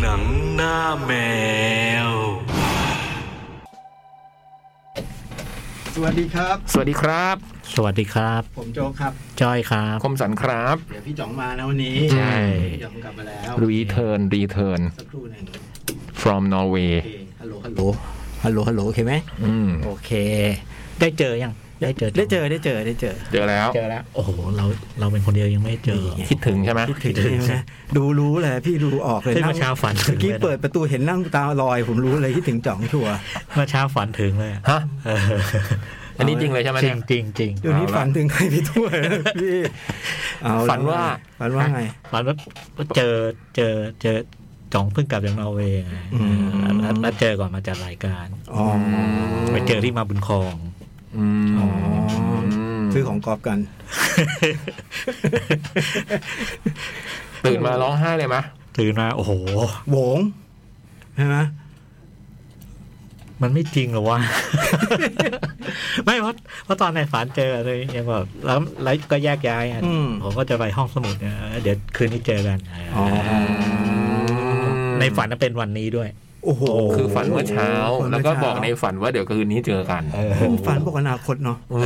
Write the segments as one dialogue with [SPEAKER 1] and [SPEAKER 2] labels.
[SPEAKER 1] หน้าแมว
[SPEAKER 2] สวัสดีครับ
[SPEAKER 3] สวัสดีครับ
[SPEAKER 4] สวัสดีครับ
[SPEAKER 2] ผมโจ๊กครับ
[SPEAKER 4] จอยครับ
[SPEAKER 3] คมสันครับ
[SPEAKER 2] เดี๋ยวพี่จ๋องมานะวันนี้
[SPEAKER 3] ใช่
[SPEAKER 2] พี่จ๋องกลับมาแล้ว
[SPEAKER 3] รีเทิร์นรีเทิร์น
[SPEAKER 2] สักครู่หนึ่ง
[SPEAKER 3] from Norway
[SPEAKER 2] โอเคฮัลโหลฮัลโหลฮัลโหลฮัลโหลโอเคไหม
[SPEAKER 3] อืม
[SPEAKER 4] โอเค ได้เจอยังได้เจอ
[SPEAKER 5] ได้เจอได้เจอได้เจอ
[SPEAKER 3] เจอแล้ว
[SPEAKER 4] เจอแล้ว โอ้โหเราเราเป็นคนเดียวยังไม่เจอ
[SPEAKER 3] คิดถึงใช่ไหม
[SPEAKER 5] ถึงใช่ไหมดูรู้เลยพี่ดูออกเลย
[SPEAKER 4] เฮ้ยเมื่อเช้าฝันถึง
[SPEAKER 5] เมื่อกี้
[SPEAKER 4] เลยนะ
[SPEAKER 5] เปิดประตูเห็นนั่งตาลอย ผมรู้เลยคิดถึงจ่องชัวร์
[SPEAKER 4] เมื่อเช้าฝันถึงเลย
[SPEAKER 3] ฮะ
[SPEAKER 4] เออ
[SPEAKER 3] อันนี้จริงเลยใช่ไหม
[SPEAKER 4] จริ
[SPEAKER 3] เนี่ย
[SPEAKER 4] งจริงจริง
[SPEAKER 5] เดี๋ยวนี้
[SPEAKER 3] เอาละ
[SPEAKER 5] ฝันถึงใครไปทั่วเลยนะพี่เอาละ
[SPEAKER 3] ฝันว่า
[SPEAKER 5] ฝันว่าไง
[SPEAKER 4] ฝันว่าเจอเจอเจอจ่องเพิ่งกลับจากนอร์เวย์ไง
[SPEAKER 5] อืม
[SPEAKER 4] แล้วแล้วเจอก่อนมาจัดรายการ
[SPEAKER 5] อ๋อ
[SPEAKER 4] ไปเจอที่มาบุญครอง
[SPEAKER 3] อืม
[SPEAKER 5] อ๋อ
[SPEAKER 3] อืม
[SPEAKER 5] ซื้อของกอบกัน
[SPEAKER 3] ตื่นมาร้องไห้เลยไหม
[SPEAKER 4] ตื่นมาโอ้โห
[SPEAKER 5] โหวงใช่ไหม
[SPEAKER 4] มันไม่จริงหรอวะ ไม่เพราะเพราะตอนในฝันเจอเลยยังแบบแล้วแล้วก็แยกย้ายอ่ะ
[SPEAKER 5] อืม
[SPEAKER 4] ผมก็จะไปห้องสมุดนะเดี๋ยวคืนนี้เจอกัน
[SPEAKER 5] อ๋อ
[SPEAKER 4] ในฝันน่ะเป็นวันนี้ด้วย
[SPEAKER 5] โอ้โห
[SPEAKER 3] คือฝันเมื่อเช้า
[SPEAKER 5] ฝัน
[SPEAKER 3] แล้ว
[SPEAKER 5] มื่
[SPEAKER 3] ก็
[SPEAKER 5] เช้า
[SPEAKER 3] บอกในฝันว่าเดี๋ยวคืนนี้เจอกัน
[SPEAKER 5] เป็นฝันบอกอนาคตเนาะ
[SPEAKER 3] เอ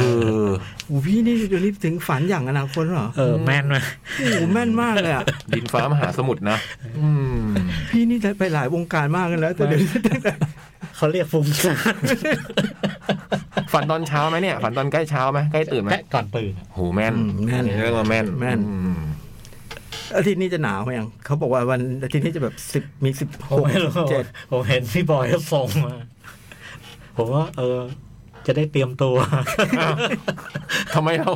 [SPEAKER 3] อ
[SPEAKER 5] โอ้พี่นี่เดี๋ยวนี้ถึงฝันอย่างอนาคตเหรอ
[SPEAKER 4] เออแม่นไหม
[SPEAKER 5] โอ้โหแม่นมากเลยอ่ะ
[SPEAKER 3] ดินฟ้ามหาสมุทรนะ อืม
[SPEAKER 5] พี่นี่ไปหลายวงการมากกันแล้วแต่เดี๋ยว นี้
[SPEAKER 4] เขาเรียกฟุ้งซ่าน
[SPEAKER 3] ฝันตอนเช้าไหมเนี่ย ฝันตอนใกล้เช้าไหมใกล้ตื่นไหม
[SPEAKER 4] และก่อนตื่นอ่ะ
[SPEAKER 3] โหแม่น
[SPEAKER 5] แม่น
[SPEAKER 3] เรื่องว่าแม่น
[SPEAKER 5] แม่น
[SPEAKER 3] อืม
[SPEAKER 5] อาทิตย์นี้จะหนาวไหมยังเขาบอกว่าวันอาทิตย์นี้จะแบบสิบมีสิบ
[SPEAKER 4] ผ
[SPEAKER 5] ห
[SPEAKER 4] ม
[SPEAKER 5] ก
[SPEAKER 4] ไม่รู้
[SPEAKER 5] เจ็ด
[SPEAKER 4] ผมเห็นพี่บอยเขาส่งมาผมว่าเออ จะได้เตรียม ตัว
[SPEAKER 3] ทำไมเรา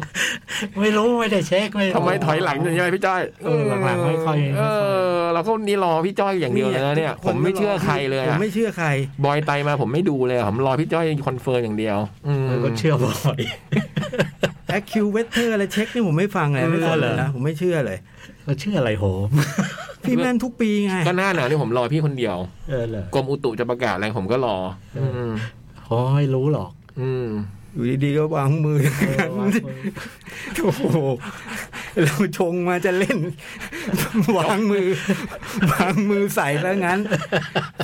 [SPEAKER 4] ไม่รู้ไม่ได้เช็คไม่รู้
[SPEAKER 3] ทำไมถอยหลังอย่างไรพี่จ้อย
[SPEAKER 4] เออหลังๆไม่ค่อย
[SPEAKER 3] เออ เราก็นี่รอพี่จ้อยอย่างเดียวเลยนะเนี่ย ผมไม่เชื่อใครเลย
[SPEAKER 5] ผ
[SPEAKER 3] อะ
[SPEAKER 5] มไม่เชื่อใคร
[SPEAKER 3] บอยไตมาผมไม่ดูเลยอะผมรอพี่จ้อยคอนเฟิร์มอย่างเดียวอืม
[SPEAKER 4] เออก็เชื่อบ่อย
[SPEAKER 5] Accu w e a t e r อะไรเช็คนี่ผมไม่ฟังเลยไม่ฟัง
[SPEAKER 4] เออเหร
[SPEAKER 5] เล
[SPEAKER 4] อ
[SPEAKER 5] ยนะผมไม่เชื่อเลย
[SPEAKER 4] ก็เชื่ออะไรโหม
[SPEAKER 5] พี่แม่นทุกปีไง
[SPEAKER 3] ก็หน้าหนาวนี่ผมรอพี่คนเดียว
[SPEAKER 4] เออเหรอ
[SPEAKER 3] กรมอุตุจะประกาศอะไรผมก็รอ อืม
[SPEAKER 4] โอ้ยรู้หรอก
[SPEAKER 3] อืม
[SPEAKER 5] อยู่ดีๆก็วางมือโอ้โหเราชงมาจะเล่น วางมือ วางมือใส่แล้วงั้น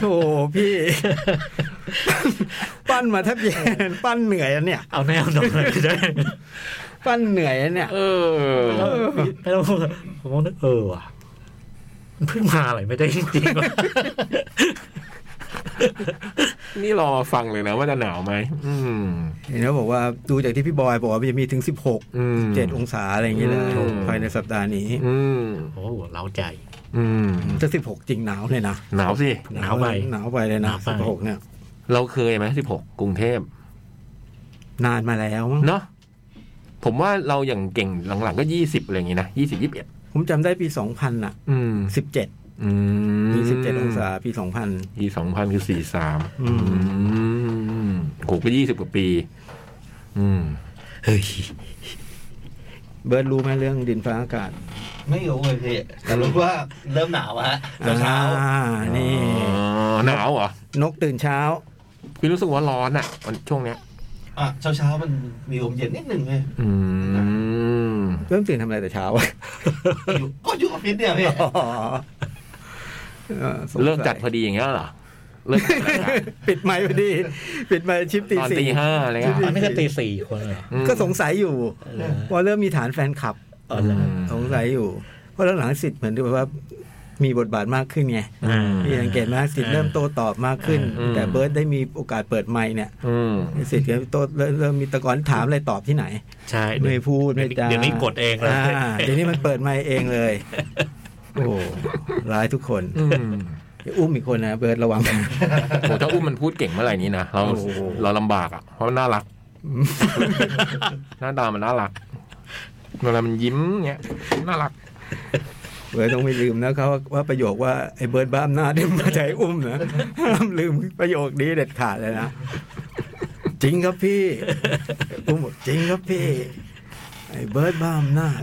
[SPEAKER 5] โธ่พี่ ปั้นมาแทบแย่ปั้นเหนื่อยแล้วเนี่ย
[SPEAKER 4] เอาแนวหน่อยก็ได้
[SPEAKER 5] ปั้นเหนื่อยแล้วเนี่ย
[SPEAKER 3] เออ
[SPEAKER 4] ไม่ต้องพูดผมก็นึกเออว่ะมันเพิ่งมาอะไรไม่ได้จริงๆว่ะ
[SPEAKER 3] นี่รอฟังเลยนะว่าจะหนาวไหมอืม
[SPEAKER 5] เห็นเขาบอกว่าดูจากที่พี่บอยบอกว่ามันจะมีถึง 16
[SPEAKER 3] อืม
[SPEAKER 5] 17 องศาอะไรอย่างเงี้ยนะ
[SPEAKER 3] อืม
[SPEAKER 5] ภายในสัปดาห์นี้
[SPEAKER 3] อืม
[SPEAKER 4] โอ้โหเล้าใจ
[SPEAKER 3] อืม
[SPEAKER 5] จะ 16 จริงหนาวเลยนะ
[SPEAKER 3] หนาวสิ
[SPEAKER 4] หนาวไป
[SPEAKER 5] หนาวไปเลย
[SPEAKER 4] ห
[SPEAKER 5] นะ
[SPEAKER 4] นาวไป
[SPEAKER 5] 16เนี่ย
[SPEAKER 3] เราเคยไหมสิบหกกรุงเทพ
[SPEAKER 5] นานมาแล้วมั้ง
[SPEAKER 3] เนาะผมว่าเราอย่างเก่งหลังๆก็ยี่สิบอะไรอย่างงี้นะยี่สิบยี่สิบเอ็ด
[SPEAKER 5] ผมจำได้ปี 2000อ่ะ
[SPEAKER 3] อืม
[SPEAKER 5] 17
[SPEAKER 3] อืม
[SPEAKER 5] มี 17 องศาปี 2000
[SPEAKER 3] ปีสองพันคือสี่สาม
[SPEAKER 5] อื
[SPEAKER 3] โหก็ยี่สิบกว่าปี อืม
[SPEAKER 4] เฮ้ย
[SPEAKER 5] เบิร์ดรู้ไหมเรื่องดินฟ้าอากาศ
[SPEAKER 6] ไม่รู้เลยพี่แต่รู้ว่าเริ่มหนาวอะฮะเช้า
[SPEAKER 5] อ่นี่
[SPEAKER 3] อ๋อ หนาวเหรอน
[SPEAKER 5] กตื่นเช้า
[SPEAKER 3] พี่รู้สึกว่าร้อนอ่ะวันช่วงเนี้ย
[SPEAKER 6] ๆอ่ะเช้าเช้าๆมันมีลมเย็นนิดหนึ่งเลย
[SPEAKER 3] อืม
[SPEAKER 5] เริ่มตื่นทำอะไรแต่เช้าอะ
[SPEAKER 6] อยู่ก็อยู่ออฟฟิศเนี่ยพี่
[SPEAKER 5] อ๋อออสงสัย
[SPEAKER 3] เลิกจัดพอดีอย่างเงี้ยเหรอ เลิกจัดรายการ
[SPEAKER 5] ปิดไมค์พอดี ปิดไมค์ชิปตี
[SPEAKER 3] ตอน
[SPEAKER 5] สี่
[SPEAKER 3] ตีห้าอะไรเงี้ย
[SPEAKER 4] อันนี้ก็ตีสี่คนเลย
[SPEAKER 3] อืม
[SPEAKER 5] ก็สงสัยอยู่ว่าเริ่มมีฐานแฟนคลับ
[SPEAKER 4] อ๋อเหรอ
[SPEAKER 5] สงสัยอยู่ เพราะหลังๆสิทธิ์เหมือนกับว่า มีบทบาทมากขึ้นไง
[SPEAKER 3] อืม
[SPEAKER 5] พี่สังเกตไหมสิทธิ์เริ่มโตตอบมากขึ้น
[SPEAKER 3] อืม
[SPEAKER 5] แต่เบิร์ดได้มีโอกาสเปิดไมค์เนี่ย
[SPEAKER 3] อืม
[SPEAKER 5] สิทธิ์ก็โตเริ่มเริ่มมีตะกอนถามอะไรตอบที่ไหน
[SPEAKER 4] ใช่
[SPEAKER 5] ไม่พูดไม่จา
[SPEAKER 4] เดี๋ยวนี้กดเองเลย
[SPEAKER 5] าเดี๋ยวนี้มันเปิดไมค์เองเลย โอ้โหร้ายทุกคน
[SPEAKER 3] อืม
[SPEAKER 5] เดี๋ยวอุ้มอีกคนนะเบิร์ดระวัง
[SPEAKER 3] โหถ้าอุ้มมันพูดเก่งเมื่อไหร่นี้นะ เรา
[SPEAKER 5] โอ้โห
[SPEAKER 3] เราลำบากอ่ะ เพราะมันน่ารัก หน้าตามันน่ารัก เวลามันยิ้มเงี้ย น่ารัก
[SPEAKER 5] เบิร์ดต้องไม่ลืมนะเขาว่าประโยคว่าไอ้เบิร์ดบ้าอำนาจเนี่ยมาใช้อุ้มนะห้ามลืมประโยคนี้เด็ดขาดเลยนะ จริงครับพี่อุ้มบอกจริงครับพี่ ไอ้เบิร์ดบ้าอำนาจ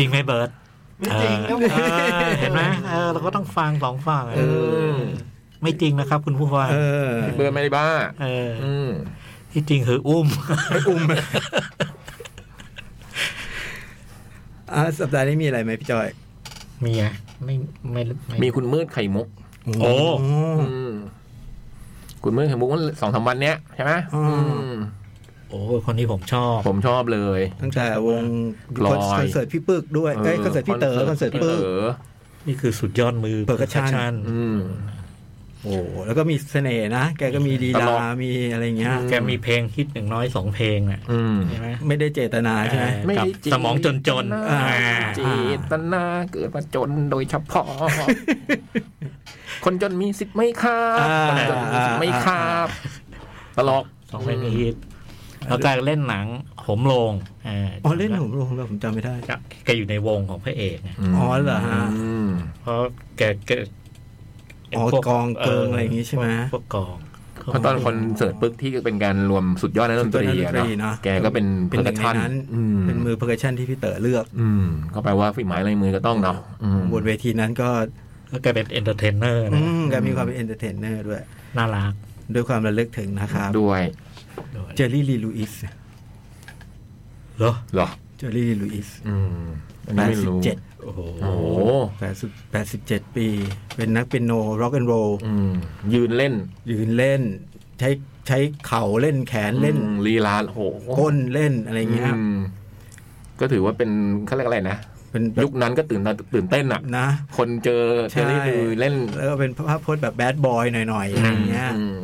[SPEAKER 4] จริงไหมเบิร์ต
[SPEAKER 6] ไม่จริงนะ
[SPEAKER 4] เอ
[SPEAKER 6] พี่
[SPEAKER 4] อเห็นไหมเออเราก็ต้องฟังสองฟัง
[SPEAKER 3] อืม
[SPEAKER 4] ไม่จริงนะครับ คุณผู้ฟัง
[SPEAKER 5] เออ
[SPEAKER 3] เบื่อไม่ได้บ้า
[SPEAKER 4] เออ
[SPEAKER 3] อืม
[SPEAKER 4] ที่จริงคืออุ้ม
[SPEAKER 5] อุ้มอ่ะสัปดาห์นี้มีอะไรไหมพี่จอย
[SPEAKER 4] มีอะไม่ไม่ไม่
[SPEAKER 3] มีคุณมืดไข่มุก
[SPEAKER 4] โอ้
[SPEAKER 3] อืมคุณเมื่อเห็นมุกว่าสองสามวันเนี้ยใช่ไหม
[SPEAKER 5] อืม
[SPEAKER 3] อืม
[SPEAKER 4] โอ้คนนี้ผมชอบ
[SPEAKER 3] ผมชอบเลย
[SPEAKER 5] ตั้งแต่วง
[SPEAKER 3] ลอย
[SPEAKER 5] คอนเสิร์ตพี่ปึกด้วยเอ้ยคอนเสิร์ตพี่เต๋อคอนเสิร์ต
[SPEAKER 3] พี่
[SPEAKER 5] ปึก
[SPEAKER 3] เต๋อ
[SPEAKER 4] นี่คือสุดยอดมือ
[SPEAKER 5] Percussion
[SPEAKER 4] Percussion
[SPEAKER 3] อืม
[SPEAKER 5] โอ้แล้วก็มีเสน่ห์นะแกก็มีดี
[SPEAKER 3] ตล
[SPEAKER 5] ลาก มีอะไรอย่างเงี้ย
[SPEAKER 4] แกมีเพลงฮิตอย่างน้อยสองเพลงอ่ะ
[SPEAKER 3] อืม
[SPEAKER 4] ใช่ไหม
[SPEAKER 5] ไม่ได้เจตนาใช่ไหม
[SPEAKER 3] ไม่ได้
[SPEAKER 4] กับ
[SPEAKER 3] เจตนา
[SPEAKER 4] สมองจนจนๆ
[SPEAKER 3] อ่า
[SPEAKER 4] อ่า
[SPEAKER 3] เจตนาเกิดมาจนโดยเฉพาะ คนจนมีสิทธิ์ไหม่ครั
[SPEAKER 5] อ่
[SPEAKER 3] บคนา จนมีสิทธิ์ไหม่ครั
[SPEAKER 5] อ่า
[SPEAKER 3] บตลก
[SPEAKER 4] สองเพลงนี้ฮิตแล้วก็เล่นหนังโหมโรงอ่า
[SPEAKER 5] อ๋อเล่นหนุ่มลงแล้วผมจำไม่ได้
[SPEAKER 4] จะแกอยู่ในวงของพระเอกไง
[SPEAKER 5] อ๋อเหรอฮะ
[SPEAKER 3] อืม
[SPEAKER 4] เพราะแกแก
[SPEAKER 5] อ๋อ
[SPEAKER 4] พว
[SPEAKER 5] กองเกิงอะไรอย่างงี้ใช่ไหม
[SPEAKER 4] พวกกอง
[SPEAKER 3] เพราะตอนคอนเสิร์ตปึ๊กที่เป็นการรวมสุดยอดนักดนตรี
[SPEAKER 5] สุดยอดนักด
[SPEAKER 3] อะ
[SPEAKER 5] นตรีเน
[SPEAKER 3] เนาะ
[SPEAKER 5] อะ
[SPEAKER 3] แกก็เป็น
[SPEAKER 5] เป็นหนึ่งใน
[SPEAKER 3] ชั
[SPEAKER 5] นั้น
[SPEAKER 3] อืม
[SPEAKER 5] เป็นมือเพอร์คัชชั่นที่พี่เต๋อเลือก
[SPEAKER 3] อืมก็แปลว่าฝีไม้ลายมือก็ต้องเนาะอืม
[SPEAKER 5] บนเวทีนั้นก็
[SPEAKER 4] แล้วแกเป็นเอนเตอร์เทนเนอร์
[SPEAKER 5] อื
[SPEAKER 4] นะ
[SPEAKER 5] มแกมีความเป็นเอนเตอร์เทนเนอร์ด้วย
[SPEAKER 4] น่ารัก
[SPEAKER 5] ด้วยความระลึกถึงนะครับ
[SPEAKER 3] ด้วย
[SPEAKER 5] เจอร์รี่ลีลูอิส
[SPEAKER 4] เหรอ
[SPEAKER 3] เหรอ
[SPEAKER 5] เจอร์รี่ลีลูอิส
[SPEAKER 3] อืมอัน
[SPEAKER 5] แป
[SPEAKER 3] นี้
[SPEAKER 5] ด
[SPEAKER 3] ไม่
[SPEAKER 5] สิบ
[SPEAKER 3] รู้
[SPEAKER 5] เจ็ด
[SPEAKER 4] โอ้โห
[SPEAKER 3] โอ้โห
[SPEAKER 5] แปดสิบแปดสิบเจ็ดปี เป็นนักเปียโนร็อกแอนด์โรล
[SPEAKER 3] อืมยืนเล่น
[SPEAKER 5] ยืนเล่น ใช้ใช้เข่าเล่นแขนเล่น
[SPEAKER 3] อืมลีลาโอ้โห
[SPEAKER 5] ก้นเล่นอะไรเงี้ย
[SPEAKER 3] อืมก็ถือว่าเป็นเขาเรียกอะไรนะ
[SPEAKER 5] เป็นแบบ
[SPEAKER 3] ยุคนั้นก็ตื่นตาตื่นเต้นอ่ะ
[SPEAKER 5] นะ
[SPEAKER 3] คนเจอเจอรี่ดูเล่น
[SPEAKER 5] แล้วก็เป็นภาพพจน์แบบแบดบอยหน่อยๆอะไรเงี้ย
[SPEAKER 3] อืม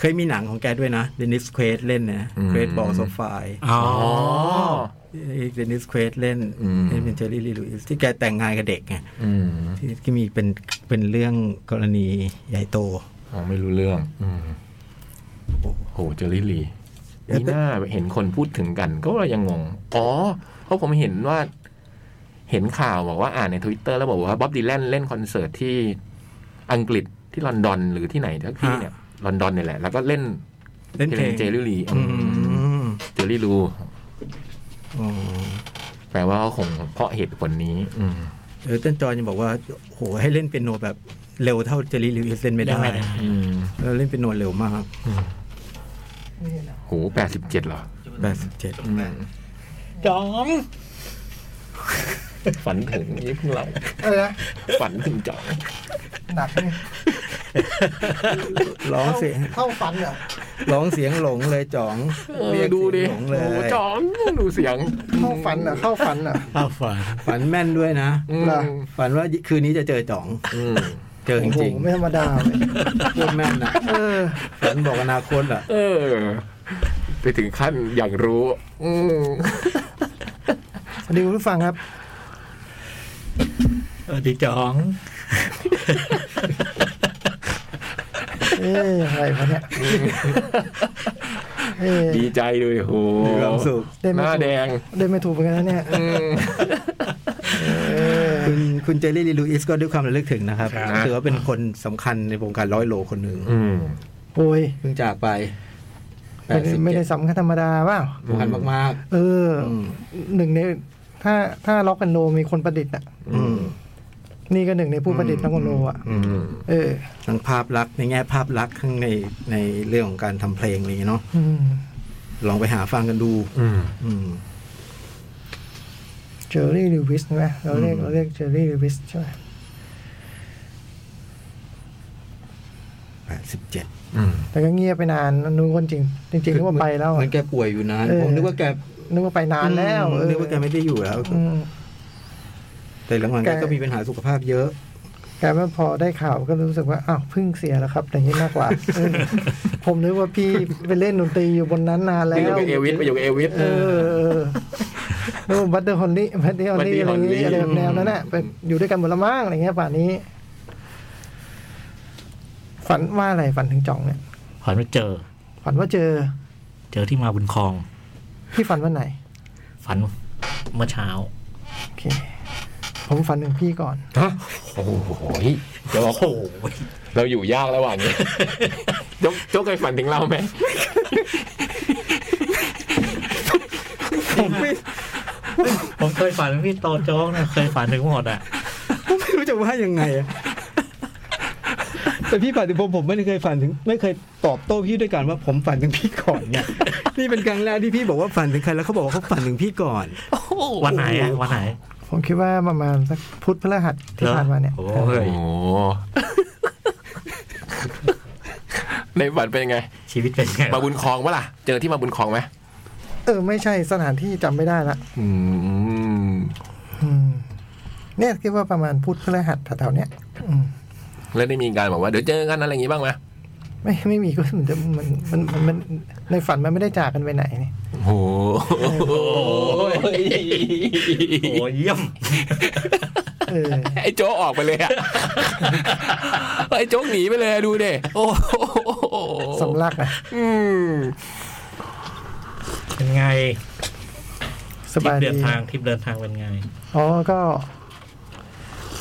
[SPEAKER 5] เคยมีหนังของแกด้วยนะเดนิสเควสเล่นนะ
[SPEAKER 3] อืม
[SPEAKER 5] เควสบอลโซฟาย
[SPEAKER 4] อ๋อ
[SPEAKER 3] อ๋อ
[SPEAKER 5] เดนิสเควสเล่น
[SPEAKER 3] อืม
[SPEAKER 5] เล่นเป็นเจอรี่ลีลูอิสที่แกแต่งงานกับเด็กไง
[SPEAKER 3] อืม
[SPEAKER 5] ที่ที่มีเป็นเป็นเรื่องกรณีใหญ่โต
[SPEAKER 3] อ๋อไม่รู้เรื่องอืมโอ้โหเจอรี่ลี
[SPEAKER 5] แล้
[SPEAKER 3] มี
[SPEAKER 5] วก็
[SPEAKER 3] หน้าเห็นคนพูดถึงกัน ก็ยังงง อ๋อ เพราะผมเห็นว่า เห็นข่าวบอกว่าอ่านในทวิตเตอร์แล้วบอกว่าบ๊อบดีแลนเล่นคอนเสิร์ตที่อังกฤษที่ลอนดอนหรือที่ไหนทักที่เนี่ยลอนดอนเนี่ยแหละ แล้วก็เล่น
[SPEAKER 5] เล่นเพลง
[SPEAKER 3] เจอรี่ลี
[SPEAKER 5] อืม
[SPEAKER 3] เจอรี่ลู
[SPEAKER 5] อ๋อ
[SPEAKER 3] แปลว่าเขาคงเพราะเหตุผลนี้ อืม
[SPEAKER 5] เออเต้นจอยยังบอกว่าโหให้เล่นเปียโนแบบเร็วเท่าเจอรี่ลีลูอิสเล่นไม่ได้
[SPEAKER 4] เล่นไม่ได้
[SPEAKER 3] อืม
[SPEAKER 5] เออเล่นเปียโนเร็วมาก
[SPEAKER 3] โหแปดสิบเจ็ดเหรอ
[SPEAKER 5] 87
[SPEAKER 3] อืม
[SPEAKER 4] จอม
[SPEAKER 3] ฝันถึงนี่พวกเราฝันถึงจ่อง
[SPEAKER 7] หนักเนี่ย
[SPEAKER 5] ร้องเสียง
[SPEAKER 7] เข้าฟันเหรอ
[SPEAKER 5] ร้องเสียงหลงเลยจ๋อง
[SPEAKER 3] เอ
[SPEAKER 5] เรี
[SPEAKER 3] อย
[SPEAKER 5] ก
[SPEAKER 3] ดูดิ
[SPEAKER 5] เสียงหลงเล
[SPEAKER 3] โอ้
[SPEAKER 5] ย
[SPEAKER 3] จ่องดูเสียง
[SPEAKER 7] เข้าฟันเหรอ เข้าฟันเหรอ
[SPEAKER 4] ข้าวฝัน
[SPEAKER 5] ฝันแม่นด้วยนะ
[SPEAKER 3] อืม
[SPEAKER 7] เหรอ
[SPEAKER 5] ฝันว่าคืนนี้จะเจอจ๋อง
[SPEAKER 3] อืม
[SPEAKER 5] เจอจ
[SPEAKER 7] โอ้โห
[SPEAKER 5] ริง
[SPEAKER 7] ไม่ธรรมดาเลย
[SPEAKER 5] ๆโคตรแม่นนะฝันบอกอนาคตอ่ะ
[SPEAKER 3] เออ ไปถึงขั้นอย่างรู้ อืม
[SPEAKER 7] สวัสดีคุณผู้ฟังครับ
[SPEAKER 4] เออดีจอง
[SPEAKER 7] เอ๊ะอะไรวะเนี่ยเอ๊ะ
[SPEAKER 3] ดีใจเลยโห
[SPEAKER 5] มีความสุข
[SPEAKER 7] ได้ไห
[SPEAKER 3] ห
[SPEAKER 7] ม
[SPEAKER 3] น้าแดง
[SPEAKER 7] เดินไม่ถูกเหมือนกันนะเนี่ย
[SPEAKER 3] อืม
[SPEAKER 7] เออ
[SPEAKER 5] คุณคุณเจอรี่ลีลูอิสก็ด้วยความระลึกถึงนะครับ
[SPEAKER 3] ครับ
[SPEAKER 5] ถือว่าเป็นคนสำคัญในวงการร้อยโลคนหนึ่ง
[SPEAKER 3] อืม
[SPEAKER 7] โอ้ย
[SPEAKER 5] เพิ่งจากไปแป
[SPEAKER 7] ไม่
[SPEAKER 5] ด
[SPEAKER 7] ได้
[SPEAKER 5] สิบ
[SPEAKER 7] ไม่
[SPEAKER 5] เจ็
[SPEAKER 7] ได้
[SPEAKER 5] ด
[SPEAKER 7] สำคัญธรรมดาเปล่า
[SPEAKER 5] สำคัญมาก
[SPEAKER 7] เออ
[SPEAKER 5] ๆอื
[SPEAKER 7] อ
[SPEAKER 5] ม
[SPEAKER 7] หนึ่งในถ้าถ้าล็อกกันโลมีคนประดิษฐ์อ่ะ
[SPEAKER 5] อืม
[SPEAKER 7] นี่ก็หนึ่งในผู้ประดิษฐ์ล็อกกันโลอ่ะ
[SPEAKER 3] อืม
[SPEAKER 7] เออ
[SPEAKER 5] ทั้งภาพลักษณ์ในแง่ภาพลักษณ์ข้างในในเรื่องของการทำเพลงอะไรอย่างเงี้ยเนาะ
[SPEAKER 7] อืม
[SPEAKER 5] ลองไปหาฟังกันดู
[SPEAKER 3] อืม
[SPEAKER 5] อืม
[SPEAKER 7] เจอรี่ลิวิสใช่ไหมเราเรียกเราเรียกเจอรี่ลิวิสใช่ไหม
[SPEAKER 5] แปดสิบเจ็ด
[SPEAKER 3] อืม
[SPEAKER 7] แต่ก็เงียบไปนานนู้นคนจริง จริงๆนึกว่าไปแล้ว
[SPEAKER 5] เห
[SPEAKER 7] อะ
[SPEAKER 5] มือนแกป่วยอยู่นาน
[SPEAKER 7] เออ
[SPEAKER 5] ผมนึกว่าแก
[SPEAKER 7] นึกว่าไปนานแล้วเออ
[SPEAKER 5] นึกว่าแกไม่ได้อยู่แล้ว
[SPEAKER 7] อืม
[SPEAKER 5] แต่หลังๆแก
[SPEAKER 7] แก
[SPEAKER 5] ก็มีปัญหาสุขภาพเยอะ
[SPEAKER 7] กลายว่าพอได้ข่าวก็รู้สึกว่าอ้าวเพึ่งเสียแล้วครับอย่างนี้มากกว่าเออผมนึกว่าพี่ไปเล่นดนตรีอยู่บนนั้นนานแล้
[SPEAKER 3] ไปอยู่
[SPEAKER 7] ว
[SPEAKER 3] กับเอวิสไปอยู่กับเอวิส
[SPEAKER 7] เออแล้วบัตเตอร์ฮอนลี่บัตเตอร์ฮอนลี่
[SPEAKER 3] Buddy
[SPEAKER 7] อะไรอย่าง
[SPEAKER 3] Holly
[SPEAKER 7] นี้อะไรแบบแนวนั้นน่ะไปอยู่ด้วยกันหมดละมั้งอะไรเงี้ยป่านนี้ ฝันว่าอะไรฝันถึงจ่องเนี่ย
[SPEAKER 4] ฝันว่าเจอ
[SPEAKER 7] ฝันว่าเจอ
[SPEAKER 4] เจอที่มาบุญคลอง
[SPEAKER 7] พี่ฝันวันไหน
[SPEAKER 4] ฝันเมื่อเช้า
[SPEAKER 7] โอเค ผมฝันถึงพี่ก่อน
[SPEAKER 3] ฮะโอ้โหจะบอก
[SPEAKER 4] โอ้ย
[SPEAKER 3] เราอยู่ยากแล้วว่างนี้โจ๊กโจ๊กเคยฝันถึงเราไหม
[SPEAKER 4] ผมเคยฝันถึงพี่โตโจ๊กนะ เคยฝันถึงหมดอ่ะ
[SPEAKER 5] ไม่รู้จะว่ายังไงอะ แต่พี่ฝันถึงผมผมไม่เคยฝันถึง ไม่เคยตอบโต้พี่ด้วยการว่าผมฝันถึงพี่ก่อนเนี่ย นี่เป็นครั้งแรกที่พี่บอกว่าฝันถึงใครแล้วเขาบอกว่าเขาฝันถึงพี่ก่อน
[SPEAKER 4] วันไหนอะวันไหน
[SPEAKER 7] ผมคิดว่าประมาณสักพุธพฤหัสที่ผ่านมาเนี่ย
[SPEAKER 4] โอ้
[SPEAKER 3] โอ้
[SPEAKER 4] ย
[SPEAKER 3] โห ในฝันเป็นยังไง
[SPEAKER 4] ชีวิตเป็นไง
[SPEAKER 3] มาบุญคลองปะล่ะ เจอที่มาบุญคลองไหม
[SPEAKER 7] เออ ไม่ใช่สถานที่จำไม่ได้ละ
[SPEAKER 3] อืม
[SPEAKER 7] อืมเนี่ยคิดว่าประมาณพุธพฤหัสแถวๆเนี้ยอืม
[SPEAKER 3] แล้วได้มีการบอกว่าเดี๋ยวเจอกันอะไรอย่างงี้บ้างไหม
[SPEAKER 7] ไม่ไม่มีก็เหมือนเดิมมันมันมันมันในฝันมันไม่ได้จากกันไปไหนนี่
[SPEAKER 3] โอ้โห
[SPEAKER 4] โอ้เยี่ยม
[SPEAKER 7] เออ
[SPEAKER 3] ไอ้โจ๊กอ อกไปเลยอะไอ้โจ๊กหนีไปเลยอะดูเด็โอ้โห
[SPEAKER 7] สำลักนะ
[SPEAKER 3] อืม
[SPEAKER 4] เป็นไง
[SPEAKER 7] สบาย
[SPEAKER 4] ทริป
[SPEAKER 7] ดี
[SPEAKER 4] เดินทางทริปเดินทางเป็นไง
[SPEAKER 7] อ๋อก็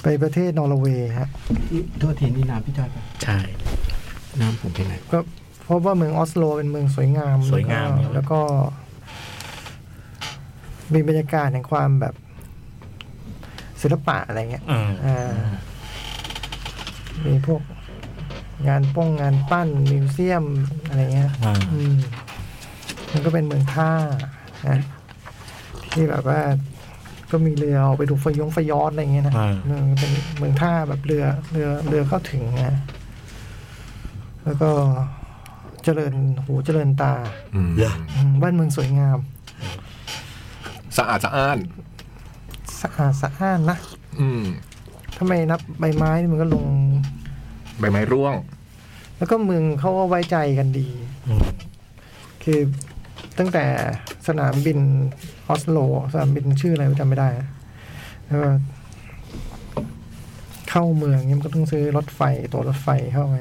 [SPEAKER 7] ไปประเทศนอร์เวย์ฮะ
[SPEAKER 2] โทษทีนี่น้ำพี่จอยปะ
[SPEAKER 4] ใช่
[SPEAKER 2] น้ำผมเป็นไร
[SPEAKER 7] ก็เพราะว่าเมืองออสโลเป็นเมืองสวยงาม
[SPEAKER 4] สวยงาม
[SPEAKER 7] แล้วก็แล้วก็ มีบรรยากาศแห่งความแบบ ศิลปะอะไรเงี้ย
[SPEAKER 4] อืม
[SPEAKER 7] อ่า มีพวกงานป้องงานปั้นมิวเซียมอะไรเงี้ย
[SPEAKER 4] อ่า
[SPEAKER 7] อืมมันก็เป็นเมืองท่านะที่แบบว่า ก็มีเรือออกไปดูฟยงฟยอดอะไรเงี้ยนะ
[SPEAKER 4] อ่า
[SPEAKER 7] มันเป็นเมืองท่าแบบเรือ เรือเรือเข้าถึงนะแล้วก็เจริญหูเจริญตา
[SPEAKER 4] เหรอ
[SPEAKER 7] อืมบ้านเมืองสวยงาม
[SPEAKER 3] สะอาดสะอ้าน
[SPEAKER 7] สะอาดสะอ้านนะ
[SPEAKER 3] อืม
[SPEAKER 7] ถ้าไม่นับใบไม้นี่มันก็ลง
[SPEAKER 3] ใบไม้ร่วง
[SPEAKER 7] แล้วก็เมืองเขาก็ไว้ใจกันดี
[SPEAKER 4] อืม
[SPEAKER 7] คือตั้งแต่สนามบินออสโล สนามบินชื่ออะไรจำไม่ได้นะแล้วก็เข้าเมืองเนี่ยมันก็ต้องซื้อรถไฟตัวรถไฟเข้าไป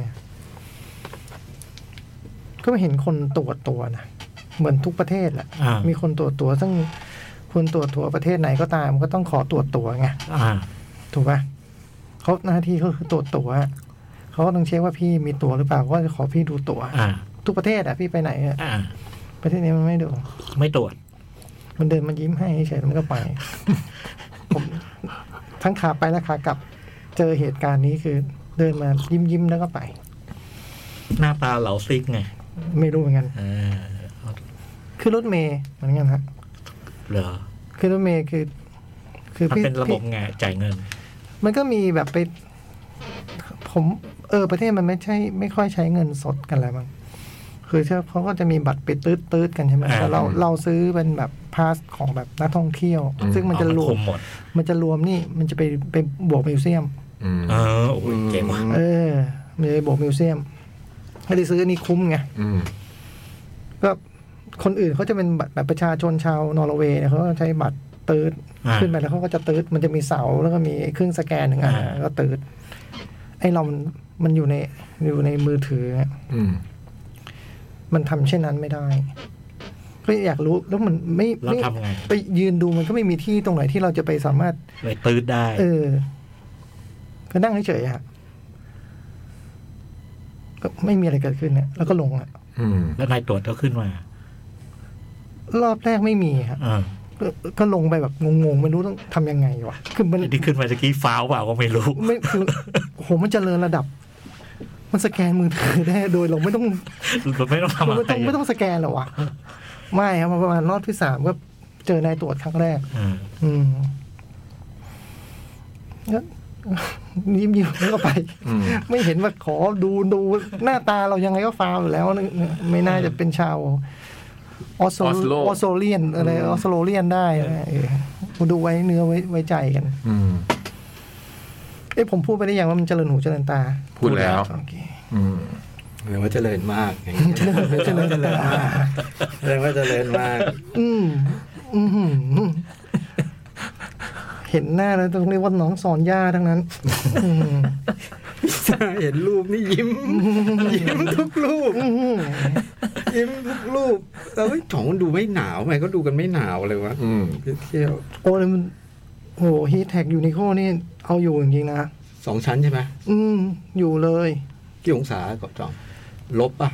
[SPEAKER 7] ก็ไม่เห็นคนตรวจตัวนะเหมือนทุกประเทศแหละ
[SPEAKER 4] อ่า
[SPEAKER 7] มีคนตรวจตัวซึ่งคนตรวจตัวประเทศไหนก็ตามก็ต้องขอตรวจตัวไง
[SPEAKER 4] อ่า
[SPEAKER 7] ถูกปะเขาหน้าที่เขาคือตรวจตัวเขาก็ต้องเช็คว่าพี่มีตัวหรือเปล่าก็จะขอพี่ดูตัว
[SPEAKER 4] อ่า
[SPEAKER 7] ทุกประเทศอ่ะพี่ไปไหนอะ
[SPEAKER 4] อ่า
[SPEAKER 7] ประเทศนี้มันไม่ดู
[SPEAKER 4] ไม่ตรวจ
[SPEAKER 7] มันเดินมายิ้มให้เฉยๆแล้ว มันก็ไป ผมทั้งขาไปและขากลับ เจอเหตุการณ์นี้คือ เดินมายิ้มยิ้มๆแล้วก็ไป
[SPEAKER 4] หน้าตาเหลาซิกไง
[SPEAKER 7] ไม่รู้เหมือนกัน
[SPEAKER 4] อ่า
[SPEAKER 7] คือรถเมย์เหมือนกันฮะ
[SPEAKER 4] เหรอ
[SPEAKER 7] คือรถเมย์คือ คือ
[SPEAKER 4] มัน
[SPEAKER 7] พี่
[SPEAKER 4] เป็นระบบ
[SPEAKER 7] พี่
[SPEAKER 4] ไงจ่ายเงิน
[SPEAKER 7] มันก็มีแบบไป ผม เออ ประเทศมันไม่ใช่ ไม่ค่อยใช้เงินสดกันแล้วมั้งคือเชื่อเขาก็จะมีบัตรไปตืดตืดๆกันใช่ไหม
[SPEAKER 4] อ่า
[SPEAKER 7] แต่เราเราซื้อเป็นแบบพาสของแบบนักท่องเที่ยว
[SPEAKER 3] อืม
[SPEAKER 7] ซึ่งมันจะรว
[SPEAKER 4] เอา
[SPEAKER 7] ม
[SPEAKER 4] คุหมด
[SPEAKER 7] มันจะรวมนี่ มันจะไปไปบวกมิวเซียม
[SPEAKER 3] อืม
[SPEAKER 4] เออโอ้ยเจ๋งว่ะ
[SPEAKER 7] เออมีโบกมิวเซียมให้ได้ซื้อนี่คุ้มไง
[SPEAKER 3] อืม
[SPEAKER 7] ก็คนอื่นเขาจะเป็นบัตรแบบประชาชนชาวนอร์เวย์เนี่ยเขาก็ใช้บัตรตืด
[SPEAKER 4] อ่า
[SPEAKER 7] ขึ้นไปแล้วเขาก็จะตืดมันจะมีเสาแล้วก็มีเครื่องสแกนหนึ่งอัน
[SPEAKER 4] อ่า
[SPEAKER 7] แล้วก็ตืดไอ้เรามันมันอยู่ในอยู่ในมือถือเนี่ย
[SPEAKER 3] อืม
[SPEAKER 7] มันทำเช่นนั้นไม่ได้ ก็อยากรู้แล้วมันไม่
[SPEAKER 4] เรา
[SPEAKER 7] ไม่
[SPEAKER 4] ทำไง
[SPEAKER 7] ไปยืนดูมันก็ไม่มีที่ตรงไหนที่เราจะไปสามารถ
[SPEAKER 4] เลยตื้ดได้
[SPEAKER 7] เออ ก็นั่งเฉยๆอะก็ไม่มีอะไรเกิดขึ้นเนี่ยแล้วก็ลงอะ
[SPEAKER 3] อืม
[SPEAKER 4] แล้วนายตรวจก็ขึ้นมาร
[SPEAKER 7] อบแรกไม่มีครับ
[SPEAKER 4] อ่า
[SPEAKER 7] ก็ก็ลงไปแบบงงๆ ไม่รู้ต้องทำยังไงวะคือมัน
[SPEAKER 4] ไอ้ที่ขึ้นมาตะกี้ฟ้าวเปล่าก็ไม่รู้
[SPEAKER 7] ไม่คือโหมันจเจริญระดับ มันสแกนมือถือได้โดยเราไม่ต้อง
[SPEAKER 4] ไม่ต้องทำอะไร
[SPEAKER 7] ไม่ต้องไม่ต้องสแกนหรอวะไม่ครับประมาณรอบที่สามก็เจอนายตรวจครั้งแรก
[SPEAKER 4] อ่า
[SPEAKER 7] อืม ก็ยิ้มยิ้มแล้วก็ไป
[SPEAKER 3] อืม
[SPEAKER 7] ไม่เห็นว่าขอดูดูหน้าตาเรายังไงก็ฟาวอยู่แล้วนึกไม่น่าจะเป็นชาวออสโซ
[SPEAKER 3] ออสโล
[SPEAKER 7] ออสโซเลียนอะไรออสโซเลียนได้นะเออดูไว้เนื้อไว้ไว้ใจกัน
[SPEAKER 3] อืม
[SPEAKER 7] เอ้ผมพูดไปได้ยังว่ามันเจริญหูเจริญตา
[SPEAKER 3] พูดแล้ว
[SPEAKER 7] โอเค
[SPEAKER 3] อืม
[SPEAKER 5] หรือว่าเจริญมากอย่าง นี้
[SPEAKER 7] เจริญหูเจริญตา
[SPEAKER 5] แสดงว่าเจริญมาก
[SPEAKER 7] อืมอือหือ เห็นหน้าแล้วต้องเรียกว่าน้องสอนย่าทั้งนั้น อืม
[SPEAKER 5] เห็นรูปนี่ยิ้ม ยิ้มทุกรูป
[SPEAKER 7] อื้อหือ
[SPEAKER 5] ยิ้มทุกรูปเอ้ยของมันดูไม่หนาวไหมก็ดูกันไม่หนาวเลยวะ
[SPEAKER 3] อืม
[SPEAKER 5] ไปเที่ยว
[SPEAKER 7] โอ้ยมันโอ้ฮีแท็กยูนิโคนี่เอาอยู่จริงๆนะ
[SPEAKER 5] สองชั้นใช่ไหม
[SPEAKER 7] อืม อยู่เลย
[SPEAKER 5] กี่องศาก่อนจอง ลบป่ะ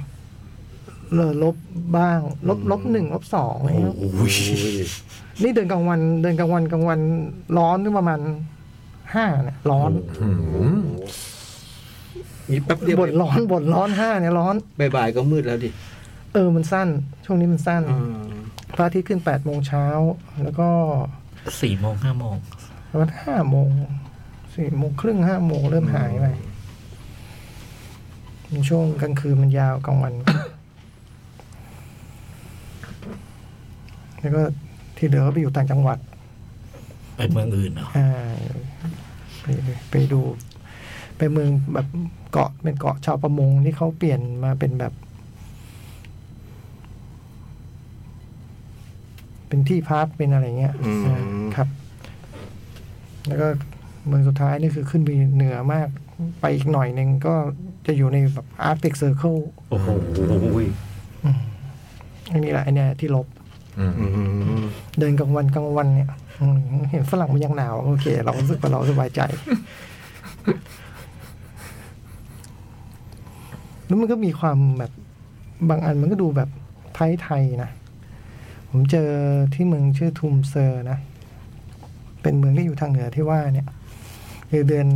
[SPEAKER 7] เลอลบบ้าง ลบลบหนึ่งลบสองอะไรเงี้ย
[SPEAKER 5] โอ้ย
[SPEAKER 7] นี่เดินกลางวันเดินกลางวันกลางวันร้อนถึงประมาณห้าเนี่ยร้อน
[SPEAKER 3] อืม
[SPEAKER 5] นี่แป๊บเดียว
[SPEAKER 7] บ่นร้อนบ่นร้อนห้าเนี่ยร้อน
[SPEAKER 5] บ่ายๆก็มืดแล้วดิ
[SPEAKER 7] เออมันสั้น ช่วงนี้มันสั้น
[SPEAKER 5] อ่า
[SPEAKER 7] พระอาทิตย์ขึ้นแปดโมงเช้า แล้วก็
[SPEAKER 4] สี่โมงห้าโมง
[SPEAKER 7] ประมาณห้าโมงสี่โมงครึ่งห้าโมงเริ่มหายไป ช่วงกลางคืนมันยาวกลางวัน แล้วก็ที่เหลือก็ไปอยู่ต่างจังหวัด
[SPEAKER 4] ไปเมืองอื่นเหรอ
[SPEAKER 7] อ่าไปไปดู ไปเมืองแบบเกาะเป็นเกาะชาวประมงที่เขาเปลี่ยนมาเป็นแบบ เป็นที่พักเป็นอะไรเงี้ย
[SPEAKER 5] อืม
[SPEAKER 7] อ่าครับ แล้วก็เมืองสุดท้ายนี่คือขึ้นไปเหนือมาก ไปอีกหน่อยหนึ่งก็จะอยู่ในแบบอาร์ติกเซอร์เคิล
[SPEAKER 4] โอ้โห
[SPEAKER 7] อันนี้แหละไอเนี่ยที่ลบ
[SPEAKER 3] อืม
[SPEAKER 5] อืม
[SPEAKER 7] เดินกลางวันกลางวันเนี่ยอืมเห็นฝรั่งมันยังหนาว โอเค เรารู้สึกว่าเราสบายใจ แล้วมันก็มีความแบบบางอันมันก็ดูแบบไทยๆนะ ผมเจอที่เมืองชื่อทุมเซอร์นะ เป็นเมืองที่อยู่ทางเหนือที่ว่าเนี่ยคือเดือน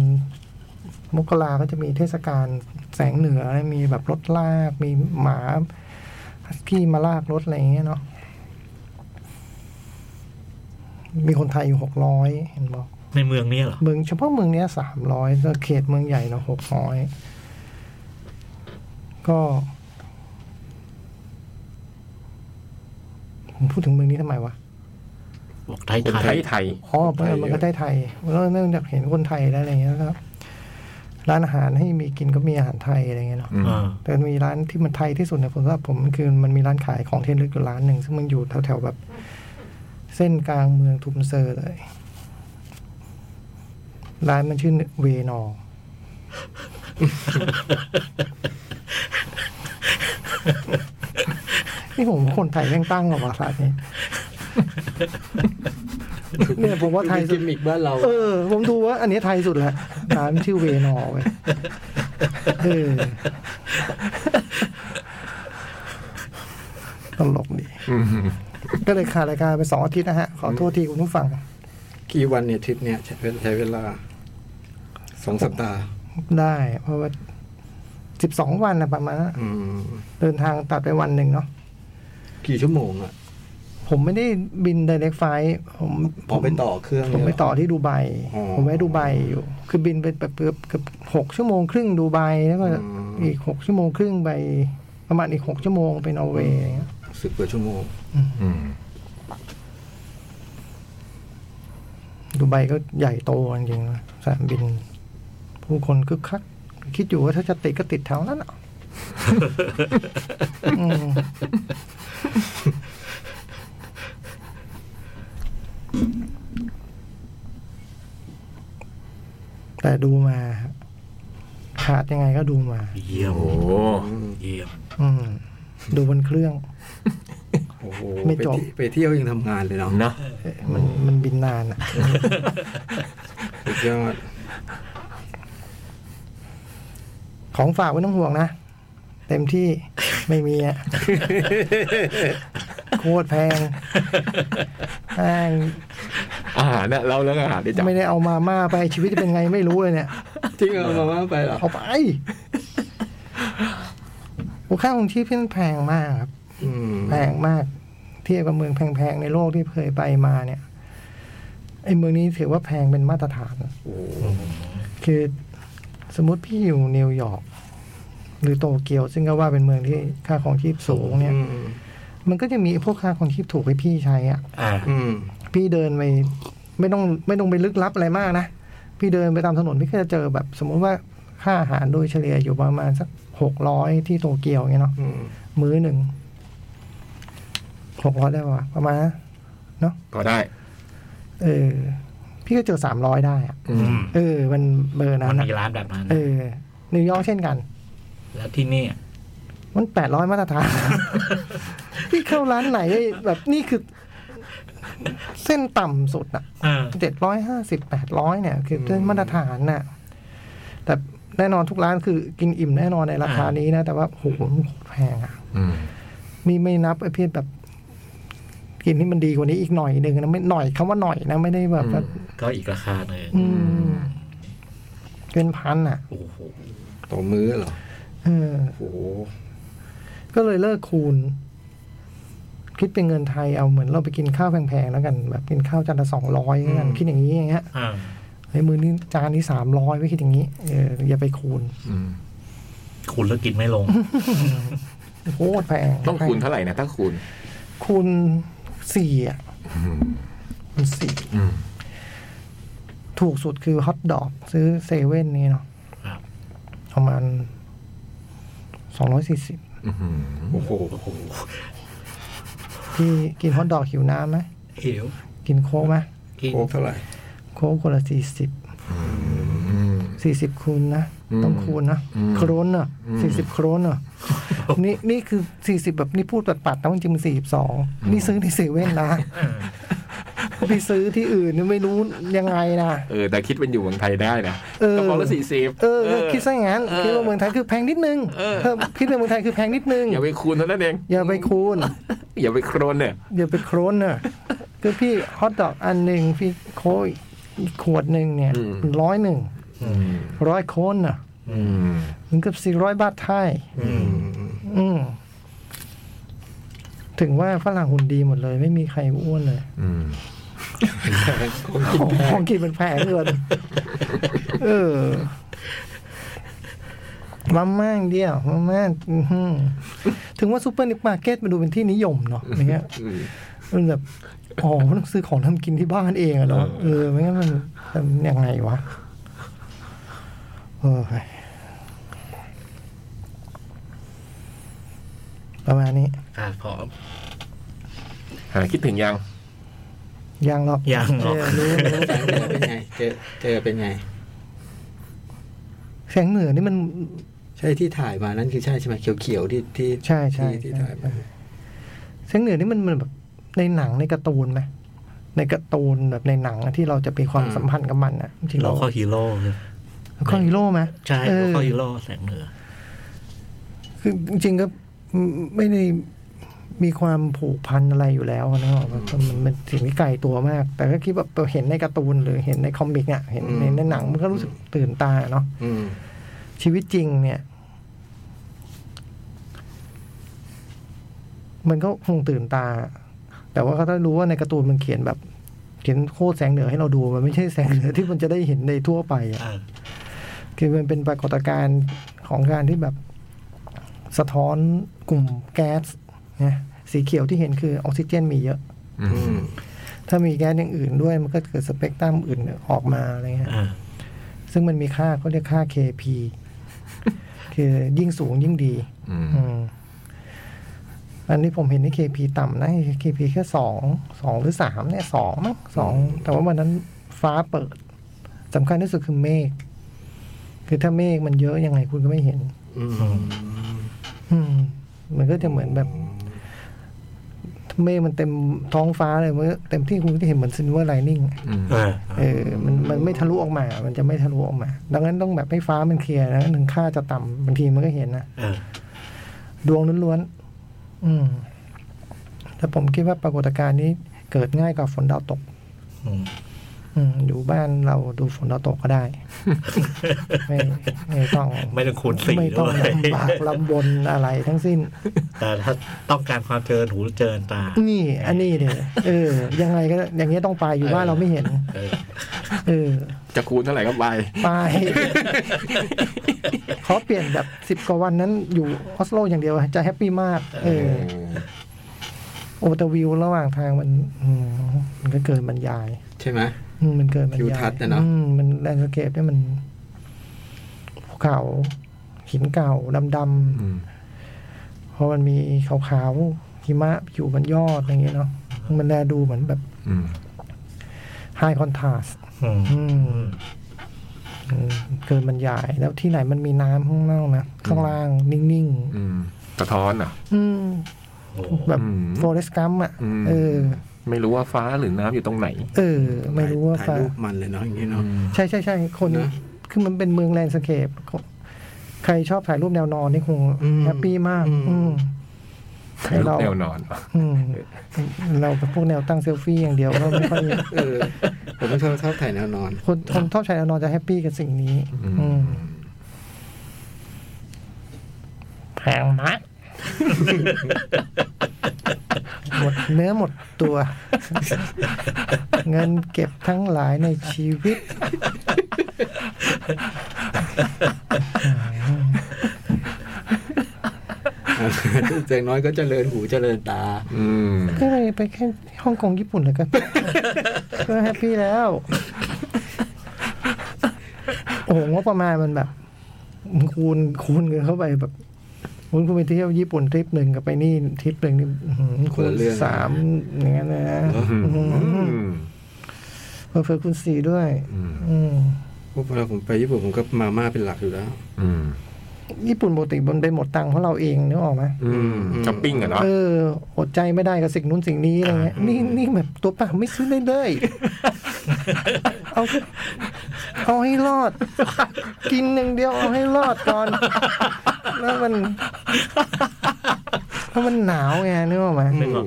[SPEAKER 7] มกราก็จะมีเทศกาลแสงเหนือนะมีแบบรถลาก มีหมาฮัสกี้มาลากรถอะไรอย่างเงี้ยเนาะ มีคนไทยอยู่หกร้อยเห็นบอก
[SPEAKER 4] ในเมืองเนี้เหรอ
[SPEAKER 7] เมืองเฉพาะเมืองเนี้ยสามร้อยแล้วเขตเมืองใหญ่เนาะหกร้อยก็ผมพูดถึงเมืองนี้ทำไมวะ
[SPEAKER 4] บอกไทย
[SPEAKER 3] คน
[SPEAKER 4] ไท
[SPEAKER 3] ไท
[SPEAKER 4] ย
[SPEAKER 3] ยไทย
[SPEAKER 7] อ๋อเมืองมันก็ได้ไทยแล้วเนื่องจากเห็นคนไทยแล้วอะไรเงี้ยแล้วก็ร้านอาหารให้มีกินก็มีอาหารไทยอะไรเงี้ยเนาะ
[SPEAKER 3] อืม
[SPEAKER 4] อ่า
[SPEAKER 7] แต่มีร้านที่มันไทยที่สุดเนี่ยผมว่าผมคือมันมีร้านขายของเทนลึกอยู่ร้านหนึ่งซึ่งมันอยู่แถวๆแบบ เส้นกลางเมืองทุมเซอร์เลย ร้านมันชื่อเวนอร์ นี่ผมว่าคนไทยแม่งตั้งหรอวะร้านนี้ เนี่ยผมว่าไทยสุ
[SPEAKER 2] กิ
[SPEAKER 7] ด
[SPEAKER 2] มมิกบ้านเรา
[SPEAKER 7] เออ ผมดูว่า อันนี้ไทยสุดละร้านชื่อเวนอร์เว้ยเออตลกดี ก็เลยขาดรายการไปสองอาทิตย์นะฮะ ขอโทษทีคุณผู้ฟัง
[SPEAKER 5] กี่วันเนี่ยทริปเนี่ยใช้ใช้เวลาสองสัปดาห์
[SPEAKER 7] ได้ เพราะว่าสิบสองวันนะประมาณนั้น
[SPEAKER 5] อืม
[SPEAKER 7] เดินทางตัดไปวันหนึ่งเนาะ
[SPEAKER 5] กี่ชั่วโมงอ่ะ
[SPEAKER 7] ผมไม่ได้บิน direct flight ผม
[SPEAKER 5] พอไปต่อเครื่อง
[SPEAKER 7] ผมไป
[SPEAKER 5] เนี่ยเหร
[SPEAKER 7] ต่อที่ดูไบ
[SPEAKER 5] อ๋อ
[SPEAKER 7] ผมแวะดูไบอยู่ คือบินไปแบบเกือบเกือบหกชั่วโมงครึ่งดูไบแล้วก็
[SPEAKER 5] อืม
[SPEAKER 7] อีกหกชั่วโมงครึ่งไปประมาณอีกหกชั่วโมงไปนอร์เวย์อะไรเงี้ย
[SPEAKER 5] สิบกว่าชั่วโมง
[SPEAKER 3] อืม
[SPEAKER 7] ดูไบก็ใหญ่โตจริงๆนะสนามบิน ผู้คนคึกคัก คิดอยู่ว่าถ้าจะติดก็ติดแถวนั้นอ่ะ อืม แต่ดูมาขาดยังไงก็ดูมา
[SPEAKER 4] เยี่ยม
[SPEAKER 3] โอ้โห
[SPEAKER 4] เยี่ยม
[SPEAKER 7] อืม ดูบนเครื่อง
[SPEAKER 5] โอ้โห
[SPEAKER 7] ไม่
[SPEAKER 5] ไป
[SPEAKER 7] จบ
[SPEAKER 5] ที่ไปเที่ยวยังทำงานเลยเนาะ
[SPEAKER 3] เนอะ
[SPEAKER 7] มันมันบินนานอ่ะ
[SPEAKER 5] สุดยอด
[SPEAKER 7] ของฝากไม่ต้องห่วงนะ เต็มที่ไม่มีอ่ะ โคตรแพงแม่ง
[SPEAKER 3] อาหารเนี่ยเราเรื่องอาหารได้จัง
[SPEAKER 7] ไม่ได้เอามาม่าไปชีวิตจะเป็นไงไม่รู้เลยเนี่ย
[SPEAKER 5] จริงเอามาม่าไปเหรอ
[SPEAKER 7] เอาไปโอ้ค่าของชีพมันแพงมากครับ
[SPEAKER 5] อืม
[SPEAKER 7] แพงมาก เทียบกับเมืองแพงๆในโลกที่เคยไปมาเนี่ยไอ้เมืองนี้ถือว่าแพงเป็นมาตรฐาน
[SPEAKER 5] โอ้โห
[SPEAKER 7] คือสมมติพี่อยู่นิวยอร์กหรือโตเกียว ซึ่งก็ว่าเป็นเมืองที่ค่าของชีพสูงเนี่ย
[SPEAKER 5] อืม
[SPEAKER 7] มันก็จะมีพวกค่าของชีพถูกให้พี่ใช้อ่ะ
[SPEAKER 4] อ่า
[SPEAKER 5] อืม
[SPEAKER 7] พี่เดินไปไม่ต้องไม่ต้องไปลึกลับอะไรมากนะ พี่เดินไปตามถนนพี่ก็จะเจอแบบ สมมุติว่าค่าอาหารโดยเฉลี่ยอยู่ประมาณสักหกร้อยที่โตเกียวเงี้ยเนาะ
[SPEAKER 5] อืม
[SPEAKER 7] มื้อหนึ่งหกร้อยได้ปะวะประมาณนะ
[SPEAKER 3] ก็ได้
[SPEAKER 7] เออ พี่ก็เจอสามร้อยได้อะ
[SPEAKER 3] อืม
[SPEAKER 7] เออ มันเบอร์นั้
[SPEAKER 4] มัน น
[SPEAKER 7] อะ
[SPEAKER 4] มีร้านแบบนั้น
[SPEAKER 7] เออนิวยอร์กเช่นกัน
[SPEAKER 4] แล้วที่นี่อะ
[SPEAKER 7] มันแปดร้อยมาตรฐาน พี่เข้าร้านไหนได้แบบนี่คือ เส้นต่ำสุดอะ
[SPEAKER 4] อ่า
[SPEAKER 7] เจ็ดร้อยห้าสิบแปดร้อยเนี่ย คือเป็นมาตรฐานน่ะ แต่แน่นอนทุกร้านคือกินอิ่มแน่นอนในราคา
[SPEAKER 4] อ่านี้
[SPEAKER 7] นี้นะ แต่ว่าโหมันโคตรแพงอ่ะ
[SPEAKER 3] อืม
[SPEAKER 7] นี่ไม่นับไอ้เพียแบบ กินที่มันดีกว่านี้อีกหน่อยหนึ่งนะไม่หน่อยคำว่าหน่อยนะไม่ได้แบบว่า
[SPEAKER 4] ก็อีกราคาหนึ่ง
[SPEAKER 7] อืมเกินพันอ่ะ
[SPEAKER 4] โอ้โห
[SPEAKER 5] ต่อมื้อเหรอ
[SPEAKER 7] เออ
[SPEAKER 5] โอ้โห
[SPEAKER 7] ก็เลยเลิกคูณ คิดเป็นเงินไทยเอาเหมือนเราไปกินข้าวแพงๆแล้วกัน แบบกินข้าวจานละสองร้อยกันคิดอย่างนี้อย่างเงี้ย
[SPEAKER 4] อ่า
[SPEAKER 7] ในมือนี้จานนี้สามร้อยไม่คิดอย่างนี้เอออย่าไปคูณ
[SPEAKER 3] อืม
[SPEAKER 4] คุณแล้วกินไม่ลง
[SPEAKER 7] โคตรแพง
[SPEAKER 3] ต้องคูณเท่าไหร่นะถ้าคูณ
[SPEAKER 7] คูณสี่อ่ะคูณสี่
[SPEAKER 3] อืม
[SPEAKER 7] ถูกสุดคือฮอทดอกซื้อเซเว่นนี่เนาะ
[SPEAKER 4] ครับ
[SPEAKER 7] ประมาณสองร้อยสี่สิบ
[SPEAKER 3] อื้อหือ
[SPEAKER 5] โอ้โห
[SPEAKER 7] พี่กินฮอทดอกหิวน้ำไหม
[SPEAKER 4] หิว
[SPEAKER 7] กินโค้กไหม
[SPEAKER 4] กิน
[SPEAKER 5] โคกเท่าไหร่
[SPEAKER 7] โค้กคนละสี่สิบ
[SPEAKER 3] อืม
[SPEAKER 7] สี่สิบคูณนะ ต้องคูณนะ
[SPEAKER 3] อืม
[SPEAKER 7] โครนเนอะสี่สิบโครนเนอะนี่นี่คือสี่สิบแบบนี่พูดปัดปัดๆนะจริงๆมันสี่สิบสองนี่ซื้อที่เซเว่นนะไปซื้อที่อื่นนี่ไม่รู้ยังไงนะ
[SPEAKER 3] เออ แต่คิดเป็นอยู่เมืองไทยได้นะ
[SPEAKER 7] เออ
[SPEAKER 3] กระป๋องละสี่สิบ
[SPEAKER 7] เออคิดซะอย่างนั้น
[SPEAKER 3] เออ
[SPEAKER 7] คิดว่าเมืองไทยคือแพงนิดนึง
[SPEAKER 3] เออ
[SPEAKER 7] เออคิดว่าเมืองไทยคือแพงนิดนึง
[SPEAKER 3] อย่าไปคูณเท่านั้นเอง
[SPEAKER 7] อย่าไปคูณ
[SPEAKER 3] อย่าไปโครนเนี่ย
[SPEAKER 7] อย่าไปโครนเนอะ คือพี่ฮอทดอกอันหนึ่งพี่โค้กอีกขวดหนึ่งเนี่ย
[SPEAKER 3] อืม
[SPEAKER 7] ร้อยหนึ่งร้อยโค้นเนอะ
[SPEAKER 3] อืม
[SPEAKER 7] ถึงกับสี่ร้อยบาทไทย อืม ถึงว่าฝรั่งหุ่นดีหมดเลย ไม่มีใครอ้วนเลย
[SPEAKER 3] อืม
[SPEAKER 7] ของของกินมันแพงเกินเออมาม่าอย่างเดียวมาม่าอื้อหือถึงว่าซูเปอร์นิปมาร์เก็ตมันดูเป็นที่นิยมเนาะอย่างเงี้ยมันแบบอ๋อมันต้องซื้อของทำกินที่บ้านเองอะเนาะเออไม่งั้นมันมันยังไงวะเออประมาณนี้
[SPEAKER 4] อ่าพร้อม
[SPEAKER 3] หาคิดถึงยัง
[SPEAKER 7] ยังหรอก
[SPEAKER 4] ยังหรอก
[SPEAKER 7] เรู้ รู้
[SPEAKER 2] เป็นไง เจอเจอเป็นไง
[SPEAKER 7] แสงเหนือนี่มัน
[SPEAKER 2] ใช่ที่ถ่ายมานั่นคือใช่ใช่ไหมเขียวๆที่ที่
[SPEAKER 7] ใช่ใช่
[SPEAKER 2] ที่ที่ถ่ายมา
[SPEAKER 7] ใช่ แสงเหนือนี่มันมันแบบในหนังในการ์ตูนไหมในการ์ตูนแบบในหนังอะที่เราจะมีความสัมพันธ์กับมันอ่ะจริงๆ
[SPEAKER 4] เรา
[SPEAKER 7] เรา
[SPEAKER 4] เข้าฮีโร่เลย
[SPEAKER 7] แล้วก็ฮีโร่ไหม
[SPEAKER 4] ใช่
[SPEAKER 7] เอ
[SPEAKER 4] เรา
[SPEAKER 7] อ
[SPEAKER 4] เข้าฮีโร่แสงเหนือ
[SPEAKER 7] คือจริงๆก็ไม่ได้มีความผูกพันอะไรอยู่แล้วนะมันมันเป็นสิ่งที่ไกลตัวมาก แต่ก็คิดแบบเห็นในการ์ตูนหรือเห็นในคอมิกอ่ะเห็นในในหนังมันก็รู้สึกตื่นตาเนาะ
[SPEAKER 5] อืม
[SPEAKER 7] ชีวิตจริงเนี่ย มันก็คงตื่นตา แต่ว่าเขาถ้ารู้ว่าในการ์ตูนมันเขียนแบบ เขียนโคตรแสงเหนือให้เราดู มันไม่ใช่แสงเหนือที่มันจะได้เห็นในทั่วไปอะ
[SPEAKER 4] อ่า
[SPEAKER 7] คือมันเป็นปรากฏการณ์ของการที่แบบ สะท้อนกลุ่มแก๊สนะสีเขียวที่เห็นคือออกซิเจนมีเยอะ
[SPEAKER 3] อืม
[SPEAKER 7] ถ้ามีแก๊สอย่างอื่นด้วย มันก็เกิดสเปกตรัมอื่นออกมาอะไรเงี้ย
[SPEAKER 4] อ่า
[SPEAKER 7] ซึ่งมันมีค่าเขาเรียกค่า KP คือยิ่งสูงยิ่งดี
[SPEAKER 3] อืม
[SPEAKER 7] อืมอันนี้ผมเห็นใน KP ต่ำนะ KP แค่สองสองหรือสามเนี่ยสองมั้งสองแต่ว่าวันนั้นฟ้าเปิดสำคัญที่สุดคือเมฆคือถ้าเมฆมันเยอะยังไงคุณก็ไม่เห็น อืม มันก็จะเหมือนแบบถ้าเมฆมันเต็มท้องฟ้าเลยมันก็เต็มที่คุณก็จะเห็นเหมือนซินเวอร์ไลนิ่ง
[SPEAKER 3] อืม
[SPEAKER 4] เออ
[SPEAKER 7] เออ มัน มันไม่ทะลุออกมา มันจะไม่ทะลุออกมา ดังนั้นต้องแบบให้ฟ้ามันเคลียร์นะหนึ่งค่าจะต่ำบางทีมันก็เห็นนะ
[SPEAKER 4] เออ
[SPEAKER 7] ดวงล้วนๆ อืม แต่ผมคิดว่าปรากฏการณ์นี้เกิดง่ายกว่าฝนดาวตก
[SPEAKER 4] อืม
[SPEAKER 7] อืม อยู่บ้านเราดูฝนดาวตก ก็ได้ ไม่ไม่ต้อง
[SPEAKER 4] ไม่ต้องคูณสี่
[SPEAKER 7] ไม่ต้อง
[SPEAKER 4] ด้วย
[SPEAKER 7] ลำบากลำบนอะไรทั้งสิ้น
[SPEAKER 4] แต่ถ้าต้องการความเจริญหูเจริญตา
[SPEAKER 7] นี่ อันนี้เดี๋ยเออ ยังไงก็ อย่างเงี้ยต้องไปอยู่บ้านเราไม่เห็น
[SPEAKER 4] เออ
[SPEAKER 7] เออ
[SPEAKER 3] จะคูณเท่าไหร่ก็ไป
[SPEAKER 7] ไป ขอเปลี่ยนแบบสิบ10 กว่าวันนั้นอยู่ออสโลอย่างเดียวจะแฮปปี้มาก เออ โอแตวิวระหว่างทางมันอืมมันก็เกินบรรยาย
[SPEAKER 5] ใช่ไหม
[SPEAKER 7] อืมมันเกินบรรยาย
[SPEAKER 5] ทิวทัศน์น่ะเนอะ
[SPEAKER 7] อืมมันแลนด์สเคปเนี่ยมันภูเขาหินเก่าด
[SPEAKER 3] อืม
[SPEAKER 7] ำๆเพราะมันมีขาวๆหิมะอยู่บนยอดอะไรอย่างเงี้ยเนาะมันแลดูเหมือนแบบ
[SPEAKER 3] อืม
[SPEAKER 7] ไฮคอนทราส
[SPEAKER 4] อืม
[SPEAKER 7] อืมอืมเกินบรรยาย แล้วที่ไหนมันมีน้ำข้างนอกนะ ข้างล่างนิ่ง
[SPEAKER 3] อืม สะท้อนเหรอ่ะ
[SPEAKER 7] ๆอืม
[SPEAKER 4] โอ้โห
[SPEAKER 7] แบบ
[SPEAKER 3] อืม
[SPEAKER 7] โฟเรสกัมอ่ะ
[SPEAKER 3] อืม
[SPEAKER 7] เออ
[SPEAKER 3] ไม่รู้ว่าฟ้าหรือน้ำอยู่ตรงไหน
[SPEAKER 7] เออ ไม่รู้ว่า
[SPEAKER 5] ถ่าย
[SPEAKER 7] ฟ้า
[SPEAKER 5] รูปมันเลยเนาะอย่างนี้เนาะ
[SPEAKER 7] ใช่ใช่ใช่คน
[SPEAKER 5] นะ
[SPEAKER 7] คือมันเป็นเมืองแลนด์สเคปใครชอบถ่ายรูปแนวนอนนี่คง
[SPEAKER 5] อืม
[SPEAKER 7] แฮปปี้มาก
[SPEAKER 5] อืม
[SPEAKER 7] อืม
[SPEAKER 3] ถ่ายรูปแนวนอนเหรอ
[SPEAKER 7] อืมเราเป็นพวกแนวตั้งเซลฟี่อย่างเดียวก็ไม่ค่อย
[SPEAKER 5] เออ ผมชอบชอบถ่ายแน วนอน
[SPEAKER 7] คนคนชอบชายแนวนอนจะแฮปปี้กับสิ่งนี้ อืมแพงมากหมดเนื้อหมดตัว เงินเก็บทั้งหลายในชีวิต
[SPEAKER 5] เ
[SPEAKER 2] อย่างน้อยก็เจริญหูเจริญตา
[SPEAKER 3] อืม
[SPEAKER 7] ก็เลยไปแค่ฮ่องกงญี่ปุ่นแล้วกัน ก็แฮปปี้แล้ว โอ้โหงบประมาณมันแบบคูณคูณเงินเข้าไปแบบคุณคุณไปเที่ยวญี่ปุ่นทริปหนึ่งกับไปนี่ทริปหนึ่งนี่อื้อหือ
[SPEAKER 2] ค
[SPEAKER 7] คู
[SPEAKER 2] น
[SPEAKER 7] ณ
[SPEAKER 2] ละเรื่อง
[SPEAKER 7] สามอย่างนั้นนะอื้อหือเพิ่มคูณสี่ด้วย
[SPEAKER 3] อืม
[SPEAKER 7] อืม
[SPEAKER 2] พวกเราผมไปญี่ปุ่นผมก็มาม่าเป็นหลักอยู่แล้ว
[SPEAKER 3] อืม
[SPEAKER 7] ญี่ปุ่นปกติมันไปหมดตังค์เพราะเราเองนึกออกไหม
[SPEAKER 3] อืมช้อปปิ้งอะเนาะ
[SPEAKER 7] เอออดใจไม่ได้กับสิ่งนู้นสิ่งนี้อะไรเงี้ยนี่นี่แบบตัวเปล่าไม่ซื้อได้เลย เอาเอาให้รอด กินหนึ่างเดียวเอาให้รอดก่อนแล้วมันเพราะมันหนาวไงนึกออกไหม
[SPEAKER 4] นึกออก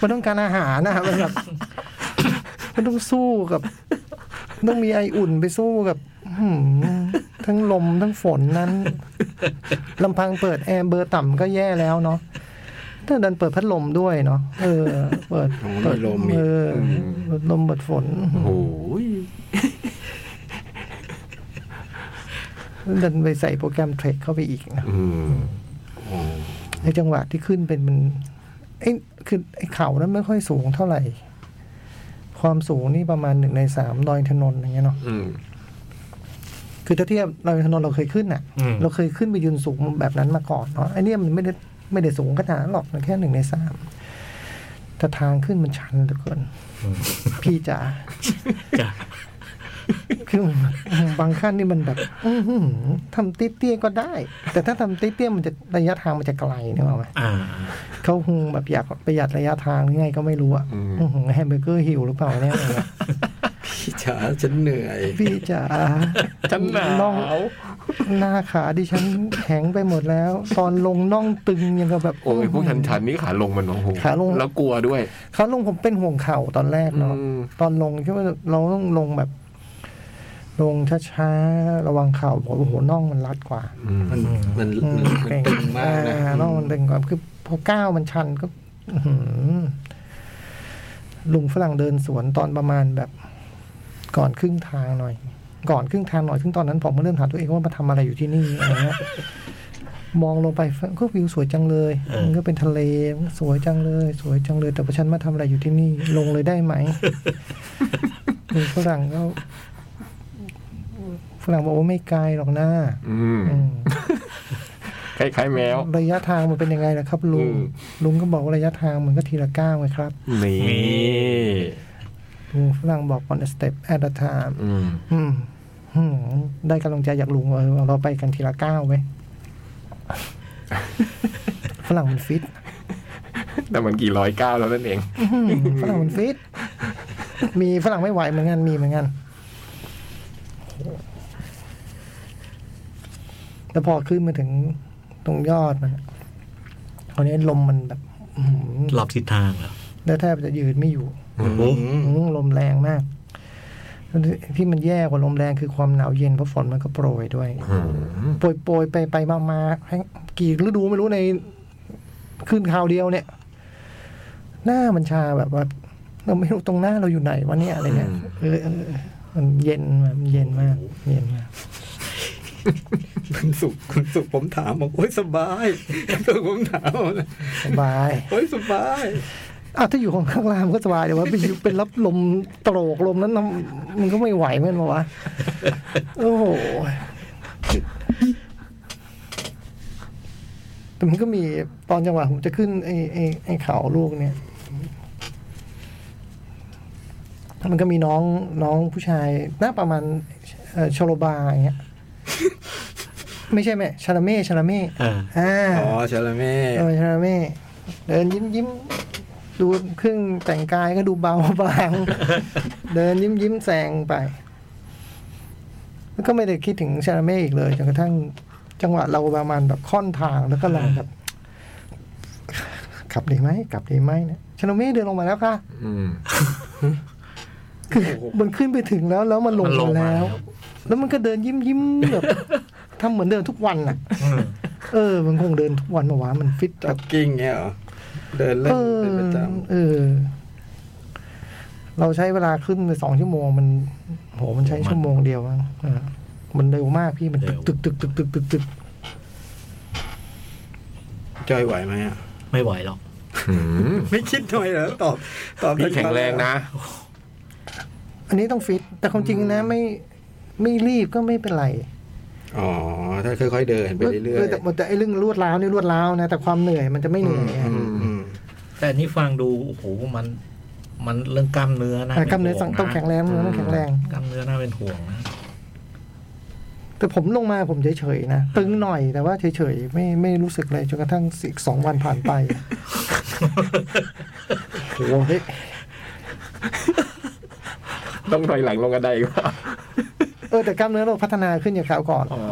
[SPEAKER 7] มันต้องการอาหารนะมันแบบมันต้องสู้กับ ต้องมีไออุ่นไปสู้กับหืมทั้งลมทั้งฝนนั้นลำพังเปิดแอร์เบอร์ต่ำก็แย่แล้วเนาะถ้าดันเปิดพัดลมด้วยเนาะเออ เปิด
[SPEAKER 2] อ๋อ
[SPEAKER 7] เปิด
[SPEAKER 2] มีลมอีก
[SPEAKER 7] เออเปิดลมเปิดฝน
[SPEAKER 3] โอ้โหย
[SPEAKER 7] ดันไปใส่โปรแกรมเทรดเข้าไปอีกนะ
[SPEAKER 3] อืม
[SPEAKER 7] ในจังหวะที่ขึ้นเป็นมันไอ้ยคือไอ้เขานั้นไม่ค่อยสูงเท่าไหร่ ความสูงนี่ประมาณหนึ่งในสามดอยอินทนนท์อย่างเงี้ยเนาะ
[SPEAKER 3] อืม
[SPEAKER 7] คือถ้าเทียบดอยอินทนนท์เราเคยขึ้นอ่ะ
[SPEAKER 4] อืม
[SPEAKER 7] เราเคยขึ้นไปยืนสูงแบบนั้นมาก่อนเนาะไอ้เนี่ยมันไม่ได้ไม่ได้สูงขนาดนั้นหรอกมันแค่หนึ่งในสามแต่ทางขึ้นมันชันเหลือเกิน พี่จ๋า
[SPEAKER 4] จ้ะ
[SPEAKER 7] คือบางขั้นนี่มันแบบ อื้อหือทำเตี้ยๆก็ได้ แต่ถ้าทำเตี้ยๆมันจะระยะทางมันจะไกลนึกออกไหม
[SPEAKER 4] อ่า
[SPEAKER 7] เขาคงแบบอยากประหยัดระยะทางหรือไงก็ไม่รู้อะอื้อหือแฮมเบอร์เกอร์หิวหรือเปล่าเนี่ยอะไรเงี้ย
[SPEAKER 2] พี่จ๋าฉันเหนื่อย
[SPEAKER 7] พี่จ๋า
[SPEAKER 3] ฉันหน
[SPEAKER 7] น่
[SPEAKER 3] า
[SPEAKER 7] อง
[SPEAKER 3] ว
[SPEAKER 7] หน้าขาดิฉันแข็งไปหมดแล้ว ตอนลงน่องตึงยังกับแบบ
[SPEAKER 3] โอ้ยพวกชันชันๆนี่ขาลงมันโอ้โห
[SPEAKER 7] ขาลง
[SPEAKER 3] แล้วกลัวด้วย
[SPEAKER 7] เขาลงผมเป็นห่วงเข่าตอนแรกเนาะ
[SPEAKER 3] อืม
[SPEAKER 7] ตอนลงคิดว่าเราต้องลงแบบ ลงช้าๆระวังเข่าบอกโอ้โหน่องมันรัดกว่า
[SPEAKER 2] มันมัน
[SPEAKER 7] อืม
[SPEAKER 2] มันตึงมากนะ
[SPEAKER 7] อ่ต้องมันตึงกว่าคือพอก้าวมันชันก็ อื้อหือลุงฝรั่งเดินสวนตอนประมาณแบบ ก่อนครึ่งทางหน่อย ก่อนครึ่งทางหน่อยซึ่งตอนนั้นผมก็เริ่มถามตัวเองว่ามาทำอะไรอยู่ที่นี่อะไรเงี้ยมองลงไปก็วิวสวยจังเลย
[SPEAKER 4] เออ
[SPEAKER 7] มันก็เป็นทะเลสวยจังเลย สวยจังเลย แต่ว่าฉันมาทำอะไรอยู่ที่นี่ ลงเลยได้ไหม ลุงฝรั่งก็ฝรั่งบอกว่าไม่ไกลหรอกนะ
[SPEAKER 3] อืม
[SPEAKER 7] อืม
[SPEAKER 3] คล้ายๆแมว
[SPEAKER 7] ระยะทางมันเป็นยังไงล่ะครับลุง
[SPEAKER 3] อืม
[SPEAKER 7] ลุงก็บอกว่าระยะทางมันก็ทีละก้าวไงครับ
[SPEAKER 3] นี่
[SPEAKER 4] มี
[SPEAKER 7] ลุงฝรั่งบอก one step at a time
[SPEAKER 3] อืม
[SPEAKER 7] อืมอืมได้กำลังใจจากลุงว่าเออเราไปกันทีละก้าวไว้ย ฝรั่งมันฟิต
[SPEAKER 3] แต่มันกี่ร้อยก้าวแล้วนั่นเอง
[SPEAKER 7] อืมฝรั่งมันฟิต มีฝรั่งไม่ไหวเหมือนกัน มีเหมือนกันแล้วพอขึ้นมาถึงตรงยอดมันอะคราวนี้ลมมันแบบ อื้อหือ
[SPEAKER 4] หลอบทิศทางเหรอ
[SPEAKER 7] แล้วแทบจะยืนไม่อยู่
[SPEAKER 2] อืม
[SPEAKER 7] อืมลมแรงมาก ที่มันแย่กว่าลมแรงคือความหนาวเย็นเพราะฝนมันก็โปรยด้วย
[SPEAKER 3] อืม
[SPEAKER 7] โปรยโปรยไปไปมามาให้กี่ฤดูไม่รู้ในขึ้นคราวเดียวเนี่ย หน้ามันชาแบบว่า เราไม่รู้ตรงหน้าเราอยู่ไหนวะเนี่ยอะไรเงี้ยเออเออเออมันเย็นมากมันเย็นมากเย็นมาก
[SPEAKER 2] คุณสุขคุณสุขผมถามบอกโอ้ยสบาย คุณสุขผมถามบอก
[SPEAKER 7] สบาย
[SPEAKER 2] โอ้ยสบาย
[SPEAKER 7] อ้าวถ้าอยู่ของข้างล่างมันก็สบายเดี๋ยวว่าไปอยู่เป็นรับลมโตรกลมนั้นน่ะมันก็ไม่ไหวเหมือนกันปะวะโอ้โห แต่มันก็มีตอนจังหวะผมจะขึ้นไอ้ไอ้ไอ้เขาลูกเนี่ย มันก็มีน้องน้องผู้ชายหน้าประมาณเอ่อชโลบาอย่างเงี้ย ไม่ใช่แม่ชาลาเม่ชาลาเม่
[SPEAKER 4] เออ
[SPEAKER 7] อ่า
[SPEAKER 2] อ๋อชาลาเม่
[SPEAKER 7] เออใช่ไหมแม่เดินยิ้มยิ้มดูเครื่องแต่งกายก็ดูเบาบาง เดินยิ้มยิ้มแซงไป แล้วก็ไม่ได้คิดถึงชาลาเม่อีกเลยจนกระทั่งจังหวะเราประมาณแบบค่อนทางแล้วก็ลองแบบกลับดีไหมกลับดีไหมนะชาลาเม่เดินลงมาแล้วค่ะ
[SPEAKER 3] อืม
[SPEAKER 7] คือมันขึ้นไปถึงแล้วแล้วมันลง
[SPEAKER 4] มันล
[SPEAKER 7] มาง
[SPEAKER 4] มาแล้
[SPEAKER 7] แล้
[SPEAKER 4] ว ว
[SPEAKER 7] แล้วมันก็เดินยิ้มยิ้มแบบ ทำเหมือนเดินทุกวันน่ะ
[SPEAKER 4] อืม
[SPEAKER 7] เออ มันคงเดินทุกวันมาวะมันฟิตแบ
[SPEAKER 2] จ็อบ กกิ้งเงี้ยเหรอ เดินเล่นเป็นประจ
[SPEAKER 7] เออ เราใช้เวลาขึ้นไปสองชั่วโมง มันโหมันใช้ชั่วโมงเดียวมั้งเออมันเร็วมากพี่มันตึกตึกตึกตึกตึกตึกตึก
[SPEAKER 2] จอยไหวไหมอะ
[SPEAKER 4] ไม่ไหวหรอก
[SPEAKER 3] อืม
[SPEAKER 2] ไม่คิดหน่อยเหรอตอบตอบ
[SPEAKER 3] พี่แข็งแรงนะ
[SPEAKER 7] อันนี้ต้องฟิต แต่ความจริงนะไม่ไม่รีบก็ไม่เป็นไร
[SPEAKER 2] อ๋อถ้าค่อยๆเดินไปเรื่อย
[SPEAKER 7] แต่แต่ไอ้เรื่องลวดร้าวนี่ลวดร้าวนะแต่ความเหนื่อยมันจะไม่เหนื่อยอะ
[SPEAKER 2] อืมอืม
[SPEAKER 4] แต่อันนี้ฟังดูโอ้โหมัน มันเรื่องกล้ามเนื้อนะ
[SPEAKER 7] อ่ะกล้ามเนื้อ
[SPEAKER 4] ป็ห่วะ
[SPEAKER 7] ต้องแข็งแรง
[SPEAKER 3] อืม
[SPEAKER 7] ต้องแข็งแรง
[SPEAKER 4] กล้ามเนื้อน่าเป็นห่วงนะ
[SPEAKER 7] แต่ผมลงมาผมเฉยๆนะตึงหน่อยแต่ว่าเฉยๆไม่ไม่รู้สึกเลยจนกระทั่งสิบสองวัน ผ่านไป
[SPEAKER 3] โอ้ยต้องถอยหลังลงกระไดอีก็
[SPEAKER 7] เออแต่กล้ามเนื้อเราพัฒนาขึ้นอย่างคราวก่อน
[SPEAKER 3] อ๋อ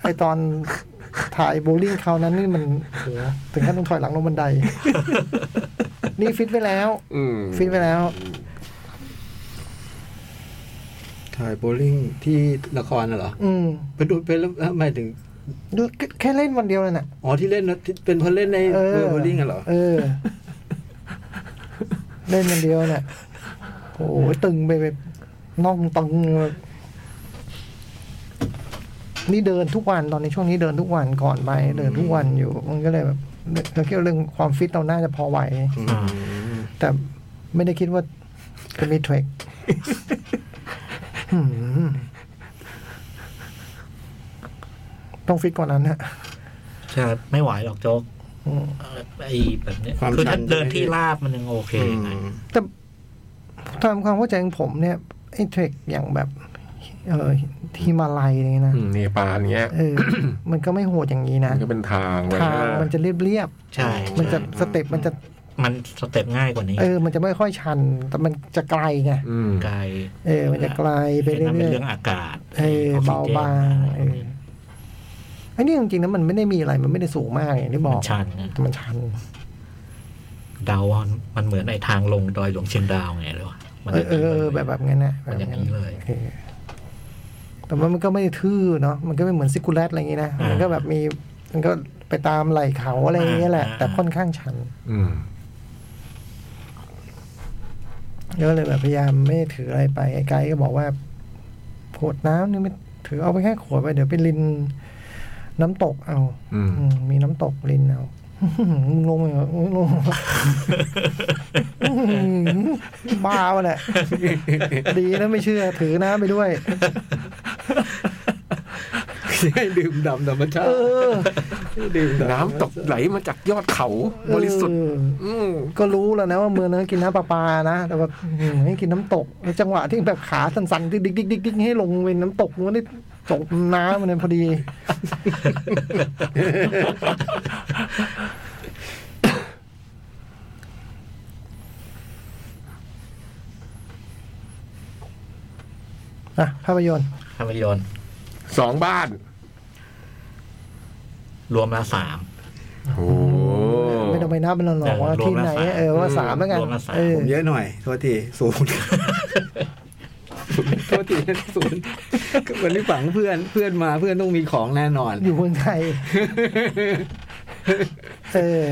[SPEAKER 7] ไอตอนถ่ายโบลิ่งคราวนั้นนี่มันโหถึงขั้นต้องถอยหลังลงบันได นี่ฟิตไว้แล้ว
[SPEAKER 3] อืม
[SPEAKER 7] ฟิตไว้แล้ว
[SPEAKER 2] ถ่ายโบลิ่งที่ละครน่ะเหรอ
[SPEAKER 7] อืม
[SPEAKER 2] เป็นดูเป็นแล้วหมายถึง
[SPEAKER 7] ดูแค่แค่เล่นวันเดียวนั่นน่ะ
[SPEAKER 2] อ๋อที่เล่นนะที่เป็นเพราะเล่นใน
[SPEAKER 7] เออ
[SPEAKER 2] โบลิ่งอะเหรอ
[SPEAKER 7] เออ เล่นวันเดียวน่ะโอ้โหตึงไปแบบน่องตึงเลยนี่เดินทุกวันตอนในช่วงนี้เดินทุกวันก่อนไปเดินทุกวันอยู่ มันก็เลยแบบเราคิดว่าเรื่องความฟิตเราน่าจะพอไหว แต่ไม่ได้คิดว่าจะมีเท รคหืมต้องฟิตกว่านั้นนะ
[SPEAKER 4] ใช่ไม่ไหวหรอกโจ๊ก
[SPEAKER 7] อืม
[SPEAKER 4] ไอ้แบบเนี้ย
[SPEAKER 2] ความ
[SPEAKER 4] คือ
[SPEAKER 2] ชั
[SPEAKER 4] ถ้าน เดินที่ลาบมันยังโอเค
[SPEAKER 2] อืม
[SPEAKER 4] นะ
[SPEAKER 7] แต่ตามความเข้าใจของผมเนี่ยไอ้เทรคอย่างแบบ เออฮิมาลัยอะไรเงี้ยนะ
[SPEAKER 3] อืมเนปาลเงี้ย
[SPEAKER 7] เออ มันก็ไม่โหดอย่างนี้นะ
[SPEAKER 3] มันก็เป็นทางไป
[SPEAKER 7] ทางมันจะเรียบเรียบ
[SPEAKER 4] ใช่
[SPEAKER 7] ๆมันจะสเต็ปมันจะ
[SPEAKER 4] มันสเต็ปง่ายกว่านี้
[SPEAKER 7] เออ มันจะไม่ค่อยชัน แต่มันจะไกลไง
[SPEAKER 3] อืม
[SPEAKER 4] ไกล
[SPEAKER 7] เออ มันจะไกลไปเรื่
[SPEAKER 4] นั่นเป็น
[SPEAKER 7] อย
[SPEAKER 4] เรื่องอากาศ
[SPEAKER 7] ๆเออ
[SPEAKER 4] ออกซิจน
[SPEAKER 7] เบาบาง
[SPEAKER 4] อะไร
[SPEAKER 7] เออไอ้นี่จริงๆนะมันไม่ได้มีอะไรมันไม่ได้สูงมากอย่างที่บ
[SPEAKER 4] มั
[SPEAKER 7] อน ก
[SPEAKER 4] ชันนะ
[SPEAKER 7] แต่มันชัน
[SPEAKER 4] เดาว่ามันเหมือนไอ้ทางลงดอยหลวงเชียงดาวไงหรือวะมัน
[SPEAKER 7] เอ
[SPEAKER 4] จะ
[SPEAKER 7] อเออเออแบบแบบงั้นนะ
[SPEAKER 4] มันอย่างนี้เลย
[SPEAKER 7] เออแต่ว่ามันก็ไม่ได้ทื่อเนาะมันก็ไม่เหมือนซิกูเลตอะไรอย่างงี้นะ
[SPEAKER 4] อ่ามั
[SPEAKER 7] มันก็แบบมีมันก็ไปตามไหล่เขาอะไรอย่างเงี้ยแหละ
[SPEAKER 4] อ่า
[SPEAKER 7] แต่ค่อนข้างชัน
[SPEAKER 3] อืม
[SPEAKER 7] ก็เลยแบบพยายามไม่ถืออะไรไปไอ้ไกด์ก็บอกว่าขวดน้ำนี่ไม่ถือเอาไปแค่ขวดไปเดี๋ยวไปลินน้ำตกเอา
[SPEAKER 3] อืม
[SPEAKER 7] อืมมีน้ำตกลินเอา มึงลงไปเหรอมึงลงเหรอ บ้าวะแหละ ดีนะไม่เชื่อถือน้ำไปด้วย
[SPEAKER 2] ให้ดื่มดำธรรมชาติ
[SPEAKER 7] เออ
[SPEAKER 2] ให้ดื่มดำ
[SPEAKER 3] น้ำตกไหลมาจากยอดเขาบริสุทธิ์
[SPEAKER 7] เออ
[SPEAKER 3] อืม
[SPEAKER 7] ก็รู้แล้วนะว่าเมืองนั้นกินน้ำประปานะแต่ว่าอืมให้กินน้ำตกแล้วจังหวะที่แบบขาสั่นๆที่ดิ๊กดิ๊กดิ๊กดิ๊กให้ลงเป็นน้ำตกมันได้จบน้ำมันเลยพอดี อ่ะภาพยนตร์
[SPEAKER 4] ภาพยนตร์
[SPEAKER 3] สองบ้าน
[SPEAKER 4] รวมแล้วสาม
[SPEAKER 3] โอ้
[SPEAKER 7] ไม่ต้องไปนับมันหรอกว่าที่ไหน เออว่าสามแล้วกัน
[SPEAKER 4] รวมละสาม
[SPEAKER 7] เออ
[SPEAKER 2] ผมเยอะหน่อยโทษทีศูนย์ โทษทีศูนย์วันนี้ฝัง เพื่อนเพื่อนมาเพื่อนต้องมีของแน่นอน
[SPEAKER 7] อยู่เมืองไทย เออ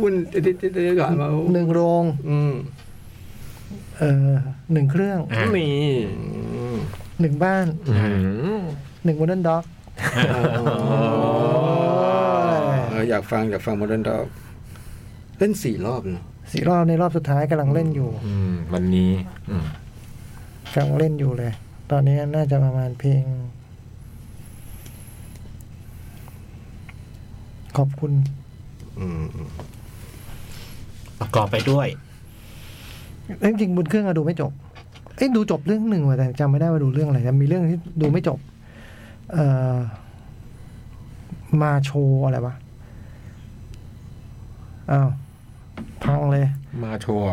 [SPEAKER 2] วุ่นเดี๋ยวเดี๋ยวเดี๋ยวก่อนมา
[SPEAKER 7] หนึ่งโรง
[SPEAKER 2] อืม
[SPEAKER 7] เออหนึ่งเครื่อง
[SPEAKER 4] อ่ะ
[SPEAKER 3] นี่
[SPEAKER 7] หนึ่งบ้าน
[SPEAKER 3] อืม
[SPEAKER 7] หนึ่งวันเดนด็อก
[SPEAKER 2] เอออยากฟังอยากฟังโมเดิร์นดอกเล่นสี่รอบเนาะ
[SPEAKER 7] สี่รอบในรอบสุดท้ายกำลังเล่นอยู่
[SPEAKER 3] อืมวันนี้อืม
[SPEAKER 7] กำลังเล่นอยู่เลย ตอนนี้น่าจะประมาณเพลง ขอบคุณ
[SPEAKER 2] อืม
[SPEAKER 4] ประกอบไปด้วย
[SPEAKER 7] เอ้ยจริงบนเครื่องอะดูไม่จบ เอ้ยดูจบเรื่องหนึ่งว่ะแต่จำไม่ได้ว่าดูเรื่องอะไรแต่มีเรื่องที่ดูไม่จบ เอ่อ มาโชว์อะไรวะ อ้าว พังเลย
[SPEAKER 3] มาโชว์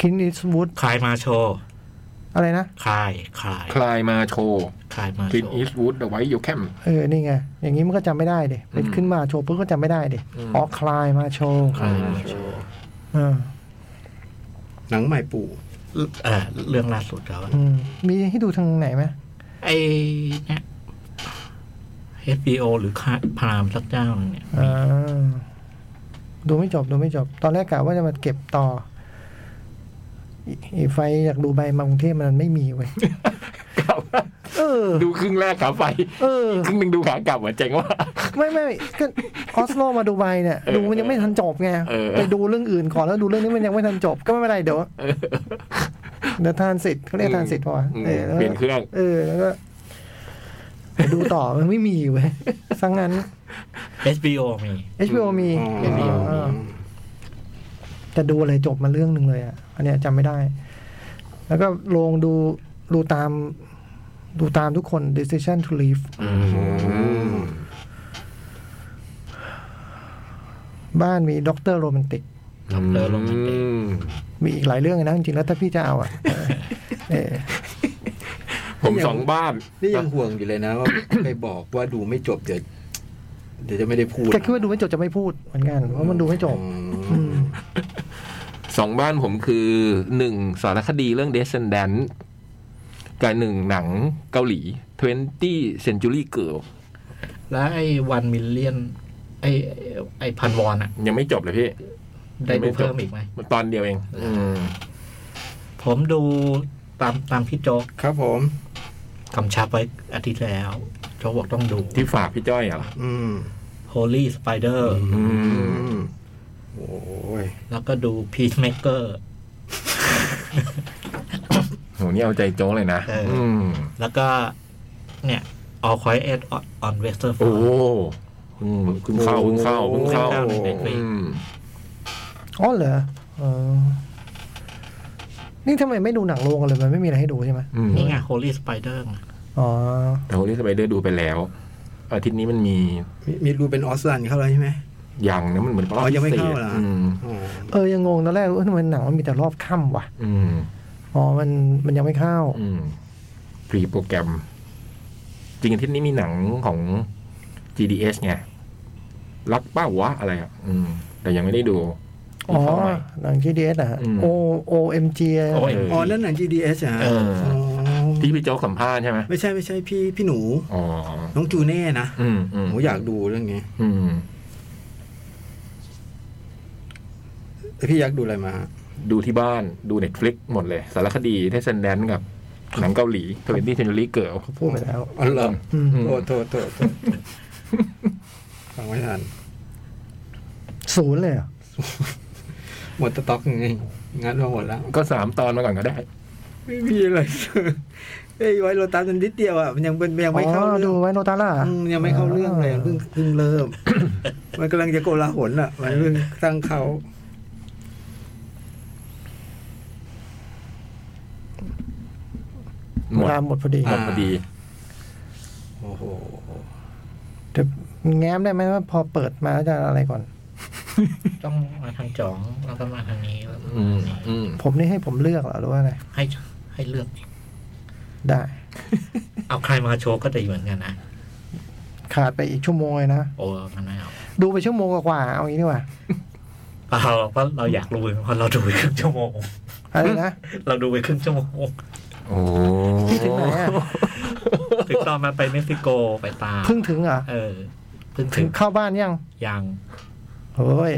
[SPEAKER 7] คินนิสวูด
[SPEAKER 4] คลายมาโชว์
[SPEAKER 7] อะไรนะ
[SPEAKER 4] คลายคลาย
[SPEAKER 3] คลายมาโชว์
[SPEAKER 4] คลายมาโช
[SPEAKER 3] กิน
[SPEAKER 4] ว์
[SPEAKER 3] อีสวูดเอาไว้อยู่แคม
[SPEAKER 7] เออ นี่ไง อย่างนี้มันก็จำไม่ได้เด็เป็นขึ้นมาโชว์ปุ๊บก็จำไม่ได้เด็
[SPEAKER 3] อืม
[SPEAKER 7] อ๋อคลายมาโชว์
[SPEAKER 4] คลายมาโชว์
[SPEAKER 7] อ่า
[SPEAKER 2] หนังใหม่ปู่
[SPEAKER 4] เอ่อเรื่องล่าสุดแล้วอะ
[SPEAKER 7] อืมมีให้ดูทางไหนไหม
[SPEAKER 4] ไอ้เนี่ย HBO หรือพรามสักเจ้าหนึงเนี่ย
[SPEAKER 7] อ่าดูไม่จบดูไม่จบ ตอนแรกกะว่าจะมาเก็บต่ออีอีไฟอยากดูใบมากรุงเทพมันไม่มีเว้ย
[SPEAKER 3] กล่าวว่า
[SPEAKER 7] เอ เออ
[SPEAKER 3] ดูครึ่งแรกขาไป
[SPEAKER 7] เออ
[SPEAKER 3] ครึ่งหนึ่งดูขากลับอ่ะเจ๋งว่ะ
[SPEAKER 7] ไม่ไม่ก็ออสโลมาดูไบเนี่ย
[SPEAKER 3] เออ
[SPEAKER 7] ดูมันยังไม่ทันจบไง
[SPEAKER 3] เออ
[SPEAKER 7] ไปดูเรื่องอื่นก่อนแล้วดูเรื่องนี้มันยังไม่ทันจบก็ไม่เป็นไรเดี๋ยว
[SPEAKER 3] เออ
[SPEAKER 7] เดี๋ยวทานสิทธิ์เขาเรียกทานสิทธิ์ป่ะวะ
[SPEAKER 3] อืม
[SPEAKER 7] เออแล้ว
[SPEAKER 3] เปลี่ยนเครื่อง
[SPEAKER 7] เออแล้วก็ไปดูต่อมันไม่มีเว้ยซังงั้น
[SPEAKER 4] HBO มี
[SPEAKER 7] HBO มี
[SPEAKER 3] HBO
[SPEAKER 7] เออแต่ดูอะไรจบมาเรื่องหนึ่งเลยอ่ะอันเนี้ยจำไม่ได้ แล้วก็ลงดูดูตาม ดูตามทุกคน decision to leave บ้านมีด็อกเตอร์โรแมนติก
[SPEAKER 4] ด็อกเตอร์ลงมาเอง
[SPEAKER 7] มีอีกหลายเรื่องนะจริงๆแล้วถ้าพี่จะเอาอ่ะเออเออ
[SPEAKER 3] ผมสองบ้าน
[SPEAKER 2] นี่ยังห่วงอยู่เลยนะว่า ไปบอกว่าดูไม่จบเดี๋ยวเดี๋ยวจะไม่ได้พูด
[SPEAKER 7] แกคิดว่าดูไม่จบจะไม่พูดเหมือนกันเพราะมันดูไม่จบ
[SPEAKER 2] อื
[SPEAKER 7] อื
[SPEAKER 2] ม
[SPEAKER 7] ม
[SPEAKER 3] สองบ้านผมคือหนึ่งสารคดีเรื่อง Descendant กับหนึ่งหนังเกาหลี 20 Century Girl
[SPEAKER 4] แล้วไอ้วันมิลเลียนไอ้ไอ้พันวอนอ่ะ
[SPEAKER 3] ยังไม่จบเลยพี่
[SPEAKER 4] ได้ดู
[SPEAKER 3] ไม่จบ
[SPEAKER 4] เพิ่มอีกไหม
[SPEAKER 3] มันตอนเดียวเองอม
[SPEAKER 4] ผมดูตามตามพี่โจ๊ก
[SPEAKER 5] ครับผม
[SPEAKER 4] กำชับไว้อาทิตย์แล้ว โจ๊กบอกต้องดู
[SPEAKER 3] ที่ฝากพี่จ้อยเหรอ
[SPEAKER 5] อืม
[SPEAKER 4] Holy Spider
[SPEAKER 3] อืม
[SPEAKER 5] อืมโอ้ย
[SPEAKER 4] แล้วก็ดู Peacemaker
[SPEAKER 3] โหนี่เอาใจโจ้เลยนะ
[SPEAKER 4] เอออื
[SPEAKER 3] ม
[SPEAKER 4] แล้วก็เนี่ย All Quiet on Western
[SPEAKER 3] โอ้
[SPEAKER 4] Front
[SPEAKER 3] อืมเพิ่งเข้าเพิ่งเข้าเพิ่งเข้า
[SPEAKER 4] เพิ่งเข้าใน Netflix
[SPEAKER 3] อืม
[SPEAKER 7] อ๋อเหรออ๋อนี่ทำไมไม่ดูหนังโรงกันเลยมันไม่มีอะไรให้ดูใช่ไหม
[SPEAKER 3] อืม
[SPEAKER 4] นี่ไง Holy Spider ไง
[SPEAKER 7] อ๋อ
[SPEAKER 3] แต่โฮลี่สไปเดอร์ดูไปแล้ว อาทิตย์นี้มันมี
[SPEAKER 5] มีมีดูเป็นออสซันเข้าแล้วใช่ไหม
[SPEAKER 3] อย่างนะมันเหมือน
[SPEAKER 5] อ๋อยังไม่เข้า
[SPEAKER 3] พิศษ
[SPEAKER 5] เหรออื
[SPEAKER 3] อืม
[SPEAKER 5] อ๋อ
[SPEAKER 7] เออยังงงตอนแรกว่าทำไมหนังมันมีแต่รอบค่ำวะ
[SPEAKER 3] อืม
[SPEAKER 7] อ๋อมันมันยังไม่เข้า
[SPEAKER 3] อืมพรีโปรแกรม จริงอาทิตย์นี้มีหนังของ GDS ไงรักป้าวะอะไรอ่ะ อืม แต่ยังไม่ได้ดู
[SPEAKER 7] อ๋อ
[SPEAKER 3] เข้าใหม่
[SPEAKER 7] หนัง GDS อ่ะ
[SPEAKER 3] อืม
[SPEAKER 7] โอโอเอ็มจี
[SPEAKER 3] โอ้ย
[SPEAKER 5] อ๋อนั่นหนัง GDS อ่ะ
[SPEAKER 3] เออ
[SPEAKER 5] อ๋อ
[SPEAKER 3] ที่พี่โจ้สัมภาษณ์ใช่ไหม
[SPEAKER 5] ไม่ใช่ไม่ใช่พี่พี่หนู
[SPEAKER 3] อ๋อ
[SPEAKER 5] น้องจูเน่นะ
[SPEAKER 3] อืมอืม
[SPEAKER 5] ผมอยากดูเรื่องนี้
[SPEAKER 3] อืม
[SPEAKER 5] แต่พี่ยักษ์ดูอะไรมา
[SPEAKER 3] ดูที่บ้านดูเน็ตฟลิกหมดเลย สารคดีเทสเซนแดนกับ หนังเกาหลีทเวนตี้เทนลีเกิล
[SPEAKER 7] พูดไปแล้ว
[SPEAKER 5] อ๋อเหรอ
[SPEAKER 7] อืม
[SPEAKER 5] โทษโทษโทษโทษฟังไม่ทัน
[SPEAKER 7] ศูนย์เลยเหรอ
[SPEAKER 5] หมดสต็อกยังไงงั้นมาหมดแล้ว
[SPEAKER 3] ก็สามตอนมาก่อนก็ได้
[SPEAKER 5] ไม่มีอะไรเอ้ย ไว้โรตัสมันนิดเดียวอ่ะมันยังเป็นยังไม่เข้า
[SPEAKER 7] อ๋อ
[SPEAKER 5] เรื่
[SPEAKER 7] ดู
[SPEAKER 5] อง
[SPEAKER 7] ไว้โนตาร่า
[SPEAKER 5] อืมยังไม่เข้าเรื่องเลยมันเพิ่งเพิ่งเริ่ม มันกำลังจะโกลาหลอ่ะ มันเรื่องตั้งเขา
[SPEAKER 3] หมด
[SPEAKER 7] เวลาหมดพอดี
[SPEAKER 3] หมดพอดี
[SPEAKER 5] โอ้โห
[SPEAKER 7] แต่แง้มได้ไหมว่าพอเปิดมาแล้วจะอะไรก่อน
[SPEAKER 4] ต้องมาทางจ๋องแล้วก็มาทางนี้แล้วก็
[SPEAKER 3] อืมอืม
[SPEAKER 7] ผมนี่ให้ผมเลือกเหรอหรือว่าไง
[SPEAKER 4] ให้ให้เลือก
[SPEAKER 7] ได้
[SPEAKER 4] เอาใครมาโชว์ก็ดีเหมือนกันนะ
[SPEAKER 7] ขาดไปอีกชั่วโมงเลยนะ
[SPEAKER 4] โอ้มันไม่เอา
[SPEAKER 7] ดูไปชั่วโมงกว่าๆเอางี้ดีกว่า
[SPEAKER 4] เปล่าเพราะเราอยากรู้เพราะเราดูไปครึ่งชั่วโมง
[SPEAKER 7] อะไรนะ
[SPEAKER 4] เราดูไปครึ่งชั่วโมง
[SPEAKER 3] โอ้
[SPEAKER 7] พี่ถึงไหนอ่ะ
[SPEAKER 4] ถึงตอนมันไปเม็กซิโกไปตาม
[SPEAKER 7] เพิ่งถึงเหรอ
[SPEAKER 4] เออเพิ่ง
[SPEAKER 7] ถึ
[SPEAKER 4] ถึ
[SPEAKER 7] ง
[SPEAKER 4] ง
[SPEAKER 7] เข้าบ้านยัง
[SPEAKER 4] ยัง
[SPEAKER 7] เฮ้ย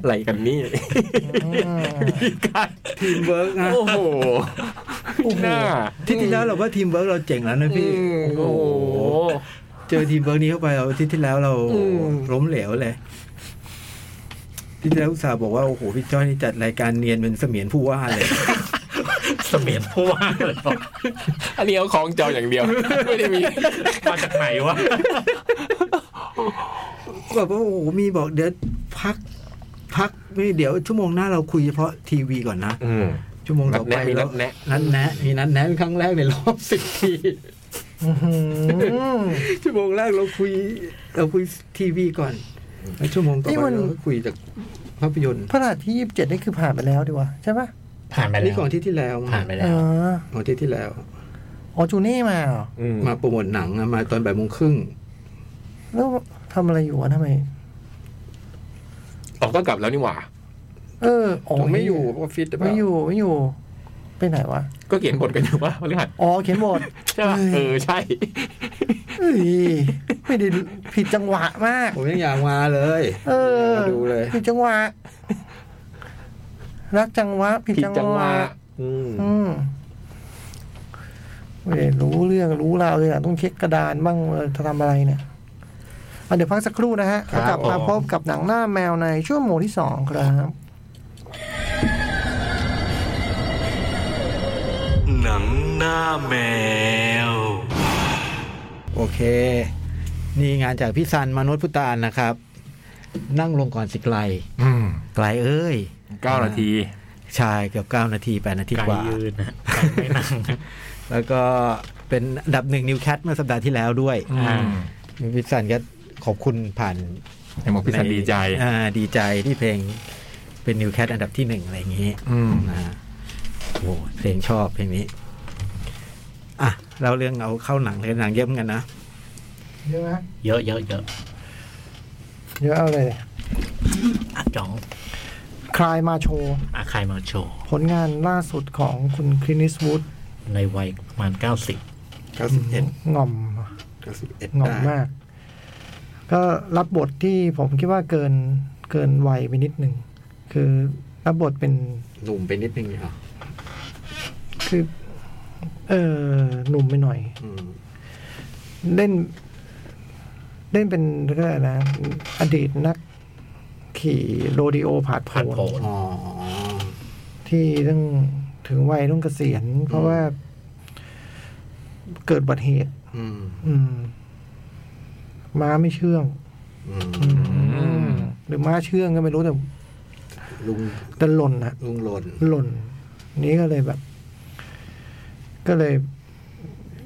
[SPEAKER 3] อะไรกันนี่
[SPEAKER 7] อืม
[SPEAKER 5] ทีมเวิร์กนะ
[SPEAKER 3] โอ้โหหน้า
[SPEAKER 5] ที่ที่แล้วเราว่าทีมเวิร์กเราเจ๋งแล้วนะพี่
[SPEAKER 3] โอ้
[SPEAKER 5] โอ้
[SPEAKER 3] โห
[SPEAKER 5] โหเจอทีมเวิร์กนี้เข้าไปเราที่ที่แล้วเรา
[SPEAKER 3] อืม
[SPEAKER 5] ล้มเหลวเลยที่ที่แล้วอุตส่าห์บอกว่าโอ้โหพี่จ้อยนี่จัดรายการเนียนเป็นเสมียนผู้ว่าเลย
[SPEAKER 4] เสมียนผู้ว่าเลยบอก
[SPEAKER 3] อันนี้เอาของจองอย่างเดียว ไม่ได้มี
[SPEAKER 4] มาจากไหนวะ
[SPEAKER 5] แบบว่าโอ้โหมีบอกเดี๋ยวพัก พักไม่เดี๋ยวชั่วโมงหน้าเราคุยเฉพาะทีวีก่อนนะ
[SPEAKER 3] อืม
[SPEAKER 5] ชั่วโมงต่อไป
[SPEAKER 3] นั
[SPEAKER 5] แล้ว
[SPEAKER 3] ดแนะ
[SPEAKER 5] นัดแนะมีนัดแนะเป็นครั้งแรกในรอบสิบปีชั่วโมงแรกเราคุย เราคุยทีวีก่อนแล้วชั่วโมงต่อ
[SPEAKER 7] นี่
[SPEAKER 5] ไป
[SPEAKER 7] มัน
[SPEAKER 5] เราก็คุยจากภาพยนตร์
[SPEAKER 7] พระรหัสที่ยี่สิบเจ็ดนี่คือผ่านไปแล้วดีกว่าใช่ปะ
[SPEAKER 4] ผ่านไปแล้
[SPEAKER 5] นี่
[SPEAKER 4] ว
[SPEAKER 5] ก่อนที่ที่แล้ว
[SPEAKER 4] ผ่านไป
[SPEAKER 7] เอ
[SPEAKER 4] แล้ว
[SPEAKER 7] อ
[SPEAKER 5] ก่อนที่ที่แล้ว
[SPEAKER 7] อ๋อจูนี่มาเหรอ
[SPEAKER 3] อืม
[SPEAKER 5] มาโปรโมทหนังอะมาตอนบ่ายโมงครึ่ง
[SPEAKER 7] แล้วทำอะไรอยู่วะทำไม
[SPEAKER 3] ออกก็กลับแล้วนี่หว่า
[SPEAKER 7] เอออ๋อ
[SPEAKER 5] ผมไม่อยู่ออฟฟิศหรือเปล่า
[SPEAKER 7] ไม่อยู่ไม่อยู่ ไปไหนวะ
[SPEAKER 3] ก็เขียนบทกันอยู่ว่าพฤหัส
[SPEAKER 7] อ๋อเขียน บท
[SPEAKER 3] ใช่ปะเออใช่
[SPEAKER 7] เอ้ยไม่ได้ผิดจังหวะมาก
[SPEAKER 5] ผมยังอยากมาเลย
[SPEAKER 7] เออ
[SPEAKER 5] มาดูเลย
[SPEAKER 7] ผิดจังหวะ รักจังหวะผิด
[SPEAKER 3] ผิด
[SPEAKER 7] จัง
[SPEAKER 3] จัง
[SPEAKER 7] ห
[SPEAKER 3] ห
[SPEAKER 7] วะ
[SPEAKER 3] วะ
[SPEAKER 7] อืม ไม่ได้รู้เรื่องรู้ราวเลยอ่ะต้องเช็คกระดานบ้างเออจะทำอะไรเนี่ยอ่ะเดี๋ยวพักสักครู่นะฮะ
[SPEAKER 4] ครับ
[SPEAKER 7] กลับมา
[SPEAKER 4] ผม
[SPEAKER 7] พบกับหนังหน้าแมวในชั่วโมงที่สองครับ
[SPEAKER 1] หนังหน้าแมว
[SPEAKER 5] โอเค นี่งานจากพี่ซันมนุษย์พุตานนะครับ นั่งลงก่อนสิไกล
[SPEAKER 3] อืม
[SPEAKER 5] ไกลเอ้ย
[SPEAKER 3] เก้านาที
[SPEAKER 5] ใชายเกือบ 9 นาที 8 นาที
[SPEAKER 4] ไก่
[SPEAKER 5] กว่า
[SPEAKER 4] ยืนนะไก่ไม่นั่ง
[SPEAKER 5] แล้วก็เป็นอันดับหนึ่งนิวแคทเมื่อสัปดาห์ที่แล้วด้วย
[SPEAKER 3] อื
[SPEAKER 4] อ่า
[SPEAKER 3] ม
[SPEAKER 5] พี่ซันก็ขอบคุณผ่าน
[SPEAKER 3] เห็นบอกพี่สันดีใจ
[SPEAKER 5] อ่าดีใจที่เพลงเป็นนิวแคทอันดับที่หนึ่งอะไรอย่างนี้
[SPEAKER 3] อืม
[SPEAKER 5] นะฮะโอ้เพลงชอบเพลงนี้ อ่ะ เราเรื่องเอาเข้าหนังเลยหนังเยี่ยมอนกันนะ
[SPEAKER 7] เยอะไหม
[SPEAKER 4] เยอะเยอะเยอะ
[SPEAKER 7] เยอะเอาเลย
[SPEAKER 4] อ่ะจ๋อง
[SPEAKER 7] คลายมาโชว์
[SPEAKER 4] อาคายมาโชว์
[SPEAKER 7] ผลงานล่าสุดของคุณคลินิสวูด
[SPEAKER 4] ในวัยประมาณเก้าสิบ
[SPEAKER 2] เก้าสิบเอ็ด
[SPEAKER 7] ง่อม
[SPEAKER 2] เก้าสิบเอ็ด
[SPEAKER 7] ง่อมมาก ก็รับบทที่ผมคิดว่าเกินเกินวัยไปนิดหนึ่ง คือรับบทเป็น
[SPEAKER 2] หนุ่มไปนิดนึงเหรอ
[SPEAKER 7] คือ เออหนุ่มไปหน่อย
[SPEAKER 2] อืม
[SPEAKER 7] เล่น เล่นเป็นเรื่องนะ อดีตนัก ขี่โรดิโอผาดโผ
[SPEAKER 4] พันโผ
[SPEAKER 7] น
[SPEAKER 4] น
[SPEAKER 2] อ๋อ
[SPEAKER 7] ที่ต้องถึงวัยต้องเกษียณ เพราะว่าเกิดอุบัติเหตุ
[SPEAKER 2] อืม
[SPEAKER 7] อืม ม้าไม่เชื่อง
[SPEAKER 2] อืม
[SPEAKER 7] อืมหรือม้าเชื่องก็ไม่รู้แต่
[SPEAKER 2] ลุง
[SPEAKER 7] แต่หล่นนะ
[SPEAKER 2] ลุงหล่น
[SPEAKER 7] หล่น นี้ก็เลยแบบ ก็เลย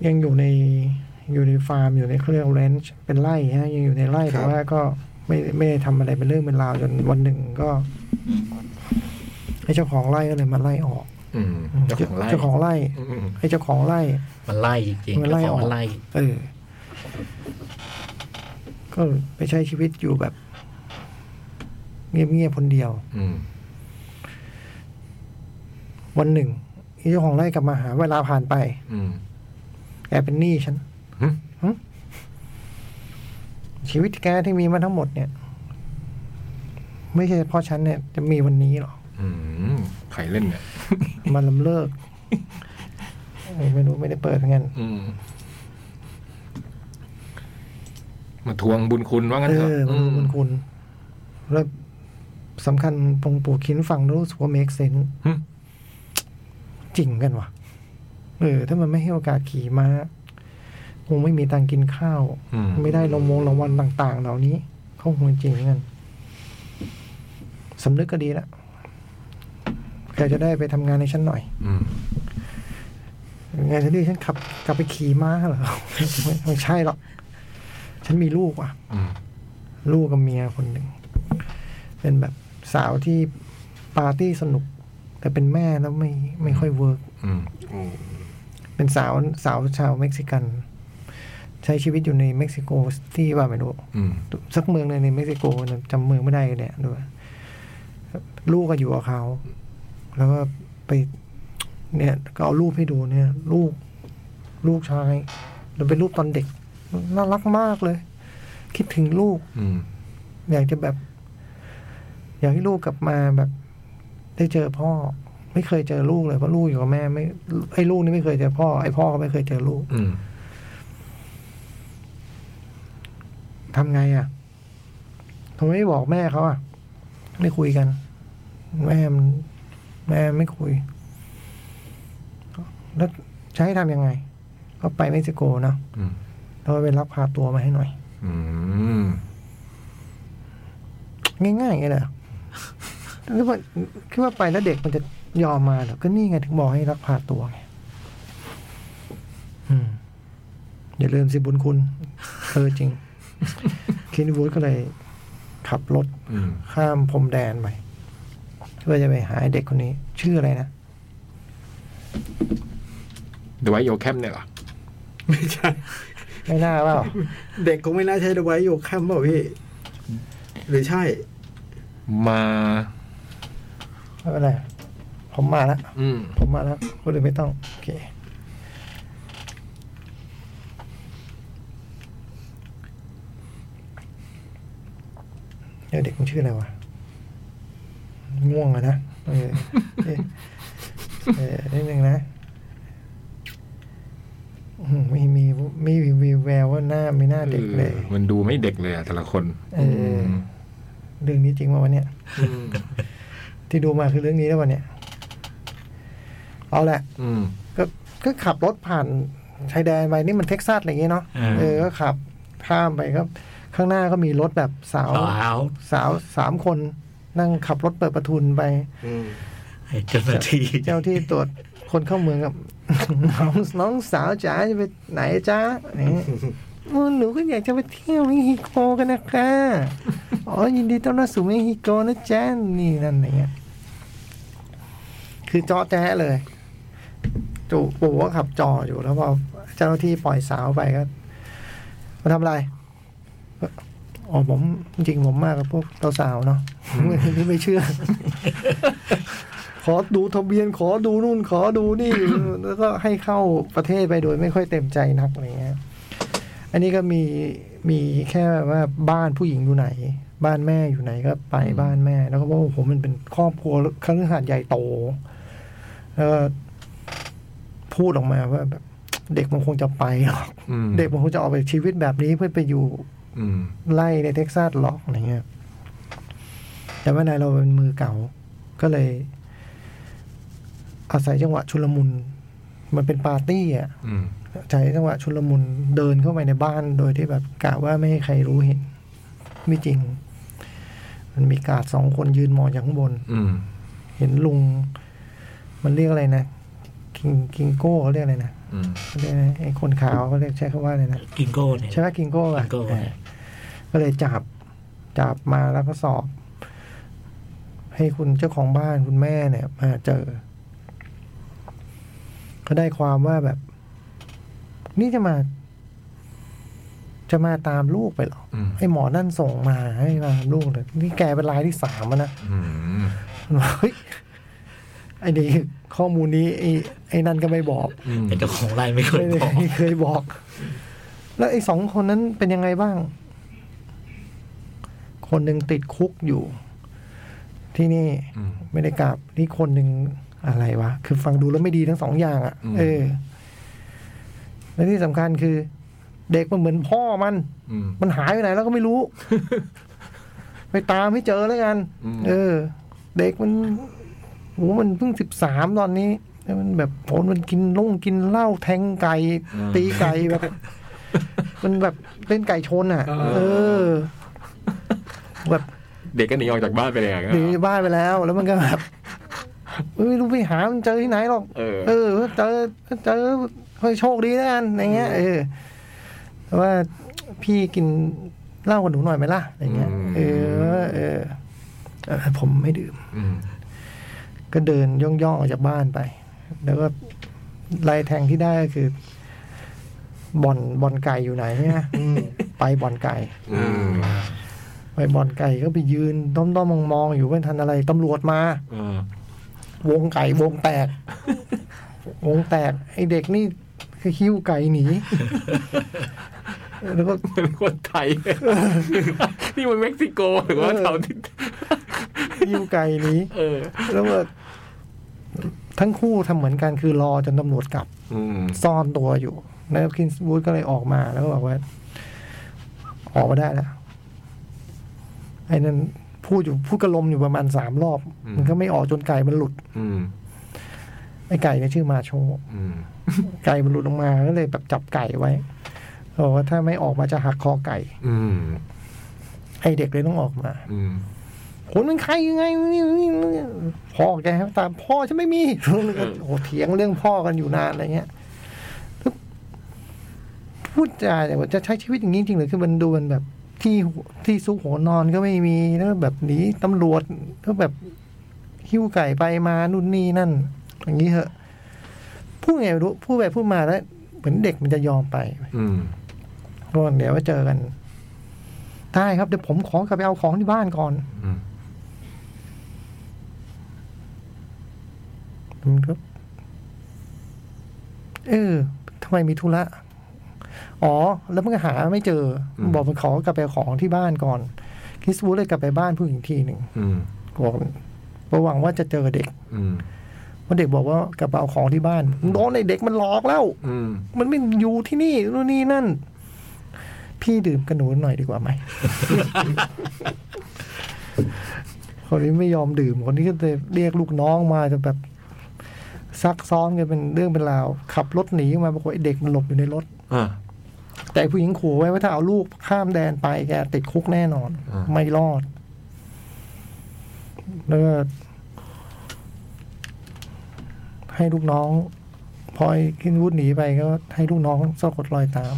[SPEAKER 7] ยังอยู่ในอยู่ในฟาร์มอยู่ในเขาเรียกแรนช์เป็นไร่ฮะ ยังอยู่ในไร่แต่ว่าก็ไม่ไม่ได้ทำอะไรเป็นเรื่องเป็นราวจนวันหนึ่งก็ไอ้เจ้าของไร่ก็เลยมาไล่ออก
[SPEAKER 3] อืมเจ้าของไร่
[SPEAKER 7] เจ้าของไร่
[SPEAKER 3] อืม
[SPEAKER 7] ไอ้เจ้าของไร่
[SPEAKER 4] มันไล่จริงๆ
[SPEAKER 7] มันไล่ออก
[SPEAKER 4] มันไล่
[SPEAKER 7] เออ ก็ไปใช้ชีวิตอยู่แบบ เงียบๆคนเดียว
[SPEAKER 3] อืม
[SPEAKER 7] วันหนึ่งเจ้าของไร่กลับมาหาเวลาผ่านไป
[SPEAKER 3] อืม
[SPEAKER 7] แกเป็นหนี้ฉัน
[SPEAKER 3] หึ
[SPEAKER 7] ชีวิตแกที่มีมาทั้งหมดเนี่ย ไม่ใช่เพราะฉันเนี่ย จะมีวันนี้หรอก
[SPEAKER 3] อืมใครเล่นเนี่ย
[SPEAKER 7] มันลำเลิกเออไม่รู้ไม่ได้เปิดเหมือนกัน
[SPEAKER 3] อืม มาทวงบุญคุณว่างั้น
[SPEAKER 7] เอ
[SPEAKER 3] เถอะ
[SPEAKER 7] อมันรู้มันคุณ แล้วสำคัญตรงปู่ขินฟังแล้วรู้สึกว่า make sense
[SPEAKER 3] หึ
[SPEAKER 7] จริงกันวะเออ ถ้ามันไม่ให้โอกาสขี่ม้าคงไม่มีตังค์กินข้าว
[SPEAKER 3] อืม
[SPEAKER 7] ไม่ได้รางวงรางวัลต่าง ๆ เหล่านี้ เขาหวงจริงเหมือนกันสำนึกก็ดีละแกจะได้ไปทำงานให้ฉันหน่อย
[SPEAKER 3] อืม
[SPEAKER 7] งานฉันดีฉันขับกลับไปขี่ม้าเหรอ ไม่ไม่ใช่หรอกฉันมีลูกว่ะ
[SPEAKER 3] อืม
[SPEAKER 7] ลูกกับเมียคนหนึ่ง เป็นแบบสาวที่ปาร์ตี้สนุก แต่เป็นแม่แล้วไม่ไม่ค่อยเวิร์ก
[SPEAKER 3] อืม
[SPEAKER 2] อ๋อ
[SPEAKER 7] เป็นสาวสาวชาวเม็กซิกัน ใช้ชีวิตอยู่ในเม็กซิโกที่ว่าไม่รู้
[SPEAKER 3] อืม
[SPEAKER 7] สักเมืองหนึ่งในเม็กซิโกนะจำเมืองไม่ได้เนี่ยด้วยลูกก็อยู่กับเขา แล้วก็ไป เนี่ย ก็เอารูปให้ดูเนี่ย ลูก ลูกชายแล้วเป็นรูปตอนเด็ก น่ารักมากเลย คิดถึงลูก
[SPEAKER 3] อืม
[SPEAKER 7] อยากจะแบบ อยากให้ลูกกลับมาแบบ ได้เจอพ่อ ไม่เคยเจอลูกเลยเพราะลูกอยู่กับแม่ ไม่ไอ้ลูกนี่ไม่เคยเจอพ่อไอ้พ่อก็ไม่เคยเจอลูก
[SPEAKER 3] อืม
[SPEAKER 7] ทำไงอะ่ะทำไมไม่บอกแม่เขาอะ่ะ ไม่คุยกัน แม่มันแม่ไม่คุย แล้วจะให้ทำยังไง ก็ไปเม็กซิโกเนาะ
[SPEAKER 3] อืม
[SPEAKER 7] แล้วไปรับพาตัวมาให้หน่อย
[SPEAKER 3] อืม
[SPEAKER 7] ง่ายๆไงเลยคิดว่าคิดว่าไปแล้วเด็กมันจะยอมมาเหรอก็นี่ไงถึงบอกให้รักพาตัวไงอืม อย่าลืมสิบุญคุณเออจริง คินวูดก็เลย ขับรถ
[SPEAKER 3] อืม
[SPEAKER 7] ข้ามพรมแดนไปเพื่อจะไปหาไอ้เด็กคนนี้ ชื่ออะไรนะ
[SPEAKER 3] เดี๋ยวไว้โยแคมเนี่ยเหรอ
[SPEAKER 2] ไม่ใช่
[SPEAKER 7] ไม่น่าเปล่า
[SPEAKER 2] เด็กคงไม่น่าใช่เดอะไวท์โยคัมเปล่าพี่ หรือใช่
[SPEAKER 3] มา
[SPEAKER 7] ไม่เป็นไร ผมมาแล้ว
[SPEAKER 3] อืม
[SPEAKER 7] ผมมาแล้วคนอื่นไม่ต้อง โอเค เดี๋ยวเด็กมันชื่ออะไรวะ ง่วงอะนะ เออเออเออนิดนึงนะ มีไม่มีวีแววว่าหน้าไม่น่าเด็กเลย
[SPEAKER 3] ออมันดูไม่เด็กเลยอ่ะแต่ละคน
[SPEAKER 7] เออ เรื่องนี้จริงว่าวันเนี้ยที่ดูมาคือเรื่องนี้แล้ววันเนี้ยเอาแหละ
[SPEAKER 3] อืม
[SPEAKER 7] ก็ก็ขับรถผ่านชายแดนไปนี่มันเท็กซัสอะไรอย่างเงี้ยเนาะ
[SPEAKER 4] อ่า
[SPEAKER 7] เออก็ขับข้ามไปก็ข้างหน้าก็มีรถแบบสาว
[SPEAKER 4] ต่อเอา
[SPEAKER 7] สาวสามคนนั่งขับรถเปิดประทุนไป
[SPEAKER 4] ไอ้เจ้าหน้าที่
[SPEAKER 7] เจ้าที่ตรวจคนเข้าเมืองกับ น้องน้องสาวจ๋าจะไปไหนจ้านี่โอ้หนูก็อยากจะไปเที่ยวเม็กซิโกกันนะคะอ๋อยินดีต้อนรับสู่เม็กซิโกนะจ๊ะนี่นั่นอย่างเงี้ยคือจอแจ้เลย จู่ปู่ก็ขับจออยู่แล้วพอเจ้าหน้าที่ปล่อยสาวไปก็มาทำอะไรก็อ๋อผมจริงผมมากกับพวกสาวๆเนาะ ไม่เชื่อ ขอดูทะเบียนขอดูนู่นขอดูนี่ แล้วก็ให้เข้าประเทศไปโดยไม่ค่อยเต็มใจนักอะไรเงี้ยอันนี้ก็มีมีแค่ว่าบ้านผู้หญิงอยู่ไหน บ้านแม่อยู่ไหนก็ไป
[SPEAKER 3] อืม
[SPEAKER 7] บ้านแม่ แล้วก็บอกว่าผมมันเป็นครอบครัวคฤหาสน์ใหญ่โตแล้วก็พูดออกมาว่าแบบ เด็กมันคงจะไปหรอก
[SPEAKER 3] อืม
[SPEAKER 7] เด็กมันคงจะออกไปชีวิตแบบนี้เพื่อไปอยู่
[SPEAKER 3] อืม
[SPEAKER 7] ไล่ในเท็กซัสหรอกอะไรเงี้ย แต่ว่านายเราเป็นมือเก่า ก็เลย อาศัยจังหวะชุลมุน มันเป็นปาร์ตี้อ่ะ
[SPEAKER 3] อืม
[SPEAKER 7] ใช้จังหวะชุลมุนเดินเข้าไปในบ้านโดยที่แบบกะว่าไม่ให้ใครรู้เห็น ไม่จริง มันมีกาดสองคนยืนมองจากข้างบน
[SPEAKER 3] อืม
[SPEAKER 7] เห็นลุง มันเรียกอะไรนะคิงคิงโก้เขาเรียกอะไรนะ
[SPEAKER 3] อืม
[SPEAKER 7] เขาเรียกอะไรไอ้คนขาวเขาเรียกใช้คำว่าอะไรนะ
[SPEAKER 4] กิงโก้เนี่ย
[SPEAKER 7] ใช่ไหมกิงโก้อะ
[SPEAKER 4] กิงโก้
[SPEAKER 7] เออก็เลยจับ จับมาแล้วก็สอบ ให้คุณเจ้าของบ้านคุณแม่เนี่ย มาเจอ ก็ได้ความว่าแบบ นี่จะมา จะมาตามลูกไปเหรอ
[SPEAKER 3] อืม
[SPEAKER 7] ไอ้หมอนั่นส่งมาให้มาตามลูกเลยนี่แกเป็นรายที่สามแล้วนะ
[SPEAKER 3] อืม
[SPEAKER 7] เฮ้ยไอ้นี่ข้อมูลนี้ไอ้ไอ้นั่นก็ไม่บอก
[SPEAKER 3] อืม
[SPEAKER 4] ไอ้เจ้าของไร่ไม่เคย
[SPEAKER 7] ไม่
[SPEAKER 4] บอก
[SPEAKER 7] ได้เคยบอก แล้วไอ้สองคนนั้นเป็นยังไงบ้าง คนหนึ่งติดคุกอยู่ ที่นี่
[SPEAKER 3] อืม
[SPEAKER 7] ไม่ได้กลับนี่คนหนึ่งอะไรวะ คือฟังดูแล้วไม่ดีทั้งสองอย่างอะ่ะ
[SPEAKER 3] อืม
[SPEAKER 7] เออ และที่สำคัญคือ เด็กมันเหมือนพ่อมัน
[SPEAKER 3] อืม
[SPEAKER 7] มันหายไปไหนแล้วก็ไม่รู้ ไปตามให้เจอแล้วกัน
[SPEAKER 3] อืม
[SPEAKER 7] เออ เด็กมันโหมันเพิ่งสิบสามตอนนี้แล้วมันแบบโหมันกินลงกินเหล้าแทงไก่ ตีไก่ แบบ มันแบบเล่นไก่ชนอ่ะ เอ อ แบบ
[SPEAKER 3] เด็กก็หนีออกจากบ้านไปเลยอ่ะ
[SPEAKER 7] หนีบ้านไปแล้ว แล้วมันก็แบบเอ้ยรู้ไปหามันเจอที่ไหนหรอก
[SPEAKER 3] เออ
[SPEAKER 7] เออเจอเจอค่อยโชคดีแล้วกันอย่างเงี้ยเออแต่ว่าพี่กินเหล้ากับหนูหน่อยไหมล่ะอย่างเงี้ย
[SPEAKER 3] อืม
[SPEAKER 7] เออเออเออผมไม่ดื่ม
[SPEAKER 3] อืม
[SPEAKER 7] ก็เดินย่องๆออกจากบ้านไป แล้วก็ลายแทงที่ได้ก็คือบ่อนบ่อนไก่อยู่ไหนใช่ไหมไปบ่อนไก่
[SPEAKER 3] อืม
[SPEAKER 7] ไปบ่อนไก่ก็ไปยืนด้อมๆมองๆอยู่ไม่ทันอะไรตำรวจมา
[SPEAKER 3] เออ
[SPEAKER 7] วงไก่วงแต ก วงแตก ไอเด็กนี่ก็หิ้วไก่ หนี แล้วก็
[SPEAKER 3] เป็นคนไทย นี่มันเม็กซิโกหรือว่าแถวที่
[SPEAKER 7] หิ้วไก่หนี
[SPEAKER 3] เออ
[SPEAKER 7] แล้วก็ทั้งคู่ทำเหมือนกันคือรอจนตำรวจกลับ
[SPEAKER 3] อืม
[SPEAKER 7] ซ่อนตัวอยู่นายคินส์วูดก็เลยออกมาแล้วก็บอกว่า ออกมาได้แล้วไอ้นั่นพูดอยู่พูดกระลมอยู่ประมาณสามรอบ
[SPEAKER 3] อืม
[SPEAKER 7] มันก็ไม่ออกจนไก่มันหลุด
[SPEAKER 3] อืม
[SPEAKER 7] ไอ้ไก่เนี่ยชื่อมาโช
[SPEAKER 3] อืม
[SPEAKER 7] ไก่มันหลุดออกมาก็เลยแบบจับไก่ไว้บอกว่าถ้าไม่ออกมาจะหักคอไก่
[SPEAKER 3] อืม
[SPEAKER 7] ไอเด็กเลยต้องออกมา
[SPEAKER 3] อืม
[SPEAKER 7] คุณเป็นใครยังไงพ่อแกตามพ่อฉันไม่มีโอ้โหเถียงเรื่องพ่อกันอยู่นานอะไรเงี้ยพูดจาเนี่ยว่าจะใช้ชีวิตอย่างนี้จริงเหรือคือมันดูมันแบบที่ที่ซุกหัวนอนก็ไม่มีแล้วแบบหนีตำรวจก็แบบหิ้วไก่ไปมานู่นนี่นั่น อย่างนี้เหอะพูดไงไม่รู้พูดไปพูดมาแล้ว เหมือนเด็กมันจะยอมไป
[SPEAKER 3] อืม
[SPEAKER 7] ก็เดี๋ยวไว้เจอกัน ได้ครับเดี๋ยวผมขอกลับไปเอาของที่บ้านก่อน
[SPEAKER 3] อืม
[SPEAKER 7] มันก็เออทำไมมีธุระ อ๋อ แล้วมันก็หาไม่เจออ
[SPEAKER 3] ม
[SPEAKER 7] บอกมันขอกลับไปเอาของที่บ้านก่อนคริสวูดเลยกลับไปบ้านผู้หญิงทีหนึ่ง
[SPEAKER 3] อืม
[SPEAKER 7] บอกหวังว่าจะเจอเด็ก
[SPEAKER 3] อืม
[SPEAKER 7] เพราะเด็กบอกว่ากลับมาเอาของที่บ้านโดนไอ้เด็กมันหลอกแล้ว
[SPEAKER 2] อืม
[SPEAKER 7] มันไม่อยู่ที่นี่นู่นนี่นั่น พี่ดื่มกับหนูหน่อยดีกว่าไหม คนนี้ไม่ยอมดื่ม คนนี้ก็จะเรียกลูกน้องมาจะแบบซักซ้อมกันเป็นเรื่องเป็นราว ขับรถหนีมาปรากฏไอ้เด็กมันหลบอยู่ในรถ
[SPEAKER 2] อ่า
[SPEAKER 7] แต่ผู้หญิงขู่ไว้ว่าถ้าเอาลูกข้ามแดนไปแกติดคุกแน่นอน
[SPEAKER 2] อ่า
[SPEAKER 7] ไม่รอด แล้วก็ให้ลูกน้องพอยขึ้นวุฒหนีไปก็ให้ลูกน้องสะกดรอยตาม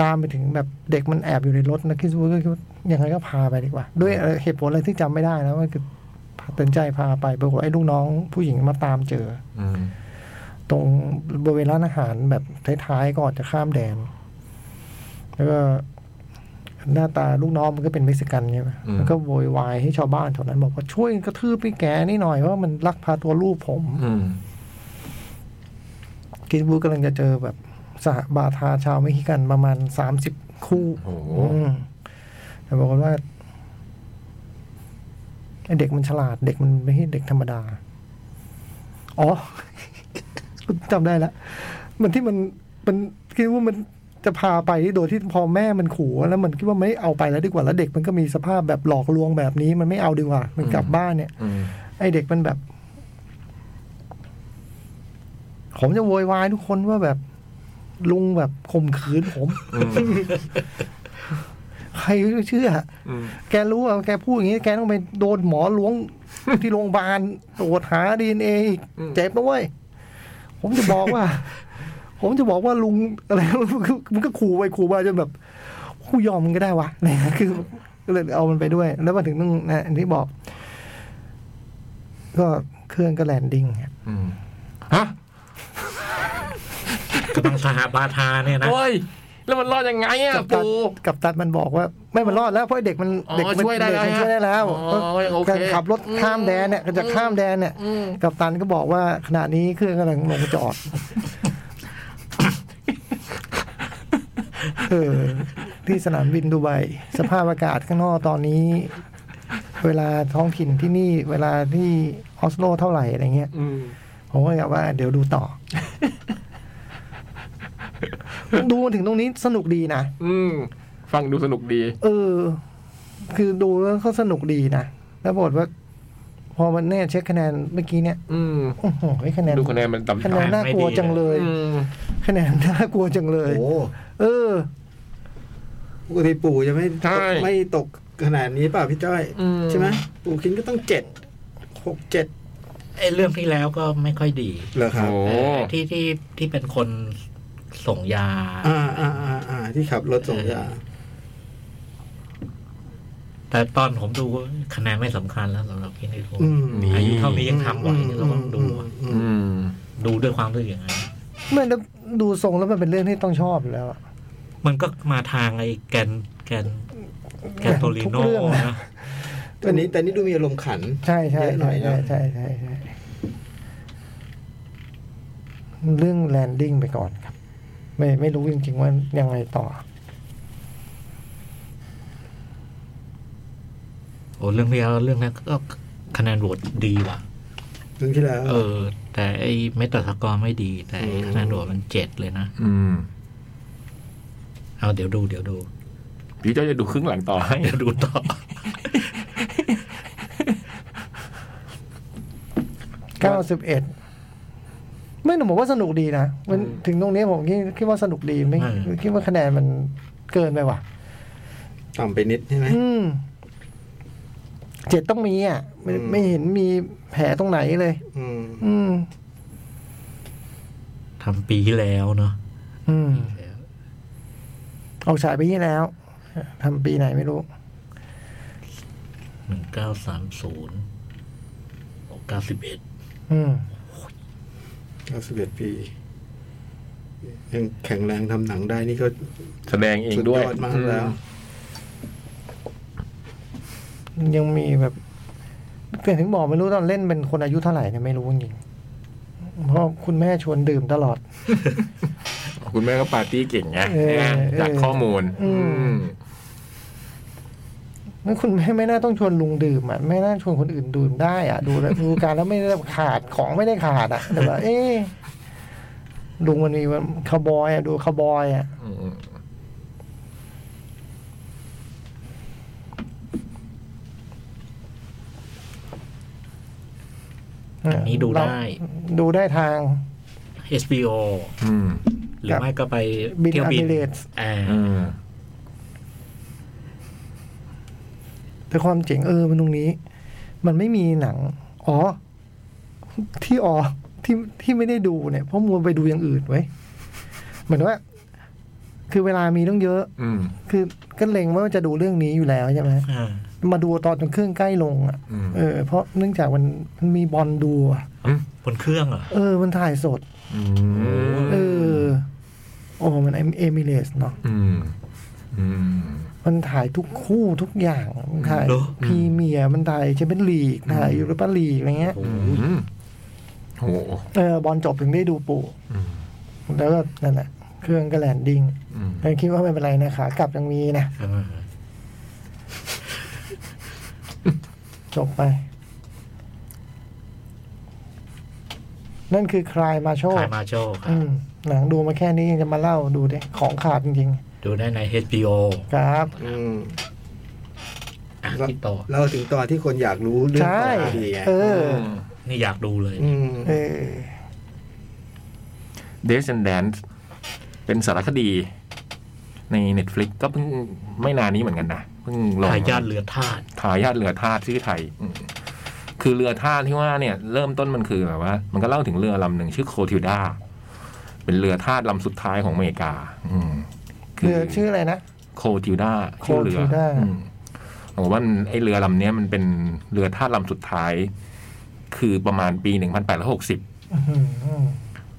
[SPEAKER 7] ตามไปถึงแบบเด็กมันแอบอยู่ในรถนะคิดว่าก็คิดว่ายังไงก็พาไปดีกว่า ด้วยเอ่อเหตุผลอะไรที่จำไม่ได้นะว่าคือตัดสินใจพาไปปรากฏไอ้ลูกน้อง ผู้หญิงมาตามเจอ
[SPEAKER 2] อืม
[SPEAKER 7] ตรงบริเวณร้านอาหารแบบท้ายๆก่อนจะข้ามแดน แล้วก็หน้าตาลูกน้องมันก็เป็นเม็กซิกันใช่ไหม
[SPEAKER 2] อืม
[SPEAKER 7] แล้วก็โวยวายให้ชาวบ้านแถวนั้นบอกว่าช่วยกระทืบพี่แกนี่หน่อยว่ามันลักพาตัวลูกผม
[SPEAKER 2] อืม
[SPEAKER 7] คิดบูกำลังจะเจอแบบสหบาทาชาวเม็กซิกันประมาณสามสิบคู่
[SPEAKER 2] โอ้โห
[SPEAKER 7] อืมแต่บอกฏว่าไอ้เด็กมันฉลาด เด็กมันไม่ใช่เด็กธรรมดา อ๋อ จำได้ละ มันที่มันมันคิดว่ามันจะพาไปโดยที่พอแม่มันขู่แล้วมันคิดว่าไม่เอาไปแล้วดีกว่าแล้วเด็กมันก็มีสภาพแบบหลอกลวงแบบนี้ มันไม่เอาดีกว่า มันกลับบ้านเนี่ย
[SPEAKER 2] อืม
[SPEAKER 7] ไอเด็กมันแบบ ผมจะโวยวายทุกคนว่าแบบลุงแบบข่มขืนผม ใครจะเชื่ออ
[SPEAKER 2] ม
[SPEAKER 7] แกรู้ว่าแกพูดอย่างนี้ แกต้องไปโดนหมอล้ว ง ที่โรงพยาบาลตรวจหาดีเอ็นเออีกเจ็บนะเว้ย ผมจะบอก ว่า ผมจะบอกว่าลุงอะไร มันก็ขู่ไปขู่มาจนแบบกูยอมมึงก็ได้วะ อะไรเงี้ยคือก็เลยเอามันไปด้วย แล้วมาถึงนึงนะอันที่บอก ก็เครื่องก็แลนดิ้งครับ
[SPEAKER 2] อืมฮะ
[SPEAKER 4] ก็ต้องสหบาทาเนี่ยนะ
[SPEAKER 3] โอ้ย แล้วมันรอดยังไงอ่ะ
[SPEAKER 7] กับตัด
[SPEAKER 3] ปู
[SPEAKER 7] กับตัดมันบอกว่า ไม่มันรอดแล้วเพราะไอ้เด็กมัน
[SPEAKER 3] อ๋อ
[SPEAKER 7] เด็กมั
[SPEAKER 3] ช่วยได้แล้ว
[SPEAKER 7] เกมันช่วยได้แล้ว
[SPEAKER 3] อ๋อยังโอเค
[SPEAKER 7] การขับรถข้ามแดนเนี่ยจะข้ามแดนเนี่ยกับตันก็บอกว่าขณะนี้เครื่องกำลังลงจ อด เออที่สนามบินดูไบสภาพอากาศข้างนอกตอนนี้ เวลาท้องถิ่นที่นี่ เวลาที่ออสโลเท่าไหร่อะไรเงี้ย
[SPEAKER 2] อืม
[SPEAKER 7] ผมก็อยากว่าเดี๋ยวดูต่อ ดูมาถึงตรงนี้สนุกดีนะ
[SPEAKER 3] อืม ฟังดูสนุกดี
[SPEAKER 7] เออ คือดูแล้วเขาสนุกดีนะ แล้วบอกฏว่า พอมันแน่เช็คคะแนนเมื่อกี้เนี่ย
[SPEAKER 3] อืม
[SPEAKER 7] โอ้โหคะแนน
[SPEAKER 3] ดูคะแนนมันต่ำ
[SPEAKER 7] คะแนนน่ากลัวจังเลย
[SPEAKER 3] ๆอืม
[SPEAKER 7] คะแนนน่ากลัวจังเลย
[SPEAKER 5] โอ้
[SPEAKER 7] เออ
[SPEAKER 5] ปกติปู่จะไม่
[SPEAKER 3] ใช่
[SPEAKER 5] ไม่ตกขนาดนี้เปล่าพี่จ้อย
[SPEAKER 3] อืม
[SPEAKER 5] ใช่ไหมปู่คินก็ต้องเจ็ดหกเจ็ด
[SPEAKER 4] ไอ้เรื่องที่แล้วก็ไม่ค่อยดี
[SPEAKER 5] เหรอครับ
[SPEAKER 3] โอ้
[SPEAKER 4] เออที่ที่ที่เป็นคนส่งยา
[SPEAKER 5] อ่าอ่าอ่าอ่าที่ขับรถส่งยา
[SPEAKER 4] แต่ตอนผมดูคะแนนไม่สำคัญแล้วสำหรับพี่นิโค
[SPEAKER 5] อืม
[SPEAKER 4] อายุเท่านี้ยังทำไหวนี่เราต้องดูอะ
[SPEAKER 5] อืม
[SPEAKER 3] อืม
[SPEAKER 4] ดูด้วยความรู้สึกอย่างนั้น
[SPEAKER 7] ไม่แล้วดูทรงแล้วมันเป็นเรื่องที่ต้องชอบอยู่แล้วอะ
[SPEAKER 4] มันก็มาทางไอ้แกนแกนแกนโตลิโน่
[SPEAKER 7] ทุกเรื่องนะ
[SPEAKER 4] นะ
[SPEAKER 5] แต่นี้แต่นี้ดูมีอารมณ์ขัน
[SPEAKER 7] ใช่ใช่
[SPEAKER 5] เยอะหน่
[SPEAKER 7] ใช่
[SPEAKER 5] อยนะ
[SPEAKER 7] ใช่ใช่ใช่ใช่เรื่องแลนดิ้งไปก่อนครับ ไม่ไม่รู้จริง ๆ ว่ายังไงต่อ
[SPEAKER 4] โอ้เรื่องที่แล้วเรื่องนั้นก็คะแนนโหวตดีว่ะ
[SPEAKER 5] เรื่องที่แล้ว
[SPEAKER 4] เออ แต่ไอ้เมตาสกอร์ไม่ดี แต่ไอ้คะแนนโหวตมันเจ็ดเลยนะ
[SPEAKER 2] อืม
[SPEAKER 4] เอาเดี๋ยวดูเดี๋ยวดู
[SPEAKER 3] พี่เจ้าจะดูครึ่งหลังต่อให้
[SPEAKER 4] เดี๋ยวดูต่อ
[SPEAKER 7] เก้าสิบเอ็ดไม่หนูบอกว่าสนุกดีนะมันถึงตรงนี้ผมคิดคิดว่าสนุกดีไม่
[SPEAKER 4] อืม
[SPEAKER 7] คิดว่าคะแนนมันเกินไปว่ะ
[SPEAKER 5] ต่ำไปนิดใช่ไหม
[SPEAKER 7] อืมเจ็ดต้องมีอ่ะไม่
[SPEAKER 5] อืม
[SPEAKER 7] ไม่เห็นมีแผลตรงไหนเลย
[SPEAKER 5] อืม
[SPEAKER 7] อืม
[SPEAKER 4] ทำปีที่แล้วเนาะ
[SPEAKER 7] อืมเอาฉายไปที่แล้วทำปีไหนไม่รู้
[SPEAKER 4] หนึ่งเก้าสามศูนย์เก้าสิบเอ็ด
[SPEAKER 7] อืม
[SPEAKER 5] เก้าสิบเอ็ดปี ยังแข็งแรงทำหนังได้นี่ก็
[SPEAKER 3] แสดงเอง
[SPEAKER 5] สุด
[SPEAKER 3] ด้วย
[SPEAKER 5] ยอดมากแล้ว
[SPEAKER 7] ยังมีแบบเกิดถึงบอกไม่รู้ตอนเล่นเป็นคนอายุเท่าไหร่เนี่ยไม่รู้จริงๆเพราะคุณแม่ชวนดื่มตลอด
[SPEAKER 3] อืมคุณแม่ก็ปาร์ตี้เก่งไง
[SPEAKER 7] เออ
[SPEAKER 3] จากข้อมูล
[SPEAKER 7] อืม
[SPEAKER 3] อืม
[SPEAKER 7] งั้นคุณไม่ ไม่น่าต้องชวนลุงดื่มอ่ะไม่น่าชวนคนอื่นดื่มได้อ่ะ ดูแล้วดูการแล้วไม่ได้ขาดของไม่ได้ขาดอ่ะแต่ว่าเอ๊ะลุงมันมีคาวบอยอ่ะดูคาวบอยอ่ะ
[SPEAKER 3] อืม
[SPEAKER 4] อันนี้ดูได้
[SPEAKER 7] ดูได้ทาง
[SPEAKER 4] HBO
[SPEAKER 3] อืม
[SPEAKER 4] หรือไม่ก็ไป
[SPEAKER 7] บิน
[SPEAKER 4] เที่ยว
[SPEAKER 7] อ
[SPEAKER 4] บิน
[SPEAKER 7] มิเรตส์
[SPEAKER 4] อ่า
[SPEAKER 3] อืม
[SPEAKER 7] แต่ความเจ๋งเออมันตรงนี้ มันไม่มีหนัง อ๋อ ที่อ๋อที่ที่ไม่ได้ดูเนี่ย เพราะมัวไปดูอย่างอื่นไว้ยเหมือนว่า คือเวลามีต้องเยอะ
[SPEAKER 3] อืม
[SPEAKER 7] คือก็เล็งว่าจะดูเรื่องนี้อยู่แล้วใช่ไหม
[SPEAKER 4] อ่า
[SPEAKER 7] มาดูตอนจนเครื่องใกล้ลงอ่ะ
[SPEAKER 3] อืม
[SPEAKER 7] เออเพราะเนื่องจากมันมันมีบอลดูอะ
[SPEAKER 4] บนเครื่องเหรอ
[SPEAKER 7] เออ มันถ่ายสด
[SPEAKER 3] อืม
[SPEAKER 7] เออ โอ้มันเอมิเรสเนาะ
[SPEAKER 3] อืมอืม
[SPEAKER 7] มันถ่ายทุกคู่ทุกอย่าง มันถ่าย
[SPEAKER 4] เหรอ
[SPEAKER 7] พรีเมียร์มันถ่ายแชมเปี้ยนลีก ถ่ายยูโรปาลีกอะไรเงี้ย
[SPEAKER 3] อืมโห
[SPEAKER 7] เออบอลจบถึงได้ดูปู่
[SPEAKER 3] อืม
[SPEAKER 7] แล้วก็นั่นแหละ เครื่องก็แลนดิ้ง
[SPEAKER 3] อืม
[SPEAKER 7] แต่คิดว่าไม่เป็นไรนะขากลับยังมีนะ
[SPEAKER 4] อ่า
[SPEAKER 7] จบไป นั่นคือคลายมาโช
[SPEAKER 4] คายมาโชครั
[SPEAKER 7] อื
[SPEAKER 4] บ
[SPEAKER 7] มหนังดูมาแค่นี้ยังจะมาเล่าดูดิของขาดจริง
[SPEAKER 4] ดูได้ใน HBO
[SPEAKER 7] ๆ ครับ
[SPEAKER 5] อืม
[SPEAKER 4] อ่ะพี่โต
[SPEAKER 5] เราถึงตอนที่คนอยากรู้เรื่อง
[SPEAKER 7] ใช่
[SPEAKER 5] ต่อดีไง
[SPEAKER 7] เออ
[SPEAKER 4] นี่อยากดูเลย
[SPEAKER 5] อืม
[SPEAKER 7] เออ
[SPEAKER 3] เดซ e นแดนเป็นสารคดี ใน Netflix ก็เพิ่งไม่นานนี้เหมือนกันนะเพิ่งลง
[SPEAKER 4] ทายาทเรือธาตุ
[SPEAKER 3] ทายาทเรือธาตุชื่อไทยอืมคือเรือธาตุที่ว่าเนี่ย เริ่มต้นมันคือแบบว่า มันก็เล่าถึงเรือลำหนึ่งชื่อโคทิ l ดาเป็นเรือธาตุลำสุดท้ายของอเมริกา อืมคื
[SPEAKER 7] เรือชื่ออะไรนะ
[SPEAKER 3] โคทิวดาชื่อเรือ
[SPEAKER 7] Clotilda
[SPEAKER 3] อืมผมว่ามันไอเรือลำเนี้ยมันเป็นเรือท่าลำสุดท้าย คือประมาณปี 1860
[SPEAKER 7] อื้อหือ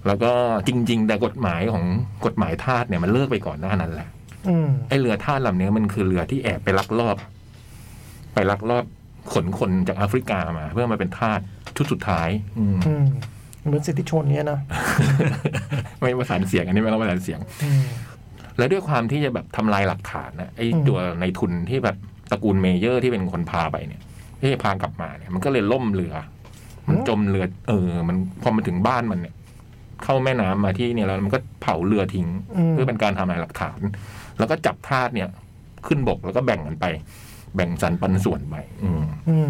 [SPEAKER 3] แล้วก็จริง ๆ แต่กฎหมายของกฎหมายทาสเนี่ยมันเลิกไปก่อนหน้านั้นแหละ
[SPEAKER 7] อืม
[SPEAKER 3] ไอเรือท่าลำเนี้ยมันคือเรือที่แอบไปลักลอบ ไปลักลอบขนคนจากแอฟริกามา เพื่อมาเป็นทาสชุดสุดท้าย อืม
[SPEAKER 7] อืมเหมือนสิทธิชนเนี้ยนะ
[SPEAKER 3] ไม่ประสานเสียงอันนี้ไม่ต้องประสานเสียง
[SPEAKER 7] อืม
[SPEAKER 3] แล้วด้วยความที่จะแบบทำลายหลักฐานนะไอ้
[SPEAKER 7] อืม
[SPEAKER 3] ตัวในทุนที่แบบตระกูลเมเยอร์ที่เป็นคนพาไปเนี่ยที่พากลับมาเนี่ย มันก็เลยล่มเรือ มันจมเรือ เออ มันพอมันถึงบ้านมันเนี่ย เข้าแม่น้ำมาที่เนี่ยแล้วมันก็เผาเรือทิ้ง เพื่อเป็นการทำลายหลักฐาน แล้วก็จับทาสเนี่ย ขึ้นบกแล้วก็แบ่งกันไป แบ่งสรรปันส่วนไปอืม
[SPEAKER 7] อืม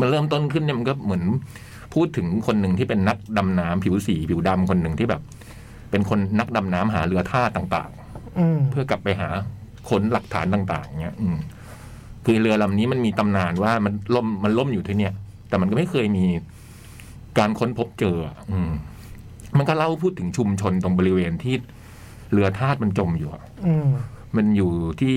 [SPEAKER 3] มันเริ่มต้นขึ้นเนี่ยมันก็เหมือนพูดถึงคนหนึ่งที่เป็นนักดำน้ำผิวสีผิวดำคนหนึ่งที่แบบ เป็นคนนักดำน้ำหาเรือท่าต่าง ๆ
[SPEAKER 7] อืม
[SPEAKER 3] เพื่อกลับไปหาค้นหลักฐานต่างๆเงี้ย อืม คือเรือลำนี้มันมีตำนานว่ามันล่มมันล่มอยู่ที่เนี่ย แต่มันก็ไม่เคยมีการค้นพบเจออะอืม มันก็เล่าพูดถึงชุมชนตรงบริเวณที่เรือธาตุมันจมอยู่อะ
[SPEAKER 7] อืม
[SPEAKER 3] มันอยู่ที่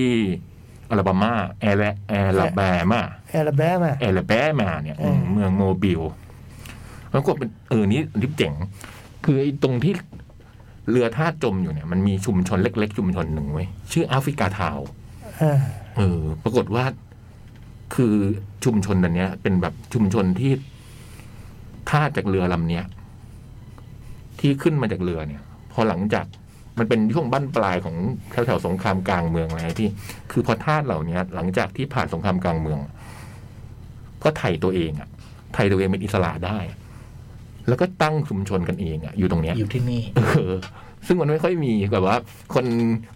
[SPEAKER 3] อลาบามาแอร์และแอร์ลาแบมา
[SPEAKER 7] แอลาแบมา
[SPEAKER 3] แอลาแบมาเนี่ย
[SPEAKER 7] อืม
[SPEAKER 3] เมืองโมบิลแล้วก็เป็นเออนี่ริบเจ๋ง คือไอ้ตรงที่เรือท่าจมอยู่เนี่ย มันมีชุมชนเล็ก ๆ ชุมชนหนึ่งไว้ยชื่อแอฟริกาทาวน์
[SPEAKER 7] อ่า
[SPEAKER 3] เออ ปรากฏว่า คือชุมชนอันเนี้ย เป็นแบบชุมชนที่ท่าจากเรือลำเนี้ยที่ขึ้นมาจากเรือเนี่ย พอหลังจากมันเป็นช่วงบั้นปลายของแถวๆสงครามกลางเมืองอะไรที่ คือพอท่าเหล่าเนี้ย หลังจากที่ผ่านสงครามกลางเมือง ก็ไถ่ตัวเองอะไถ่ตัวเองเป็นอิสระได้ แล้วก็ตั้งชุมชนกันเองอะอยู่ตรงเนี้ย
[SPEAKER 4] อยู่ที่นี่
[SPEAKER 3] เออซึ่งมันไม่ค่อยมีแบบว่า คน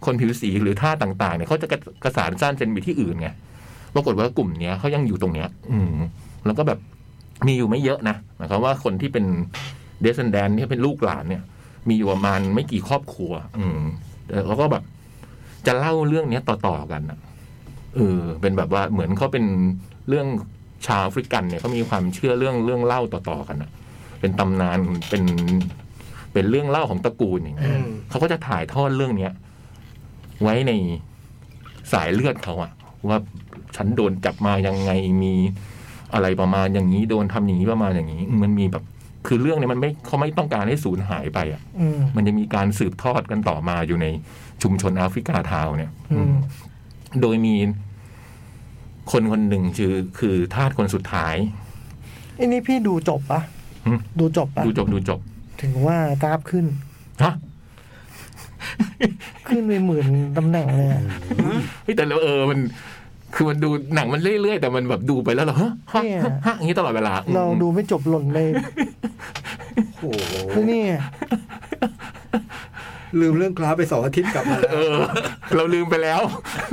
[SPEAKER 3] คนผิวสีหรือท่าต่าง ๆ เนี่ยเขาจะกระกระสานสร้างเซนไปที่อื่นไงปรากฏว่ากลุ่มเนี้ยเขายังอยู่ตรงเนี้ย อืม แล้วก็แบบมีอยู่ไม่เยอะนะหมายความว่าคนที่เป็นเดซันแดนที่ยเป็นลูกหลานเนี่ย มีอยู่ประมาณไม่กี่ครอบครัว อืมแล้วก็แบบ จะเล่าเรื่องเนี้ยต่อๆกันอ่ะเออเป็นแบบว่าเหมือนเขาเป็นเรื่องชาวแอฟริกันเนี่ยเขามีความเชื่อเรื่องเรื่องเล่าต่อๆกันอ่ะ เป็นตำนานเป็น เป็นเรื่องเล่าของตระกูลอย่างเงี้ยเขาก็จะถ่ายทอดเรื่องเนี้ย ไว้ในสายเลือดเขาอะว่าฉันโดนจับมายังไงมีอะไรประมาณอย่างนี้โดนทำอย่างนี้ประมาณอย่างนี้ มันมีแบบ คือเรื่องเนี้ยมันไม่เขาไม่ต้องการให้สูญหายไปอะ
[SPEAKER 7] อืม
[SPEAKER 3] มันจะมีการสืบทอดกันต่อมาอยู่ในชุมชนแอฟริกาทาวน์เนี่ย
[SPEAKER 7] อืม
[SPEAKER 3] โดยมีคนคนหนึ่งคือคือทาสคนสุดท้าย
[SPEAKER 7] อันนี้พี่ดูจบปะ
[SPEAKER 3] หึ
[SPEAKER 7] ดูจบปะ
[SPEAKER 3] ดูจบดูจบ
[SPEAKER 7] ถึงว่ากราฟขึ้น
[SPEAKER 3] ฮะ
[SPEAKER 7] ขึ้นไปหมื่นตำแหน่งเลยอะ
[SPEAKER 3] เฮ้ยแต่แล้วเออมัน คือมันดูหนังมันเรื่อยๆ แต่มันแบบดูไปแล้วเราฮะฮะฮะฮะอย่างนี้ตลอดเวลา
[SPEAKER 7] เราดูไม่จบหล่นเลย
[SPEAKER 2] โอ้โห
[SPEAKER 7] แล้วนี่
[SPEAKER 2] ลืมเรื่องคลาสไปสองอาทิตย์กลับมาแล้ว
[SPEAKER 3] เออ เราลืมไปแล้ว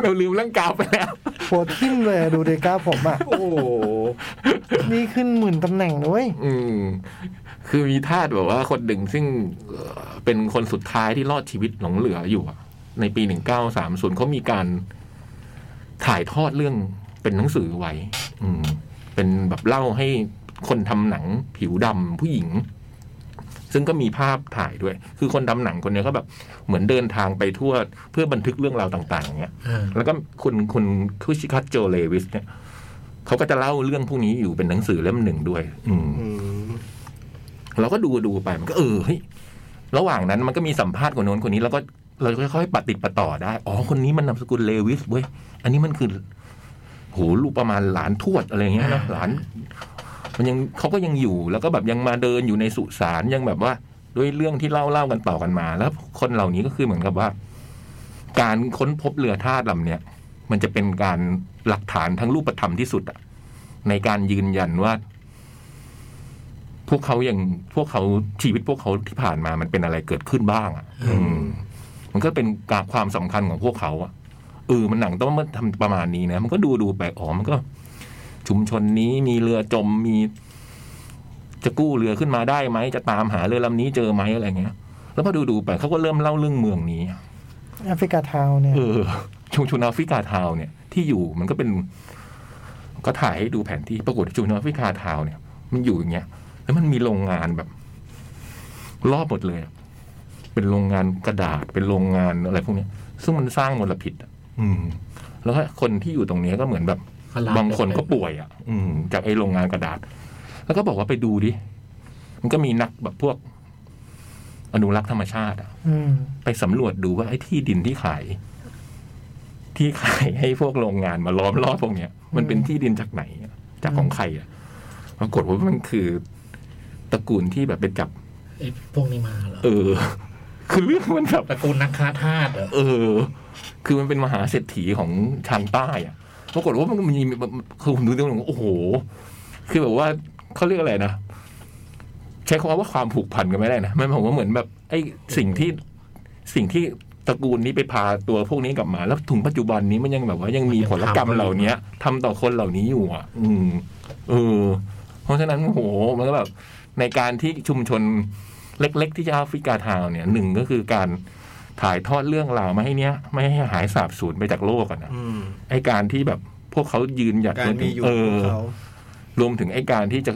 [SPEAKER 3] เราลืมเรื่องกาวไปแล้ว
[SPEAKER 7] หัวทิ่มเลยดูเดก้าผมอ่ะ
[SPEAKER 2] โอ้โห
[SPEAKER 7] นี่ขึ้นหมื่นตำแหน่งเลยเว้ย
[SPEAKER 3] อืม คือมีทาสแบบว่าคนหนึ่งซึ่งเอ่อเป็นคนสุดท้ายที่รอดชีวิตหลงเหลืออยู่อะในปีหนึ่งเก้าสามศูนย์เขามีการถ่ายทอดเรื่องเป็นหนังสือไว้ อืม เป็นแบบเล่าให้คนทำหนังผิวดำผู้หญิง ซึ่งก็มีภาพถ่ายด้วย คือคนทำหนังคนเนี้ยเขาแบบเหมือนเดินทางไปทั่วเพื่อบันทึกเรื่องราวต่าง ๆเนี้ย
[SPEAKER 4] เออ
[SPEAKER 3] แล้วก็คุณคุณคุชิคัตโจเลวิสเนี่ยเขาก็จะเล่าเรื่องพวกนี้อยู่เป็นหนังสือเล่มหนึ่งด้วย อืม
[SPEAKER 2] อืม
[SPEAKER 3] เราก็ดูดูไปมันก็เออเฮ้ยระหว่างนั้นมันก็มีสัมภาษณ์คนโน้นคนนี้แล้วก็เราก็ค่อยๆปะติดปะต่อได้ อ๋อคนนี้มันนามสกุลเลวิสเว้ยอันนี้มันคือโหลูกประมาณหลานทวดอะไรเงี้ยนะหลาน มันยังเขาก็ยังอยู่แล้วก็แบบยังมาเดินอยู่ในสุสานยังแบบว่า ด้วยเรื่องที่เล่าเล่ากันต่อกันมา แล้วคนเหล่านี้ก็คือเหมือนกับว่า การค้นพบเรือธาตุลำเนี้ยมันจะเป็นการหลักฐานทั้งรูปธรรมที่สุดอะในการยืนยันว่า พวกเขายังพวกเขาชีวิตพวกเขาที่ผ่านมามันเป็นอะไรเกิดขึ้นบ้างอ่ะอืม มันก็เป็นการความสำคัญของพวกเขาอ่ะเออมันหนังต้องมาทำประมาณนี้นะ มันก็ดูดูไปอ๋อมันก็ ชุมชนนี้มีเรือจมมี จะกู้เรือขึ้นมาได้ไหมจะตามหาเรือลำนี้เจอไหมอะไรเงี้ย แล้วพอดูดูไปเขาก็เริ่มเล่าเรื่องเมืองนี้
[SPEAKER 7] แอฟริกาทาวน์เนี่ย
[SPEAKER 3] เออชุมชนแอฟริกาทาวน์เนี่ยที่อยู่มันก็เป็น ก็ถ่ายให้ดูแผนที่ปรากฏชุมชนแอฟริกาทาวน์เนี่ย มันอยู่อย่างเงี้ย แล้วมันมีโรงงานแบบ รอบหมดเลยอะเป็นโรงงานกระดาษเป็นโรงงานอะไรพวกเนี้ย ซึ่งมันสร้างมลพิษอะอืม แล้วก็คนที่อยู่ตรงเนี้ยก็เหมือนแบบ
[SPEAKER 4] ก็ลม
[SPEAKER 3] บางคนก็
[SPEAKER 4] ไป
[SPEAKER 3] ป่วยอ่ะ อืม จากไอ้โรงงานกระดาษ แล้วก็บอกว่าไปดูดิมันก็มีนักแบบพวก อนุรักษ์ธรรมชาติอะ
[SPEAKER 7] อืม
[SPEAKER 3] ไปสำรวจดูว่าไอ้ที่ดินที่ขาย ที่ขายให้พวกโรงงานมาล้อมรอบพวกเนี้ยมันเป็นที่ดินจากไหนอะจากของใครอ่ะปรากฏว่ามันคือตระกูลที่แบบไปจับ
[SPEAKER 4] ไอ้พวกนี้มาเหรอ
[SPEAKER 3] เอ อ คือเรื่องมันแบบ
[SPEAKER 4] ตระกูลนักค้าทาสเหรอ
[SPEAKER 3] เออ คือมันเป็นมหาเศรษฐีของทางใต้อ่ะปรากฏว่ามันมีคือผมดูตรงนั้นโอ้โห คือแบบว่าเขาเรียกอะไรนะใช้คำว่าความผูกพันกันไม่ได้นะมันผมว่าเหมือนแบบ ไอ้สิ่งที่สิ่งที่ตระกูลนี้ไปพาตัวพวกนี้กลับมา แล้วถึงปัจจุบันนี้มันยังแบบว่ายังมีผลกรรมเหล่านี้ทำต่อคนเหล่านี้อยู่อ่ะ อืม เออ เพราะฉะนั้นโอ้โหมันก็แบบในการที่ชุมชนเล็ก ๆ ที่แอฟริกาทาวน์เนี่ยหนึ่งก็คือการถ่ายทอดเรื่องราวมาให้เนี้ยไม่ให้หายสาบสูญไปจากโลกอะนะ
[SPEAKER 2] อืม
[SPEAKER 3] ไอการที่แบบพวกเขายืนหยัด
[SPEAKER 2] การมีอยู่
[SPEAKER 3] เอ
[SPEAKER 2] ข
[SPEAKER 3] อ
[SPEAKER 2] องเขา
[SPEAKER 3] รวมถึงไอ้การที่จะ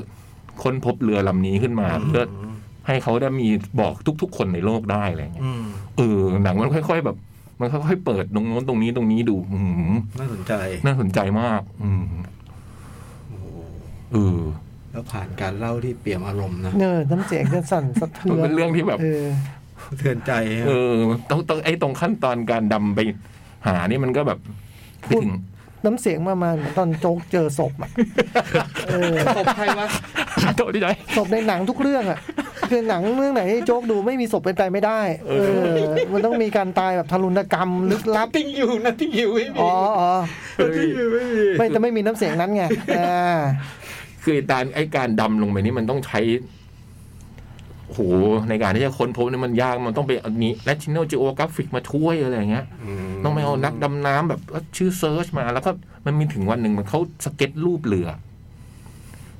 [SPEAKER 3] ค้นพบเรือลำนี้ขึ้นมาเพื่อให้เขาได้มีบอกทุก ๆ คนในโลกได้อะไรเงี้ย
[SPEAKER 2] อืม
[SPEAKER 3] เออหนังมันค่อย ๆ แบบ มันค่อยๆเปิดตรงโน้นตรงนี้ตรงนี้ดู อืม
[SPEAKER 2] น่าสนใจ
[SPEAKER 3] น่าสนใจมาก อืมเออ
[SPEAKER 2] แล้วผ่านการเล่าที่เปี่ยมอารมณ์นะ
[SPEAKER 7] เนอน้ำเสียงจะสั่นสะเทือน
[SPEAKER 3] เป็นเรื่องที่แบบ
[SPEAKER 7] เออ
[SPEAKER 2] สะเทือนใจฮะ
[SPEAKER 3] เออต้องต้องไอ้ตรงขั้นตอนการดำไปหานี่มันก็แบบ
[SPEAKER 7] พู
[SPEAKER 3] ไป
[SPEAKER 7] ด
[SPEAKER 3] ถึง
[SPEAKER 7] น้ำเสียงประมาณเหมือนตอนโจ๊กเจอศพอะเออ
[SPEAKER 2] ศพใครวะ
[SPEAKER 3] โตที่ไหน
[SPEAKER 7] ศพในหนังทุกเรื่องอ่ะคือหนังเรื่องไหนที่โจ๊กดูไม่มีศพเป็นไปไม่ได้ เออ มันต้องมีการตายแบบทารุณกรรมลึกลับ
[SPEAKER 2] ติ้งอยู่นะติ้งอยู่ไม่มี
[SPEAKER 7] อ๋ออ๋อ
[SPEAKER 2] ติ้งอยู่ไม่มี
[SPEAKER 7] ไม่แต่ไม่มีน้ำเสียงนั้นไงอ่า
[SPEAKER 3] คือการไอ้การดำลงไปนี่มันต้องใช้โหในการที่จะค้นพบเนี่ยมันยากมันต้องไปเอานี้ National Geographic มาช่วยอะไรอย่างเงี้ย ต้องไปเอานักดำน้ำแบบว่าชื่อเซิร์ชมา แล้วก็มันมีถึงวันหนึ่งมันเขาสเก็ตรูปเรือ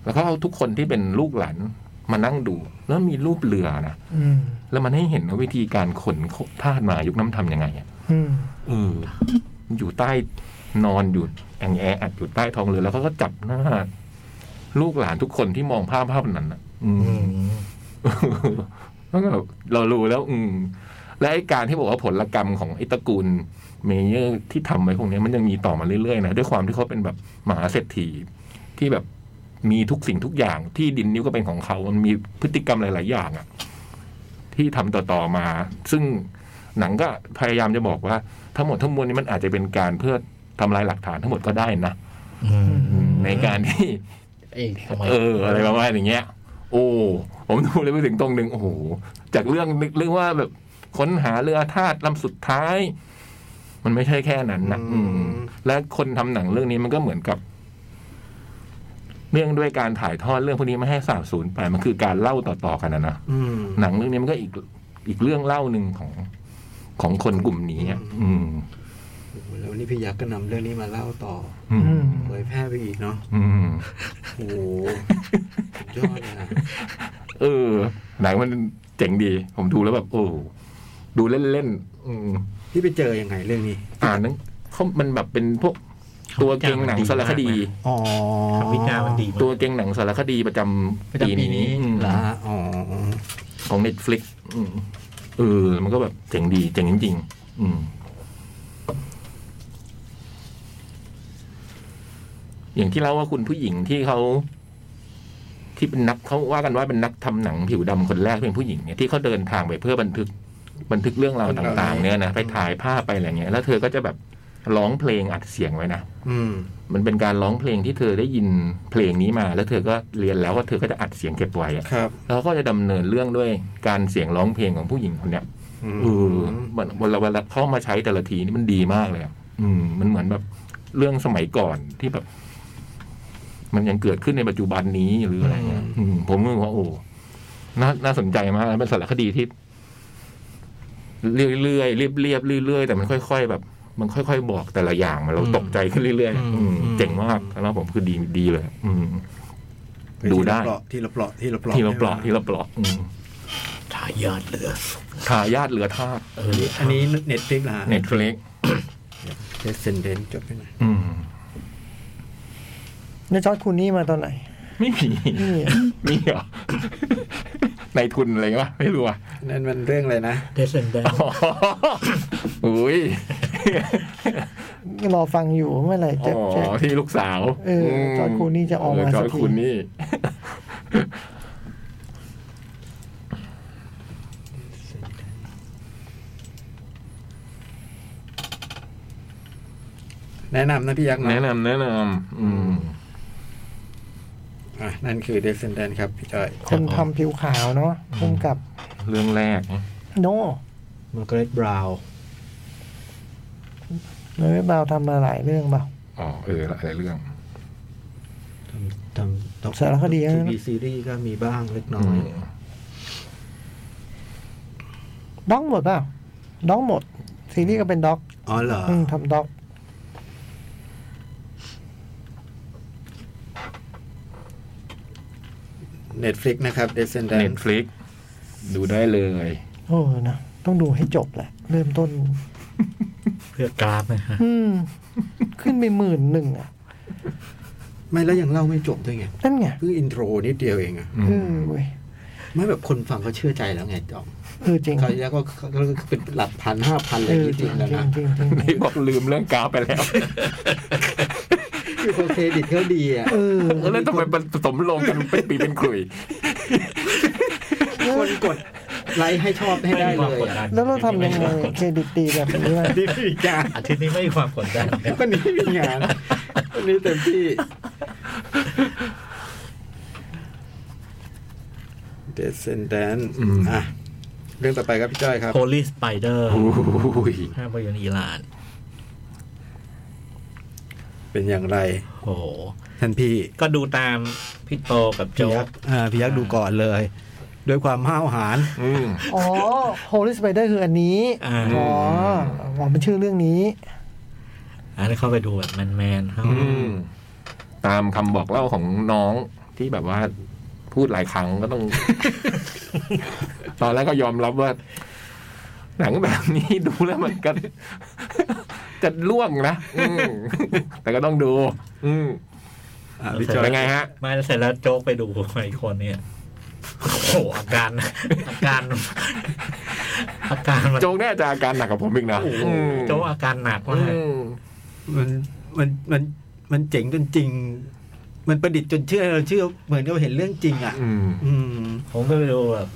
[SPEAKER 3] แล้วเขาเอาทุกคนที่เป็นลูกหลานมานั่งดู แล้วมีรูปเรือนะ
[SPEAKER 7] อืม
[SPEAKER 3] แล้วมันให้เห็นว่าวิธีการขนธาตุมายุคน้ำทำยังไงอะ
[SPEAKER 7] อืม
[SPEAKER 3] เอออยู่ใต้นอนอยู่แองแออัดอยู่ใต้ท้องเรือแล้วเขาก็จับหน้า ลูกหลานทุกคนที่มองภาพภาพนั้นนะอื
[SPEAKER 4] อื
[SPEAKER 3] ม
[SPEAKER 4] ม
[SPEAKER 3] แล้วก็แบบเรารู้แล้ว อืม และไอ้การที่บอกว่าผลกรรมของไอ้ตระกูลเมเยอร์ที่ทำไว้พวกเนี้ยมันยังมีต่อมาเรื่อยๆนะด้วยความที่เขาเป็นแบบมหาเศรษฐีที่แบบมีทุกสิ่งทุกอย่าง ที่ดินนิ้วก็เป็นของเขา มันมีพฤติกรรมหลาย ๆ อย่างอะที่ทำต่อๆมา ซึ่งหนังก็พยายามจะบอกว่า ทั้งหมดทั้งมวลนี้มันอาจจะเป็นการเพื่อทำลายหลักฐานทั้งหมดก็ได้นะ
[SPEAKER 4] อืม
[SPEAKER 3] ในการที่
[SPEAKER 4] เอ้ยทำไม
[SPEAKER 3] เออ อะไรประมาณอย่างเงี้ย โอ้ ผมดูเลยไปถึงตรงหนึ่งโอ้โหจากเรื่องนึกเรื่องว่าแบบค้นหาเรือธาตุลำสุดท้าย มันไม่ใช่แค่นั้นนะ
[SPEAKER 5] อืม
[SPEAKER 3] อืมและคนทำหนังเรื่องนี้มันก็เหมือนกับ เรื่องด้วยการถ่ายทอดเรื่องพวกนี้ไม่ให้สาบสูญไปมันคือการเล่าต่อๆกันนะนะ
[SPEAKER 5] อืม
[SPEAKER 3] หนังเรื่องนี้มันก็อีกอีกเรื่องเล่าหนึ่งของของคนกลุ่มนี้อะอืม
[SPEAKER 5] โอ้โหแล้ววันนี่พี่ยักษ์ก็นำเรื่องนี้มาเล่าต่อ
[SPEAKER 3] อืม
[SPEAKER 5] เผยแพร่ไปอีกเนาะ
[SPEAKER 3] อืม
[SPEAKER 5] โอ้โหสุดยอดเลยนะ
[SPEAKER 3] เออ หนังมันเจ๋งดี ผมดูแล้วแบบโอ้ดูเล่นๆอืม
[SPEAKER 5] พี่ไปเจอยังไงเรื่องนี้
[SPEAKER 3] อ่านหนังเขามันแบบเป็นพวกตัวเก่งหนังสารคดี
[SPEAKER 5] อ๋อ
[SPEAKER 4] คำวิจารณ์มันดีมาก
[SPEAKER 3] ตัวเก่งหนังสารคดีประจำ
[SPEAKER 4] ประจำปีนี้
[SPEAKER 3] อืม
[SPEAKER 5] เหรออ๋ออ๋อ
[SPEAKER 3] ของเน็ตฟลิกเออ มันก็แบบเจ๋งดี เจ๋งจริงๆอืมอย่างที่เล่าว่าคุณผู้หญิงที่เขา ที่เป็นนักเขาว่ากันว่าเป็นนักทำหนังผิวดำคนแรกที่เป็นผู้หญิงเนี่ยที่เขาเดินทางไปเพื่อบันทึก บันทึกเรื่องราวต่างๆ เนี่ยนะไปถ่ายภาพไปอะไรเงี้ยแล้วเธอก็จะแบบร้องเพลงอัดเสียงไว้นะ
[SPEAKER 5] อืม
[SPEAKER 3] มันเป็นการร้องเพลงที่เธอได้ยินเพลงนี้มา แล้วเธอก็เรียนแล้วว่าเธอก็จะอัดเสียงเก็บไว้อะ
[SPEAKER 5] ครับ
[SPEAKER 3] แล้วก็จะดำเนินเรื่องด้วยการเสียงร้องเพลงของผู้หญิงคนเนี้ย
[SPEAKER 5] อืม
[SPEAKER 3] เออมันเวลาเวลาเข้ามาใช้แต่ละทีนี่มันดีมากเลยอะอืม มันเหมือนแบบเรื่องสมัยก่อนที่แบบ มันยังเกิดขึ้นในปัจจุบันนี้หรืออะไรเงี้ยอืมผมก็รู้ว่าโอ้น่าน่าสนใจมากเป็นสารคดีที่เรื่อยๆเรียบๆเรื่อยๆแต่มันค่อยๆแบบ มันค่อยๆบอกแต่ละอย่างมาเราตกใจขึ้นเรื่อยๆอืมเจ๋งมากแล้วผมคือดีดีเลย อืม ดูได้
[SPEAKER 5] ทีละเปลาะทีละเปลาะ
[SPEAKER 3] ทีละปลอก
[SPEAKER 5] ใช่ไห
[SPEAKER 3] ที
[SPEAKER 5] ม
[SPEAKER 3] ละปลอกอืม
[SPEAKER 4] ทายาทเหลือ
[SPEAKER 3] ทายาทเหลือทาส
[SPEAKER 4] เออ
[SPEAKER 5] อันนี้เน็ตฟลิกเหรอ
[SPEAKER 3] เน็ตฟลิก
[SPEAKER 5] เดสเซนเดนจบไปไหน
[SPEAKER 3] อืม
[SPEAKER 7] แล้วจอร์ดคูนี่มาตอนไหน
[SPEAKER 3] ไม่มี
[SPEAKER 7] นี่
[SPEAKER 3] มีเหรอ ในทุนอะไรวะไม่รู้อ่ะ
[SPEAKER 5] นั่นมันเรื่องอะไรนะ
[SPEAKER 4] เดสเซนเดน
[SPEAKER 3] อ๋ออุ้ย
[SPEAKER 7] รอฟังอยู่เมื่อไหร่
[SPEAKER 3] อ๋
[SPEAKER 7] จะจะ
[SPEAKER 3] อที่ลูกสาว
[SPEAKER 7] เออจอร์จคลูนี่จะออกมา
[SPEAKER 3] เจอร์จ
[SPEAKER 7] สักที
[SPEAKER 3] คูนี่
[SPEAKER 5] แนะนำนะพี่ยักษ์เนาะ
[SPEAKER 3] แนะนำแนะนำอืม
[SPEAKER 5] อ่ะนั่นคือเดสเซนเดนครับพี่จอย
[SPEAKER 7] คนทำผิวขาวเนาะพุ่มกับ
[SPEAKER 3] เรื่องแรกนะ
[SPEAKER 7] โน
[SPEAKER 5] มาร์กาเร็ตบราวน์
[SPEAKER 7] เลยเบาทำมาหลายเรื่องเปล่า
[SPEAKER 3] อ๋อเออหลายเรื่อง
[SPEAKER 5] ทำทำ
[SPEAKER 7] สารคดีนะ
[SPEAKER 5] ทีวีซีรีส์ก็มีบ้างเล็กน้อย
[SPEAKER 7] ด็อกหมดเปล่าด็อกหมด ซีรีส์ก็เป็นด็อก
[SPEAKER 5] อ๋อเหรอ
[SPEAKER 7] อืมทำด็อก
[SPEAKER 5] เน็ตฟลิกนะครับ
[SPEAKER 3] เน็
[SPEAKER 5] Descendant
[SPEAKER 3] ตฟลิกดูได้เลย
[SPEAKER 7] โอ้นะต้องดูให้จบแหละ เริ่มต้น
[SPEAKER 4] เพื่อกราฟนะฮะ
[SPEAKER 7] อืม ขึ้นไปหมื่นหนึ่งอ่ะ
[SPEAKER 5] ไม่แล้วยังเล่าไม่จบด้วยไง
[SPEAKER 7] นั่นไง
[SPEAKER 5] เพิ่งอินโทรนิดเดียวเองอะ
[SPEAKER 3] อืม
[SPEAKER 7] เออเว้ย
[SPEAKER 5] ไม่แบบคนฟังเขาเชื่อใจแล้วไงจอม
[SPEAKER 7] เออจริง
[SPEAKER 5] เขาวที่แล้วก็เขาก็เป็นหลักพันห้าพันอะไร
[SPEAKER 7] เออ
[SPEAKER 5] นิด
[SPEAKER 7] จ
[SPEAKER 5] เดี
[SPEAKER 7] ริ
[SPEAKER 5] ย
[SPEAKER 7] ง
[SPEAKER 5] วแล้ว
[SPEAKER 7] จริง
[SPEAKER 5] นะ
[SPEAKER 7] จริงจริงจริ
[SPEAKER 3] นี่
[SPEAKER 7] ง
[SPEAKER 3] บอกลืมเรื่องกราฟไปแล้ว
[SPEAKER 5] คือเครดิตเขาดีอ่ะ
[SPEAKER 7] เออ
[SPEAKER 3] แล้วทำไมมันผสมลงกันเป็นปีเป็นขลุย
[SPEAKER 5] คนกดไลค์ให้ชอบให้ได้
[SPEAKER 4] ม่มีค
[SPEAKER 5] เลย
[SPEAKER 4] วามกดดั
[SPEAKER 5] อะ
[SPEAKER 4] น
[SPEAKER 7] แล้วเราทำยังไงเครดิตดีแบบนี้ล่ะ
[SPEAKER 4] อาทิตย์นี้ไม่มีความกดดัน
[SPEAKER 5] วันนี้มีงานวันนี้เต็มที่ Descendant
[SPEAKER 3] อืม
[SPEAKER 5] อ่ะเรื่องต่อไปครับพี่จ้อยครับ
[SPEAKER 4] โ o ลีสไปเดอร์
[SPEAKER 3] โอ้ย
[SPEAKER 4] ภาพยนตร์อิหร่าน
[SPEAKER 5] เป็นอย่างไร
[SPEAKER 4] โอ้โห
[SPEAKER 5] ท่านพี่
[SPEAKER 4] ก็ดูตามพี่โตกับ
[SPEAKER 5] พี่
[SPEAKER 4] โจ๊
[SPEAKER 5] ยั
[SPEAKER 4] ก
[SPEAKER 5] กษ์อ่าพี่ยักษ์ดูก่อนเลย ด้วยความห้าวหาญ
[SPEAKER 3] อืม
[SPEAKER 7] อ๋อ Holy Spider คืออันนี้
[SPEAKER 4] อ่า
[SPEAKER 7] อ๋ออ๋อมันชื่อเรื่องนี้
[SPEAKER 4] อันนี้เข้าไปดูแบบแมนๆเขา
[SPEAKER 3] อืม ตามคำบอกเล่าของน้องที่แบบว่า พูดหลายครั้งก็ต้อง ตอนแรกก็ยอมรับว่า หนังแบบนี้ดูแล้วมันก็ จะล่วงนะอืม แต่ก็ต้องดู อืม
[SPEAKER 5] อ่าพี่จอย
[SPEAKER 3] เป็นไงฮะ
[SPEAKER 4] ไมาแล้วเสร็จแล้วโจ๊กไปดูไอ้คนเนี่ยโอ้โหอาการ อาการ อาการมัน
[SPEAKER 3] โจงแน่าจะอาการหนักกว่าผมอีกนะอืม
[SPEAKER 4] โจ๊กอาการหนัก
[SPEAKER 3] อื
[SPEAKER 4] มาก
[SPEAKER 3] ม
[SPEAKER 5] มันมันมันมันเจ๋งจนจริง มันประดิษฐ์จนเชื่อเราเชื่อเหมือนเราเห็นเรื่องจริงอ่ะ
[SPEAKER 3] อืม
[SPEAKER 5] อืม
[SPEAKER 4] ผมก็ไปดูแบบ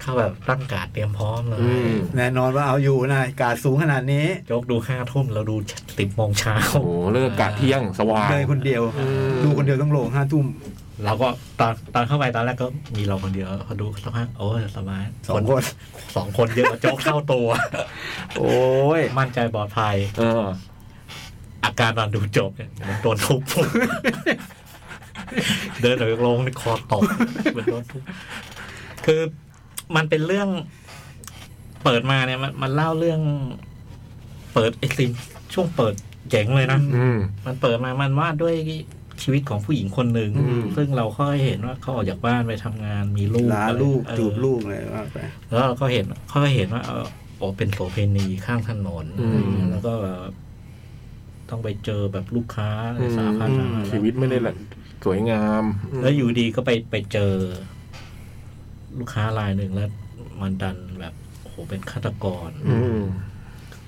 [SPEAKER 4] เข้าแบบตั้งการดเตรียมพร้อมเลย
[SPEAKER 3] อืม
[SPEAKER 5] แน่นอนว่าเอาอยู่นะการสูงขนาดนี้
[SPEAKER 4] โจ๊กดูห้าทุ่มเราดูสิบโมงเช้า
[SPEAKER 3] โอ้โหเลิกกะเที่ยงสว่าง
[SPEAKER 5] เลยคนเดียว ดูคนเดียวต้องลงห้าทุ่ม
[SPEAKER 4] เอ เราก็ตอนตอนเข้าไปตอนแรกก็มีเราคนเดียวพอดูสักพักโอ้ยสบาย
[SPEAKER 5] สองคน
[SPEAKER 4] สองคนเยอะกว่าโจ๊กเข้าตัว
[SPEAKER 2] โอ้ย
[SPEAKER 4] มั่นใจปลอดภัย
[SPEAKER 3] เออ
[SPEAKER 4] อาการตอนดูจบเนี่ยเหมันโดนทุบ เดินออกจากโรงนี่คอตกเหมือนโดนทุบคือมันเป็นเรื่อง เปิดมาเนี่ยมันมันเล่าเรื่อง เปิดไอซีนช่วงเปิดเจ๋งเลยนะ
[SPEAKER 3] อืม
[SPEAKER 4] มันเปิดมามันวาดด้วยชีวิตของผู้หญิงคนหนึ่ง
[SPEAKER 3] อืม
[SPEAKER 4] ซึ่งเราค่อยเห็นว่าเขาออกจากบ้านไปทำงานมีลูก
[SPEAKER 5] ลา
[SPEAKER 4] อะไร
[SPEAKER 5] ลูก
[SPEAKER 4] เออ
[SPEAKER 5] จูบลูกเลยว่าไป
[SPEAKER 4] แล้วเราก็เห็นเขาก็เห็นว่าเออโอ้เป็นโสเภณีข้างถนน
[SPEAKER 3] อืม
[SPEAKER 4] แล้วก็แบบต้องไปเจอแบบลูกค้าอะไรสาพัน
[SPEAKER 3] อื
[SPEAKER 4] สาม พัน
[SPEAKER 3] ชีวิตไม่ได้ละสวยงาม
[SPEAKER 4] แล้วอยู่ดีก็ไปไปเจอ ลูกค้ารายหนึ่งแล้ว มันดันแบบโอ้โหเป็นฆาตกร
[SPEAKER 3] อืม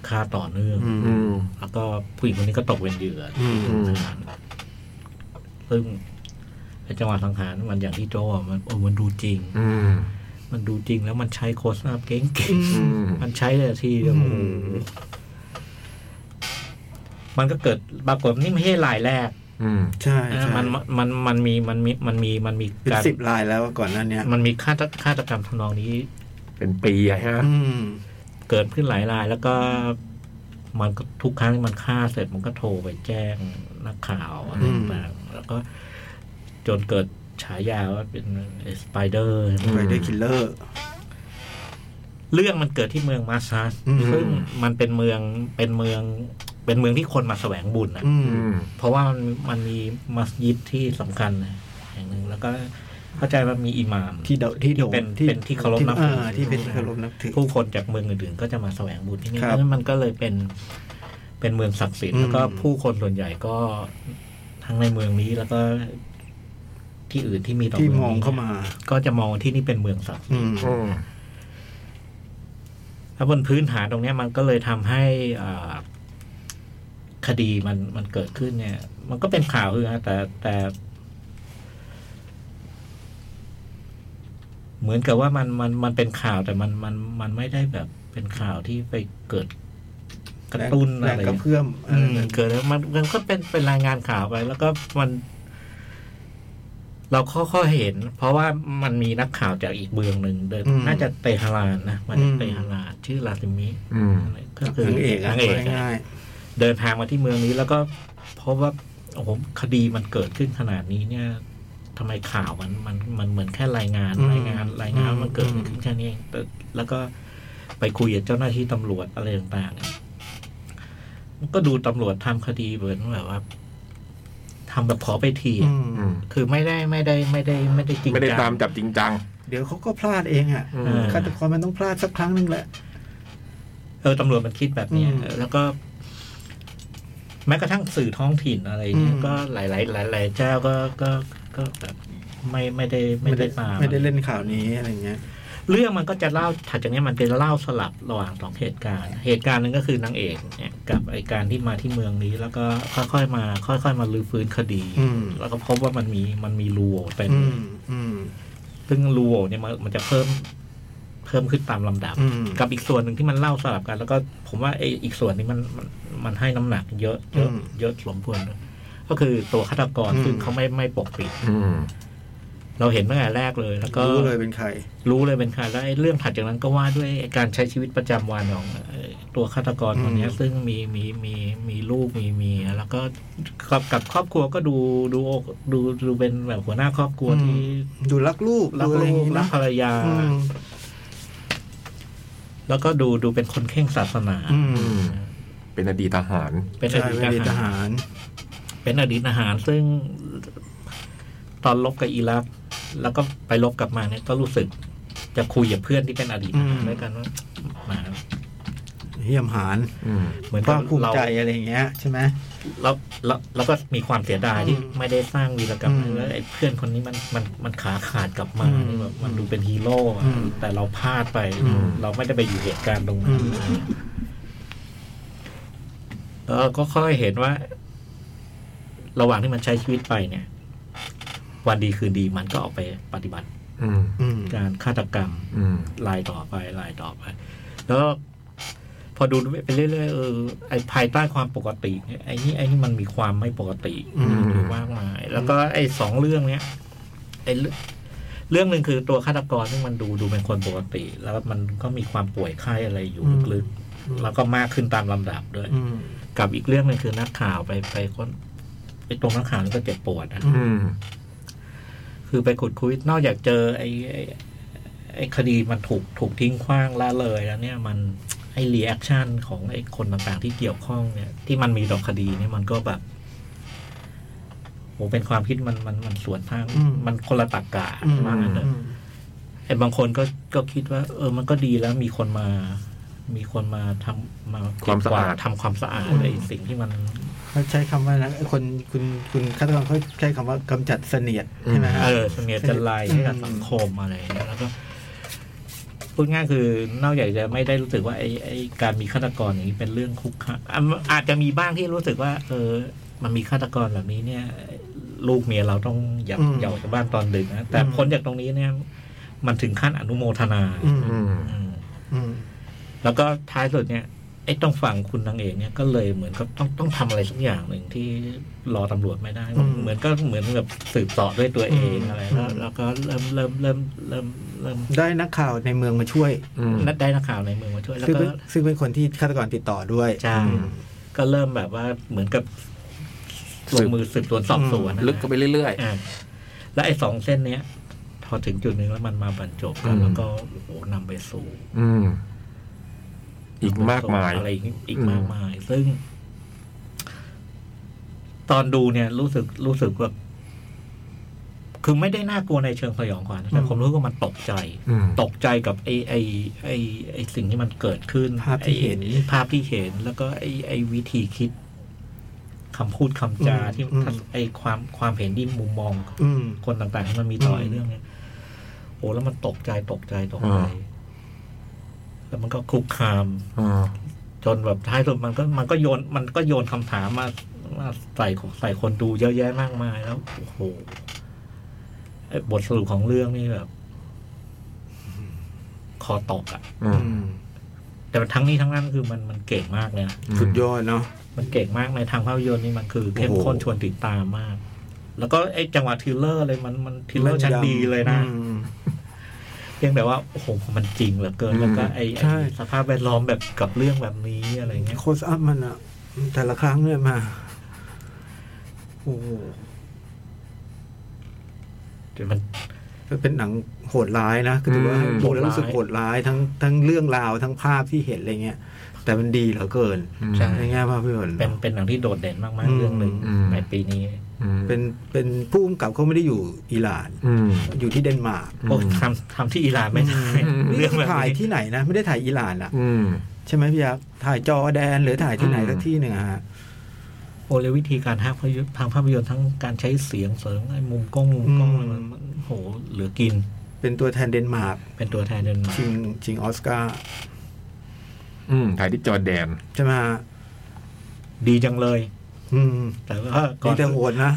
[SPEAKER 4] ฆ่าต่อเนื่อง
[SPEAKER 3] อืม
[SPEAKER 4] แล้วก็ผู้หญิงคนนี้ก็ตกเป็นเหยื่ออ
[SPEAKER 3] ม
[SPEAKER 4] สังหารซึ่งไอ้จังหวะสังหารมันอย่างที่โจอ่ะมันโอ้มันดูจริง
[SPEAKER 3] อืม
[SPEAKER 4] มันดูจริงแล้วมันใช้โค้ชอัพเก่ง
[SPEAKER 3] อืม
[SPEAKER 4] ๆ มันใช้แต่ทีเดียวโอ้โหมันก็เกิดปรากฏนี่ไม่ใช่รายแรก
[SPEAKER 3] อืม
[SPEAKER 5] ใช่
[SPEAKER 4] นะ
[SPEAKER 5] ใช่
[SPEAKER 4] มันมันมันมีมันมีมันมีมันมี
[SPEAKER 5] เป็น
[SPEAKER 4] การ
[SPEAKER 5] สิบลายแล้วก่อนหนั้นเนี่ย
[SPEAKER 4] มันมีฆาตฆาตกรรมทำนองนี้
[SPEAKER 3] เป็นปีอะฮะ
[SPEAKER 5] อืม
[SPEAKER 4] เกิดขึ้นหลายราย แล้วก็มันก็ทุกครั้งที่มันฆ่าเสร็จมันก็โทรไปแจ้งนักข่าวอะไร
[SPEAKER 5] อืม
[SPEAKER 4] ต่างๆแล้วก็จนเกิดฉายาว่าเป็นสไปเดอร์
[SPEAKER 5] ไปด้วยคิลเลอร์
[SPEAKER 4] เรื่องมันเกิดที่เมืองมาซัส
[SPEAKER 5] อืม
[SPEAKER 4] ซึ่งมันเป็นเมืองเป็นเมือง เป็นเมืองที่คนมาแสวงบุญนะ
[SPEAKER 5] อืม
[SPEAKER 3] อืม
[SPEAKER 4] เพราะว่ามันมันมีมัสยิดที่สำคัญนะแห่งหนึ่งแล้วก็เข้าใจว่ามีอิหม่าม
[SPEAKER 5] ที่เดาที่โด่ง
[SPEAKER 4] เป็น
[SPEAKER 5] ที่
[SPEAKER 4] เป็นที่เคารพนับถือ
[SPEAKER 5] าที่เป็นที่เคารพนับถือ
[SPEAKER 4] ผู้คนจากเมืองอื่นๆ ก็จะมาแสวงบุญที่นี่
[SPEAKER 5] ค
[SPEAKER 4] เพ
[SPEAKER 5] รับ
[SPEAKER 4] ราะฉะนั้นมันก็เลยเป็นเป็นเมืองศักดิ์สิทธิ์
[SPEAKER 5] อืม
[SPEAKER 4] แล้วก็ผู้คนส่วนใหญ่ก็ทั้งในเมืองนี้แล้วก็ที่อื่นที่มีต่อ
[SPEAKER 5] ที่
[SPEAKER 4] เมือง
[SPEAKER 5] มอง
[SPEAKER 4] นี้
[SPEAKER 5] เข้ามา
[SPEAKER 4] ก็จะมองที่นี่เป็นเมืองศักดิ์สิทธิ์
[SPEAKER 5] อืม
[SPEAKER 3] อืม
[SPEAKER 4] แล้วบนพื้นฐานตรงเนี้ยมันก็เลยทำให้อ่าคดีมันมันเกิดขึ้นเนี่ย มันก็เป็นข่าวคือฮะแต่แต่ เหมือนกับว่ามันมันมันเป็นข่าวแต่มันมันมันไม่ได้แบบเป็นข่าวที่ไปเกิดกระตุ้น
[SPEAKER 5] แร
[SPEAKER 4] อะ
[SPEAKER 5] ง
[SPEAKER 4] ไร
[SPEAKER 5] กระเพื่อมอะ
[SPEAKER 4] อื
[SPEAKER 5] ไร
[SPEAKER 4] ม
[SPEAKER 5] นั้น
[SPEAKER 4] เกิดแล้วมันมันก็เป็นเป็นรายงานข่าวไป แล้วก็มัน เราค่อยๆเห็น เพราะว่ามันมีนักข่าวจากอีกเมืองหนึ่งเดิน น่าจะเตหะรานนะมาจากเตหะรานชื่อลาซิมิ
[SPEAKER 3] อืม
[SPEAKER 4] ก็คือน
[SPEAKER 5] างเอกอะ
[SPEAKER 4] นางเอกอะ
[SPEAKER 5] ง่าย
[SPEAKER 4] เดินทางมาที่เมืองนี้ แล้วก็พบว่าโอ้โหคดีมันเกิดขึ้นขนาดนี้เนี่ยทำไมข่าวมันมันมันเหมือนแค่รายงานรายงานรายงานว่ามันเกิดขึ้นแค่นี้เองแต่แล้วก็ไปคุยกับเจ้าหน้าที่ตำรวจอะไรต่างๆ ก็ดูตำรวจทำคดีเหมือนแบบว่าทำแบบขอไปที
[SPEAKER 5] ๆ
[SPEAKER 4] อะ
[SPEAKER 5] อืม
[SPEAKER 3] อืม
[SPEAKER 4] คือไม่ได้ไม่ได้ไม่ได้ไม่ได้จริง
[SPEAKER 3] ไม่ได้
[SPEAKER 4] จั
[SPEAKER 3] ตามจับจริงจัง
[SPEAKER 5] เดี๋ยวเขาก็พลาดเองอ่ะ
[SPEAKER 3] อืม
[SPEAKER 5] ฆาตกรมันต้องพลาดสักครั้งหนึงแหละ
[SPEAKER 4] เออตำรวจมันคิดแบบเนี้ย
[SPEAKER 5] อืม
[SPEAKER 4] เออแล้วก็ แม้กระทั่งสื่อท้องถิ่นอะไรเงี้ย
[SPEAKER 5] อืม
[SPEAKER 4] ก็หลายหลายหลายหลายเจ้าก็ก็ก็แบบไม่ไม่ได้ไม่ได้ตาม
[SPEAKER 5] ไม่ได้เล่นข่าวนี้อะไรเงี้ย
[SPEAKER 4] เรื่องมันก็จะเล่าถัดจากเนี้ยมันเป็นเล่าสลับระหว่างสองเหตุการณ์ เหตุการณ์หนึ่งก็คือนางเอกเนี่ยกับไอการที่มาที่เมืองนี้ แล้วก็ค่อยๆมา ค่อย ๆ มาลื้อฟื้นคดี
[SPEAKER 5] อืม
[SPEAKER 4] แล้วก็พบว่ามันมีมันมีรูโหว่เต็ม
[SPEAKER 5] อื
[SPEAKER 4] เลย
[SPEAKER 5] มอืม
[SPEAKER 4] ซึ่งรูโหว่เนี่ยมันมันจะเพิ่มเพิ่มขึ้นตามลำดับ
[SPEAKER 5] อืม
[SPEAKER 4] กับอีกส่วนหนึ่งที่มันเล่าสลับกัน แล้วก็ผมว่าไอ้อีกส่วนนี้มันมันมันให้น้ำหนักเยอะเยอะ
[SPEAKER 5] อืม
[SPEAKER 4] เยอะสมควรเลยก็คือตัวฆาตกร
[SPEAKER 5] อืม
[SPEAKER 4] ซึ่งเขาไม่ไม่ปกปิด
[SPEAKER 3] อืม
[SPEAKER 4] เราเห็นตั้งแต่แรกเลย แล้วก็
[SPEAKER 5] รู้เลยเป็นใคร
[SPEAKER 4] รู้เลยเป็นใครแล้วไอ้เรื่องถัดจากนั้นก็ว่าด้วยการใช้ชีวิตประจำวันของเอ่อตัวฆาตกรคนเนี้ย
[SPEAKER 5] อืม
[SPEAKER 4] ซึ่งมีมีมีมีลูกมีเมียแล้วก็กับกับครอบครัวก็ดูดูดูดูเป็นแบบหัวหน้าครอบครัวที่
[SPEAKER 5] ดูรักลูก
[SPEAKER 4] รั
[SPEAKER 5] ดู
[SPEAKER 4] ก
[SPEAKER 5] อะไรอย่าง
[SPEAKER 4] ลูก
[SPEAKER 5] งี้
[SPEAKER 4] รัก
[SPEAKER 5] นะ
[SPEAKER 4] ภรรยา
[SPEAKER 5] อืม
[SPEAKER 4] แล้วก็ดูดูเป็นคนเข่งศาสนา
[SPEAKER 5] อืม
[SPEAKER 3] อืม เป็นอดีตทหาร
[SPEAKER 4] เป็นอ
[SPEAKER 5] ใช่
[SPEAKER 4] ดีต
[SPEAKER 5] เป็นเด็ก
[SPEAKER 4] ท
[SPEAKER 5] ท
[SPEAKER 4] หาร
[SPEAKER 5] หาร
[SPEAKER 4] เป็นอดีตทหาร ซึ่งตอนลบกับอิรัก แล้วก็ไปลบกลับมาเนี่ยก็รู้สึกจะคุยกับเพื่อนที่เป็นอดีตทหาร
[SPEAKER 5] อืม
[SPEAKER 4] ด้วยกันว่าแหม
[SPEAKER 5] เยี่ยมหาร
[SPEAKER 3] อืม
[SPEAKER 4] เหมือนกั
[SPEAKER 5] ภา
[SPEAKER 4] บ
[SPEAKER 5] คภูมิ
[SPEAKER 4] เรา
[SPEAKER 5] ใจอะไรอย่างเงี้ยใช่ไหม
[SPEAKER 4] แล้วแล้วแล้วก็มีความเสียดายที่
[SPEAKER 5] อืม
[SPEAKER 4] ไม่ได้สร้างวีรกรรม
[SPEAKER 5] อืม
[SPEAKER 4] แล้วไอ้เพื่อนคนนี้มันมันมันขาขาดกลับมา
[SPEAKER 5] อืม
[SPEAKER 4] นี่แบบมันดูเป็นฮีโร่อะ
[SPEAKER 5] อืม
[SPEAKER 4] แต่เราพลาดไป
[SPEAKER 5] อืม
[SPEAKER 4] เราไม่ได้ไปอยู่เหตุการณ์ตรงนั้น
[SPEAKER 5] อืม
[SPEAKER 4] แล้วก็ค่อยเห็นว่า ระหว่างที่มันใช้ชีวิตไปเนี่ย วันดีคืนดีมันก็ออกไปปฏิบัติ
[SPEAKER 3] อืม
[SPEAKER 5] อืม
[SPEAKER 4] การฆาตกรรม
[SPEAKER 3] อืม
[SPEAKER 4] ลายต่อไปลายต่อไป แล้ว พอดูไปเรื่อยๆเออไอภายใต้ความปกติเนี่ยไอ้นี่ไอ้นี่มันมีความไม่ปกติ
[SPEAKER 5] อืม
[SPEAKER 4] อยู่มากมาย แล้วก็ไอ้สองเรื่องเนี้ย ไอ้เรื่องเรื่องหนึ่งคือตัวฆาตกรซึ่งมันดูดูเป็นคนปกติ แล้วมันก็มีความป่วยไข้อะไรอยู่
[SPEAKER 2] อืม
[SPEAKER 4] ลึกๆแล้วก็มากขึ้นตามลำดับด้วย
[SPEAKER 2] อืม
[SPEAKER 4] กับอีกเรื่องหนึ่งคือนักข่าวไปไปค้นไอ้ตรงนักข่าวนี่ก็เจ็บปวดนะ
[SPEAKER 3] อืม
[SPEAKER 4] คือไปขุดคุยนอกจากเจอไอ้ไอ้ไอ้คดีมันถูกถูกทิ้งขว้างละเลยแล้วเนี่ยมันไอ้รีแอคชั่นของไอ้คนต่างๆที่เกี่ยวข้องเนี่ย ที่มันมีต่อคดีเนี่ยมันก็แบบโหเป็นความคิดมันมันมันสวนทางมันคนละตรกกะ
[SPEAKER 2] อืม
[SPEAKER 4] ว่างั้นเถอะ
[SPEAKER 2] อืม
[SPEAKER 4] ไอ้บางคนก็ก็คิดว่า เออ มันก็ดีแล้วมีคนมา มีคนมาทำมา
[SPEAKER 3] ความสะอาด
[SPEAKER 4] ทำความสะอาดไอ้สิ่งที่มัน
[SPEAKER 2] เขาใช้คำว่านะคนคุณคุณฆาตกรเขาใช้คำว่ากำจัดเสนียดใช่ไหมฮะ
[SPEAKER 4] เออเสนียดจันไรให้กับสังคมอะไรอย่างเงี้ยแล้วก็พูดง่ายคือนอกจากจะไม่ได้รู้สึกว่าไอ้ไอ้การมีฆาตกรอย่างนี้เป็นเรื่องคุกคามอ่ะอาจจะมีบ้างที่รู้สึกว่า เออ มันมีฆาตกรแบบนี้เนี่ย ลูกเมียเราต้องอย่า
[SPEAKER 2] อืม
[SPEAKER 4] อย่าออกจากบ้านตอนดึกนะแต่
[SPEAKER 2] อืม
[SPEAKER 4] พ้นจากตรงนี้เนี่ย มันถึงขั้นอนุโมทนา
[SPEAKER 2] อืม
[SPEAKER 3] อืม
[SPEAKER 4] อืม
[SPEAKER 2] อืม
[SPEAKER 4] แล้วก็ท้ายสุดเนี่ยไอ้ต้องฝั่งคุณนางเอกเนี่ยก็เลยเหมือนกับต้องต้องทำอะไรสักอย่างหนึ่งที่รอตำรวจไม่ได้
[SPEAKER 2] อืม
[SPEAKER 4] เหมือนก็เหมือนแบบสืบต่อด้วยตัวเอง
[SPEAKER 2] อืม
[SPEAKER 4] อะไรแล้ว
[SPEAKER 2] อืม
[SPEAKER 4] แล้วก็เริ่มเริ่มเริ่มเริ่มเริ่ม
[SPEAKER 2] ได้นักข่าวในเมืองมาช่วย
[SPEAKER 3] อืม
[SPEAKER 4] นัดได้นักข่าวในเมืองมาช่วยแล้ว
[SPEAKER 2] ซึ่ง
[SPEAKER 4] ก็
[SPEAKER 2] เป็นซึ่งเป็นคนที่ฆาตกรติดต่อด้วย
[SPEAKER 4] ใช่ก็เริ่มแบบว่าเหมือนกับล
[SPEAKER 3] สื
[SPEAKER 4] ง
[SPEAKER 3] บ
[SPEAKER 4] มือสืบสวนสอบสวนนะ
[SPEAKER 3] ลึกเข้าไปเรื่อย
[SPEAKER 4] อ่าแล้วไอ้สองเส้นเนี้ยพอถึงจุดหนึ่งแล้วมันมาบรรจบกัน
[SPEAKER 3] อืม
[SPEAKER 4] แล้วก็โอ้โหนำไปสู่
[SPEAKER 3] ๆ อืม อีกมากมาย
[SPEAKER 4] อะไรอีกอีก
[SPEAKER 3] อืม
[SPEAKER 4] มากมาย ซึ่ง ตอนดูเนี่ย รู้สึกรู้สึกแบบคือไม่ได้น่ากลัวในเชิงสยองขวัญแต่ผมรู้สึกว่ามันตกใจ
[SPEAKER 3] อืม
[SPEAKER 4] ตกใจกับไอ้ไอ้ไอ้ไอ้สิ่งที่มันเกิดขึ้น
[SPEAKER 2] ภาพที่เห็น
[SPEAKER 4] ไอ้ภาพที่เห็น แล้วก็ไอ้ไอ้วิธีคิดคำพูดคำจา
[SPEAKER 2] อืม
[SPEAKER 4] ที่
[SPEAKER 2] อืม
[SPEAKER 4] ไอ้ความความเห็นที่มุมมอง
[SPEAKER 2] อืม
[SPEAKER 4] คนต่างๆที่มันมีต่อไอ้
[SPEAKER 2] อืม
[SPEAKER 4] เรื่องเนี้ยโอ้แล้วมันตกใจตกใจตกใจ
[SPEAKER 3] อ่า
[SPEAKER 4] แล้วมันก็คุกคาม
[SPEAKER 3] อ่า
[SPEAKER 4] จนแบบท้ายสุดมันก็มันก็โยนมันก็โยนคำถามมามาใส่ใส่คนดูเยอะแยะมากมายแล้วโอ้โหไอ้บทสรุปของเรื่องนี่แบบ คอตกอะ
[SPEAKER 3] อืม
[SPEAKER 4] แต่ทั้งนี้ทั้งนั้นคือมันมันเก่งมากเลยนะ
[SPEAKER 2] สุดยอดเนาะ
[SPEAKER 4] มันเก่งมากในทางภาพยนตร์นี่มันคือเข้ม
[SPEAKER 2] โอ้โห
[SPEAKER 4] ข้นชวนติดตามมาก แล้วก็ไอ้จังหวะทริลเลอร์เลยมันมันทริลเลอร์ชั้นดีเลยนะ
[SPEAKER 2] อืม
[SPEAKER 4] เพียงแต่ว่าโอ้โหมันจริงเหลือเกิน แล้วก็ไอ้
[SPEAKER 2] ใช่
[SPEAKER 4] ไอ้สภาพแวดล้อมแบบกับเรื่องแบบนี้อะไรเงี้ย
[SPEAKER 2] โคสอัพมันอะแต่ละครั้งเนี่ยมา โอ้โห
[SPEAKER 4] มัน
[SPEAKER 2] เป็นหนังโหดร้ายนะคือถือว่า
[SPEAKER 3] อืม
[SPEAKER 2] ดูแล้วรู้สึกโหดร้ายทั้งทั้งเรื่องราวทั้งภาพที่เห็นอะไรเงี้ย แต่มันดีเหลือเกิน
[SPEAKER 4] ใช่
[SPEAKER 2] ในแง่ภาพยนตร์
[SPEAKER 4] เป็นเป็นหนังที่โดดเด่นมาก
[SPEAKER 2] อื
[SPEAKER 4] ๆ
[SPEAKER 2] ม
[SPEAKER 4] เรื่องหนึ่ง
[SPEAKER 3] อืม
[SPEAKER 4] ในปีนี้
[SPEAKER 3] อืม
[SPEAKER 2] เป็นเป็นผู้กำกับเขาไม่ได้อยู่อิหร่าน
[SPEAKER 3] อืม
[SPEAKER 2] อยู่ที่เดนมาร์ก
[SPEAKER 4] โอ้ทำทำที่อิหร่านไม่ได้
[SPEAKER 3] อืม
[SPEAKER 4] เรื่องแบบ
[SPEAKER 2] ถ่าย
[SPEAKER 4] นี้
[SPEAKER 2] ที่ไหนนะ ไม่ได้ถ่ายอิหร่านอะ
[SPEAKER 3] อืม
[SPEAKER 2] ใช่ไหมพี่ยักษ์ถ่ายจอร์แดนหรือถ่ายที่ไหน
[SPEAKER 3] อืม
[SPEAKER 2] สักที่หนึ่งอะฮะ
[SPEAKER 4] โอ้เลยวิธีการทางภาพยนตร์ทางภาพยนตร์ทั้งการใช้เสียงเสริงไอ้มุมกล้องมุมกล้อง
[SPEAKER 2] อืม
[SPEAKER 4] อะไรมันมันโหเหลือกิน
[SPEAKER 2] เป็นตัวแทนเดนมาร์ก
[SPEAKER 4] เป็นตัวแทนเดนมาร์ก
[SPEAKER 2] ชิงชิงออสการ์
[SPEAKER 3] อืมถ่ายที่จอร์แดน
[SPEAKER 2] ใช่ไหมฮะ
[SPEAKER 4] ดีจังเลย
[SPEAKER 2] อืม
[SPEAKER 4] แต่ว่าก่อ
[SPEAKER 2] ดี
[SPEAKER 4] น
[SPEAKER 2] แต่โหดนะ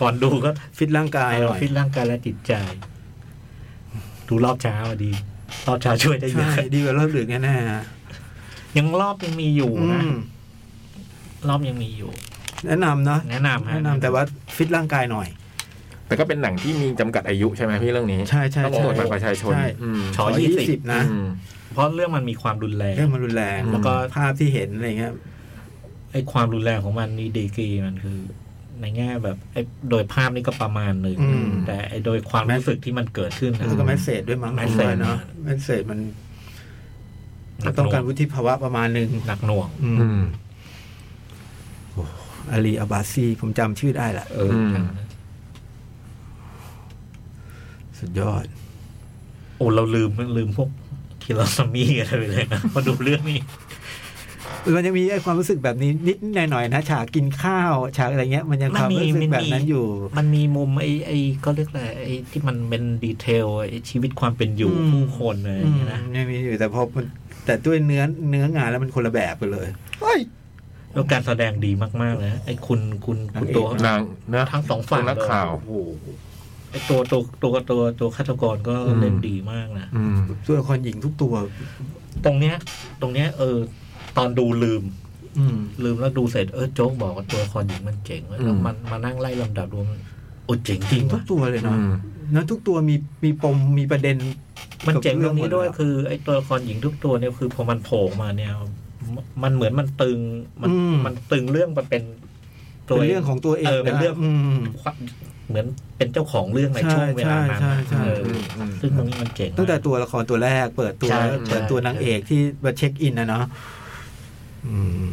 [SPEAKER 4] ก่อนดูก็
[SPEAKER 2] ฟิตร่างกายหน่
[SPEAKER 4] เรา
[SPEAKER 2] อย
[SPEAKER 4] ฟิตร่างกายและจิตใจ ดูรอบเช้าอะดีรอบเช้าช่วยได้เย
[SPEAKER 2] ใช่
[SPEAKER 4] อะ
[SPEAKER 2] ดีกว่ารอบดึกแน่ๆฮะ
[SPEAKER 4] ยังรอบยังมีอยู่นะ
[SPEAKER 2] อืม
[SPEAKER 4] รอบยังมีอยู่
[SPEAKER 2] แนะนำเนาะ
[SPEAKER 4] แนะนำฮะ
[SPEAKER 2] แนะนำแต่ว่าฟิตร่างกายหน่อย
[SPEAKER 3] แต่ก็เป็นหนังที่มีจำกัดอายุใช่ไหมพี่เรื่องนี้
[SPEAKER 2] ใช่ใช่
[SPEAKER 3] ต้อง
[SPEAKER 2] ใช่
[SPEAKER 3] กดบัตรประชาชน
[SPEAKER 2] ใช่
[SPEAKER 3] อืม
[SPEAKER 4] ชอยี่สิบ
[SPEAKER 2] นะ
[SPEAKER 3] อืม
[SPEAKER 4] เพราะเรื่องมันมีความรุนแรง
[SPEAKER 2] เรื่องมันรุนแรง
[SPEAKER 4] แล้วก็
[SPEAKER 2] ภาพที่เห็นอะไรเงี้ย
[SPEAKER 4] ไอ้ความรุนแรงของมันนี่ดีกรีมันคือ ในแง่แบบไอ้โดยภาพนี่ก็ประมาณหนึ่ง
[SPEAKER 2] อืม
[SPEAKER 4] แต่ไอ้โดยความรู้สึกที่มันเกิดขึ้นนะ
[SPEAKER 2] แล้วก็แมสเซจด้วยมั้ง
[SPEAKER 4] แมสเส
[SPEAKER 2] ด้
[SPEAKER 4] จ
[SPEAKER 2] วยเนาะแมสเซจมัน
[SPEAKER 4] หนักห
[SPEAKER 2] ต้อง
[SPEAKER 4] น่ว
[SPEAKER 2] การ
[SPEAKER 4] ง
[SPEAKER 2] วุฒิภาวะประมาณหนึ่ง
[SPEAKER 4] หนักหน่วง
[SPEAKER 2] อืม
[SPEAKER 3] อืม
[SPEAKER 2] อาลีอาบาซีผมจำชื่อได้ละ
[SPEAKER 4] เออ
[SPEAKER 3] ม
[SPEAKER 4] อ
[SPEAKER 2] สุดยอด
[SPEAKER 4] โอ้เราลืมลืมพวกคิลอสมีอะไรไปเลยนะพ อดูเรื่องนี้
[SPEAKER 2] มันยังมีไอ้ความรู้สึกแบบนี้นิดหน่อยๆนะฉากกินข้าวฉากอะไรเงี้ย มันยังความรู้สึกแบบนั้นอยู่
[SPEAKER 4] มันมีมุมไอ้ไอ้ก็เรียกอะไรไอ้ที่มันเป็นดีเทลไอ้ชีวิตความเป็นอยู่
[SPEAKER 2] อืม
[SPEAKER 4] ผู้คนอะไรอ
[SPEAKER 2] อื
[SPEAKER 4] ย่าง
[SPEAKER 2] ม
[SPEAKER 4] เงี้ยนะ
[SPEAKER 2] ยังมีอยู่แต่พอมันแต่ด้วยเนื้อเนื้องานแล้วมันคนละแบบไปเลย
[SPEAKER 4] แล้วการแสดงดีมากๆเลยนะไอ้คุณคุณคุ
[SPEAKER 2] นาง
[SPEAKER 4] ณ
[SPEAKER 2] เอก
[SPEAKER 4] ตัว
[SPEAKER 3] นางนะ
[SPEAKER 4] ทั้งสองฝั่ง
[SPEAKER 3] นักข่าว
[SPEAKER 2] โอ้โห
[SPEAKER 4] ไอ้ตัวตัวตัวตัวตัวฆาตกรก็
[SPEAKER 3] อืม
[SPEAKER 4] เล่นดีมากนะ
[SPEAKER 3] อืม
[SPEAKER 2] ตัวละครหญิงทุกตัว
[SPEAKER 4] ตรงเนี้ย ตรงเนี้ยเออ ตอนดูลืม
[SPEAKER 2] อืม
[SPEAKER 4] ลืมแล้วดูเสร็จเออโจ๊กบอกว่าตัวละครหญิงมันเจ๋งเว้ยแล้ว
[SPEAKER 3] อืม
[SPEAKER 4] มันมานั่งไล่ลำดับรวมโอ้เจ๋งจริง
[SPEAKER 2] ทุ
[SPEAKER 4] วะ
[SPEAKER 2] กตัวเลย
[SPEAKER 3] อื
[SPEAKER 2] เนาะ
[SPEAKER 3] ม
[SPEAKER 2] แล้วทุกตัวมีมีปมมีประเด็น
[SPEAKER 4] มันเจ๋งตรงนี้ด้วย
[SPEAKER 2] กับเอหมเลอะ
[SPEAKER 4] คือไอ้ตัวละครหญิงทุกตัวเนี่ยคือพอมันโผล่มาเนี่ย มันเหมือนมันตึงมันมันตึงเรื่องมันเป็น
[SPEAKER 2] เป็นเรื่องของตัวเอง
[SPEAKER 4] เออเป็นเรื่อง
[SPEAKER 2] ม
[SPEAKER 4] เหมือนเป็นเจ้าของเรื่องใน
[SPEAKER 2] ใช่
[SPEAKER 4] ช่วงเวลานั้น
[SPEAKER 2] ใช่ใช่
[SPEAKER 4] เออ
[SPEAKER 2] ใช่อืม
[SPEAKER 4] ซึ่งตรงนี้มันเจ๋งมาก
[SPEAKER 2] ตั้งแต่ตัวละครตัวแรกเปิดตัว
[SPEAKER 4] ใช่
[SPEAKER 2] เปิดตัวนางเอกที่มาเช็คอินนะเนาะอืม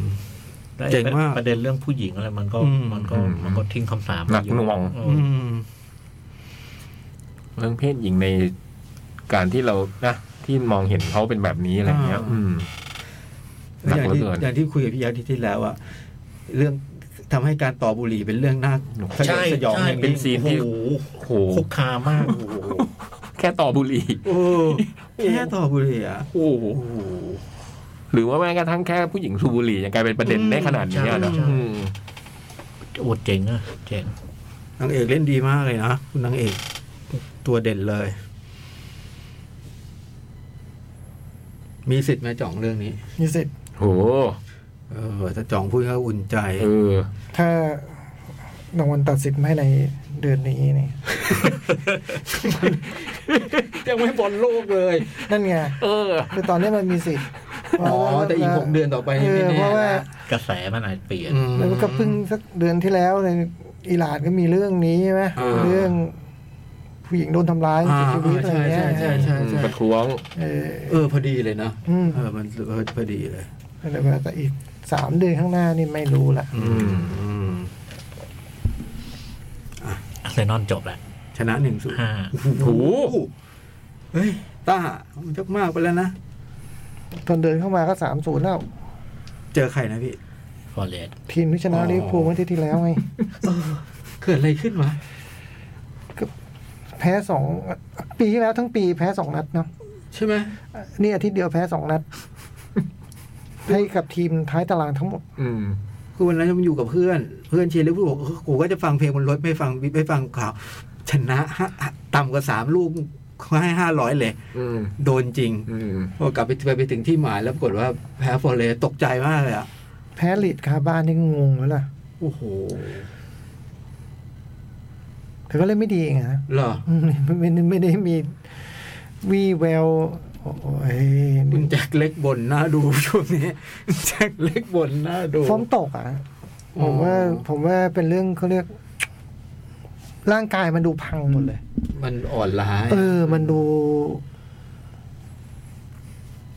[SPEAKER 4] และ
[SPEAKER 2] เจ๋งมาก
[SPEAKER 4] ประเด็นเรื่องผู้หญิงอะไรมันก็
[SPEAKER 2] อืม
[SPEAKER 4] มันก็
[SPEAKER 3] อืม
[SPEAKER 4] มันก็ทิ้งคำสาป
[SPEAKER 3] หนักหน่วง
[SPEAKER 4] เอ
[SPEAKER 2] อื
[SPEAKER 4] อ
[SPEAKER 2] ม
[SPEAKER 3] เรื่องเพศหญิงในการที่เรานะที่มองเห็นเขาเป็นแบบนี้อะไรเงี้ย
[SPEAKER 2] อ่า
[SPEAKER 3] อืม หนั
[SPEAKER 2] อก ย่าง
[SPEAKER 3] เหลื
[SPEAKER 2] ที่
[SPEAKER 3] อเกิน
[SPEAKER 2] อย่างที่คุยกับพี่ยักษ์ที่ที่แล้วอะเรื่องทำให้การต่อบุหรี่เป็นเรื่องน่าสยด
[SPEAKER 4] ใช่
[SPEAKER 2] สยอง
[SPEAKER 4] ใช่
[SPEAKER 2] อย่าง
[SPEAKER 3] เป็น
[SPEAKER 2] นี้
[SPEAKER 3] ซีนที่
[SPEAKER 4] โอ้โห
[SPEAKER 3] โอ้โห
[SPEAKER 4] คุกคามมาก
[SPEAKER 3] แค่ต่อบุหรี่
[SPEAKER 2] โอ้แค่ต่อบุหรี่อะ
[SPEAKER 3] โอ้โห
[SPEAKER 2] โอ้โห
[SPEAKER 3] หรือว่าแม้กระทั่งแค่ผู้หญิงสูบบุหรี่ยังกลายเป็นประเด็นได้ขนาดนี้อะเนอะ
[SPEAKER 4] ใช่
[SPEAKER 3] อืม
[SPEAKER 4] โอ้เจ๋งอะเจ๋ง
[SPEAKER 2] นางเอกเล่นดีมากเลยนะคุณนางเอกตัวเด่นเลย มีสิทธิ์ไหมจ่องเรื่องนี้
[SPEAKER 7] มีสิทธิ์
[SPEAKER 3] โห
[SPEAKER 2] เออถ้าจ่องพูดก็อุ่นใจ
[SPEAKER 3] เออ
[SPEAKER 7] ถ้ารางวัลตัดสินไม่ในเดือนนี้นี่
[SPEAKER 8] ยังไม่บอลโลกเลย
[SPEAKER 7] นั่นไง
[SPEAKER 3] เออ
[SPEAKER 7] คือตอนนี้มันมีสิทธิ์
[SPEAKER 2] อ๋อ แต่อีกหกเดือนต่อไป
[SPEAKER 7] เอ
[SPEAKER 2] นี่ไม่แน่
[SPEAKER 7] อเพราะว่า
[SPEAKER 2] นะ
[SPEAKER 4] กระแสมันอาจเปลี่ยน
[SPEAKER 2] อืม
[SPEAKER 7] แล้วก็เพิ่งสักเดือนที่แล้วในอิหร่านก็มีเรื่องนี้ใช่ไหม
[SPEAKER 2] อ่า
[SPEAKER 7] เรื่องผู้หญิงโดนทำร้ายเสียชีวิตอะไร
[SPEAKER 2] ใช่
[SPEAKER 7] เงี้
[SPEAKER 2] ใช่
[SPEAKER 7] ย
[SPEAKER 2] ใช่ใช่ใช่
[SPEAKER 3] ประท้วง
[SPEAKER 7] เออ
[SPEAKER 2] เออพอดีเลยเนาะ
[SPEAKER 7] อืม
[SPEAKER 2] เออมันเออพอดีเลย
[SPEAKER 7] แต่ว่าแต่อีกสามเดือนข้างหน้านี่ไม่รู้ละ
[SPEAKER 2] อืมอืม
[SPEAKER 4] อาร์เซนอลจบแล้ว
[SPEAKER 2] ชนะหนึ่งศูนย์
[SPEAKER 4] ห้า
[SPEAKER 3] โอ้โห
[SPEAKER 2] เฮ้ยต้ามันจะมากไปแล้วนะ
[SPEAKER 7] ตอนเดินเข้ามาก็สามศูนย์แล้ว
[SPEAKER 2] เจอใครนะพี่
[SPEAKER 4] ฟอร์เรส
[SPEAKER 7] ทีมที่ชนะลิเวอร์พูลเมื่ออาที่ที่แล้วไง
[SPEAKER 2] เกิดอะไรขึ้นวะ
[SPEAKER 7] แพ้สองปีที่แล้วทั้งปีแพ้สองนัดเนาะ
[SPEAKER 2] ใช่ไหม
[SPEAKER 7] นี่อาทิตย์เดียวแพ้สอง นัด ให้กับทีมท้ายตารางทั้งหมด
[SPEAKER 3] อืม
[SPEAKER 2] คือวันนั้นมันอยู่กับเพื่อน เพื่อนเชียร์ลิเวอร์พูลบอกเออกูก็จะฟังเพลงบนรถไม่ฟังไม่ฟังข่าว ชนะฮะต่ำกว่าสามลูกเขาให้ห้าร้อยเลย
[SPEAKER 3] อืม
[SPEAKER 2] โดนจริง
[SPEAKER 3] อืม
[SPEAKER 2] พอกลับไปไปถึงที่หมายแล้วปรากฏว่าแพ้ฟอร์เรสต์ตกใจมากเลยอ่ะ
[SPEAKER 7] แพ้ลีดคาบ้านนี่งงแล้วล่ะ
[SPEAKER 2] โอ้โห
[SPEAKER 7] แต่ก็เล่นไม่ดีเองอะนะ
[SPEAKER 2] เหรอ
[SPEAKER 7] อืมไม่ได้ไม่ได้มีวี่แววโอ้ย
[SPEAKER 2] คุณแจ็คเล็กบ่นน่าดูช่วงนี้แจ็คเล็กบ่นน่าดู
[SPEAKER 7] ฟ้อร์มตกอ่ะ ผมว่า
[SPEAKER 2] อ๋อ
[SPEAKER 7] ผมว่าเป็นเรื่องเขาเรียก ร่างกายมันดูพังหมดเลย
[SPEAKER 2] มันอ่อนล้า
[SPEAKER 7] เออ มันดู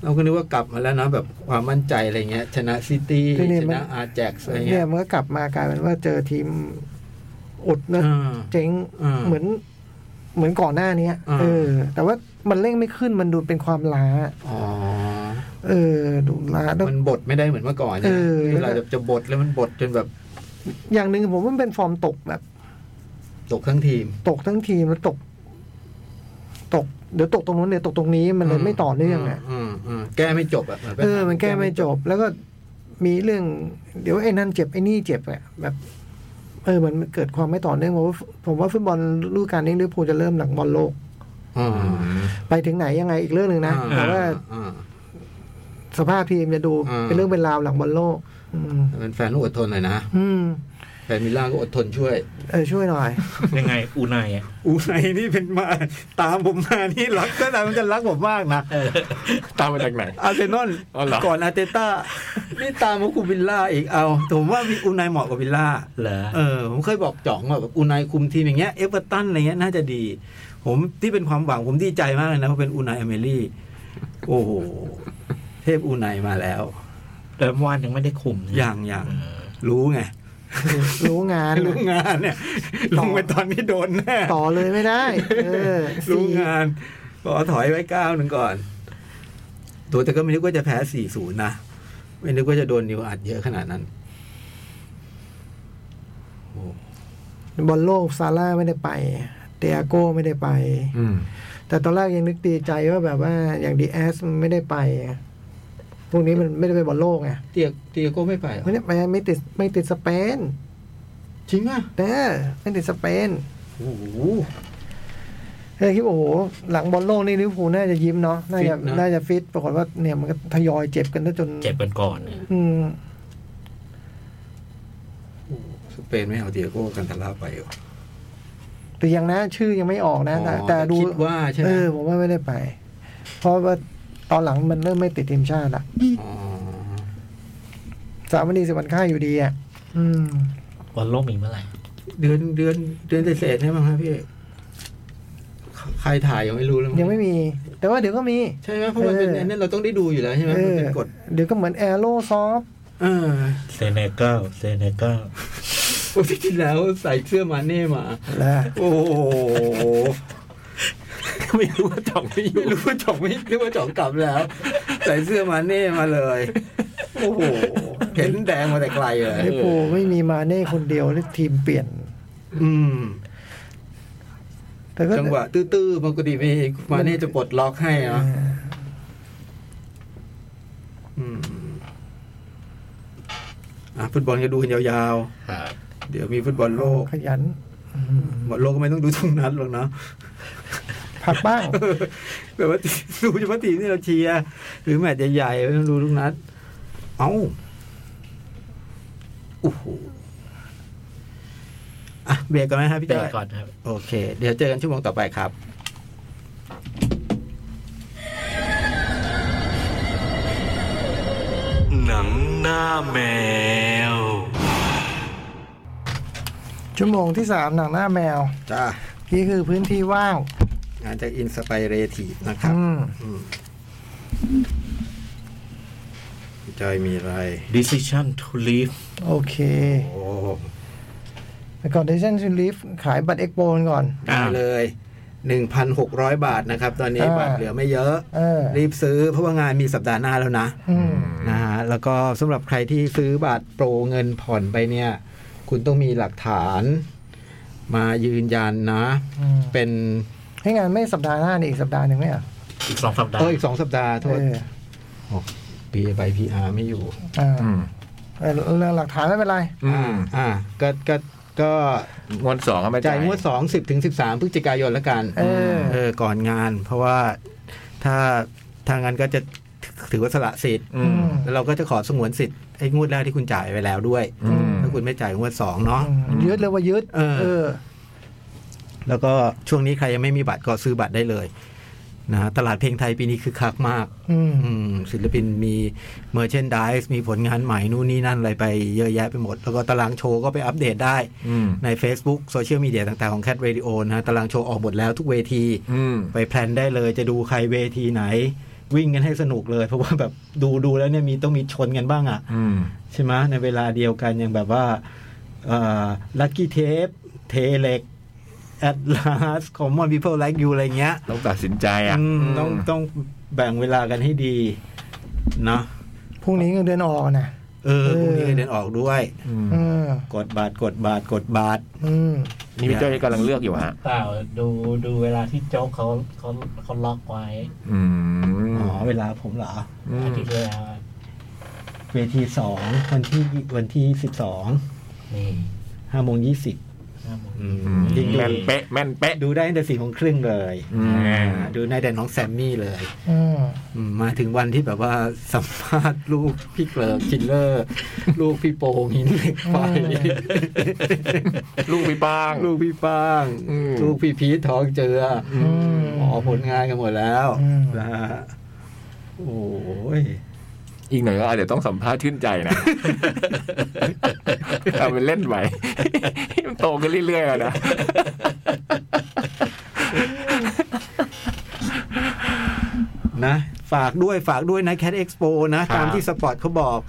[SPEAKER 2] เราก็นึกว่ากลับมาแล้วนะแบบความมั่นใจอะไรเงี้ย ชนะซิตี้
[SPEAKER 7] ทีนี้
[SPEAKER 2] ช
[SPEAKER 7] มัน
[SPEAKER 2] นะอาร์แจ็กอะไร
[SPEAKER 7] เนี่
[SPEAKER 2] เงี้ย
[SPEAKER 7] ยมันก็กลับมากลายเป็นว่าเจอทีมอดนะ
[SPEAKER 2] อ่า
[SPEAKER 7] เจ๊ง
[SPEAKER 2] อ่า
[SPEAKER 7] เหมือน เหมือนก่อนหน้านี้
[SPEAKER 2] อ่า
[SPEAKER 7] เออ แต่ว่ามันเร่งไม่ขึ้นมันดูเป็นความล้า
[SPEAKER 2] อ๋อ
[SPEAKER 7] เออ ดูล้าแล้ว
[SPEAKER 2] มันบดไม่ได้เหมือนเมื่อก่อน
[SPEAKER 7] เอ
[SPEAKER 2] เนี่ย
[SPEAKER 7] อ
[SPEAKER 2] เวลาจะจะบดแล้วมันบดจนแบบ
[SPEAKER 7] อย่างหนึ่งผมว่ามันเป็นฟอร์มตกแบบ
[SPEAKER 2] ตกทั้งทีม
[SPEAKER 7] ตกทั้งทีมแล้วตก ตก เดี๋ยวตกตรงนู้นเดี๋ยวตกตรงนี้มันเลยไม่ต่อเนื่องอ่ะ
[SPEAKER 2] มอืมแก้ไม่จบอ่ะปัญ
[SPEAKER 7] เอ
[SPEAKER 2] หา
[SPEAKER 7] อ มันแก้ไม่จบ แล้วก็มีเรื่อง เดี๋ยวไอ้นั่นเจ็บไอ้นี่เจ็บอ่ะแบบ เออมันเกิดความไม่ต่อเนื่องผมว่าผมว่าฟุตบอลฤดูกาลนี้ลิเวอร์พูลจะเริ่มหลังบอลโลก
[SPEAKER 2] อ่า
[SPEAKER 7] ไปถึงไหนยังไงอีกเรื่องหนึ่งนะ
[SPEAKER 2] อ่
[SPEAKER 7] แต่ว่า
[SPEAKER 2] อ่า
[SPEAKER 7] สภาพทีมจะดู
[SPEAKER 2] อ่า
[SPEAKER 7] เป็นเรื่องเป็นราวหลังบอลโลก อืม
[SPEAKER 2] เป็นแฟนต้องอดทนหน่อยนะ
[SPEAKER 7] อืม
[SPEAKER 2] แฟนมิลล่าก็อดทนช่วย
[SPEAKER 7] เออช่วยหน่อย
[SPEAKER 4] ยังไงอูนายอะ
[SPEAKER 2] อูไหนนี่เป็นมาตามผมมานี่รักก็ตามมันจะรักผมมากนะ
[SPEAKER 3] ตามมาจากไหน
[SPEAKER 2] อาร์เซนอล
[SPEAKER 3] อ๋อเหรอ
[SPEAKER 2] ก่อนอาร์เตต้านี่ตามมาคูบิลล่าอีกเอาผมว่ามีอูไนายเหมาะกับวิลล่า
[SPEAKER 4] เหรอ
[SPEAKER 2] เออผมเคยบอกจ่องว่าแบบอูไนายคุมทีมอย่างเงี้ยเอเวอร์ตันอะไรเงี้ยน่าจะดี ผมที่เป็นความหวังผมดีใจมากเลยนะเพราะเป็นอูไนายเอเมลี่โอ้โหเทพอูไนายมาแล้ว
[SPEAKER 4] แต่เมื่อวานยังไม่ได้คุมนะ
[SPEAKER 2] อย่างอย่างรู้ไง
[SPEAKER 7] รู้งาน
[SPEAKER 2] รู้งานเนี่ย ลงไปตอนนี้โดนแน่
[SPEAKER 7] ต่อเลยไม่ได้ เออ
[SPEAKER 2] รู้
[SPEAKER 7] สี่
[SPEAKER 2] งานขอถอยไว้ก้าวหนึ่งก่อนตัวแต่ก็ไม่นึกว่าจะแพ้ 4-0 นะ ไม่นึกว่าจะโดนนิวอัดเยอะขนาดนั้น
[SPEAKER 7] บอลโลกซาร่าไม่ได้ไปเตียโก้ไม่ได้ไป
[SPEAKER 3] อืม
[SPEAKER 7] แต่ตอนแรกยังนึกดีใจว่าแบบว่าอย่างดีแอสมันไม่ได้ไป พวกนี้มันไม่ได้ไปบอลโลกไง
[SPEAKER 2] เตียเตียโก้ไม่ไปเหรอ
[SPEAKER 7] ไม่ได้ไปไม่ติดไม่ติดสเปน
[SPEAKER 2] จริงอ่ะ
[SPEAKER 7] เออไม่ติดสเปน
[SPEAKER 2] โอ้โห
[SPEAKER 7] เออคิดว่าโอ้โห หลังบอลโลกนี่ลิเวอร์พูลน่าจะยิ้มเนาะน่าจะ
[SPEAKER 2] ฟิตนะ
[SPEAKER 7] น่าจะฟิตปรากฏว่าเนี่ยมันก็ทยอยเจ็บกันซะจน
[SPEAKER 4] เจ็บกันก่อนเนี่ย
[SPEAKER 7] อืม
[SPEAKER 2] สเปนไม่เอาเตียโก้กันทาร่าไปเหรอ
[SPEAKER 7] แต่ยังนะชื่อยังไม่ออกนะ แต่
[SPEAKER 2] อ๋อ
[SPEAKER 7] แต่ดู
[SPEAKER 2] คิดว่าใช่ไหม
[SPEAKER 7] เออผมว่าไม่ได้ไป เพราะว่าตอนหลังมันเริ่มไม่ติดทีมชาติละ
[SPEAKER 2] อ๋อ
[SPEAKER 7] สามวันดีสิบวันค่ายอยู่ดีอ่ะอืม
[SPEAKER 4] บอลโลกมีเมื่อไหร่
[SPEAKER 2] เดือนเดือนเดือนเศษๆใช่ไหมครับพี่ใครถ่ายยังไม่รู้เลยมั้
[SPEAKER 7] ยังไม่มี แต่ว่าเดี๋ยวก็มี
[SPEAKER 2] ใช่ไหมเพราะมันเป็น
[SPEAKER 7] เออ
[SPEAKER 2] อันนั้นเราต้องได้ดูอยู่แล้วใช่ไหม
[SPEAKER 7] เอ
[SPEAKER 2] มัน
[SPEAKER 7] อ
[SPEAKER 2] เป็นกฎ
[SPEAKER 7] เดี๋ยวก็เหมือนแอโรซอฟ
[SPEAKER 2] เออ
[SPEAKER 4] เซเนกัลเซเนกัล
[SPEAKER 2] โอ้ที่ที่แล้วใส่เสื้อมาเน่มา
[SPEAKER 7] แล้ว
[SPEAKER 2] โอ้โห
[SPEAKER 3] ไม่รู้ว่าจ่องไม่อยู่
[SPEAKER 2] ไม่รู้ว่าจ่องไม่รู้ว่าจ่องกลับแล้ว ใส่เสื้อมาเน่มาเลย โอ้โหเห็นแดงมาแต่ไกลเลย
[SPEAKER 7] ลิเวอร์พูลไม่มีมาเน่คนเดียวแล้วทีมเปลี่ยน
[SPEAKER 2] อืม
[SPEAKER 7] แต่ก็
[SPEAKER 2] จังหวะตื้อๆปกติมีมาเน่จะปลดล็อกให้
[SPEAKER 7] เอ
[SPEAKER 2] เนาะ
[SPEAKER 7] อ
[SPEAKER 2] มอ่ะฟุตบอลก็ดูกันยาว
[SPEAKER 4] ครับ
[SPEAKER 2] ๆ เดี๋ยวมีฟุตบอลโลก
[SPEAKER 7] ขยัน
[SPEAKER 2] บอลโลกก็ไม่ต้องดูทุกนัดหรอกเนาะ
[SPEAKER 7] พัก บ้าง
[SPEAKER 2] แบบว่าดูเฉพาะทีมที่เราเชียร์หรือแมตช์ใหญ่ๆไม่ต้องดูทุกนัด เอ้าโอ้โหอ่ะเบรกก่อนไหมฮะพี่
[SPEAKER 4] เตะ
[SPEAKER 2] จ้อย
[SPEAKER 4] ก่อนครับ
[SPEAKER 2] โอเค เดี๋ยวเจอกันชั่วโมงต่อไปครับ
[SPEAKER 1] หนังหน้าแมว
[SPEAKER 7] ชั่วโมงที่สามหนังหน้าแมว
[SPEAKER 2] จ้า
[SPEAKER 7] นี่คือพื้นที่ว่าง
[SPEAKER 2] งานจากอินสไปเรทีฟนะครับ
[SPEAKER 7] อืม
[SPEAKER 2] พี่จอยมีอะไร
[SPEAKER 4] decision to leave
[SPEAKER 7] โอเค
[SPEAKER 2] โอ้
[SPEAKER 7] แต่ก่อนเดชันซิลิฟขายบัตรเอ็กโปก่อน
[SPEAKER 2] ได้เลย 1,600 บาทนะครับ ตอนนี้
[SPEAKER 7] อ่า
[SPEAKER 2] บัตรเหลือไม่เยอะ
[SPEAKER 7] เออ
[SPEAKER 2] รีบซื้อเพราะว่างานมีสัปดาห์หน้าแล้วนะ
[SPEAKER 7] อืม
[SPEAKER 2] นะฮะแล้วก็สำหรับใครที่ซื้อบัตรโปรเงินผ่อนไปเนี่ย คุณต้องมีหลักฐานมายืนยันนะ
[SPEAKER 7] อืม
[SPEAKER 2] เป็น
[SPEAKER 7] ให้งานไม่สัปดาห์หน้านี่อีกสัปดาห์หนึ่งไหมอ่ะ
[SPEAKER 4] อีกสองสัปดาห์
[SPEAKER 2] เอออีกสองสัปดาห์โท
[SPEAKER 7] เอ
[SPEAKER 2] ษ
[SPEAKER 7] อ
[SPEAKER 2] ปีใบพีอาร์ไม่อยู่
[SPEAKER 7] อ่า
[SPEAKER 3] อืม
[SPEAKER 7] เออเรื่องหลักฐานไม่เป็นไร
[SPEAKER 3] อืม
[SPEAKER 2] อ่าก็ก็ก็
[SPEAKER 3] งวดสองเอามา
[SPEAKER 2] จ่า
[SPEAKER 3] จ่าย ย
[SPEAKER 2] งวดสองสิบถึงสิบสามพฤศจิกายนละกัน
[SPEAKER 7] เออ
[SPEAKER 2] เออก่อนงาน เพราะว่าถ้าทางงานก็จะถือว่าสละสิทธิ์
[SPEAKER 3] อืม
[SPEAKER 2] แล้วเราก็จะขอสงวนสิทธิ์ไอ้งวดแรกที่คุณจ่ายไปแล้วด้วย
[SPEAKER 3] อืม
[SPEAKER 2] ถ้าคุณไม่จ่ายงวดสองเนาะ
[SPEAKER 7] อืมยึดเลยว่ายึด
[SPEAKER 2] เออ แล้วก็ช่วงนี้ใครยังไม่มีบัตรก็ซื้อบัตรได้เลยนะฮะตลาดเพลงไทยปีนี้คือคักมาก
[SPEAKER 7] อืม
[SPEAKER 2] อืมศิลปินมีเมอร์เชนดิสมีผลงานใหม่นู่นนี่นั่นอะไรไปเยอะแยะไปหมด แล้วก็ตารางโชว์ก็ไปอัปเดตได้
[SPEAKER 3] อืม
[SPEAKER 2] ใน Facebook โซเชียลมีเดียต่างๆของ Cat Radio นะฮะตารางโชว์ออกหมดแล้วทุกเวที
[SPEAKER 3] อืม
[SPEAKER 2] ไปแพลนได้เลยจะดูใครเวทีไหน วิ่งกันให้สนุกเลย เพราะว่าแบบดูดูแล้วเนี่ยมีต้องมีชนกันบ้างอะ
[SPEAKER 3] อืม
[SPEAKER 2] ใช่ไหมในเวลาเดียวกันอย่างแบบว่าลัคกี้เทปเทเล็กแอดลาสคอมมอนพีเพิลไลค์ยูอะไรเงี้ย
[SPEAKER 3] ต้องตัดสินใจอ่ะ
[SPEAKER 2] อืมต้องต้องแบ่งเวลากันให้ดีเนาะ
[SPEAKER 7] พรุ่งนี้เงินเดือนออกนะ
[SPEAKER 2] เออ
[SPEAKER 7] เออ
[SPEAKER 2] พรุ่งนี้เดินออกด้วย
[SPEAKER 3] อืม
[SPEAKER 7] เออก
[SPEAKER 2] ดบาทกดบาทกดบาท
[SPEAKER 7] อืม
[SPEAKER 3] นี่พี่จ้อยกำลังเลือกอยู่ฮะ
[SPEAKER 4] เปล่าดูดูเวลาที่โจ๊กเขาเขาเขาล็อกไว้
[SPEAKER 3] อืม
[SPEAKER 2] อ๋อ เวลาผมเหรอ
[SPEAKER 3] ม
[SPEAKER 4] อาทิตย์ที่แล้ว
[SPEAKER 2] เวทีสองวันที่วันที่สิบสอง
[SPEAKER 4] นี่
[SPEAKER 2] ห้าโมงยี่สิบ
[SPEAKER 4] ห้าโมง
[SPEAKER 3] อืม
[SPEAKER 2] ยิงดู
[SPEAKER 3] แม่นเป๊ะ แม่นเป๊ะ
[SPEAKER 2] ดูได้ตั้งแต่สี่โมงครึ่งเลย
[SPEAKER 3] อืม
[SPEAKER 2] อ่าดูได้แต่น้องแซมมี่เลย
[SPEAKER 7] อืม
[SPEAKER 2] อืมมาถึงวันที่แบบว่าสัมภาษณ์ลูกพี่เก ลิกคิลเลอร์ ลูกพี่โปงหินเหล็ก ไฟ
[SPEAKER 3] ลูกพี่ป้าง
[SPEAKER 2] ลูกพี่ป้าง
[SPEAKER 3] อืม
[SPEAKER 2] ลูกพี่พีททองเจือ
[SPEAKER 7] อืม
[SPEAKER 2] หมอผลงานกันหมดแล้ว
[SPEAKER 7] อืม
[SPEAKER 2] นะฮะโอ้ย
[SPEAKER 3] อีกหน่อยก็อาจจะต้องสัมภาษณ์ชื่นใจนะ เอาไปเล่น ไป มันโตขึ้นเรื่อยๆอะนะ
[SPEAKER 2] นะฝากด้วยฝากด้วยนะแคดเอ็กซ์โปนะ
[SPEAKER 3] ครับ
[SPEAKER 2] ตามที่สปอร์ตเขาบอก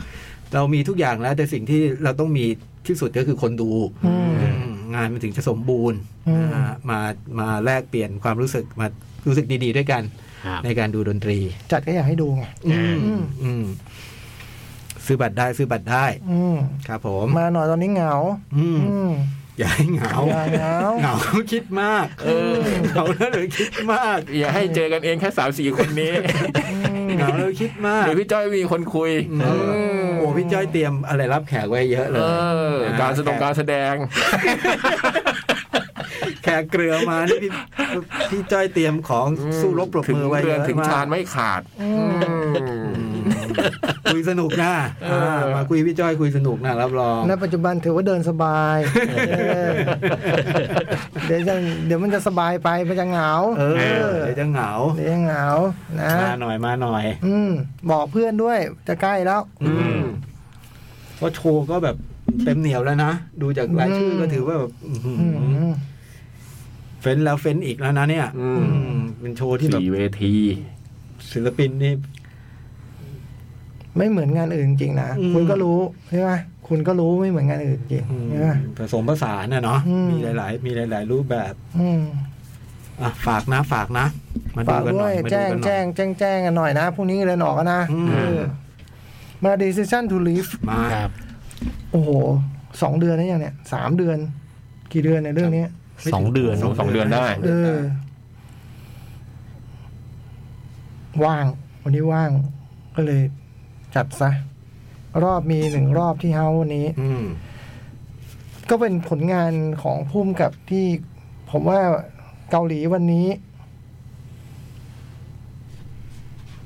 [SPEAKER 2] เรามีทุกอย่างแล้ว แต่สิ่งที่เราต้องมีที่สุดก็คือคนดู
[SPEAKER 7] อืม
[SPEAKER 2] อืมงานมันถึงจะสมบูรณ์
[SPEAKER 7] อืม
[SPEAKER 2] นะฮะมามาแลกเปลี่ยนความรู้สึกมารู้สึกดีๆด้วยกัน
[SPEAKER 4] ครับ
[SPEAKER 2] ในการดูดนตรี
[SPEAKER 7] จัดก็อยากให้ดูไง
[SPEAKER 2] อืม
[SPEAKER 7] อืม
[SPEAKER 2] อืมซื้อบัตรได้ซื้อบัตรได้
[SPEAKER 7] อืม
[SPEAKER 2] ครับผม
[SPEAKER 7] มาหน่อยตอนนี้เหงา
[SPEAKER 2] อืม
[SPEAKER 7] อืม
[SPEAKER 2] อย่าให้เหงา
[SPEAKER 7] อย่าเหงา
[SPEAKER 2] เหงาคิดมาก
[SPEAKER 3] เออ
[SPEAKER 2] เหงาแล้วหรือคิดมาก
[SPEAKER 3] อย่าให้เจอกันเองแค่สามสี่คน นี้
[SPEAKER 2] เหงาแล้วคิดมาก
[SPEAKER 3] เดี๋ยวพี่จ้อยมีคนคุย
[SPEAKER 2] เออโอ้พี่จ้อยเตรียมอะไรรับแขกไว้เยอะเล
[SPEAKER 3] เอย อ
[SPEAKER 2] นะ
[SPEAKER 3] การแสดงการแสดง
[SPEAKER 2] แขกเกลือมานี่พี่พี่จ้อยเตรียมของสู้รบปรบมือไว้เย
[SPEAKER 3] ถึงเดือน
[SPEAKER 2] อะ
[SPEAKER 3] ถึง
[SPEAKER 2] มาก
[SPEAKER 3] ชานไม่ขาด
[SPEAKER 7] อืม
[SPEAKER 2] อืม คุยสนุกนะอ่ามาคุยพี่จ้อยคุยสนุกนะรับรอง
[SPEAKER 7] ณปัจจุบันถือว่าเดินสบายเออเดี๋ยวจะเดี๋ยวมันจะสบายไปมันจะเหงา
[SPEAKER 2] เออ
[SPEAKER 7] เออ
[SPEAKER 2] เดี๋ยวจะเหงา
[SPEAKER 7] เดี๋ยวจะเหงานะ
[SPEAKER 2] มาหน่อยมาหน่อย
[SPEAKER 7] อืมบอกเพื่อนด้วยจะใกล้แล้ว
[SPEAKER 2] อืมเพราะโชว์ก็แบบเต็มเหนียวแล้วนะ ดูจากรายชื่อก็ถือว่าแบบอื้อหือ
[SPEAKER 7] อืม
[SPEAKER 2] เฟ้นแล้วเฟ้นอีกแล้วนะเนี่ย
[SPEAKER 3] อืม
[SPEAKER 2] อืมเป็นโชว์ที่แบบ
[SPEAKER 3] สี่เวที
[SPEAKER 2] ศิลปินนี่
[SPEAKER 7] ไม่เหมือนงานอื่นจริงๆนะ
[SPEAKER 2] อืม
[SPEAKER 7] คุณก็รู้ใช่ไหมคุณก็รู้ไม่เหมือนงานอื่นจริง
[SPEAKER 2] อืม
[SPEAKER 7] ใช่ไหม
[SPEAKER 2] ผสมผสานนะเนาะ
[SPEAKER 7] อืม
[SPEAKER 2] มีหลาย ๆ มีหลาย ๆ รูปแบบ
[SPEAKER 7] อืม
[SPEAKER 2] อ่ะฝากนะฝากนะ มาดู
[SPEAKER 7] ฝาก
[SPEAKER 2] กันห
[SPEAKER 7] ด้
[SPEAKER 2] น่
[SPEAKER 7] ว
[SPEAKER 2] อย
[SPEAKER 7] ย
[SPEAKER 2] มาดู
[SPEAKER 7] แจ้ง
[SPEAKER 2] กันหน่
[SPEAKER 7] แจ้
[SPEAKER 2] อย
[SPEAKER 7] งแจ้งแจ้งกันหน่อยนะพรุ่งนี้เดินออกกันนะ
[SPEAKER 2] อืม
[SPEAKER 7] เออมา decision to leave
[SPEAKER 2] มา
[SPEAKER 4] ครับ
[SPEAKER 7] โอ้โหสองเดือนนะอย่างเนี้ยสามเดือน กี่เดือนในยเรื่องเนี้ย
[SPEAKER 4] สองเดือน
[SPEAKER 3] สองสองเดือนได้
[SPEAKER 7] เออ ว่าง วันนี้ว่าง ก็เลยจัดซะ รอบมีหนึ่งรอบที่เฮาวันนี้
[SPEAKER 2] อืม
[SPEAKER 7] ก็เป็นผลงานของพุ่มกับที่ ผมว่าเกาหลีวันนี้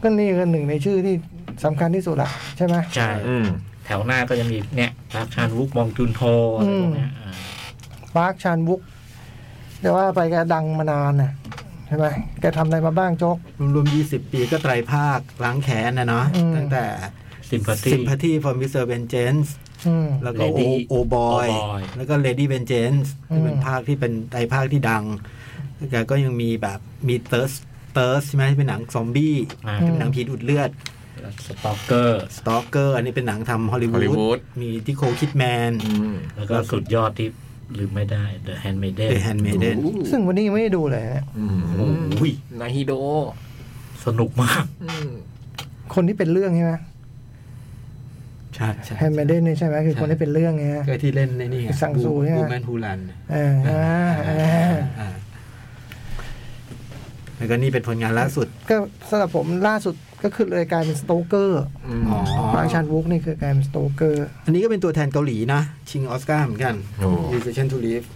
[SPEAKER 7] ก็นี่ก็หนึ่งในชื่อที่สำคัญที่สุดละใช่ไหม
[SPEAKER 4] ใช่
[SPEAKER 3] อืม
[SPEAKER 4] แถวหน้าก็จะมีเนี่ยราคานวุกมองจุนโฮอะไรพวกเนี้ยอ่า
[SPEAKER 7] ปาร์คชานวุกแต่ว่าไปแกดังมานานน่ะใช่ไหมแกทำอะไรมาบ้างโจ๊ก
[SPEAKER 2] รวมๆยี่สิบปีก็ไตรภาคล้างแค้นนะเนาะ
[SPEAKER 7] อืม
[SPEAKER 2] ตั้งแต่
[SPEAKER 4] ซิมพัตตี้
[SPEAKER 2] Sympathy for Mr. Vengeance
[SPEAKER 7] อืม
[SPEAKER 2] แล้วก็
[SPEAKER 4] Lady
[SPEAKER 2] โอบอย
[SPEAKER 4] O'Boy
[SPEAKER 2] แล้วก็ Lady Vengeance
[SPEAKER 7] อื
[SPEAKER 2] ที่
[SPEAKER 7] ม
[SPEAKER 2] เป็นภาคที่เป็นไตรภาคที่ดังแล้วแกก็ยังมีแบบมี Thirst Thirst ใช่ไหมที่เป็นหนังซอมบี้
[SPEAKER 4] อ่า
[SPEAKER 2] ที่เป็นหนังผีดูดเลือด
[SPEAKER 4] สต็อกเกอร์
[SPEAKER 2] Stalker อันนี้เป็นหนังทำฮอลลีวู
[SPEAKER 3] Hollywood
[SPEAKER 2] ดมีที่โคคิดแมน
[SPEAKER 3] อืม
[SPEAKER 4] แล้วก็สุดยอดที่ลืมไม่ได้ The Handmaiden
[SPEAKER 2] The Handmaiden
[SPEAKER 7] ซึ่งวันนี้ยังไม่ได้ดูเลยนะ
[SPEAKER 3] อืม
[SPEAKER 4] โอ้โห
[SPEAKER 3] นาฮิโด
[SPEAKER 4] สนุกมาก
[SPEAKER 3] อืม
[SPEAKER 7] คนที่เป็นเรื่องใช่ไหม
[SPEAKER 2] ใช่ใช่
[SPEAKER 7] แฮมเมเดนเนี่ยใช่ไหมคือคนที่เป็นเรื่องไง
[SPEAKER 2] ก็ที่เล่นในนี่ไง
[SPEAKER 7] Sang Soo ใช่ไหม
[SPEAKER 2] แมนฮูลัน
[SPEAKER 7] เอออ่าอ่า
[SPEAKER 2] อ่าแล้วก็นี่เป็นผลงานล่าสุด
[SPEAKER 7] ก็สำหรับผมล่าสุดก็คือเลยกลายเป็นสโตเกอร์
[SPEAKER 3] อืม
[SPEAKER 2] อ๋อ
[SPEAKER 7] ปาร์คชานวุกนี่คือกลายเป็นสโตเกอร์
[SPEAKER 2] อันนี้ก็เป็นตัวแทนเกาหลีนะ ชิงออสการ์เหมือนกัน
[SPEAKER 3] โอ้
[SPEAKER 2] Decision to Leave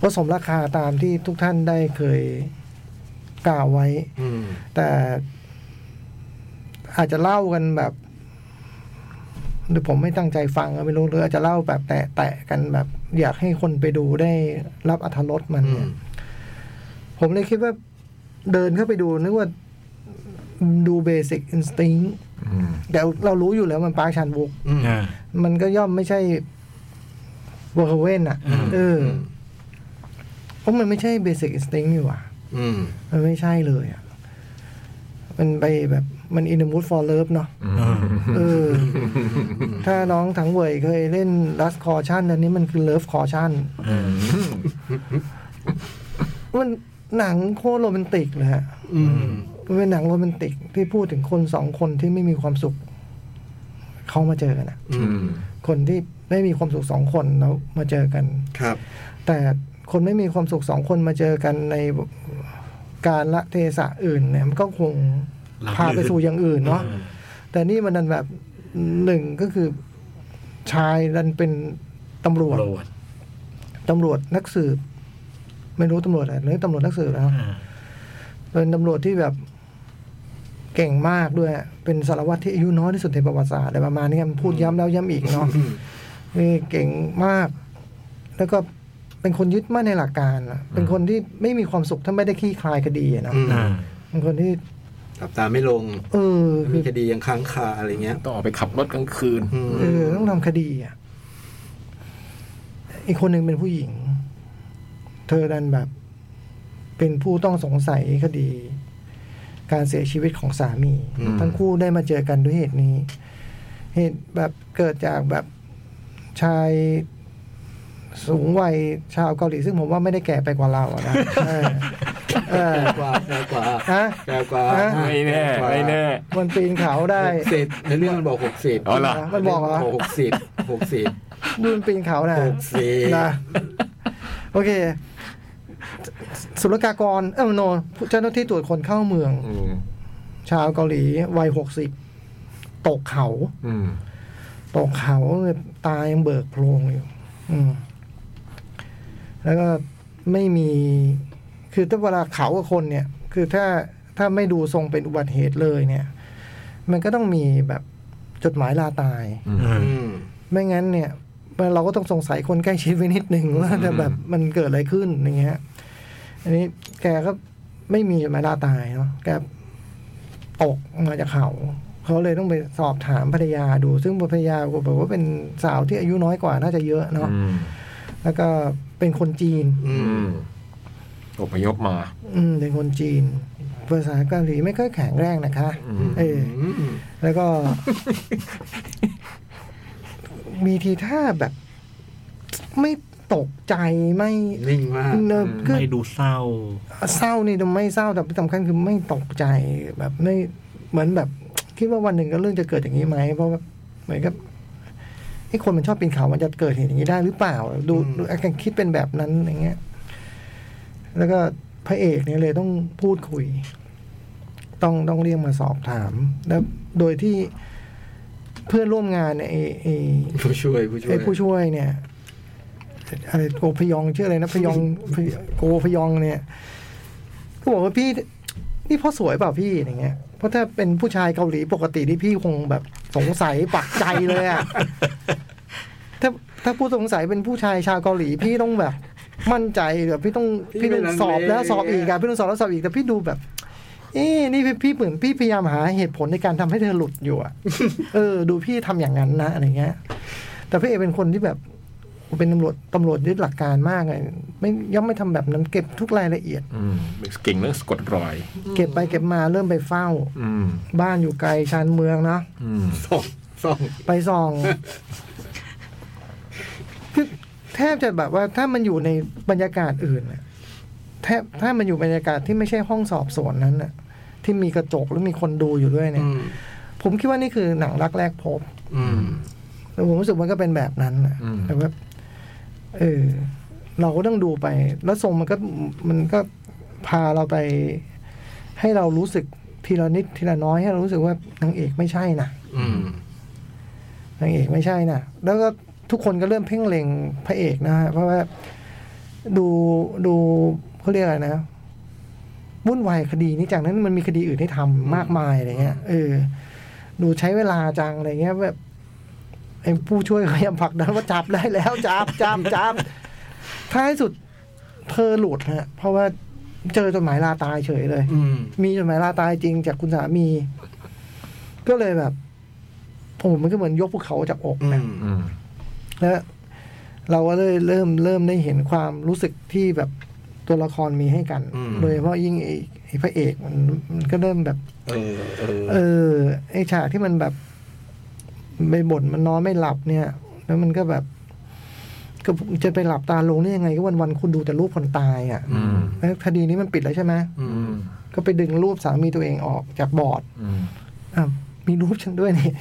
[SPEAKER 7] ผสมราคาตามที่ทุกท่านได้เคยกล่าวไว้
[SPEAKER 2] อืม
[SPEAKER 7] แต่อาจจะเล่ากันแบบ หรือผมไม่ตั้งใจฟังก็ไม่รู้หรืออาจจะเล่าแบบแตะแตะกันแบบ อยากให้คนไปดูได้รับอรรถรสมัน
[SPEAKER 2] อื
[SPEAKER 7] เนี่
[SPEAKER 2] ม
[SPEAKER 7] ยผมเลยคิดว่าเดินเข้าไปดูนึกว่าดูเบสิกอินสติ้ง
[SPEAKER 3] อืม
[SPEAKER 7] แต่เรารู้อยู่แล้วมันปาร์คชันบุก
[SPEAKER 2] อืม
[SPEAKER 7] มันก็ย่อมไม่ใช่วอร์เวนอ่ะ
[SPEAKER 2] อืม
[SPEAKER 7] เออเพราะมันไม่ใช่เบสิกอินสติ้งนี่หว่า
[SPEAKER 2] อืม
[SPEAKER 7] มันไม่ใช่เลยอ่ะ มันไปแบบมันอิน h e มู o ฟอร์เลิฟเนาะ เออ ถ้าน้องถังเว่ยเคยเล่นลัสคอชั่นอันนี้มันคือเลิฟคอชั่น มันหนังโคตรโรแมนติกเลยฮะ
[SPEAKER 2] อืม
[SPEAKER 7] มันเป็นหนังโรแมนติกที่พูดถึงคนสองคนที่ไม่มีความสุข เขามาเจอกันอะ
[SPEAKER 2] อื
[SPEAKER 3] อื
[SPEAKER 2] ม
[SPEAKER 3] ม
[SPEAKER 7] คนที่ไม่มีความสุขสองคนแล้วมาเจอกัน
[SPEAKER 2] ครับ
[SPEAKER 7] แต่คนไม่มีความสุขสองคนมาเจอกันในการละเทศะอื่นเนี่ยมันก็คง
[SPEAKER 4] รับ
[SPEAKER 7] พาไป
[SPEAKER 4] ลื่น
[SPEAKER 7] สู่อย่างอื่นเนาะ
[SPEAKER 4] อืม
[SPEAKER 7] แต่นี่มันดันแบบหนึ่งก็คือชายดันเป็นตำรวจ
[SPEAKER 4] โหลด
[SPEAKER 7] ตำรวจนักสืบ ไม่รู้ตำรวจอะไรเรื่องตำรวจนักสืบแล้ว
[SPEAKER 4] อ่า
[SPEAKER 7] เป็นตำรวจที่แบบเก่งมากด้วย เป็นสารวัตรที่อายุน้อยที่สุดในประวัติศาสตร์อะไรประมาณนี้มันพูดย้ำแล้วย้ำอีกเนาะนี่เก่งมาก แล้วก็เป็นคนยึดมั่นในหลักการอะเป็นคนที่ไม่มีความสุขถ้าไม่ได้ขี้คลายคดีอะนะ
[SPEAKER 2] อืม
[SPEAKER 4] อ่า
[SPEAKER 7] เป็นคนที่
[SPEAKER 2] หลับตาไม่ลง
[SPEAKER 7] เออคื
[SPEAKER 2] มี
[SPEAKER 7] อ
[SPEAKER 2] คดียังค้างคาอะไรเงี้ย
[SPEAKER 3] ต้องออกไปขับรถกลางคืน
[SPEAKER 2] อืม
[SPEAKER 7] เออต้องทำคดีอ่ะ อีกคนหนึ่งเป็นผู้หญิง เธอดันแบบ เป็นผู้ต้องสงสัยคดี การเสียชีวิตของสามี
[SPEAKER 2] อืม
[SPEAKER 7] ทั้งคู่ได้มาเจอกันด้วยเหตุนี้ เหตุแบบเกิดจากแบบชายสูงวัยชาวเกาหลี ซึ่งผมว่าไม่ได้แก่ไปกว่าเรา อะนะเออเออ
[SPEAKER 2] แก่กว่าแก่กว่า
[SPEAKER 7] ฮะ
[SPEAKER 2] แก่กว่า
[SPEAKER 7] ฮะ
[SPEAKER 3] ไม่แน่ไม่แน่
[SPEAKER 7] มันปีนเขาได้
[SPEAKER 2] หกสิบในเรื่องมันบอกหกสิบ
[SPEAKER 3] อ๋อเหรอ
[SPEAKER 7] มันบอกเหรอ
[SPEAKER 2] หกสิบหกสิบ
[SPEAKER 7] ดูมันปีนเขานะ
[SPEAKER 2] โอเค
[SPEAKER 7] นะโอเค สุลกากร เออโนเจ้าหน้าที่ตรวจคนเข้าเมือง
[SPEAKER 3] อืม
[SPEAKER 7] ชาวเกาหลีวัยหกสิบตกเขา
[SPEAKER 3] อืม
[SPEAKER 7] ตกเขาตายยังเบิกโพรงอยู่ อืม แล้วก็ไม่มี คือถ้าเวลาเขากับคนเนี่ย คือถ้าถ้าไม่ดูทรงเป็นอุบัติเหตุเลยเนี่ย มันก็ต้องมีแบบจดหมายลาตาย
[SPEAKER 3] อืม
[SPEAKER 5] อืม
[SPEAKER 7] ไม่งั้นเนี่ยเราก็ต้องสงสัยคนใกล้ชิดไว้นิดนึงว่าจะแบบมันเกิดอะไรขึ้นอย่างเงี้ยอันนี้แกก็ไม่มีจดหมายลาตายเนาะแกตกมาจากเขา เขาเลยต้องไปสอบถามภรรยาดู ซึ่งภรรยาก็บอกว่าเป็นสาวที่อายุน้อยกว่าน่าจะเยอะเนาะ
[SPEAKER 3] อืม
[SPEAKER 7] แล้วก็เป็นคนจีน
[SPEAKER 5] อื
[SPEAKER 3] อื
[SPEAKER 5] ม
[SPEAKER 3] มอพยพมา
[SPEAKER 7] อืมเป็นคนจีนภาษาเกาหลีไม่ค่อยแข็งแรงนะคะ
[SPEAKER 3] อืม
[SPEAKER 7] เออ
[SPEAKER 5] อืม
[SPEAKER 7] แล้วก็ มีทีท่าแบบ ไม่ตกใจไม่
[SPEAKER 5] นิ่งมาก
[SPEAKER 7] เนอะคือ
[SPEAKER 4] ไม่ดูเศร้า
[SPEAKER 7] เศร้านี่ไม่เศร้าแต่ที่สำคัญคือไม่ตกใจแบบไม่เหมือนแบบ คิดว่าวันหนึ่งก็เรื่องจะเกิดอย่างนี้ไหมเพราะว่าเหมือนกับไอ้คนมันชอบปีนเขา มันจะเกิดเหตุอย่างนี้ได้หรือเปล่า ดู
[SPEAKER 5] อืม
[SPEAKER 7] ดูอาการคิดเป็นแบบนั้นอย่างเงี้ย แล้วก็พระเอกเนี่ยเลยต้องพูดคุย ต้องต้องเรียกมาสอบถาม แล้วโดยที่เพื่อนร่วมงานเนี่ยไอ้ไอ้
[SPEAKER 5] ผู้ช่วยผู้ช่วย
[SPEAKER 7] ไอ้ผู้ช่วยเนี่ยอะไรโกพยองชื่ออะไรนะพยองพยโกพยองเนี่ยก็บอกว่าพี่นี่พ่อสวยเปล่าพี่อย่างเงี้ยเพราะถ้าเป็นผู้ชายเกาหลีปกติที่พี่คงแบบสงสัยปักใจเลยอะ ถ้าถ้าผู้สงสัยเป็นผู้ชายชาวเกาหลีพี่ต้องแบบ มั่นใจแบบพี่ต้องพี่ต้องสอบแล้วสอบอีกอะพี่ต้องสอบแล้วสอบอีกแต่พี่ดูแบบ เอ๊ะนี่พี่พี่เหมือนพี่พยายามหาเหตุผลในการทำให้เธอหลุดอยู่อะ เออ ดูพี่ทำอย่างนั้นนะอะไรเงี้ย แต่พระเอกเป็นคนที่แบบเป็นตำรวจตำรวจยึดหลักการมากเลยไม่ย่อมไม่ทำแบบนั้นเก็บทุกรายละเอียด
[SPEAKER 3] อืมเก่งเรื่องสะกดรอย
[SPEAKER 7] เก็บไปเก็บมาเริ่มไปเฝ้า
[SPEAKER 3] อืม
[SPEAKER 7] บ้านอยู่ไกลชานเมืองเนาะ
[SPEAKER 3] อืม
[SPEAKER 5] ส่องส่อง
[SPEAKER 7] ไปส่องคือแทบจะแบบว่าถ้ามันอยู่ในบรรยากาศอื่นน่ะแทบถ้ามันอยู่บรรยากาศที่ไม่ใช่ห้องสอบสวนนั้นน่ะ ที่มีกระจกหรือมีคนดูอยู่ด้วยเนี่ย
[SPEAKER 5] อืม
[SPEAKER 7] ผมคิดว่านี่คือหนังรักแรกพบ
[SPEAKER 5] อืม
[SPEAKER 7] แต่ผมรู้สึกมันก็เป็นแบบนั้นน่ะ
[SPEAKER 3] อืม
[SPEAKER 7] แต่ว่าเออ เราก็ต้องดูไป แล้วทรงมันก็มันก็พาเราไป ให้เรารู้สึกทีละนิดทีละน้อยให้เรารู้สึกว่านางเอกไม่ใช่นะ
[SPEAKER 5] อืม
[SPEAKER 7] นางเอกไม่ใช่นะ แล้วก็ทุกคนก็เริ่มเพ่งเล็งพระเอกนะฮะ เพราะว่าดูดูเขาเรียกอะไรนะ วุ่นวายคดีนี้จากนั้นมันมีคดีอื่นให้ทำมากมายอะไรเงี้ย เออ ดูใช้เวลาจังอะไรเงี้ยแบบไอ้ผู้ช่วยพยายามผลักดันว่าจับได้แล้วจับจับจับท้ายสุดเธอหลุดฮะ เพราะว่าเจอจดหมายลาตายเฉยเลย
[SPEAKER 5] อืม
[SPEAKER 7] มีจดหมายลาตายจริงจากคุณสามี ก็เลยแบบโอ้โหมันก็เหมือนยกภูเขาจากอก
[SPEAKER 5] อื
[SPEAKER 7] นะ
[SPEAKER 5] ม
[SPEAKER 3] อืม
[SPEAKER 7] แล้วเราก็เลยเริ่มเริ่มได้เห็นความรู้สึกที่แบบตัวละครมีให้กัน
[SPEAKER 5] อืม
[SPEAKER 7] โดยเฉพาะยิ่งไอ้ไอ้พระเอกมันมันก็เริ่มแบบ
[SPEAKER 5] เออ เออ
[SPEAKER 7] เออ ไอ้ฉากที่มันแบบไปบ่นมันนอนไม่หลับเนี่ย แล้วมันก็แบบ ก็จะไปหลับตาลงได้ยังไง ก็วันวันๆคุณดูแต่รูปคนตายอะ่ะ
[SPEAKER 3] อืม
[SPEAKER 7] แล้วคดีนี้มันปิดแล้วใช่ไหม
[SPEAKER 5] อื
[SPEAKER 3] อื
[SPEAKER 5] ม
[SPEAKER 3] ม
[SPEAKER 7] ก็ไปดึงรูปสามีตัวเองออกจากบอร์ด
[SPEAKER 3] อืม
[SPEAKER 7] อ่ะมีรูปฉันด้วยนี่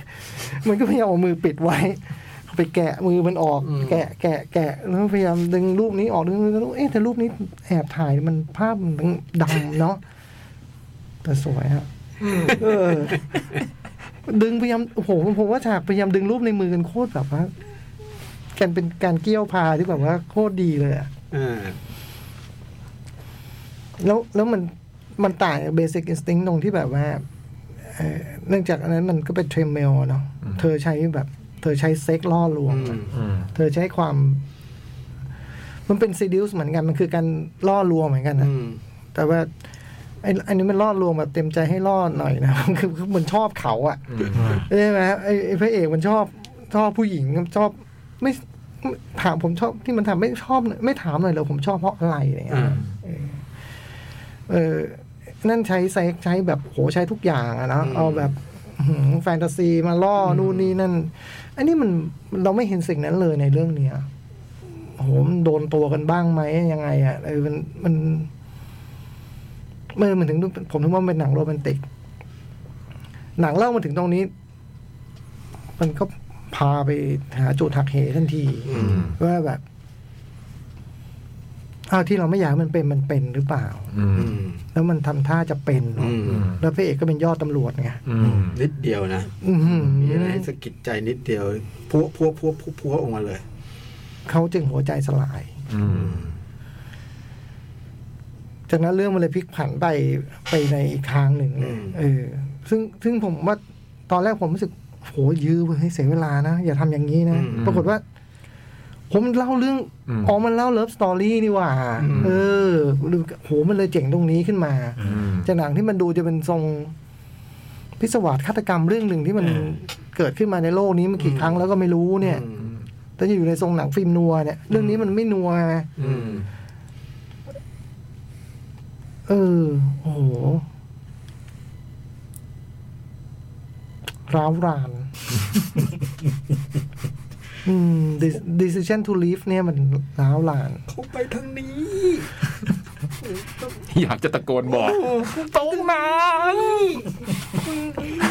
[SPEAKER 7] มันก็พยายามเอามือปิดไว้ ไปแกะมือมันออก
[SPEAKER 5] อืม
[SPEAKER 7] แกะแกะแกะแล้วพยายามดึงรูปนี้ออกดึงรูปนี้เอ๊ะแต่รูปนี้แอบถ่ายมันภาพมันดำเนาะแต่สวยอะเออ ดึงพยายามโอ้โหผมว่าฉากพยายามดึงรูปในมือกันโคตรแบบว่ากันเป็นการเกี้ยวพาที่แบบว่าโคตรดีเลยอะ
[SPEAKER 5] อ่า
[SPEAKER 7] แล้วแล้วมันมันต่างจากเบสิกอินสติ้งตรงที่แบบว่าเอ่อเนื่องจากอันนั้นมันก็เป็นเทรมเมลเนาะ
[SPEAKER 3] อืม
[SPEAKER 7] เธอใช้แบบ เธอใช้เซ็กล่อลวง
[SPEAKER 5] อืม
[SPEAKER 3] อืม
[SPEAKER 7] เธอใช้ความ มันเป็นซีดิวส์เหมือนกัน มันคือการล่อลวงเหมือนกันนะ
[SPEAKER 5] อืม
[SPEAKER 7] แต่ว่าไอ้อันนี้มันล่อลวงแบบเต็มใจให้ล่อหน่อยนะ คือคือมันชอบเขาอะ
[SPEAKER 3] อืม
[SPEAKER 7] ใช่ไหมไอ้ไอ้พระเอกมันชอบชอบผู้หญิงชอบไม่ไม่ถามผมชอบที่มันทำไม่ชอบ ไม่ถามหน่อยเลยผมชอบเพราะอะไรอะไรอย่างเงี้ย
[SPEAKER 5] อ่า
[SPEAKER 7] เออเออนั่นใช้เซ็กใช้แบบโหใช้ทุกอย่างอะนะเอาแบบอื้อหือแฟนตาซีมาล่ออนู่นนี่นั่น อันนี้มันเราไม่เห็นสิ่งนั้นเลยในเรื่องเนี้ยโหมันโดนตัวกันบ้างไหมยังไงอะเออมันมันเออมันถึงผมถึงว่ามันเป็นหนังโรแมนติก หนังเล่ามาถึงตรงนี้ มันก็พาไปหาจุดหักเหทันที
[SPEAKER 5] อืม
[SPEAKER 7] ว่าแบบอ้าวที่เราไม่อยากให้มันเป็นมันเป็นหรือเปล่า
[SPEAKER 3] อืม
[SPEAKER 5] อืม
[SPEAKER 7] แล้วมันทำท่าจะเป็นเหรอ
[SPEAKER 5] อื
[SPEAKER 7] อ
[SPEAKER 5] ม
[SPEAKER 7] แล้วพระเอกก็เป็นยอดตำรวจไง
[SPEAKER 3] อืม
[SPEAKER 5] นิดเดียวนะ
[SPEAKER 7] อื้อหือ
[SPEAKER 5] มีอะไรให้สะกิดใจนิดเดียว พัวพัวพัวพัวพัวออกมาเลย
[SPEAKER 7] เขาจึงหัวใจสลาย
[SPEAKER 3] อืม
[SPEAKER 7] จากนั้นเรื่องมันเลยพลิกผันไปไปในอีกทางหนึ่งเล
[SPEAKER 5] อื
[SPEAKER 7] ย
[SPEAKER 5] ม
[SPEAKER 7] เออ ซึ่งซึ่งผมว่า ตอนแรกผมรู้สึกโหยื้อเว้ยเสียเวลานะ อย่าทำอย่างนี้นะ
[SPEAKER 5] อืม
[SPEAKER 7] ปรากฏว่า ผมเล่าเรื่อง
[SPEAKER 3] อืม
[SPEAKER 7] อ๋อมันเล่าเลิฟสตอรี่นี่หว่า เออโหมันเลยเจ๋งตรงนี้ขึ้นมา
[SPEAKER 3] อืม
[SPEAKER 7] จากหนังที่มันดูจะเป็นทรงพิศวาสฆาตกรรมเรื่องหนึ่งที่มัน
[SPEAKER 4] เออ
[SPEAKER 7] เกิดขึ้นมาในโลกนี้มากี่ครั้งแล้วก็ไม่รู้เนี่ยแต่จะอยู่ในทรงหนังฟิล์มนัวเนี่ย เรื่องนี้มันไม่นัวไง
[SPEAKER 5] อืม
[SPEAKER 7] เออ โอ้โหร้าวราน อืม Dec- decision to leave เนี่ยมันร้าวราน
[SPEAKER 5] เขาไปทางนี้
[SPEAKER 3] อยากจะตะโกนบอกตรงไหน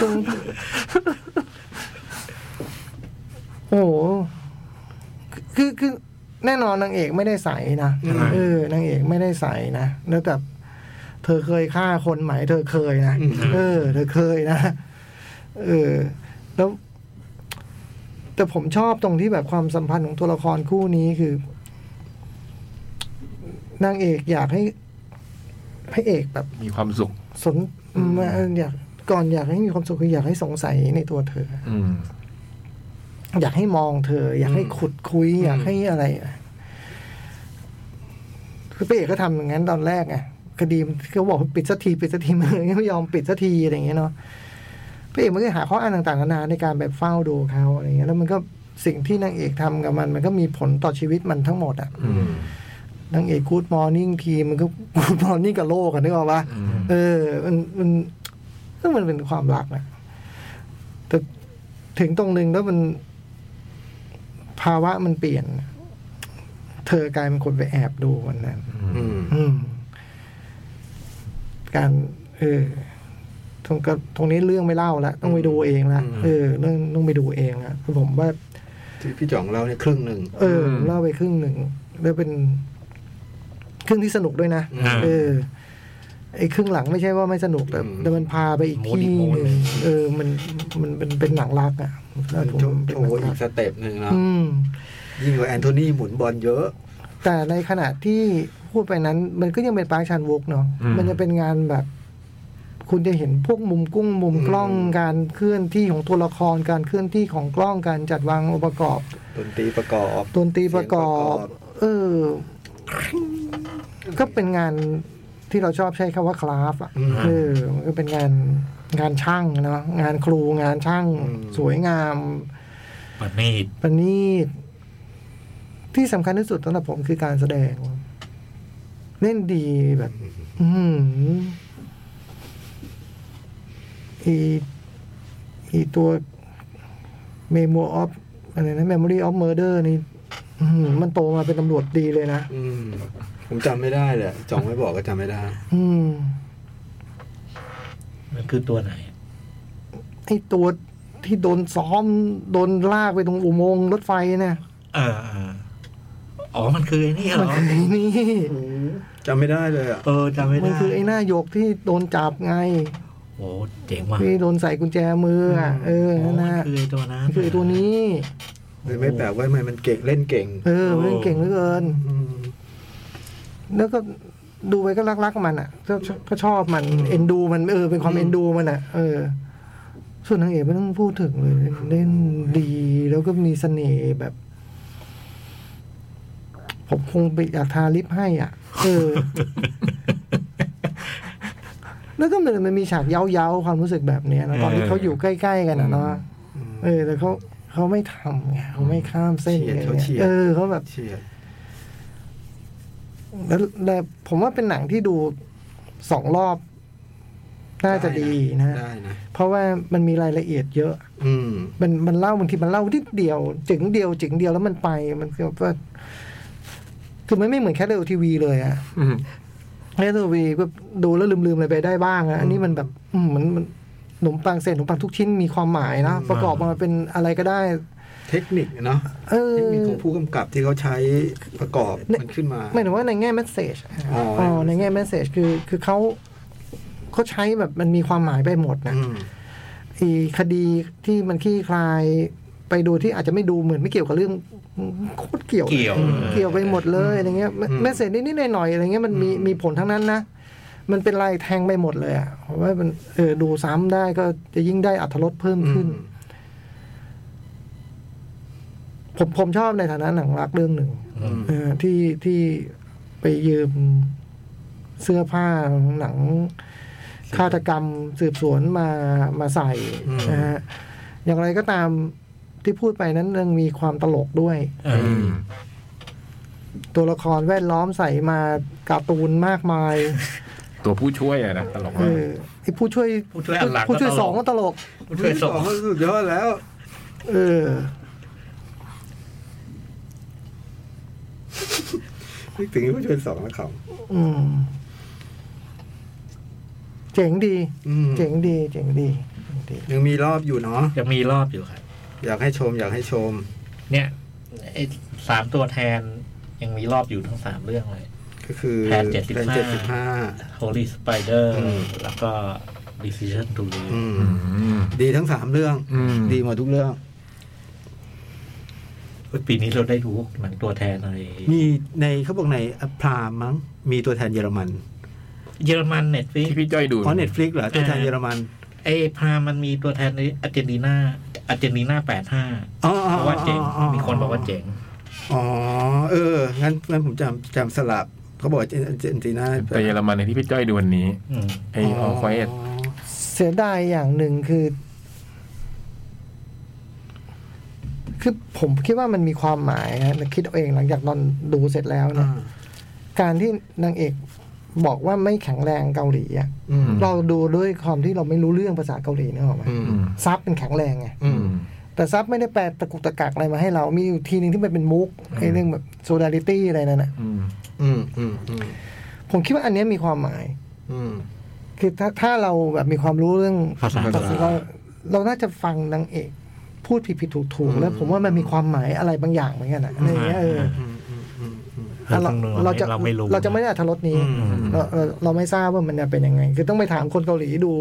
[SPEAKER 7] ตรง โอ้โหคือคือแน่นอนนางเอกไม่ได้ใสนะ
[SPEAKER 5] อืม
[SPEAKER 7] เออนางเอกไม่ได้ใสนะแล้วแต่เธอเคยฆ่าคนไหมเธอเคยนะเออ เธอเคยนะเออ แล้ว แต่ผมชอบตรงที่แบบความสัมพันธ์ของตัวละครคู่นี้คือ นางเอกอยากให้พระเอกแบบ
[SPEAKER 3] มีความสุข
[SPEAKER 7] สนมาอยากก่อนอยากให้มีความสุขคืออยากให้สงสัยในตัวเธอ
[SPEAKER 3] อืม
[SPEAKER 7] อยากให้มองเธอ อยากให้ขุดคุย อยากให้อะไรคือพี่เอกก็ทำอย่างนั้นตอนแรกไงคดีมันก็บอกว่าปิดสักทีปิดสักที มันยังไม่ยอมปิดสักทีอะไรอย่างเงี้ยเนาะพี่เอกมันก็หาข้ออ้างต่างๆนานาในการแบบเฝ้าดูเขาอะไรอย่างเงี้ยแล้วมันก็สิ่งที่นางเอกทำกับมัน มันก็มีผลต่อชีวิตมันทั้งหมดอะ
[SPEAKER 3] อืม
[SPEAKER 7] นางเอกกูดมอร์นิ่งทีมันก็กูดมอร์นิ่งกับโลกอะนึกออกปะ
[SPEAKER 3] อืม
[SPEAKER 7] เออ มันมันก็มันเป็นความรักนะแต่ถึงตรงนึงแล้วมัน ภาวะมันเปลี่ยน เธอกลายเป็นคนไปแอบดูวันนั้น
[SPEAKER 5] อืม
[SPEAKER 7] อืม การเออตรงก็ตรงนี้เรื่องไม่เล่าละต้องไปดูเองละ
[SPEAKER 5] อืม
[SPEAKER 7] เออ เรื่องต้องไปดูเองละผมว่า
[SPEAKER 5] ที่พี่จ่องเราเนี่ยครึ่งหนึ่ง
[SPEAKER 7] เออ
[SPEAKER 3] อืม
[SPEAKER 7] เล่าไปครึ่งหนึ่งแล้วเป็น ครึ่งที่สนุกด้วยนะ
[SPEAKER 5] อ่า
[SPEAKER 7] เออไอ้ครึ่งหลังไม่ใช่ว่าไม่สนุกแต่
[SPEAKER 5] อืม
[SPEAKER 7] แต่มันพาไปอีก
[SPEAKER 4] โมดิ
[SPEAKER 7] ที่
[SPEAKER 4] โม
[SPEAKER 7] ห
[SPEAKER 4] ดิ
[SPEAKER 7] นึ่งเออ มันมันเป็นเป็นหนังรักอ่ะแล้วผม
[SPEAKER 5] โช
[SPEAKER 7] ว่า
[SPEAKER 5] ว์
[SPEAKER 7] มันเป็น
[SPEAKER 5] โช
[SPEAKER 7] หนั
[SPEAKER 5] ว์อี
[SPEAKER 7] งรั
[SPEAKER 5] ก
[SPEAKER 7] ก
[SPEAKER 5] สเต็ปหนึ่งนะ
[SPEAKER 7] อืม
[SPEAKER 5] ยิ่งกว่าแอนโทนีหมุนบอลเยอะ
[SPEAKER 7] แต่ในขณะที่พูดไปนั้น มันก็ยังเป็นปาร์คชันวุกเนาะ
[SPEAKER 3] อืม
[SPEAKER 7] มันจะเป็นงานแบบ คุณจะเห็นพวกมุมกุ้งมุมกล้อง
[SPEAKER 5] อืม
[SPEAKER 7] การเคลื่อนที่ของตัวละครการเคลื่อนที่ของกล้องการจัดวางองค์ประกอบ
[SPEAKER 5] ดนตรีประกอบ
[SPEAKER 7] ดนตรีประกอบ
[SPEAKER 5] เสียงประกอบ
[SPEAKER 7] เออ ก็เป็นงานที่เราชอบใช้คำว่าคราฟต์อ่ะ เออ มันก็เป็นงานงานช่างเนาะ งานครูงานช่าง สวยงาม
[SPEAKER 4] ปานีด
[SPEAKER 7] ประณีตที่สำคัญที่สุดสำหรับผมคือการแสดง เล่นดีแบบ อืมอีอีตัวเมโมออฟอะไรนะ Memory of Murder นี่อื้อหือมันโตมาเป็นตำรวจดีเลยนะ
[SPEAKER 5] อืมผมจำไม่ได้เลยจ่องไม่บอกก็จำไม่ได้
[SPEAKER 7] อืม
[SPEAKER 4] มันคือตัวไหน
[SPEAKER 7] ไอตัวที่โดนซ้อม โดนลากไปตรงอุโมงค์รถไฟเนี่ย
[SPEAKER 4] เออเอออ๋อ มันคือไอ้นี่เหร
[SPEAKER 7] มัน
[SPEAKER 4] อ
[SPEAKER 7] คือไอ้นี่
[SPEAKER 5] จำไม่ได้เลยอ่ะ
[SPEAKER 4] เออจำไม่ได้
[SPEAKER 7] มันคือไอ้หน้าหยกที่โดนจับไง
[SPEAKER 4] โอ้เจ๋งว่ะ
[SPEAKER 7] ที่โดนใส่กุญแจมืออ่ะเออ
[SPEAKER 4] โอ้
[SPEAKER 7] นั่น
[SPEAKER 4] มั
[SPEAKER 7] นะ
[SPEAKER 4] นคือไอ้ตัวนั้น
[SPEAKER 7] คือไอ้ตัวนี้
[SPEAKER 5] เลยไม่แปลกว่าทำไมมันเก่งเล่นเก่ง
[SPEAKER 7] เออเล่นเก่งเหลือเกิน
[SPEAKER 5] อืม
[SPEAKER 7] แล้วก็ดูไปก็รักๆมันอ่ะก็ก็ชอบมันเอ็นดูมันเออเป็นความเอ็นดูมันอ่ะ เออ ส่วนนางเอกไม่ต้องพูดถึงเลยเล่นดีแล้วก็มีเสน่ห์แบบ ผมคงไปอยากทาลิปให้อ่ะ เอ อ แล้วก็เหมือนมันมีฉากเย้าเย้าๆความรู้สึกแบบเนี้ยนะตอนที่เขาอยู่ใกล้ๆกันอ่ะเนาะเออแต่เขาเขาไม่ทำไงเขาไม่ข้ามเส้นเลยเนี่ยเออเขาแบบ
[SPEAKER 5] เชียด
[SPEAKER 7] แล้วแล้วผมว่าเป็นหนังที่ดูสองรอบ น่าจะดีนะ
[SPEAKER 5] ได้นะ
[SPEAKER 7] เพราะว่ามันมีรายละเอียดเยอะ
[SPEAKER 5] อืม
[SPEAKER 7] มันมันเล่าบางทีมันเล่านิดเดียวจึงเดียวจึงเดียวแล้วมันไปมันคือว่าคือมันไม่เหมือนแคทเรลทีวีเลยอะ
[SPEAKER 3] อืม
[SPEAKER 7] แคทเรลทีวีก็ดูแล้วลืมๆอะไรไปได้บ้างอะอันนี้มันแบบอืมมันมันขนมปังเศษขนมปังทุกชิ้นมีความหมายนะประกอบมาเป็นอะไรก็ได้
[SPEAKER 5] เทคนิคเนาะ
[SPEAKER 7] เออ
[SPEAKER 5] เทคนิคของผู้กำกับที่เขาใช้ประกอบ
[SPEAKER 7] เนี่ย
[SPEAKER 5] มันขึ้นมา
[SPEAKER 7] หมายถึงว่าในแง่แมสเซจ
[SPEAKER 5] อ๋ออ๋
[SPEAKER 7] อ๋อในแง่แมสเซจคือคือเขาเขาใช้แบบมันมีความหมายไปหมดนะ
[SPEAKER 5] อืม
[SPEAKER 7] ไอีคดีที่มันขี้คลายไปดูที่อาจจะไม่ดูเหมือนไม่เกี่ยวกับเรื่องโคตรเกี่ยว
[SPEAKER 4] เกี่ยว
[SPEAKER 7] เกี่ยวไปหมดเลยอะไรเงี้ยแมสเซจนิดๆหน่อยๆอะไรเงี้ยมันมีมีผลทั้งนั้นนะ มันเป็นลายแทงไปหมดเลยอ่ะผมว่ามันเออดูซ้ำได้ก็จะยิ่งได้อัธรสเพิ่มขึ้น ผมผมชอบในฐานะหนังรักเรื่องหนึ่ง
[SPEAKER 4] อืม
[SPEAKER 7] เออที่ที่ไปยืมเสื้อผ้าหนังฆาตกรรมสืบสวนมามาใส่
[SPEAKER 5] อืม
[SPEAKER 7] นะฮะอย่างไรก็ตามที่พูดไปนั้นยังมีความตลกด้วย
[SPEAKER 4] เออ
[SPEAKER 7] ตัวละครแวดล้อมใส่มาการ์ตูนมากมาย
[SPEAKER 3] ตัวผู้ช่วยอะนะตลก
[SPEAKER 7] เอ
[SPEAKER 3] มาก
[SPEAKER 7] อไอ้ผู้ช่วย
[SPEAKER 4] ผู้ช่วยอันหลัง
[SPEAKER 7] ผู้ช่วย
[SPEAKER 4] ก็ตลก
[SPEAKER 7] สองก็ตลก
[SPEAKER 4] ผู้ช่วยสอง
[SPEAKER 5] ก็สุดยอดแล้ว
[SPEAKER 7] เออ
[SPEAKER 5] นึกถึงผู้ช่วยสองแล้วครับ
[SPEAKER 7] อืม เจ๋งดี
[SPEAKER 5] อืม
[SPEAKER 7] เจ๋งดี เจ๋งดีเจ๋งดี
[SPEAKER 5] ยังมีรอบอยู่เนาะ
[SPEAKER 4] ยังมีรอบอยู่ครับ
[SPEAKER 5] อยากให้ชม อยากให้ชม
[SPEAKER 4] เนี่ยไอ้สามตัวแทนยังมีรอบอยู่ทั้งสามเรื่องเลย
[SPEAKER 5] ก็คือ
[SPEAKER 4] แผน75
[SPEAKER 5] แผนเจ็ดสิบห้า
[SPEAKER 4] Holy Spider
[SPEAKER 5] อืม
[SPEAKER 4] แล้วก็ Decision to Leave
[SPEAKER 5] อืม
[SPEAKER 3] อืม
[SPEAKER 5] ดีทั้งสามเรื่อง
[SPEAKER 3] อืม
[SPEAKER 5] ดีหมดทุกเรื่อง
[SPEAKER 4] เฮ้ยปีนี้เราได้ดูหนังตัวแทนอะไร
[SPEAKER 5] มีในเขาบอกในพรามมั้ง มีตัวแทนเยอรมัน
[SPEAKER 4] เยอรมันเน็ตฟิก
[SPEAKER 3] ที่พี่จ้อยดู
[SPEAKER 5] อ๋อเน็ตฟลิกเหรอ ตัวแทนเยอรมัน
[SPEAKER 4] ไอ้พรามันมีตัวแทนในอาร์เจนตินาอาร์เจนตินาแปดห้า
[SPEAKER 5] อ๋ออ๋อ
[SPEAKER 4] เพราะว่าเจ๋ง
[SPEAKER 5] อ๋อ
[SPEAKER 4] มีคนบอกว่าเจ๋ง
[SPEAKER 5] อ๋อ เออ งั้นงั้นผมจำจำสลับ เขาบอกเจนเจนตินา
[SPEAKER 3] แต่เยอรมันในที่พี่จ้อยดูวันนี้
[SPEAKER 4] อืม
[SPEAKER 3] ไอ้ออคอยเอ็ด
[SPEAKER 7] เสียดายอย่างหนึ่งคือ คือผมคิดว่ามันมีความหมายนะแต่คิดเอาเองหลังจากตอนดูเสร็จแล้วนะ
[SPEAKER 5] อ่า
[SPEAKER 7] การที่นางเอกบอกว่าไม่แข็งแรงเกาหลีอะ
[SPEAKER 5] อืม
[SPEAKER 7] เราดูด้วยความที่เราไม่รู้เรื่องภาษาเกาหลีนึกออกไหม
[SPEAKER 5] อืม
[SPEAKER 3] อืม
[SPEAKER 7] ซับเป็นแข็งแรงไง
[SPEAKER 5] อืม
[SPEAKER 7] แต่ซับไม่ได้แปลตะกุกตะกักอะไรมาให้เรา มีอยู่ทีหนึ่งที่มันเป็นมุกไอ้เรื่องแบบโซดาริตี้อะไรนั่นนะ
[SPEAKER 3] อืม
[SPEAKER 5] อืม อืม อืม
[SPEAKER 7] ผมคิดว่าอันเนี้ยมีความหมาย
[SPEAKER 5] อืม
[SPEAKER 7] คือถ้าถ้าเราแบบมีความรู้เรื่อง
[SPEAKER 4] ภาษา
[SPEAKER 7] เราเราน่าจะฟังนางเอกพูดผิดผิดถูกถูกๆแล้ว
[SPEAKER 5] อืม
[SPEAKER 7] ผมว่ามันมีความหมายอะไรบางอย่างเหมือนกันอะอะไรอย่างเงี้ยเออ
[SPEAKER 5] อืมอืมอืมอืม
[SPEAKER 4] เออ
[SPEAKER 7] เรา
[SPEAKER 4] ต้องรู้
[SPEAKER 7] เราจะ
[SPEAKER 4] เราไม่รู้
[SPEAKER 7] เราจะไม่ได้อัธรสนี้
[SPEAKER 5] อืม
[SPEAKER 7] เราเราเราไม่ทราบว่ามันจะเป็นยังไง คือต้องไปถามคนเกาหลีดู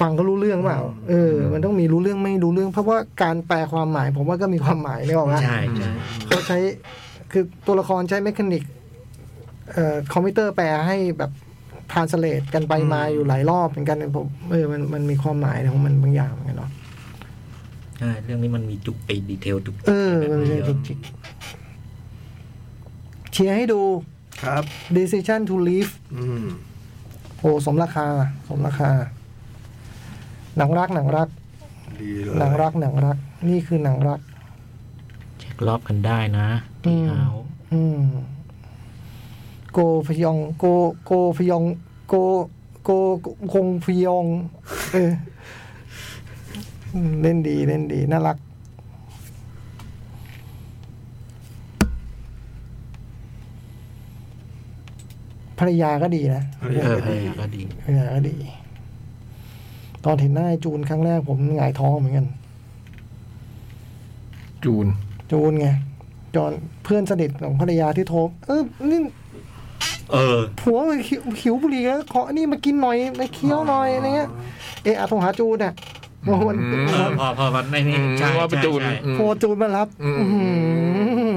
[SPEAKER 7] ฟังก็รู้เรื่องเปล่าเออ มันต้องมีรู้เรื่องไม่รู้เรื่อง เพราะว่าการแปลความหมาย ผมว่าก็มีความหมายนี่หรอกนะ
[SPEAKER 4] ใช่ใช่
[SPEAKER 7] เขาใช้คือตัวละครใช้เมคานิกเอ่อคอมพิวเตอร์แปลให้แบบทานสเลตกันไปมาอยู่หลายรอบเหมือนกันผมเออมันมันมีความหมายของมันบางอย่างเหมือนกันเนาะ
[SPEAKER 4] ใช่เรื่องนี้มันมีจุกไอ้ดีเทลจุก
[SPEAKER 7] เออมันเป็นเรื่องจุกจิกเชียร์ให้ดู
[SPEAKER 5] ครับ
[SPEAKER 7] decision to leave
[SPEAKER 5] อืม
[SPEAKER 7] โอ้สมราคา สมราคา หนังรักหนังรัก
[SPEAKER 5] ดีเลย
[SPEAKER 7] หนังรักหนังรัก นี่คือหนังรัก
[SPEAKER 4] เช็ครอบกันได้นะ
[SPEAKER 7] อื
[SPEAKER 4] ตี
[SPEAKER 7] ม
[SPEAKER 4] เอา
[SPEAKER 7] อืม โกพยองโกโกพยองโกโกคงพยอง เอออืมเล่นดีเล่นดี น่ารัก ภรรยาก็ดีนะ
[SPEAKER 4] เออเออก็ดี
[SPEAKER 7] เออก็ดี ตอนเห็นหน้าไอ้จูนครั้งแรกผมหงายท้องเหมือนกัน
[SPEAKER 3] จูน
[SPEAKER 7] จูนไงจอนเพื่อนสนิทของภรรยาที่โทรเออนี่
[SPEAKER 4] เออ
[SPEAKER 7] ผัวหิวหิวบุหรี่แล้วขออันนี่มากินหน่อยมาเคี้ยวหน่อยอะไรเงี้ยเอออะโทรหาจูนอ่ะวันวัน
[SPEAKER 3] อืม
[SPEAKER 4] เออพอพอมันในนี้ใช่
[SPEAKER 3] นึกว่าเป็น
[SPEAKER 4] ใช่
[SPEAKER 3] จูน
[SPEAKER 4] ใช่
[SPEAKER 3] อืม
[SPEAKER 7] โทรจูนมารับ
[SPEAKER 3] อืม
[SPEAKER 7] อื้อหือ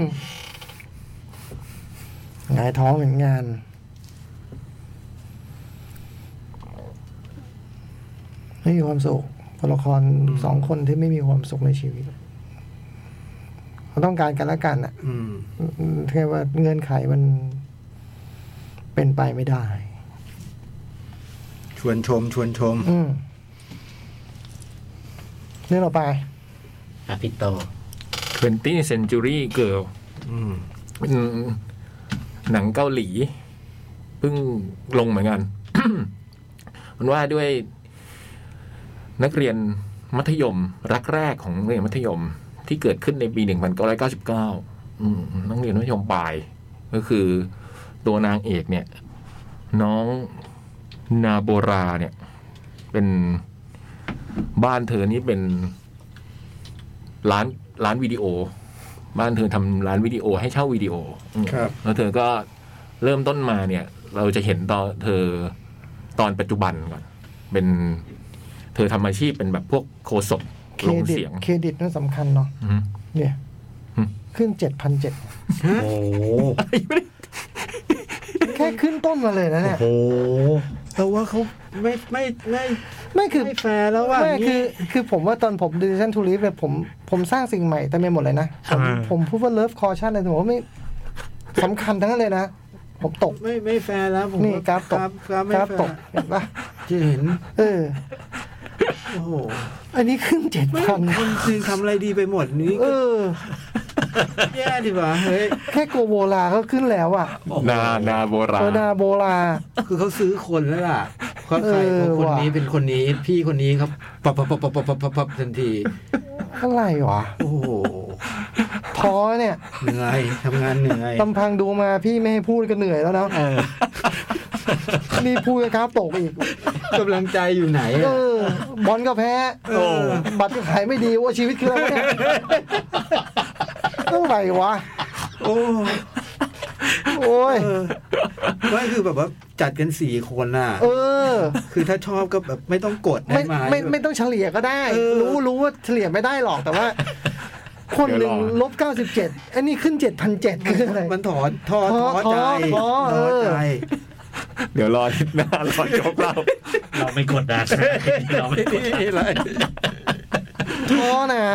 [SPEAKER 7] หงายท้องเหมือนงานไม่มีความสุขตัวละครสองคนที่ไม่มีความสุขในชีวิตเขาต้องการกันและกันอ่ะ
[SPEAKER 5] อืม
[SPEAKER 7] อืมแค่ว่าเงื่อนไขมันเป็นไปไม่ได้
[SPEAKER 5] ชวนชม ชวนชม
[SPEAKER 7] อืมเรื่องต่อไป
[SPEAKER 4] อ่ะพี่โต
[SPEAKER 3] 20 century girl
[SPEAKER 5] อืม
[SPEAKER 3] เป็นหนังเกาหลีเพิ่งลงเหมือนกัน มันว่าด้วยนักเรียนมัธยม รักแรกของโรงเรียนมัธยมที่เกิดขึ้นในปี 1999อืมนักเรียนมัธยมปลาย ก็คือตัวนางเอกเนี่ย น้องนาโบราเนี่ย เป็นบ้านเธอนี่เป็นร้านร้านวิดีโอ บ้านเธอทำร้านวิดีโอให้เช่าวิดีโออืม
[SPEAKER 5] ครับ
[SPEAKER 3] แล้วเธอก็เริ่มต้นมาเนี่ย เราจะเห็นตอนเธอตอนปัจจุบันก่อน เป็นเธอทำอาชีพเป็นแบบพวกโคศก
[SPEAKER 7] เค
[SPEAKER 3] ล
[SPEAKER 7] รง ดิต
[SPEAKER 3] เสียง
[SPEAKER 7] เครดิตนั่นสำคัญเนาะ
[SPEAKER 3] อืม
[SPEAKER 7] เนี่ย
[SPEAKER 3] อืม
[SPEAKER 7] ขึ้นเจ็ดพันเจ็ด
[SPEAKER 4] โอ้โห
[SPEAKER 7] เค แค่ขึ้นต้นมาเลยนะเนี่ย
[SPEAKER 2] โอ้โหแต่ว่าเขาไม่ไม่ไม่
[SPEAKER 7] ไม่คือ
[SPEAKER 2] ไม่แฟร์แล้วว่า
[SPEAKER 7] ไม่
[SPEAKER 2] อย่าง
[SPEAKER 7] คื
[SPEAKER 2] นี้
[SPEAKER 7] อคือผมว่าตอนผมดูชั่นทูริสเนี่ยผมผมสร้างสิ่งใหม่เต็มไปหมดเลยนะ ผม
[SPEAKER 2] อ่า
[SPEAKER 7] ผมพูดว่าเลิฟคอชั่นอะไรผมว่าไม่สำคัญทั้งนั้นเลยนะ ผมตก
[SPEAKER 2] ไม่ไม่แฟร์แล้วผม
[SPEAKER 7] นี่
[SPEAKER 2] ว่
[SPEAKER 7] กราฟตก
[SPEAKER 2] กราฟไม่
[SPEAKER 7] กราฟ
[SPEAKER 2] แฟ
[SPEAKER 7] ตก
[SPEAKER 2] ร์
[SPEAKER 7] เห็นปะ
[SPEAKER 2] จะเห็น
[SPEAKER 7] เออ
[SPEAKER 2] โอ้โห
[SPEAKER 7] อันนี้ขึ้นเจ็ด
[SPEAKER 2] ไม่
[SPEAKER 7] พัน
[SPEAKER 2] คนคือทำอะไรดีไปหมดนี้
[SPEAKER 7] เออ
[SPEAKER 2] แย่ดีกว่าเฮ้ย
[SPEAKER 7] แค่โกโบลาก็ขึ้นแล้วอ่ะ
[SPEAKER 3] นานาโบรา
[SPEAKER 7] โซ
[SPEAKER 3] ณ
[SPEAKER 7] ดาโบลา
[SPEAKER 2] คือเขาซื้อคนแล้วล่ะเขาใคร
[SPEAKER 7] เออ
[SPEAKER 2] คน
[SPEAKER 7] ว่ะ
[SPEAKER 2] นี้เป็นคนนี้พี่คนนี้ครับปับปับปับปับปับปับปับทันที
[SPEAKER 7] อะไรวะ
[SPEAKER 2] โอ้โห
[SPEAKER 7] ท้อเนี่ย
[SPEAKER 2] เหนื่อยทำงานเหนื่อย
[SPEAKER 7] ลำพังดูมาพี่ไม่ให้พูดก็เหนื่อยแล้วนะ
[SPEAKER 2] เออ
[SPEAKER 7] นี่พูดกับกราฟตกอีก
[SPEAKER 2] กำลังใจอยู่ไหน
[SPEAKER 7] เอ
[SPEAKER 2] อะ
[SPEAKER 7] อ บอลก็แพ้
[SPEAKER 2] เออ
[SPEAKER 7] บัตรก็ขายไม่ดีว่าชีวิตคืออะไรวะเนี่ยต้องไรวะ
[SPEAKER 2] โอ้
[SPEAKER 7] โอ้ย
[SPEAKER 2] เออไม่คือแบบว่าจัดกันสี่คนน่ะ
[SPEAKER 7] เออ
[SPEAKER 2] คือถ้าชอบก็แบบไม่ต้องกด
[SPEAKER 7] ไม่
[SPEAKER 2] ได้ไหม
[SPEAKER 7] ไม่ไม่ต้องเฉลี่ยก็ได้
[SPEAKER 2] เออ
[SPEAKER 7] รู้รู้ว่าเฉลี่ยไม่ได้หรอก แต่ว่า คนหนึ่งลบ 97 อันนี้ขึ้น 7,700คืออะไร
[SPEAKER 2] มันถอนทอ
[SPEAKER 7] ท้
[SPEAKER 2] ท้
[SPEAKER 7] อ
[SPEAKER 2] อใจ
[SPEAKER 7] ท้อเอ
[SPEAKER 2] ท้อ
[SPEAKER 7] อ
[SPEAKER 2] ใจ
[SPEAKER 3] เดี๋ยวรออาทิตย์หน้ารอจบ เรา
[SPEAKER 4] เราไม่กดดันเราไม่กดดัน
[SPEAKER 7] ท้อนะ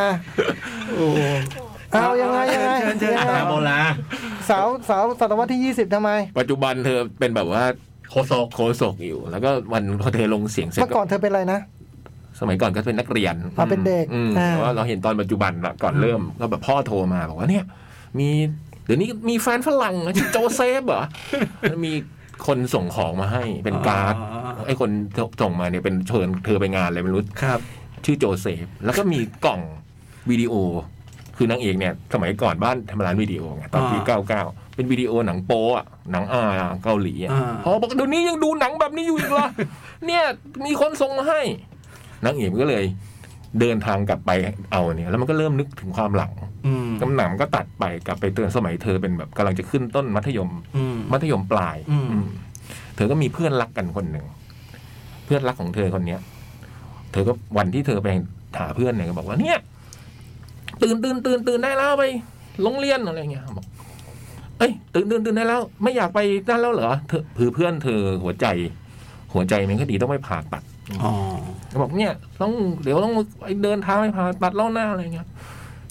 [SPEAKER 7] เอายังไงยังไง
[SPEAKER 2] เชิญเชิญเชิญ
[SPEAKER 7] ยังไง
[SPEAKER 4] ตาโบราณ
[SPEAKER 7] สาวสาวศตวรรษที่ 20ทำไม
[SPEAKER 3] ปัจจุบันเธอเป็นแบบว่า
[SPEAKER 4] โคโซก
[SPEAKER 3] โคศกอยู่ แล้วก็วันพอเธอลงเสียงเสร็จ
[SPEAKER 7] เมื่อก่อนเธอเป็นอะไรนะ
[SPEAKER 3] สมัยก่อนก็เป็นนักเรียน
[SPEAKER 7] อ่าเป็นเด็ก
[SPEAKER 3] อืม
[SPEAKER 7] อ่า
[SPEAKER 3] แต่ว่าเราเห็นตอนปัจจุบันแบบก่อนเริ่มก็แบบพ่อโทรมาบอกว่าเนี่ย มีเดี๋ยวนี้มีแฟนฝรั่งนะ ชื่อโจเซฟเหรอแล้วมีคนส่งของมาให้เป็นการ์ด
[SPEAKER 2] อ๋อ
[SPEAKER 3] ไอ้คนส่งมาเนี่ยเป็นเชิญเธอไปงานอะไรไม่รู้
[SPEAKER 2] ครับ
[SPEAKER 3] ชื่อโจเซฟ แล้วก็มีกล่องวิดีโอ คือนางเอกเนี่ย สมัยก่อนบ้านทำร้านวิดีโอไงตอนปี
[SPEAKER 2] อ่า
[SPEAKER 3] 99 เป็นวิดีโอหนังโป๊อะหนังอาเกาหลีอะ
[SPEAKER 2] อ่า
[SPEAKER 3] พอบอกเดี๋ยวนี้ยังดูหนังแบบนี้อยู่อี กเหรอ เนี่ยมีคนส่งมาให้นางเอกก็เลย เดินทางกลับไปเอาเนี่ย แล้วมันก็เริ่มนึกถึงความหลัง
[SPEAKER 2] อืม
[SPEAKER 3] กำหนังก็ตัดไปกลับไปเตือนสมัยเธอเป็นแบบกำลังจะขึ้นต้นมัธยม
[SPEAKER 2] อืม
[SPEAKER 3] มัธยมปลาย
[SPEAKER 2] อืม
[SPEAKER 3] อืมเธอก็มีเพื่อนรักกันคนหนึ่ง เพื่อนรักของเธอคนเนี้ย เธอก็วันที่เธอไปหาเพื่อนเนี่ยก็บอกว่าเนี่ย ตื่นตื่นตื่นตื่นได้แล้วไปโรงเรียนอะไรเงี้ยบอกเอ้ยตื่นตื่นตื่นได้แล้ว ไม่อยากไปนั่นแล้วเหรอเธอคือเพื่อนเธอหัวใจ หัวใจมันก็ดีต้องไปผ่าตัด
[SPEAKER 2] อ๋อ
[SPEAKER 3] ก็บอกเนี่ยต้องเดี๋ยวต้องไปเดินทางไปผ่าตัดเล่าหน้าอะไรเงี้ย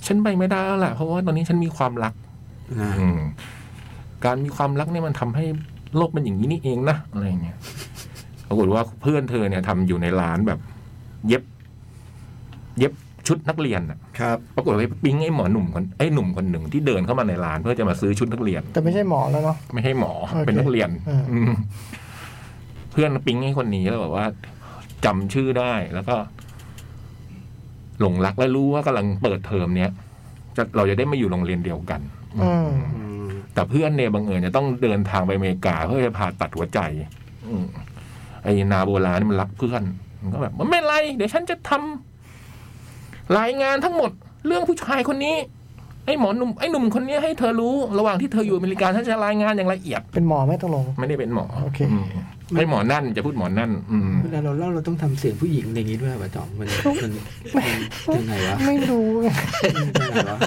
[SPEAKER 3] ฉันไปไม่ได้แล้วแหละเพราะว่าตอนนี้ฉันมีความรัก
[SPEAKER 2] นะ
[SPEAKER 3] อืมการมีความรักเนี่ยมันทำให้โลกเป็นอย่างนี้นี่เองนะอะไรอย่างเงี้ยปรากฏว่าเพื่อนเธอเนี่ยทำอยู่ในร้านแบบ เย็บ เย็บชุดนักเรียนน่ะ
[SPEAKER 2] ครับ
[SPEAKER 3] ปรากฏว่าไปปิ๊งไอ้หมอหนุ่มคนไอ้หนุ่มคนหนึ่งที่เดินเข้ามาในร้านเพื่อจะมาซื้อชุดนักเรียน
[SPEAKER 7] แต่ไม่ใช่หมอแล้วเนาะ
[SPEAKER 3] ไม่ใช่หมอ
[SPEAKER 7] โอเค
[SPEAKER 3] เป็นนักเรียน
[SPEAKER 7] อ่า
[SPEAKER 3] อืมเพื่อนปิ๊งให้คนนี้แล้วแบบว่าจำชื่อได้แล้วก็ หลงรักและรู้ว่ากำลังเปิดเทอมเนี้ยจะเราจะได้มาอยู่โรงเรียนเดียวกัน
[SPEAKER 7] อืม
[SPEAKER 2] อืม
[SPEAKER 3] แต่เพื่อนเนี่ยบังเอิญจะต้องเดินทางไปอเมริกาเพื่อจะผ่าตัดหัวใจ อืมไอ้นาโบลานี่มันรักเพื่อนมันก็แบบมันไม่เป็นไรเดี๋ยวฉันจะทำรายงานทั้งหมด เรื่องผู้ชายคนนี้ ไอ้หมอหนุ่มไอ้หนุ่มคนนี้ให้เธอรู้ ระหว่างที่เธออยู่อเมริกาฉันจะรายงานอย่างละเอียด
[SPEAKER 7] เป็นหมอไหม่ตกลง
[SPEAKER 3] ไม่ได้เป็นหมอ
[SPEAKER 7] โอเค
[SPEAKER 3] มไม่หมอนั่นจะพูดหมอนั่น อืม
[SPEAKER 2] เวลาเราเล่าเราต้องทำเสียงผู้หญิงอย่างนี้ด้วยป่ะจอมมันมันมันยังไงวะ
[SPEAKER 7] ไม่รู้ไง
[SPEAKER 2] มันยังไงวะ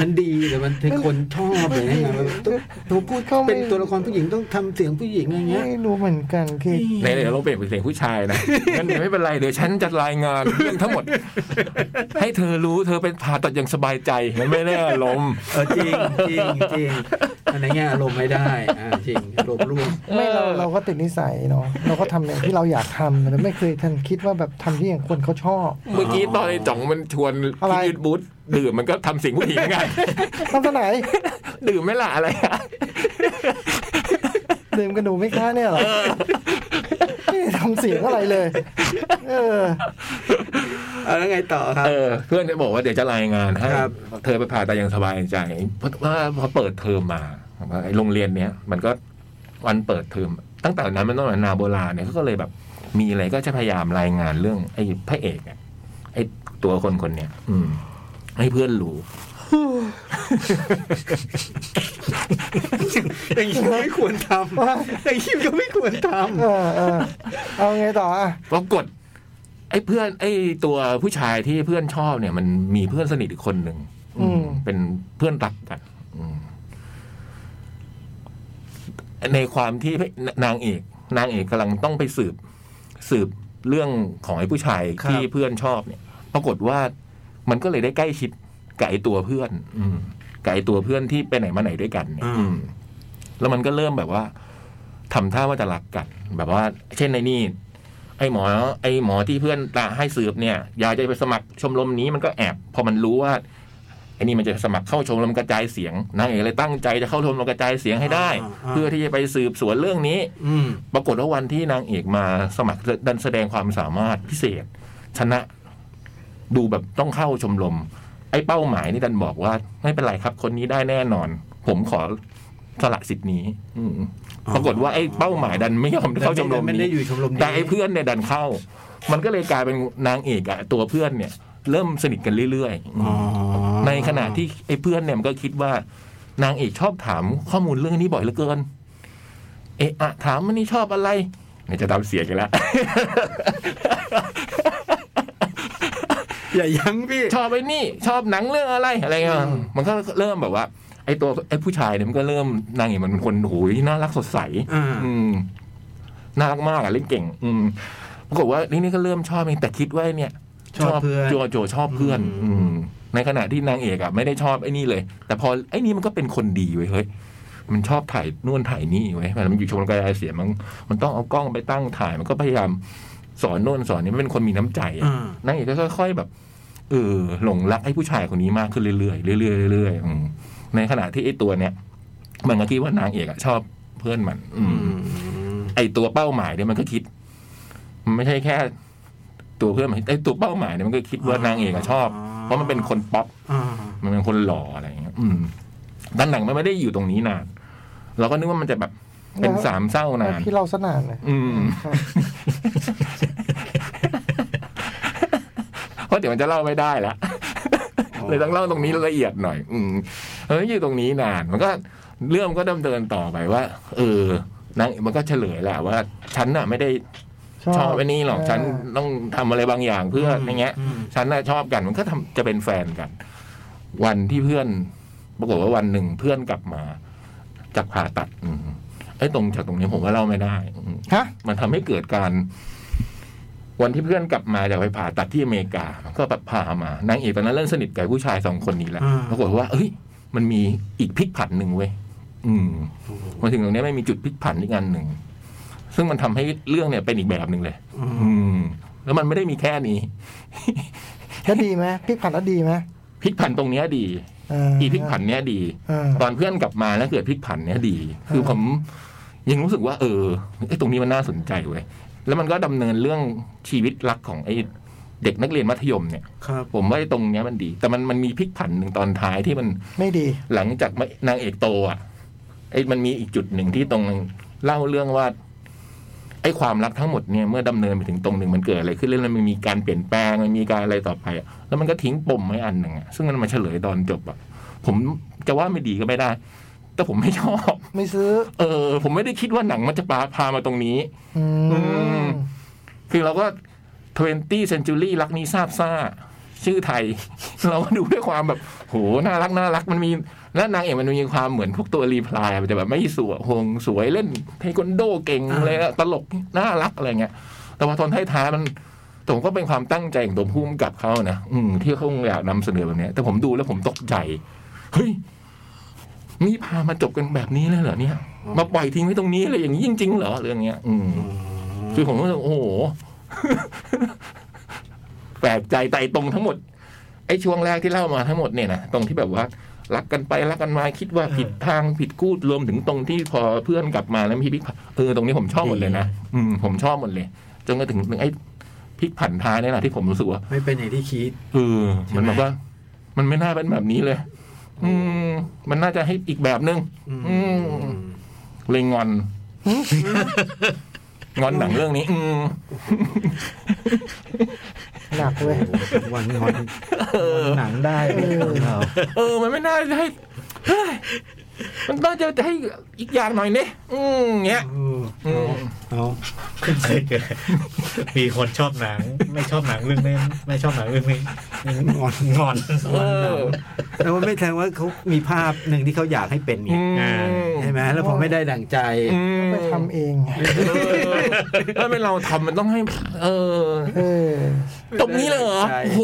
[SPEAKER 2] มันดีแต่มันเป็นคนชอบเลยนะมันต้องต้องพูด
[SPEAKER 7] ก็
[SPEAKER 2] เป็
[SPEAKER 7] ไม่
[SPEAKER 2] นตัวละครผู้หญิงต้องทำเสียงผู้หญิงอย่างเงี้ย
[SPEAKER 7] ไม่รู้เหมือนกันคือ
[SPEAKER 3] ในเดี๋ยวเราเปลี่ยนเป็นเสียงผู้ชายนะงั้นเดี๋ยวไม่เป็นไรเดี๋ยวฉันจะรายงานเรื่องทั้งหมด ให้เธอรู้เธอเป็นผ่าตัดอย่างสบายใจมันไม่ได้อารมณ์
[SPEAKER 2] เออจริงจริงจริงอันไหนเงี้ยอารมณ์ไม่ได้อ่าจริงอารมณ์ร่วม
[SPEAKER 7] ไม่เรา
[SPEAKER 3] เออ
[SPEAKER 7] เราก็ติดนิสัยเนาะเราก็ทำอย่างที่เราอยากทำแต่ไม่เคยทันคิดว่าแบบทำที่อย่างคนเขาชอบ
[SPEAKER 3] เมื่อกี้ตอนไอ้จ่องมันชวน
[SPEAKER 7] อะไร
[SPEAKER 3] พี่ยืดบูธดื่มมันก็ทำเสียงผู้หญิงไง
[SPEAKER 7] ทำที่ไหน
[SPEAKER 3] ดื่มไหม่ละอะไรอะ
[SPEAKER 7] ดื่มกันดูไหม่ค้าเนี่ยเหรอไม่ได้ทำเสียงอะไรเลย เออ
[SPEAKER 2] เอาแล้วไงต่อครับ
[SPEAKER 3] เออ เพื่อนจะบอกว่าเดี๋ยวจะรายงานให้
[SPEAKER 2] ครับ
[SPEAKER 3] เธอไปผ่าตัดอย่างสบายใจเพราะว่าพอเปิดเทอมมาไอ้โรงเรียนเนี้ยมันก็วันเปิดเทอมตั้งแต่นั้นมันต้องนาโบราณเนี่ยเขาก็เลยแบบ มีอะไรก็จะพยายามรายงานเรื่อง ไอ้พระเอกเนี่ยไอ้ตัวคนคนเนี้ยอืม ให้เพื่อนรู้
[SPEAKER 2] อย่างนี้ไม่ควรทำอย่างนี้ก็ไม่ควรท
[SPEAKER 7] เออเออเอาไงต่ออ่ะ
[SPEAKER 3] ปรากฏไอ้เพื่อน ไอ้ตัวผู้ชายที่เพื่อนชอบเนี่ย มันมีเพื่อนสนิทอีกคนหนึ่งอืมเป็นเพื่อนรักกันอืม ในความที่นางเอกนางเอกกำลังต้องไปสืบ สืบเรื่องของไอ้ผู้ชาย
[SPEAKER 2] ครับ
[SPEAKER 3] ที่เพื่อนชอบเนี่ย ปรากฏว่ามันก็เลยได้ใกล้ชิดกับไอ้ตัวเพื่อน อืมกับไอ้ตัวเพื่อนที่ไปไหนมาไหนด้วยกันเนี่ย
[SPEAKER 2] อ่า
[SPEAKER 3] อืมแล้วมันก็เริ่มแบบว่าทำท่าว่าจะรักกัน แบบว่า เช่นในนี่ ไอ้หมอ ไอ้หมอที่เพื่อนตาให้สืบเนี่ยอยากจะไปสมัครชมรมนี้มันก็แอบพอมันรู้ว่าไอ้นี่มันจะสมัครเข้าชมรมกระจายเสียงนางเอกเลยตั้งใจจะเข้าชมรมกระจายเสียงให้ได้
[SPEAKER 2] อ่าอ่า
[SPEAKER 3] เพื่อที่จะไปสืบสวนเรื่องนี้
[SPEAKER 2] อืม
[SPEAKER 3] ปรากฏว่าวันที่นางเอกมาสมัครดันแสดงความสามารถพิเศษ ชนะดูแบบต้องเข้าชมรมไอ้เป้าหมายนี่ดันบอกว่า ไม่เป็นไรครับ คนนี้ได้แน่นอน ผมขอสละสิทธิ์นี้ อืม
[SPEAKER 2] อ๋อ
[SPEAKER 3] ปรากฏว่าไอ้เป้าหมายดันไม่ยอมเข้าชมรม
[SPEAKER 2] ไม่
[SPEAKER 3] นี้
[SPEAKER 2] ได้อยู่ชมรมนี้
[SPEAKER 3] แต่ไอ้เพื่อนเนี่ยดันเข้า มันก็เลยกลายเป็นนางเอกอะตัวเพื่อนเนี่ย เริ่มสนิทกันเรื่อยๆ
[SPEAKER 2] อ๋อ
[SPEAKER 3] ในขณะที่ไอ้เพื่อนเนี่ยมันก็คิดว่านางเอกชอบถามข้อมูลเรื่องนี้บ่อยเหลือเกิน เอะอะถามมันนี่ชอบอะไรเนี่ยจะทำเสียงอีกันแล้ว
[SPEAKER 2] อย่ายั้งพี่
[SPEAKER 3] ชอบไอ้นี่ ชอบหนังเรื่องอะไรอะไรเงี้ย
[SPEAKER 2] อืม
[SPEAKER 3] มันก็เริ่มแบบว่า ไอ้ตัวไอ้ผู้ชายเนี่ยมันก็เริ่มนางเอกมันเป็นคนโหยน่ารักสดใส
[SPEAKER 2] อ่า
[SPEAKER 3] อืมน่ารักมากอะเล่นเก่ง อืมปรากฏว่านี่นี่ก็เริ่มชอบเองแต่คิดว่าเนี่ย
[SPEAKER 2] ชอบเพื่อน
[SPEAKER 3] โจโจชอบเพื่อน
[SPEAKER 2] อื
[SPEAKER 3] อื
[SPEAKER 2] ม
[SPEAKER 3] มในขณะที่นางเอกอ่ะไม่ได้ชอบไอ้นี่เลย แต่พอไอ้นี่มันก็เป็นคนดีเว้ยเฮ้ยมันชอบถ่ายนู่นถ่ายนี่ไว้ยมันอยู่ชมรมกายเสียมันมันต้องเอากล้องไปตั้งถ่ายมันก็พยายามสอนโน่นสอนนี่มันเป็นคนมีน้ำใจอะ
[SPEAKER 2] อ่าน
[SPEAKER 3] างเอกก็ค่อย ๆแบบเออหลงรักไอ้ผู้ชายคนนี้มากขึ้นเรื่อยๆเรื่อยๆเรื่อยๆอืมในขณะที่ไอ้ตัวเนี้ยมันก็คิดว่านางเอกอะชอบเพื่อนมัน อื
[SPEAKER 2] อื
[SPEAKER 3] ม
[SPEAKER 2] ม
[SPEAKER 3] ไอตัวเป้าหมายเนี่ยมันก็คิด มันไม่ใช่แค่ ตัวเพื่อนมันไอตัวเป้าหมายเนี่ยมันก็คิด
[SPEAKER 2] อ๋อน
[SPEAKER 3] ว่าางเอกอะชอบ
[SPEAKER 2] อ๋อ
[SPEAKER 3] เพราะมันเป็นคนป๊อป
[SPEAKER 2] อ่า
[SPEAKER 3] มันเป็นคนหล่ออะไรอย่างเงี้ย อืมด้านหลังมันไม่ได้อยู่ตรงนี้นานเราก็นึกว่ามันจะแบบเป็นสามเศร้านา
[SPEAKER 7] แล้ว
[SPEAKER 3] น
[SPEAKER 7] พี่เราสนานนะ
[SPEAKER 3] อืม
[SPEAKER 7] ครับ
[SPEAKER 3] เพราะเดี๋ยวมันจะเล่าไม่ได้ละ เลยต้องเล่าตรงนี้ละเอียดหน่อย อืมเอออยู่ตรงนี้นาน มันก็เรื่องก็ดำเนินต่อไปว่า เออนางมันก็เฉลยแหละว่าฉันน่ะไม่ได้ ชอบไอ้นี่หรอกฉันต้องทำอะไรบางอย่างเพื่ออย่างเงี้ย
[SPEAKER 2] อืม
[SPEAKER 3] ฉันน่ะชอบกันมันก็ทำจะเป็นแฟนกัน วันที่เพื่อน ปรากฏว่าวันหนึ่งเพื่อนกลับมาจากผ่าตัดอืมไอ้ตรงจากตรงนี้ผมว่าเล่าไม่ได้อืม
[SPEAKER 7] ฮะ
[SPEAKER 3] มันทำให้เกิดการ วันที่เพื่อนกลับมาจากไปผ่าตัดที่อเมริกามันก็แบบพามานางเอกตอนนั้นเริ่มสนิทกับผู้ชายสองคนนี้แล้ว
[SPEAKER 2] อ่า
[SPEAKER 3] ปรากฏว่า เอ้ย มันมีอีกพลิกผันหนึ่งเว้ยอืม มาถึงตรงเนี้ยไม่มีจุดพลิกผันอีกอันหนึ่ง ซึ่งมันทำให้เรื่องเนี่ยเป็นอีกแบบหนึ่งเลย
[SPEAKER 2] อืม
[SPEAKER 3] อืม แล้วมันไม่ได้มีแค่นี้
[SPEAKER 7] แล้วดีไหมพลิกผันแล้วดีไหม
[SPEAKER 3] พลิกผันตรงเนี้ยดี อีพลิกผันเนี้ยดี
[SPEAKER 7] อ่า
[SPEAKER 3] ตอนเพื่อนกลับมาแล้วเกิดพลิกผันเนี้ยดี คือผมยังรู้สึกว่า เออไอ้ตรงนี้มันน่าสนใจเว้ยแล้วมันก็ดำเนินเรื่องชีวิตรักของไอ้เด็กนักเรียนมัธยมเนี่ย
[SPEAKER 2] ครับ
[SPEAKER 3] ผมว่าไอ้ตรงเนี้ยมันดี แต่มันมันมีพลิกผันหนึ่งตอนท้ายที่มัน
[SPEAKER 7] ไม่ดี
[SPEAKER 3] หลังจากนางเอกโตอ่ะไอ้มันมีอีกจุดหนึ่งที่ตรงเล่าเรื่องว่า ไอ้ความรักทั้งหมดเนี่ยเมื่อดำเนินไปถึงตรงหนึ่งมันเกิดอะไรขึ้นเรื่องมันมีการเปลี่ยนแปลงมันมีการอะไรต่อไปอะแล้วมันก็ทิ้งปมไว้อันหนึ่งอะซึ่งมันมาเฉลยตอนจบอ่ะผมจะว่าไม่ดีก็ไม่ได้ แต่ผมไม่ชอบ
[SPEAKER 7] ไม่ซื้อ
[SPEAKER 3] เออ ผมไม่ได้คิดว่าหนังมันจะพาพามาตรงนี้
[SPEAKER 7] อืม
[SPEAKER 3] คือเราก็ 20 century รักนี้ซาบซ่า ชื่อไทย เราก็ดูด้วยความแบบ โห น่ารัก น่ารัก มันมี และนางเอกมันมีความเหมือนพวกตัวรีพลายมันจะแบบไม่สวยหงสวยเล่นเทควันโดเก่งอะไรอะตลก น่ารักอะไรเงี้ย แต่ว่าตอนท้ายๆมันผมก็เป็นความตั้งใจของตัวผู้กำกับเขานะอืมที่เขาอยากนำเสนอแบบเนี้ย แต่ผมดูแล้วผมตกใจ เฮ้ย นี่พามาจบกันแบบนี้เลยเหรอเนี่ย มาปล่อยทิ้งไว้ตรงนี้อะไรอย่างนี้จริงๆเหรอเรื่องเนี้ย อืม คือผมก็รู้สึกโอ้โห แปลกใจแต่ไอ้ตรงทั้งหมด ไอ้ช่วงแรกที่เล่ามาทั้งหมดเนี่ยนะตรงที่แบบว่า รักกันไปรักกันมาคิดว่าผิดทางผิดกู้รวมถึงตรงที่พอเพื่อนกลับมาแล้วมีพลิกผันเออตรงนี้ผมชอบหมดเลยนะอืมผมชอบหมดเลยจนกระทั่งถึงไอ้พลิกผันท้ายเนี่ยนะที่ผมรู้สึกว่า
[SPEAKER 2] ไม่เป็นอย่างที่คิด
[SPEAKER 3] เออ
[SPEAKER 2] ใช่
[SPEAKER 3] มัน
[SPEAKER 2] ไหม
[SPEAKER 3] แบบว่า มันไม่น่าเป็นแบบนี้เลย อืม มันน่าจะให้อีกแบบนึง อืมเลย งอน งอนหนังเรื่องนี้ อืม
[SPEAKER 7] หนักเว้ย
[SPEAKER 2] วันนอนหนังได้ไม่เรา
[SPEAKER 3] เออ มันไม่น่าจะให้เฮ้ย มันต้องจะให้อีกอย่างหน่อยเนี่ยอืมเงี้ยอืม
[SPEAKER 2] เอา
[SPEAKER 4] เคยเจอมีคนชอบหนัง ไม่ชอบหนังเรื่องนี้ไม่ชอบหนังเรื่องนี้
[SPEAKER 2] งอน
[SPEAKER 4] งอน
[SPEAKER 3] เออ
[SPEAKER 2] แล้วมันไม่แทงว่าเขามีภาพหนึ่งที่เขาอยากให้เป็นไง
[SPEAKER 3] อืม
[SPEAKER 2] ใช่ไหมแล้วพอไม่ได้ดั่งใจ
[SPEAKER 3] อืม
[SPEAKER 7] ไปทำเองไง
[SPEAKER 3] เออถ้าเป็นเราทำมันต้องให้ เออ
[SPEAKER 7] เออ
[SPEAKER 3] ตรงนี้เลยเหรอ
[SPEAKER 2] ใช่
[SPEAKER 3] โอ้โห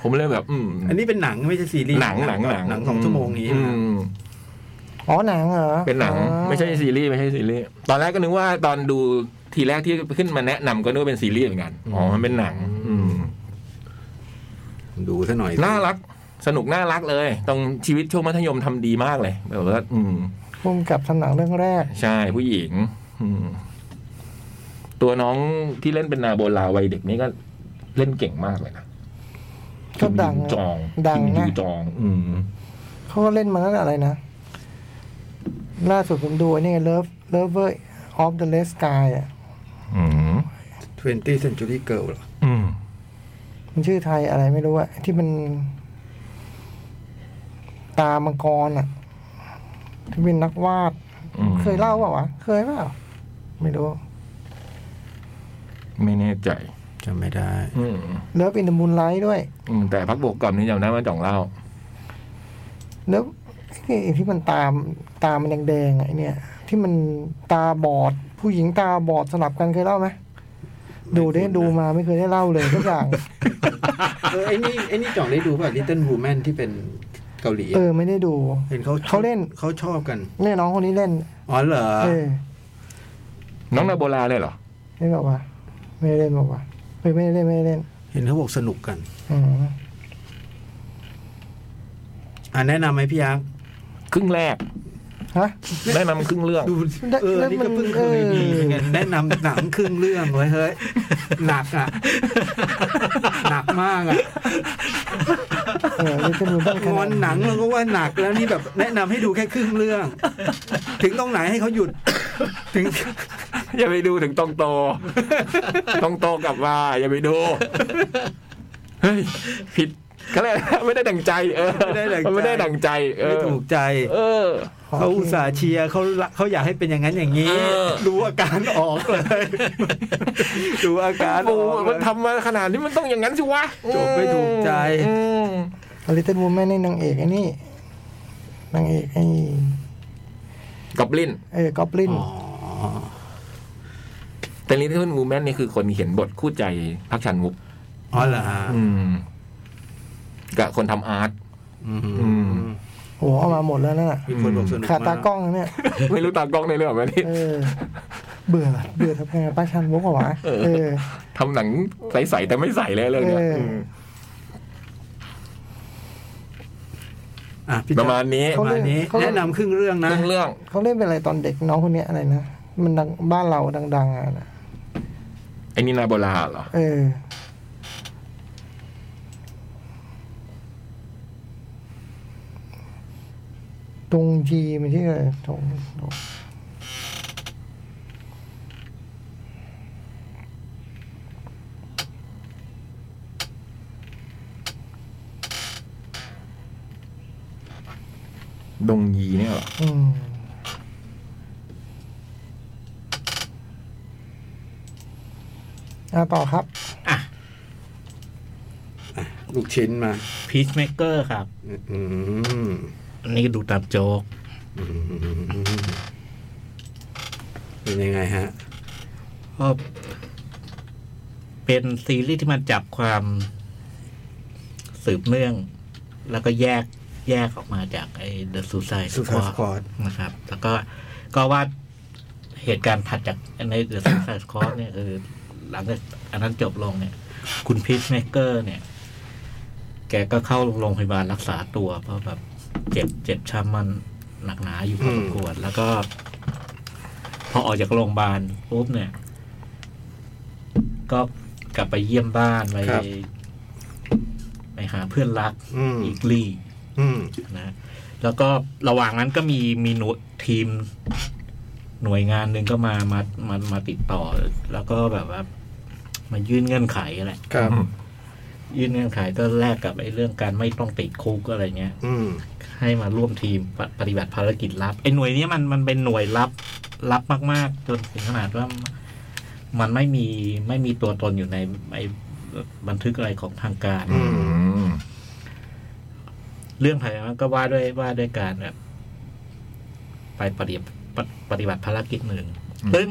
[SPEAKER 3] ผมเลยแบบ อืม
[SPEAKER 2] อันนี้เป็นหนังไม่ใช่ซีรีส์
[SPEAKER 3] หนังหนังหนัง
[SPEAKER 2] หนังสองชั่วโมงนี้
[SPEAKER 3] อืม
[SPEAKER 7] อ๋อหนังเหรอ
[SPEAKER 3] เป็นหนัง
[SPEAKER 7] อ๋อ
[SPEAKER 3] ไม่ใช่ซีรีส์ไม่ใช่ซีรีส์ตอนแรกก็นึกว่าตอนดูทีแรกที่ขึ้นมาแนะนำก็นึกว่าเป็นซีรีส์เหมือนกันอ๋อมันเป็นหนัง อืม
[SPEAKER 2] ดูซะหน่อย
[SPEAKER 3] น่ารัก สนุกน่ารักเลย ตรงชีวิตช่วงมัธยมทำดีมากเลยแบบว่าอืม
[SPEAKER 7] ภูมิกับทำหนังเรื่องแรก
[SPEAKER 3] ใช่ผู้หญิง อืม ตัวน้องที่เล่นเป็นนาโบลาวัยเด็กนี่ก็เล่นเก่งมากเลยนะ
[SPEAKER 7] ก็ดัง
[SPEAKER 3] คิมยูจอง
[SPEAKER 7] ดัง
[SPEAKER 3] คิมยู
[SPEAKER 7] นะ
[SPEAKER 3] จอง อืม
[SPEAKER 7] เขาก็เล่นมาตั้งแต่อะไรนะ ล่าสุดผมดูไอ้นี่เลิฟเลิฟเวอร์ออฟเดอะเลสกายอ่ะ
[SPEAKER 3] อืม
[SPEAKER 5] 20 Century Girl เหรอ
[SPEAKER 3] อืม
[SPEAKER 7] มันชื่อไทยอะไรไม่รู้อะที่มันตามังกรอะที่เป็นนักวาด
[SPEAKER 3] อืม
[SPEAKER 7] เคยเล่าเปล่าวะ เคยเปล่าไม่รู้
[SPEAKER 3] ไม่แน่ใจ
[SPEAKER 2] จำไม่ได้
[SPEAKER 3] อืม
[SPEAKER 7] เลิฟอินเดอะมูนไลท์ด้วย
[SPEAKER 3] อืม แต่พักโบกกรรมนี่จำได้ว่าจ่องเล่า
[SPEAKER 7] แล้วไอ้ที่มันตามตามันแดงๆอะไอ้เนี่ย ที่มันตาบอด ผู้หญิงตาบอดสลับกันเคยเล่าไหมดูได้ดูมาไม่เคยได้เล่าเลยทุก อย่าง
[SPEAKER 2] เออไอ้นี่ไอ้นี่จ่องได้ดูป่ะ Little Woman ที่เป็นเกาหลี
[SPEAKER 7] เออ ไม่ได้ดู
[SPEAKER 2] เห็นเขา
[SPEAKER 7] เขาเล่น
[SPEAKER 2] เขาชอบกัน
[SPEAKER 7] เนี่ยน้องคนนี้เล่น
[SPEAKER 2] อ๋อเหรอ
[SPEAKER 7] เออ
[SPEAKER 3] น้องนาโบลาเลยเหรอ
[SPEAKER 7] เล่นบอกว่า ไม่ได้เล่นบอกว่าเฮ้ยไม่ได้เล่นไม่ได้เล่น
[SPEAKER 2] เห็นเขาบอกสนุกกัน
[SPEAKER 7] อืม
[SPEAKER 2] อ่ะแนะนำไหมพี่ยักษ์
[SPEAKER 3] ครึ่งแรก
[SPEAKER 7] ฮะ
[SPEAKER 3] แนะนำครึ่งเรื่อง
[SPEAKER 2] ดูเออ
[SPEAKER 7] แล้ว
[SPEAKER 2] นี่ก็
[SPEAKER 7] มัน
[SPEAKER 2] เพิ่งเคยมี
[SPEAKER 7] เอ
[SPEAKER 2] เห
[SPEAKER 7] อ
[SPEAKER 2] มือนกันแนะนำหนังครึ่งเรื่องไว้เฮ้ยหนัก อ่ะ หนักมากอ่ะ
[SPEAKER 7] เออลิตเติ้ลมูนต้องข
[SPEAKER 2] ง
[SPEAKER 7] นา
[SPEAKER 2] อ
[SPEAKER 7] ด
[SPEAKER 2] นหนังเราก็ว่าหนักแล้วนี่แบบ แนะนำให้ดูแค่ครึ่งเรื่อง ถึงตรงไหนให้เขาหยุด ถึง
[SPEAKER 3] อย่าไปดูถึงตองโต ตองโตกลับมาอย่าไปดู เฮ้ย ผิดเขาเรียกอะไรไม่ได้ดังใจ เออมันไม่ได้ดังใจ เอ
[SPEAKER 2] ไม่
[SPEAKER 3] อ
[SPEAKER 2] ถูกใจ
[SPEAKER 3] เออ
[SPEAKER 2] เขาอุตส่าห์เชียร์เขาละเขาอยากให้เป็นอย่างนั้นอย่างนี้
[SPEAKER 3] เออ
[SPEAKER 2] ดูอาการออกเลย ดูอาการอ
[SPEAKER 3] ปู
[SPEAKER 2] อกเล
[SPEAKER 3] มัน
[SPEAKER 2] ย
[SPEAKER 3] ทำมาขนาดนี้มันต้องอย่างนั้นสิวะ
[SPEAKER 2] จบไม่ถูกใจ
[SPEAKER 3] อืม
[SPEAKER 7] ลิตเติ้ลมูนแม่ในนางเอกไอ้นี่นางเอกไอ้
[SPEAKER 3] กับลิน
[SPEAKER 7] เออกอบลิน
[SPEAKER 2] อ๋อ
[SPEAKER 3] แต่ลินที่เป็นวูแมนนี่คือคนเขียนบทคู่ใจพักชันมุก
[SPEAKER 2] อ๋อเหรอฮะ
[SPEAKER 3] อืม กับคนทำอาร์ต
[SPEAKER 2] อืม
[SPEAKER 3] อืม
[SPEAKER 7] โหเอามาหมดแล้วนั่นน่ะ
[SPEAKER 2] มีคนบอกสนุกม
[SPEAKER 7] ขาดตากล้องนะเนี่ย
[SPEAKER 3] ไม่รู้ตากล้องในเรื่องไหมนี่
[SPEAKER 7] เออ เบื่อ เบื่อทำไงป้าชันมุกเหรอวะ เออ
[SPEAKER 3] ทำหนังใสๆแต่ไม่ใสเลยเรื่องเนี้ย
[SPEAKER 7] เอออื
[SPEAKER 3] ม
[SPEAKER 2] อ่ะพี่
[SPEAKER 3] ป
[SPEAKER 2] ประ ระมา
[SPEAKER 3] มา
[SPEAKER 2] ณ
[SPEAKER 3] ณนี้
[SPEAKER 2] ประมาณนี้
[SPEAKER 7] เขาเล่น
[SPEAKER 2] แนะนำครึ่งเรื่องนะ
[SPEAKER 3] เรื่องเรื่อง
[SPEAKER 7] เขาเล่นเป็นอะไรตอนเด็กน้องคนเนี้ยอะไรนะ มันดังบ้านเราดัง ๆอ่ะนะ
[SPEAKER 3] ไอ้นี่นาโบลาเหรอ
[SPEAKER 7] เออ ตรงจีมันที่อะไรตรงตรง
[SPEAKER 3] ดงยีเนี่ยเหรอ
[SPEAKER 7] อืมอ่ะต่อครับ
[SPEAKER 2] ลูกชิ้นมา
[SPEAKER 4] พีชเมเกอร์ครับ
[SPEAKER 2] อืม
[SPEAKER 4] อันนี้ดูตามโจ๊ก
[SPEAKER 2] เป็นยังไงฮะ
[SPEAKER 4] ก็เป็นซีรีส์ที่มันจับความสืบเนื่อง แล้วก็แยกแยกออกมาจากไอ้ The Suicide
[SPEAKER 2] Suicide Squad
[SPEAKER 4] Squad นะครับ แล้วก็ก็ว่าเหตุการณ์ถัดจากใน The Suicide Squad เนี่ยคือหลังจากอันนั้นจบลงเนี่ย คุณพีชเมเกอร์เนี่ย แกก็เข้าโรงพยาบาลรักษาตัวเพราะแบบเจ็บเจ็บช้ำมันหนักหนาอยู่พอสมควรแล้วก็ พอออกจากโรงพยาบาลปุ๊บเนี่ย ก็กลับไปเยี่ยมบ้านไป
[SPEAKER 2] ครับ
[SPEAKER 4] ไปหาเพื่อนรัก
[SPEAKER 2] อืม
[SPEAKER 4] อีกลี่
[SPEAKER 2] อืม
[SPEAKER 4] นะแล้วก็ระหว่างนั้นก็มีมีหน่วยทีม หน่วยงานหนึ่งก็มามามามาติดต่อ แล้วก็แบบว่า มายื่นเงื่อนไขแหละ
[SPEAKER 2] ครับ
[SPEAKER 4] ยื่นเงื่อนไขก็แลกกับไอ้เรื่องการไม่ต้องติดคุกอะไรเงี้ย
[SPEAKER 5] อืม
[SPEAKER 4] ให้มาร่วมทีมปปฏิบัติภารกิจลับไอ้หน่วยเนี้ยมันมันเป็นหน่วยลับลับมาก ๆ จนถึงขนาดว่า มันไม่มีไม่มีตัวตนอยู่ในไอ้บันทึกอะไรของทางการ
[SPEAKER 5] อืม
[SPEAKER 3] ม
[SPEAKER 4] เรื่องภายในมันก็ว่าด้วยว่าด้วยการแบบไปปฏิบัติปฏิปฏิบัติภารกิจหนึ่งซึ่ง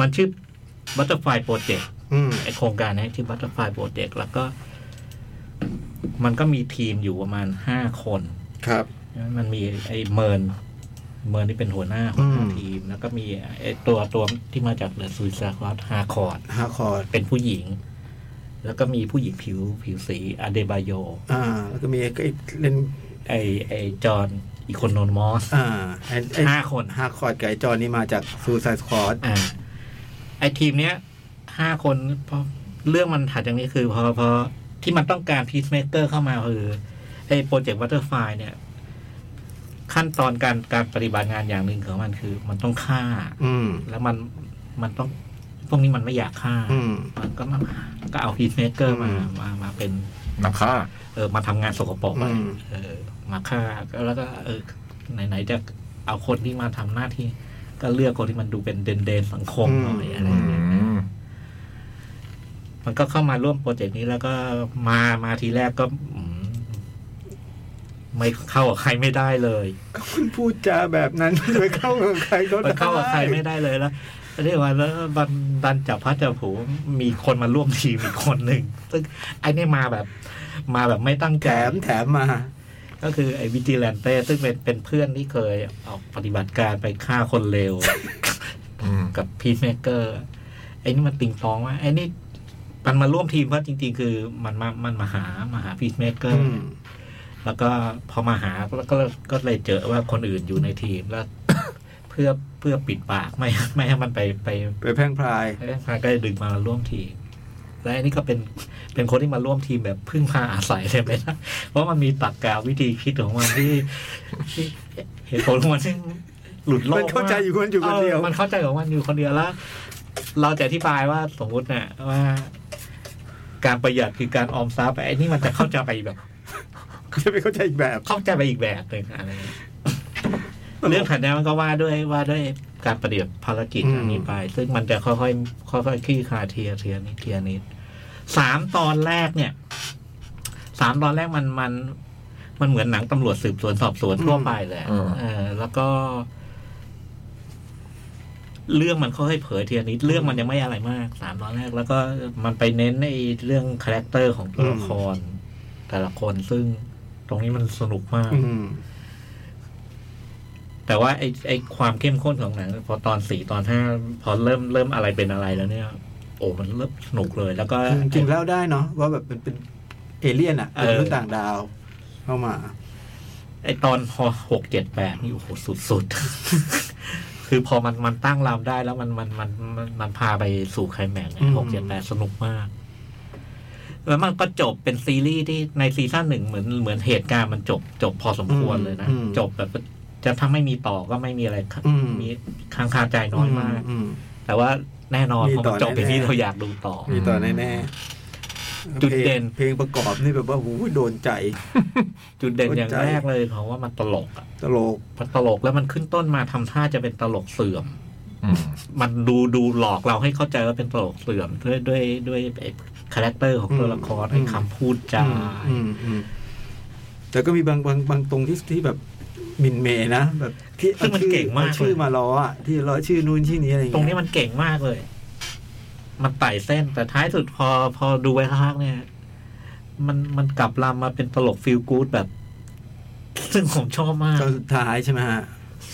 [SPEAKER 4] มันชื่อบัตเตอร์ไฟโปรเจก
[SPEAKER 5] อืม
[SPEAKER 4] ไอโครงการนี้ที่อ Butterfly Project แล้วก็ มันก็มีทีมอยู่ประมาณห้าคน
[SPEAKER 5] ครับ
[SPEAKER 4] มันมีไอเมิน เมินที่เป็นหัวหน้าหัวหน้า
[SPEAKER 5] อืม
[SPEAKER 4] ทีม แล้วก็มีไอตัวตัวที่มาจากเดอะซูซาคลอสฮาคอร์ด
[SPEAKER 5] ฮาร์คอร์ด
[SPEAKER 4] เป็นผู้หญิง แล้วก็มีผู้หญิงผิวผิวสีอเดบาโย
[SPEAKER 5] อ่า แล้วก็มีไอ้ไอ้เล่น
[SPEAKER 4] ไอไอจอห์นอีโคนนมอส
[SPEAKER 5] อ่าไอ้ไอ้
[SPEAKER 4] ห้าคน
[SPEAKER 5] ฮาร์คอร์ดกับไอ้จอห์นนี่มาจากซูซายสคอร์ด
[SPEAKER 4] อ่า ไอทีมเนี้ยห้าคนพอเรื่องมันถัดจากนี้คือพอพอที่มันต้องการพีซเมเกอร์เข้ามาคือไอโปรเจกต์วัตเตอร์ไฟเนี่ย ขั้นตอนการการปฏิบัติงานอย่างหนึ่งของมันคือ มันต้องฆ่า
[SPEAKER 5] อืม
[SPEAKER 4] แล้วมันมันต้อง พวกนี้มันไม่อยากฆ่า
[SPEAKER 5] อืม
[SPEAKER 4] มันก็มาก็เอาพีซเมเกอร์มา
[SPEAKER 5] อืม
[SPEAKER 4] มามาเป็น
[SPEAKER 3] นักฆ่า
[SPEAKER 4] เออมาทำงานสกปรกอะ
[SPEAKER 5] อืม
[SPEAKER 4] เออ มาฆ่าแล้วก็ เออ ไหนๆจะเอาคนที่มาทำหน้าที่ ก็เลือกคนที่มันดูเป็นเด่นเดนๆสังคมหน่อยอะไร
[SPEAKER 3] อื
[SPEAKER 4] อย่างเงี้ย
[SPEAKER 3] ม
[SPEAKER 4] มันก็เข้ามาร่วมโปรเจกต์นี้แล้วก็มามาทีแรกก็อืมไม่เข้ากับใครไม่ได้เลย
[SPEAKER 5] ก็คุณพูดจาแบบนั้น ไปเข้ากับใครก็
[SPEAKER 4] ไป
[SPEAKER 5] ได้
[SPEAKER 4] เข้ากับใครไม่ได้เลยแล้วเรียกว่าแล้วดันดันจับพลัดจับผลูมีคนมาร่วมทีมอีกคนหนึ่งซึ่งไอ้นี่มาแบบ มาแบบไม่ตั้ง
[SPEAKER 5] แถ
[SPEAKER 4] ใจ
[SPEAKER 5] มแถมมา
[SPEAKER 4] ก็คือไอ้วิจิแลนเต้ซึ่งเป็นเป็นเพื่อนที่เคยออกปฏิบัติการไปฆ่าคนเลว
[SPEAKER 3] อืม
[SPEAKER 4] กับพีซเมเกอร์ไอ้นี่มันติงตองว่าไอ้นี่มันมาร่วมทีมเพราะจริง ๆ คือมันมามันมาหามาหาพีซเมเกอ
[SPEAKER 5] อื
[SPEAKER 4] ร์
[SPEAKER 5] ม
[SPEAKER 4] แล้วก็พอมาหาแล้วก็ก็เลยเจอว่าคนอื่นอยู่ในทีมแล้ว เพื่อเพื่อปิดปากไม่ไม่ให้มันไปไป
[SPEAKER 5] ไปแพร่งพราย
[SPEAKER 4] ไอ้นั่นมาก็เลยดึงมาร่วมทีม และไอ้นี่ก็เป็นเป็นคนที่มาร่วมทีมแบบพึ่งพาอาศัยเลยไหมนะเพราะมันมีตรรกะวิธีคิดของมันที่ที่เหตุผลของมันซึ่งหลุดโลก
[SPEAKER 5] มันเข้าใจอยู่คนอยู่คนเดียว
[SPEAKER 4] ออมันเข้าใจของมันอยู่คนเดียวแล้ว เราจะอธิบายว่าสมมุติเนี่ยว่า การประหยัดคือการออมทรัพย์ไอ้นี่มันจะเข้าใจไปแบบ
[SPEAKER 5] จะไปเข้าใจอีกแบบ
[SPEAKER 4] เข้าใจไปอีกแบบหนึ่งอะไรอย่างเงี้ยเรื่องถัดมามันก็ว่าด้วยว่าด้วยการปฏิบัติภารกิจอันนี้ไป ซึ่งมันจะค่อยๆค่อยๆคลี่คลายเทียร์เทียร์นิดเทียร์นิดสามตอนแรกเนี่ยสามตอนแรกมันมัน มันเหมือนหนังตำรวจสืบสวนสอบสวนทั่วไปเลยอะ
[SPEAKER 3] อืม
[SPEAKER 4] เออ แล้วก็ เรื่องมันค่อยๆเผยเทียร์นิดเรื่องมันยังไม่อะไรมากสามตอนแรก แล้วก็มันไปเน้นในเรื่องคาแรคเตอร์ของตัวละคร แต่ละคนซึ่งตรงนี้มันสนุกมาก
[SPEAKER 5] อืม
[SPEAKER 4] แต่ว่าไอ้ไอ้ความเข้มข้นของหนังพอตอนสี่ตอนห้าพอเริ่มเริ่มอะไรเป็นอะไรแล้วเนี่ย โอ้มันเริ่มสนุกเลย แล้วก็
[SPEAKER 5] จริงๆเล่าได้เนาะว่าแบบเป็นเป็นเอเลี่ยนอ่ะ เป็น
[SPEAKER 4] เออ
[SPEAKER 5] มนุษย์ต่างดาวเข้ามา
[SPEAKER 4] ไอตอนพอหกเจ็ดแปดนี่โอ้โหสุดๆ คือพอมันมันตั้งลำได้แล้วมันมันมันมันมันพาไปสู่ไคลแม็กซ์
[SPEAKER 5] อืม
[SPEAKER 4] หกเจ็ดแปดสนุกมาก แล้วมันก็จบเป็นซีรีส์ที่ในซีซั่นหนึ่งเหมือนเหมือนเหตุการณ์มันจบ จบพอสมควรเลยนะ
[SPEAKER 5] อืม
[SPEAKER 4] จบแบบจะทำไม่มีต่อก็ไม่มีอะไรค่ะ
[SPEAKER 5] อืม
[SPEAKER 4] มีค้างคาใจน้อยมาก
[SPEAKER 5] อืม
[SPEAKER 4] แต่ว่าแน่นอน
[SPEAKER 5] มี
[SPEAKER 4] พอ
[SPEAKER 5] ต่
[SPEAKER 4] มัน
[SPEAKER 5] อ
[SPEAKER 4] จบอย่างนี้
[SPEAKER 5] แน่ๆ
[SPEAKER 4] เราอยากดูต่อ
[SPEAKER 5] มีต่อแน่ๆ
[SPEAKER 4] จุดเด่น
[SPEAKER 5] พลงเพลงประกอบนี่แบบว่าหูยโดนใจ
[SPEAKER 4] จุดเด่นอย่าง
[SPEAKER 5] เข้าใจ
[SPEAKER 4] แรกเลยเพราะว่ามันตลกอะ
[SPEAKER 5] ตลก
[SPEAKER 4] มันตลกแล้วมันขึ้นต้นมาทำท่าจะเป็นตลกเสื่อม
[SPEAKER 3] อืม
[SPEAKER 4] มันดูดูหลอกเราให้เข้าใจว่าเป็นตลกเสื่อมด้วยด้วยด้วยไอ้คาแรคเตอร์ของตัวละคร
[SPEAKER 5] อืม
[SPEAKER 4] ไอ้คำพูดจา
[SPEAKER 5] อืมอืมอืมแต่ก็มีบางบางบางตรงที่ที่แบบหมินเหมนะ แบบที่
[SPEAKER 4] ซึ่งมัน
[SPEAKER 5] อาชื่อ
[SPEAKER 4] เก่งมาก
[SPEAKER 5] เอา
[SPEAKER 4] เล
[SPEAKER 5] ชื่อย มาล้ออ่ะที่ล้อชื่อนู้นชื่อนี้อะไรอย่าง
[SPEAKER 4] ตรง
[SPEAKER 5] เงี้
[SPEAKER 4] นี้
[SPEAKER 5] ย
[SPEAKER 4] มันเก่งมากเลย มันไต่เส้นแต่ท้ายสุดพอพอดูไว้ทักเนี่ย มันมันกลับลำมาเป็นตลกฟิลกู๊ดแบบ ซึ่งผมชอบมาก
[SPEAKER 5] ตอนสุดท้ายใช่ไหมฮะ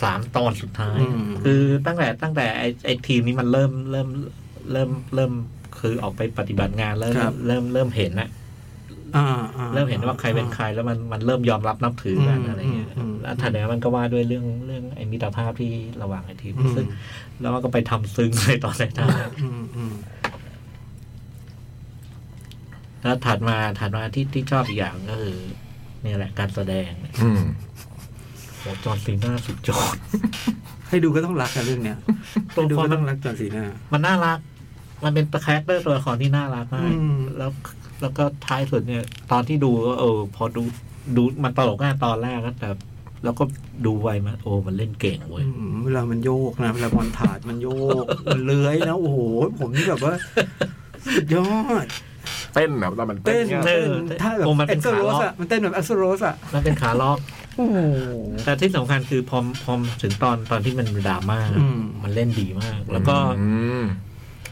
[SPEAKER 4] สามตอนสุดท้าย
[SPEAKER 5] อืม
[SPEAKER 4] คือตั้งแต่ตั้งแต่ไอ้ไอ้ทีมนี้มันเริ่มเริ่มเริ่มเริ่มคือออกไปปฏิบัติงานแล้ว
[SPEAKER 5] ครับ
[SPEAKER 4] เริ่มเริ่มเห็นนะ
[SPEAKER 5] อ่าอ่
[SPEAKER 4] เริ่มเห็นว่าใครเป็นใครแล้วมันมันเริ่มยอมรับนับถือกัน
[SPEAKER 5] อืม
[SPEAKER 4] อะไรเงี้ย
[SPEAKER 5] อืม
[SPEAKER 4] แล้วถัดจากนั้นมันก็ว่าด้วยเรื่องเรื่องไอ้มิตรภาพที่ระหว่างไอ้ทีม
[SPEAKER 5] อืม
[SPEAKER 4] ซึ่งแล้วมันก็ไปทำซึ้งในตอนท้าย
[SPEAKER 5] อืมอืม
[SPEAKER 4] ๆแล้วถัดมาถัดมาที่ที่ชอบอีกอย่างก็คือเนี่ยแหละการแสดง
[SPEAKER 3] อืม
[SPEAKER 4] โอ้จอห์นซีน่าสุดยอด
[SPEAKER 5] ให้ดูก็ต้องรักกันเรื่องเนี้ย
[SPEAKER 4] ตัว
[SPEAKER 5] ให้
[SPEAKER 4] ละ
[SPEAKER 5] ดู
[SPEAKER 4] คร
[SPEAKER 5] ก็
[SPEAKER 4] มั
[SPEAKER 5] ต้อ
[SPEAKER 4] น
[SPEAKER 5] งรักจอห์นสีหน้า
[SPEAKER 4] มันน่ารัก มันเป็นคาแรคเตอร์ตัวละครที่น่ารักมาก
[SPEAKER 5] อืม
[SPEAKER 4] แล้ว แล้วก็ท้ายสุดเนี่ย ตอนที่ดูก็เออ พอดูดูมันตลกแค่ตอนแรกก็แต่แล้วก็ดูไปมันโอ้มันเล่นเก่งเว้ย
[SPEAKER 2] อืมเวลามันโยกนะเวลาบอลถาดมันโยก มันเลื้อยนะโอ้โหผมนี่แบบว่าสุดยอด
[SPEAKER 3] เต้นแบบตอนมันเต้
[SPEAKER 2] เต้
[SPEAKER 3] น
[SPEAKER 2] น
[SPEAKER 3] เนี่ย
[SPEAKER 2] เต้นถ้าแบบ
[SPEAKER 4] โอ้มัน
[SPEAKER 2] เอ็ก
[SPEAKER 4] เป็น
[SPEAKER 2] ซ์โรส
[SPEAKER 4] ขาล็อ
[SPEAKER 2] อะ
[SPEAKER 4] ก
[SPEAKER 2] มันเต้นแบบเอ็กซ์โรสอะ
[SPEAKER 4] มันเป็นขาล็อก
[SPEAKER 2] โอ้โห
[SPEAKER 4] แต่ที่สำคัญคือพอพอถึงตอนตอนที่มันดราม่า
[SPEAKER 2] อืม
[SPEAKER 4] มันเล่นดีมาก แล้วก็
[SPEAKER 3] อืม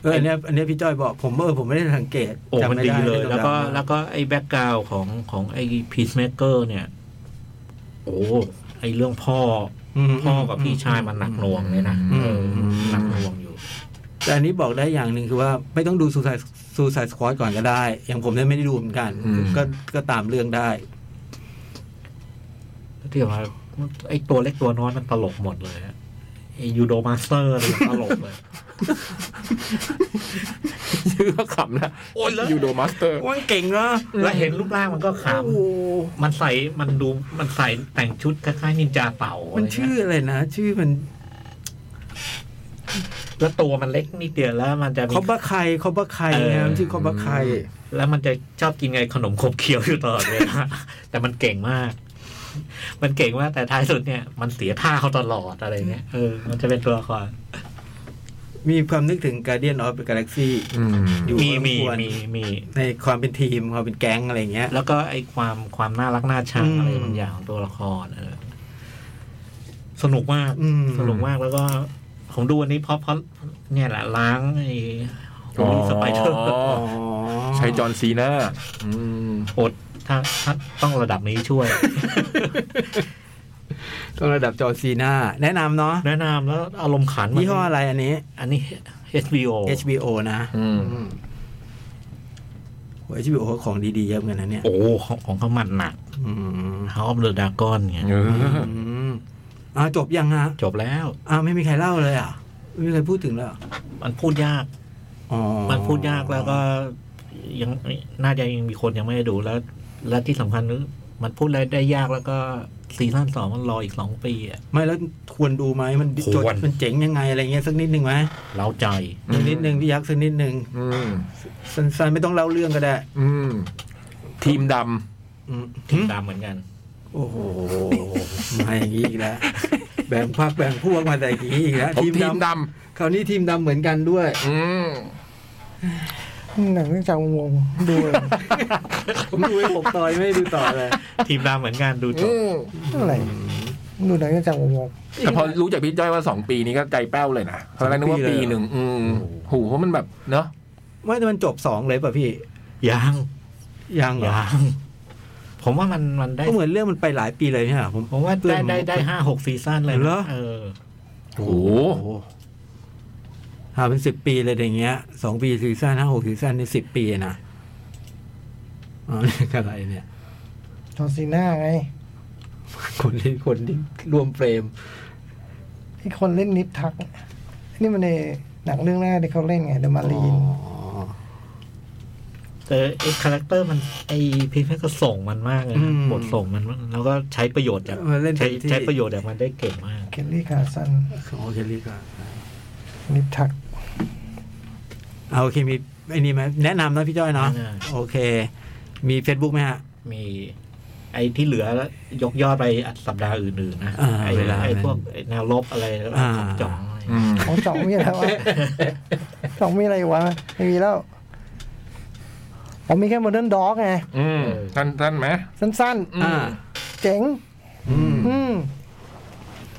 [SPEAKER 2] เอออันเนี้ยอันเนี้ยพี่จ้อยบอกผมเออผมไม่ได้สังเกต
[SPEAKER 4] โอ้
[SPEAKER 2] จำ
[SPEAKER 4] มัน
[SPEAKER 2] ไม่
[SPEAKER 4] ดี
[SPEAKER 2] ได้
[SPEAKER 4] เลย
[SPEAKER 2] ไม่
[SPEAKER 4] แล้วก็
[SPEAKER 2] ต้องจำนะ
[SPEAKER 4] แล้วก็ไอ้แบ็กกราวของของไอ้พีซเมเกอร์เนี่ย โอ้ไอ้เรื่องพ่อ
[SPEAKER 2] ม
[SPEAKER 4] พ่อกับพี่ชายมันหนักหน่วงเลยนะ
[SPEAKER 2] อืม
[SPEAKER 4] เออหนักหน่วงอยู่
[SPEAKER 2] แต่อันนี้บอกได้อย่างหนึ่งคือว่าไม่ต้องดูซูซายซูซายสควอตก่อนก็ได้ อย่างผมเนี่ยไม่ได้ดูเหมือนกัน
[SPEAKER 3] อืม
[SPEAKER 2] ก็ก็ตามเรื่องได้
[SPEAKER 4] ที่ว่าไอ้ตัวเล็กตัวน้อยมันตลกหมดเลยอะไอ้ยูโดมาสเตอร์เนี่ยตลกเลย
[SPEAKER 3] ชื่อก็ขำนะ
[SPEAKER 4] โอ้ยแล้ว
[SPEAKER 3] ยูโดมาสเตอร์
[SPEAKER 2] ว่าเก่งเนาะ
[SPEAKER 4] แล้วเห็นรูปร่างมันก็ข
[SPEAKER 2] โอ้โห
[SPEAKER 4] ำมันใส่มันดูมันใส่แต่งชุดคล้ายๆนินจาเต่าะไร
[SPEAKER 2] มัน
[SPEAKER 4] เงี้ย
[SPEAKER 2] ชื่ออะไรนะ ชื่อมัน
[SPEAKER 4] แล้วตัวมันเล็กนิดเดียวแล้วมันจะมี
[SPEAKER 2] คอบะไคคอบะไค
[SPEAKER 4] เออ
[SPEAKER 2] นะครับชื่อคอบะไค
[SPEAKER 4] แล้วมันจะชอบกินไงขนมขบเคี้ยวอยู่ตลอดเวลา แต่มันเก่งมาก มันเก่งมากแต่ท้ายสุดเนี่ย มันเสียท่าเขาตลอดอะไรเงี้ยเออมันจะเป็นตัวละคร
[SPEAKER 2] มีความนึกถึง Guardian of the Galaxy
[SPEAKER 3] อืม
[SPEAKER 2] อยู่
[SPEAKER 4] มี
[SPEAKER 2] พอสคว
[SPEAKER 4] มี
[SPEAKER 2] ร
[SPEAKER 4] มีมี
[SPEAKER 2] ในความเป็นทีมความเป็นแก๊งอะไรอย่างเงี้ย
[SPEAKER 4] แล้วก็ไอ้ความความน่ารักน่าชัง
[SPEAKER 2] อืม
[SPEAKER 4] อะไรบางอย่างของตัวละครเออสนุกมาก
[SPEAKER 2] อืม
[SPEAKER 4] สนุกมากแล้วก็ผมดูวันนี้เพราะเพราะเนี่ยแหละล้างไอ้โฮลี่สไปเดอร์
[SPEAKER 2] อ๋อ
[SPEAKER 3] ใช้จอห์นซีนาอืม
[SPEAKER 4] อดถ้าถ้าต้องระดับนี้ช่วย
[SPEAKER 2] ต้องระดับจอซีน่าแนะนำเนาะ
[SPEAKER 4] แนะนำแล้วอารมณ์ขันมัน
[SPEAKER 2] ยี่ห้ออะไรอันนี้
[SPEAKER 4] อันนี้ HBO
[SPEAKER 2] HBO นะ
[SPEAKER 3] อืม
[SPEAKER 2] อืมโอ้ HBO เขาของดีๆเยอะเหมือนกันนะเนี่ย
[SPEAKER 4] โอ้ของของเขามันหนัก
[SPEAKER 2] อืม
[SPEAKER 4] House of the Dragon เนี่ย
[SPEAKER 3] เออ
[SPEAKER 2] อืมอ่าจบยังฮะ
[SPEAKER 4] จบแล้ว
[SPEAKER 2] อ่าไม่มีใครเล่าเลยอ่ะ ไม่มีใครพูดถึงเลยเหรอ
[SPEAKER 4] มันพูดยาก
[SPEAKER 2] อ๋อ
[SPEAKER 4] มันพูดยากแล้วก็ยังน่าจะยังมีคนยังไม่ได้ดูแล้ว และที่สำคัญคือมันพูดอะไรได้ยากแล้วก็ซีซั่นสองมันรออีกสองปีอ่ะ
[SPEAKER 2] ไม่แล้วควรดูไหมมัน
[SPEAKER 4] ควร
[SPEAKER 2] จดมันเจ๋งยังไงอะไรเงี้ยสักนิดหนึ่งไหม
[SPEAKER 4] เล้าใจ
[SPEAKER 2] สักนิดหนึ่งพี่ยักษ์สักนิดหนึ่ง
[SPEAKER 3] อืม
[SPEAKER 2] สั้นๆไม่ต้องเล่าเรื่องก็ได้
[SPEAKER 3] อืมทีมด
[SPEAKER 2] อืม
[SPEAKER 4] ติดตามเหมือนกัน
[SPEAKER 2] โอ้โห มาอย่างนี้อีกแล้ว แบ่งพักแบ่งพวกมาแต่อย่างนี้อีกแล้ว
[SPEAKER 3] ำผมทีมด
[SPEAKER 2] คราวนี้ทีมดำเหมือนกันด้วย
[SPEAKER 3] ำอืม
[SPEAKER 7] หนังเรื่องจากวงวงดูเลย
[SPEAKER 2] ผมดูไอ้ผมต่อยไม่ได้ดูต่อเลย
[SPEAKER 4] ทีมดามเหมือนกันดูจ
[SPEAKER 3] อื
[SPEAKER 4] บ
[SPEAKER 3] ม
[SPEAKER 7] อะไรดูหนังเรื่องจากวงวง
[SPEAKER 3] แต่พอรู้จากพี่จ้อยว่าสองปีนี้ก็ใจแป้วเลยนะตอนแรกนึกว่า
[SPEAKER 2] สองปี
[SPEAKER 3] ปี
[SPEAKER 2] เลยเหรอ
[SPEAKER 3] หนึ่งอืมโหเพราะมันแบบเนาะ
[SPEAKER 2] ไม่แต่มันจบสองเลยป่ะพี่
[SPEAKER 4] ยัง
[SPEAKER 2] ยังเหรอ
[SPEAKER 4] ยังผมว่ามันมันได้
[SPEAKER 2] ก็เหมือนเรื่องมันไปหลายปีเลยเนี่ยผม
[SPEAKER 4] ผมว่าได้ได้ได้ห้าหกซีซั่นเลยนะ
[SPEAKER 2] เหรอ
[SPEAKER 4] เออ
[SPEAKER 3] โอ้โห
[SPEAKER 2] หาเป็นสิบปีเลยอย่างเงี้ยสองปีซีซั่นห้าหกซีซั่นนี่สิบปีนะอ๋อนี่อะไรเนี่ย
[SPEAKER 7] จอซีน่าไง
[SPEAKER 2] คนที่คนที่รวมเฟรม
[SPEAKER 7] ไอคนเล่นนิฟทัก นี่มันในหนังเรื่องแรกที่เขาเล่นไงเดอะมารีน
[SPEAKER 2] อ๋อ
[SPEAKER 4] แต่ไอ้คาแรคเตอร์มันไอ้พีแพก็ส่งมันมากเลย
[SPEAKER 2] อื
[SPEAKER 4] นะ
[SPEAKER 2] ม
[SPEAKER 4] บทส่งมันมากแล้วก็ใช้ประโยชน์จาก
[SPEAKER 2] มันเล่นเต็
[SPEAKER 4] ใช้
[SPEAKER 2] มที่
[SPEAKER 4] ใช้ประโยชน์จากมันได้เก่งมาก
[SPEAKER 7] เคลลี่คาร์สัน
[SPEAKER 2] โอเคลีก่อน
[SPEAKER 7] นิฟทัก
[SPEAKER 2] เอาโอเคมีไอ้นี่ไหมแนะนำนะพี่จ้อยเนาะ
[SPEAKER 4] แนะนำ
[SPEAKER 2] โอเค มี Facebook ไหมฮะ
[SPEAKER 4] มีไอ้ที่เหลือยกยอดไปสัปดาห์อื่นๆนะ
[SPEAKER 2] อ่า
[SPEAKER 4] ไอ้
[SPEAKER 2] เวลา
[SPEAKER 4] ไอ้พวกไอ้แนวลบอะไร
[SPEAKER 2] อ่า
[SPEAKER 4] ของจ่องอะไร
[SPEAKER 3] อืม
[SPEAKER 7] ของสองมีอะไร วะ สองมีอะไรวะไม่มีแล้วผมมีแค่โมเดิร์นด็อกไง
[SPEAKER 3] อืมท่านท่านไหม
[SPEAKER 7] สั้น
[SPEAKER 3] อื
[SPEAKER 2] อ่าม
[SPEAKER 7] ๆ เจ๋ง อืม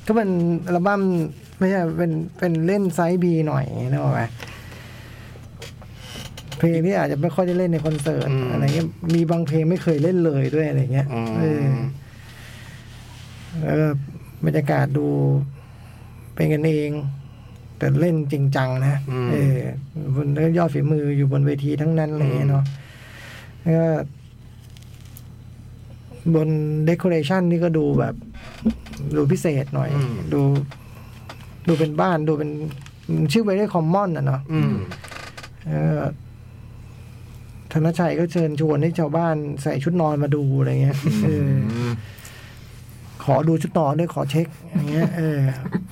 [SPEAKER 7] ก็เป็นอัลบั้มไม่ใช่เป็นเป็นเล่นไซส์บีหน่อยนึกออกไหมเพลงที่อาจจะไม่ค่อยได้เล่นในคอนเสิร์ต
[SPEAKER 2] อืม
[SPEAKER 7] อะไรเงี้ยมีบางเพลงไม่เคยเล่นเลยด้วยอะไรเงี้ย
[SPEAKER 2] อืม
[SPEAKER 7] เออแล้วก็บรรยากาศดูเป็นกันเอง แต่เล่นจริงจังนะเออบนแล้วก็ยอดฝีมืออยู่บนเวทีทั้งนั้นเลยเนาะแล้วก็ บนเด o อเรชันนี่ก็ดูแบบ ดูพิเศษหน่อย
[SPEAKER 2] อืม
[SPEAKER 7] ดู ดูเป็นบ้านดูเป็นชื่อไปด้วยคอมมอนอ่ะเนาะ
[SPEAKER 2] อืม
[SPEAKER 7] เออธนชัยก็เชิญชวนให้ชาวบ้านใส่ชุดนอนมาดูอะไรเงี้ยเออ
[SPEAKER 3] อืม
[SPEAKER 7] ข อดูชุดนอนด้วยขอเช็คอย่างเงี้ยเออ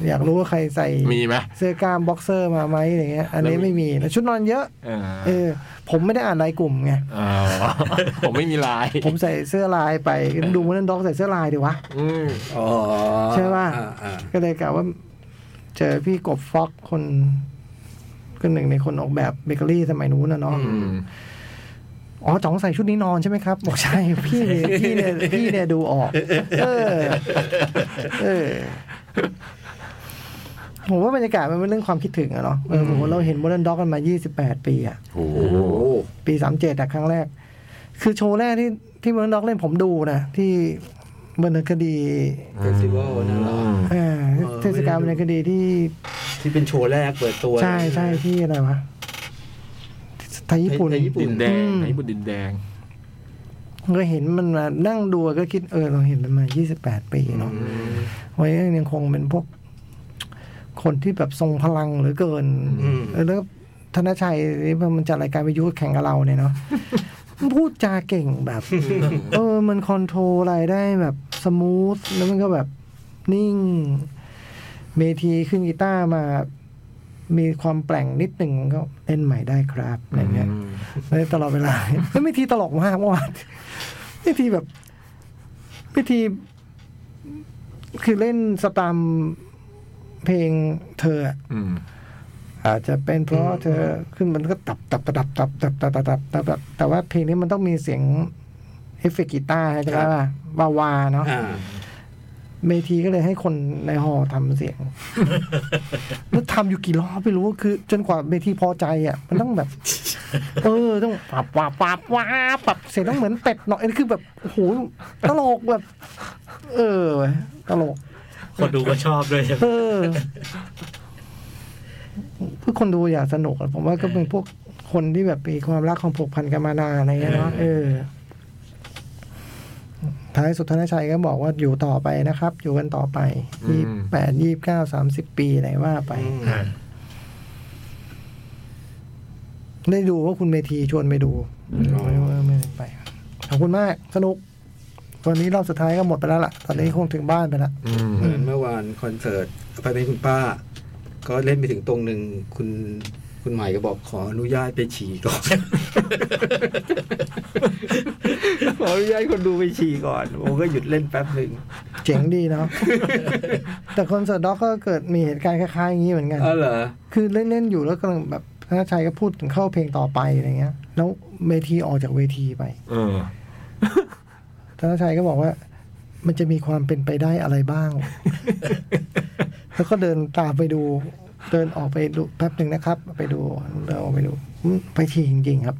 [SPEAKER 7] อยากรู้ว่าใครใส่
[SPEAKER 3] มีไหม
[SPEAKER 7] เสื้อกล้ามบ็อกเซอร์มาไหมอะไรเงี้ยอันนี้
[SPEAKER 3] แล้วมี
[SPEAKER 7] ไม่มีแล้วชุดนอนเยอะ
[SPEAKER 3] เออ
[SPEAKER 7] เออ ผมไม่ได้อ่านรายกลุ่มไง
[SPEAKER 3] เออ ผมไม่มีลาย
[SPEAKER 7] ผมใส่เสื้อลายไปดูมันนั่นด็อกใส่เสื้อลายดีวะ
[SPEAKER 3] อืม
[SPEAKER 5] อ๋อ
[SPEAKER 7] ใช่ป่ะ
[SPEAKER 5] อ่าอ่า
[SPEAKER 7] ก็เลยกะว่า เจอพี่กบฟ็อกคนคนหนึ่งในคนออกแบบเบเกอรี่สมัยนู้นนะเนาะ
[SPEAKER 3] อืม
[SPEAKER 7] อ๋อจ๋องใส่ชุดนี้นอนใช่ไหมครับ บอกใช่ พี่เนี่ยพี่เนี่ยพี่เนี่ยดูออก เออ เออผมว่าบรรยากาศมันเป็นเรื่องความคิดถึงอะเนาะเออผมว่าเราเห็นโมเดิร์นด็อกกันมา 28 ปีอะ
[SPEAKER 3] โอ้โห
[SPEAKER 5] โอ้โห
[SPEAKER 7] ปีสามเจ็ดครั้งแรก คือโชว์แรกที่ที่เมืองด็อกเล่นผมดูนะที่บรรณคดี
[SPEAKER 5] เฟสติวัลนะเหรอ
[SPEAKER 7] เอ่อ
[SPEAKER 5] เออ
[SPEAKER 7] เทศกาลบรรณคดีที่
[SPEAKER 5] ที่เป็นโชว์แรกเปิดตัว
[SPEAKER 7] ใช่ใช่ที่อะไรวะไทยญี่ปุ่น
[SPEAKER 5] ไทยญี่ปุ่
[SPEAKER 3] ดิ
[SPEAKER 5] น
[SPEAKER 3] นแดง
[SPEAKER 7] อืม
[SPEAKER 3] ไอ้บุญดินแดง
[SPEAKER 7] ก็เห็นมันมานั่งดูก็คิดเออเราเห็นมันมา 28 ปีเนาะไว้ยังคงเป็นพวก คนที่แบบทรงพลังเหลือเกิน
[SPEAKER 5] อืม
[SPEAKER 7] เออแล้วธนชัยนี่มันจัดรายการวิทยุแข่งกับเราเนี่ยเนาะ มันพูดจาเก่งแบบ เออ มันคอนโทรลอะไรได้แบบสมูทแล้วมันก็แบบนิ่ง เมทีขึ้นกีตาร์มา มีความแปลงนิดหนึ่งก็เล่นใหม่ได้ครับอะไรเงี้ยแล้วตลอดเวลา แล้วเมทีตลกมากเมื่อวาน เมทีแบบเมที คือเล่นสตามเพลงเธออะ
[SPEAKER 3] อืม
[SPEAKER 7] อาจจะเป็นเพราะเธอขึ้นมันก็ตับตับตับตับตับตับตับตับตับตับตับแต่ว่าเพลงนี้มันต้องมีเสียงเอฟเฟกต์กีตาร์ใช่ไหมล่ะวาวาเนาะ
[SPEAKER 5] อ่า
[SPEAKER 7] เมทีก็เลยให้คนในหอทำเสีย ง แล้วทำอยู่กี่รอบไม่รู้คือ จนกว่าเมทีพอใจอ่ะ มันต้อง แบบ เออต้องปับปับปับวาปับเสียงต้องเหมือนเป็ดหน่อยคือแบบโอ้โหตลกแบบ เออเว้ยตลก
[SPEAKER 4] คนดูก็ชอบด้วยใช่ไหม
[SPEAKER 7] เออเพื่อคนดูอยากสนุกอะผมว่าก็เป็นพวกคนที่แบบมีความรักความผูกพันกันมานานอะไรเงี้ยเนาะเออ ท้ายสุดธนชัยก็บอกว่าอยู่ต่อไปนะครับ อยู่กันต่อไปยี่แปดยี่เก้าสามสิบปีอะไรว่าไป
[SPEAKER 4] อ่า
[SPEAKER 7] ได้ดูว่าคุณเมทีชวนไปดูไม่ว่าไม่ได้ไปขอบคุณมาก สนุก วันนี้รอบสุดท้ายก็หมดไปแล้วล่ะ ตอนนี้คงถึงบ้านไปละ
[SPEAKER 3] อืม
[SPEAKER 5] เหมือนเมื่อวานคอนเสิร์ตพาเป็นคุณป้า ก็เล่นไปถึงตรงหนึ่งคุณคุณใหม่ก็บอกขออนุญาตไปฉี่ก่อน ขออนุญาตคนดูไปฉี่ก่อนผมก็หยุดเล่นแป๊บหนึ่ง
[SPEAKER 7] เจ๋งดีเนาะ แต่คอนเสิร์ตด็อกก็เกิดมีเหตุการณ์คล้ายๆอย่างนี้เหมือนกัน
[SPEAKER 5] อ๋อเหรอ
[SPEAKER 7] คือเล่น ๆ อยู่แล้วกำลังแบบธนชัยก็พูดถึงเข้าเพลงต่อไปอะไรเงี้ย แล้วเวทีออกจากเวทีไป
[SPEAKER 3] เออ
[SPEAKER 7] ธนชัยก็บอกว่า มันจะมีความเป็นไปได้อะไรบ้าง แล้วก็เดินตามไปดู เดินออกไปดูแป๊บหนึ่งนะครับ ไปดูเดินออกไปดูอืมไปทีจริง ๆ ครับ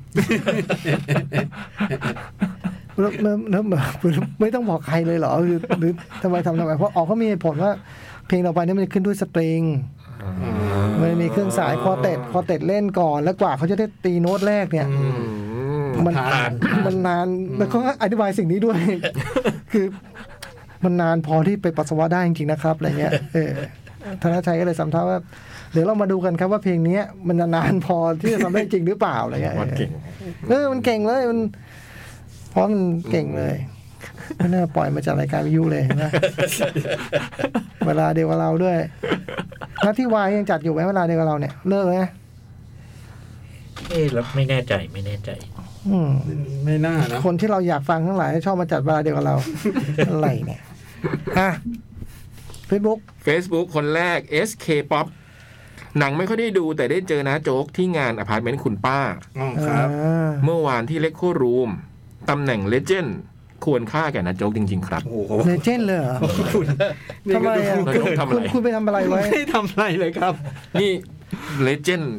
[SPEAKER 7] แล้วแล้วแล้วแบบไม่ต้องบอกใครเลยเหรอหรือหรือทำไมทำทำไมเพราะออกเขามีเหตุผลว่า เพลงต่อไปเนี่ยมันจะขึ้นด้วยสตริง มันมีเครื่องสายคอเต็ดคอเต็ดเล่นก่อนแล้วกว่าเขาจะได้ตีโน้ตแรกเนี่ย
[SPEAKER 3] อืม
[SPEAKER 7] มัน
[SPEAKER 5] นาน
[SPEAKER 7] มันนานแล้วก็อธิบายสิ่งนี้ด้วย คือ มันนานพอที่ไปปัสสาวะได้จริงๆนะครับอะไรเงี้ยเออธนชัยก็เลยสำทับว่าเดี๋ยวเรามาดูกันครับว่าเพลงเนี้ย มันจะนานพอที่จะทำได้จริงหรือเปล่าอะไรเงี้ย
[SPEAKER 3] วัดเก่ง
[SPEAKER 7] เออมันเก่งเลยมันเพราะมันเก่งเลยไม่น่าปล่อยมาจากรายการวิทยุเลยเห็ นะเวลาเดียวกับเราด้วยแล้วที่วายยังจัดอยู่ไหมเวลาเดียวกับเราเนี่ยเลิกแล้วนะ
[SPEAKER 4] เอ๊ะแล้วไม่แน่ใจไม่แน่ใจ
[SPEAKER 7] อืม
[SPEAKER 5] ไม่น่านะ
[SPEAKER 7] คนที่เราอยากฟังทั้งหลายชอบมาจัดเวลาเดียว กับเรา อะไรเนี่ยอ่ะเฟซบุ๊ก
[SPEAKER 3] Facebook คนแรก SK Pop หนังไม่ค่อยได้ดูแต่ได้เจอนะโจ๊กที่งานอพาร์ตเมนต์คุณป้า
[SPEAKER 5] อ๋อครับ
[SPEAKER 3] เมื่อวานที่เล c โครูมตำแหน่งเลเจนด์ควรค่าแก่นะโจ๊กจริง ๆ ครับ
[SPEAKER 5] โอ้โห
[SPEAKER 7] เลเจนเลยเหรอ
[SPEAKER 5] คุณนี่
[SPEAKER 7] ทำไม
[SPEAKER 5] ก็
[SPEAKER 7] อ่ะ
[SPEAKER 5] ดู
[SPEAKER 3] เรา
[SPEAKER 5] เกิ
[SPEAKER 3] ต้อน งทำอะ
[SPEAKER 7] คุณ
[SPEAKER 3] ไร
[SPEAKER 7] คุณไปทำอะไรไว้
[SPEAKER 5] ไม่ได้ทำอะไรเลยครับ
[SPEAKER 3] นี่เลเจนด์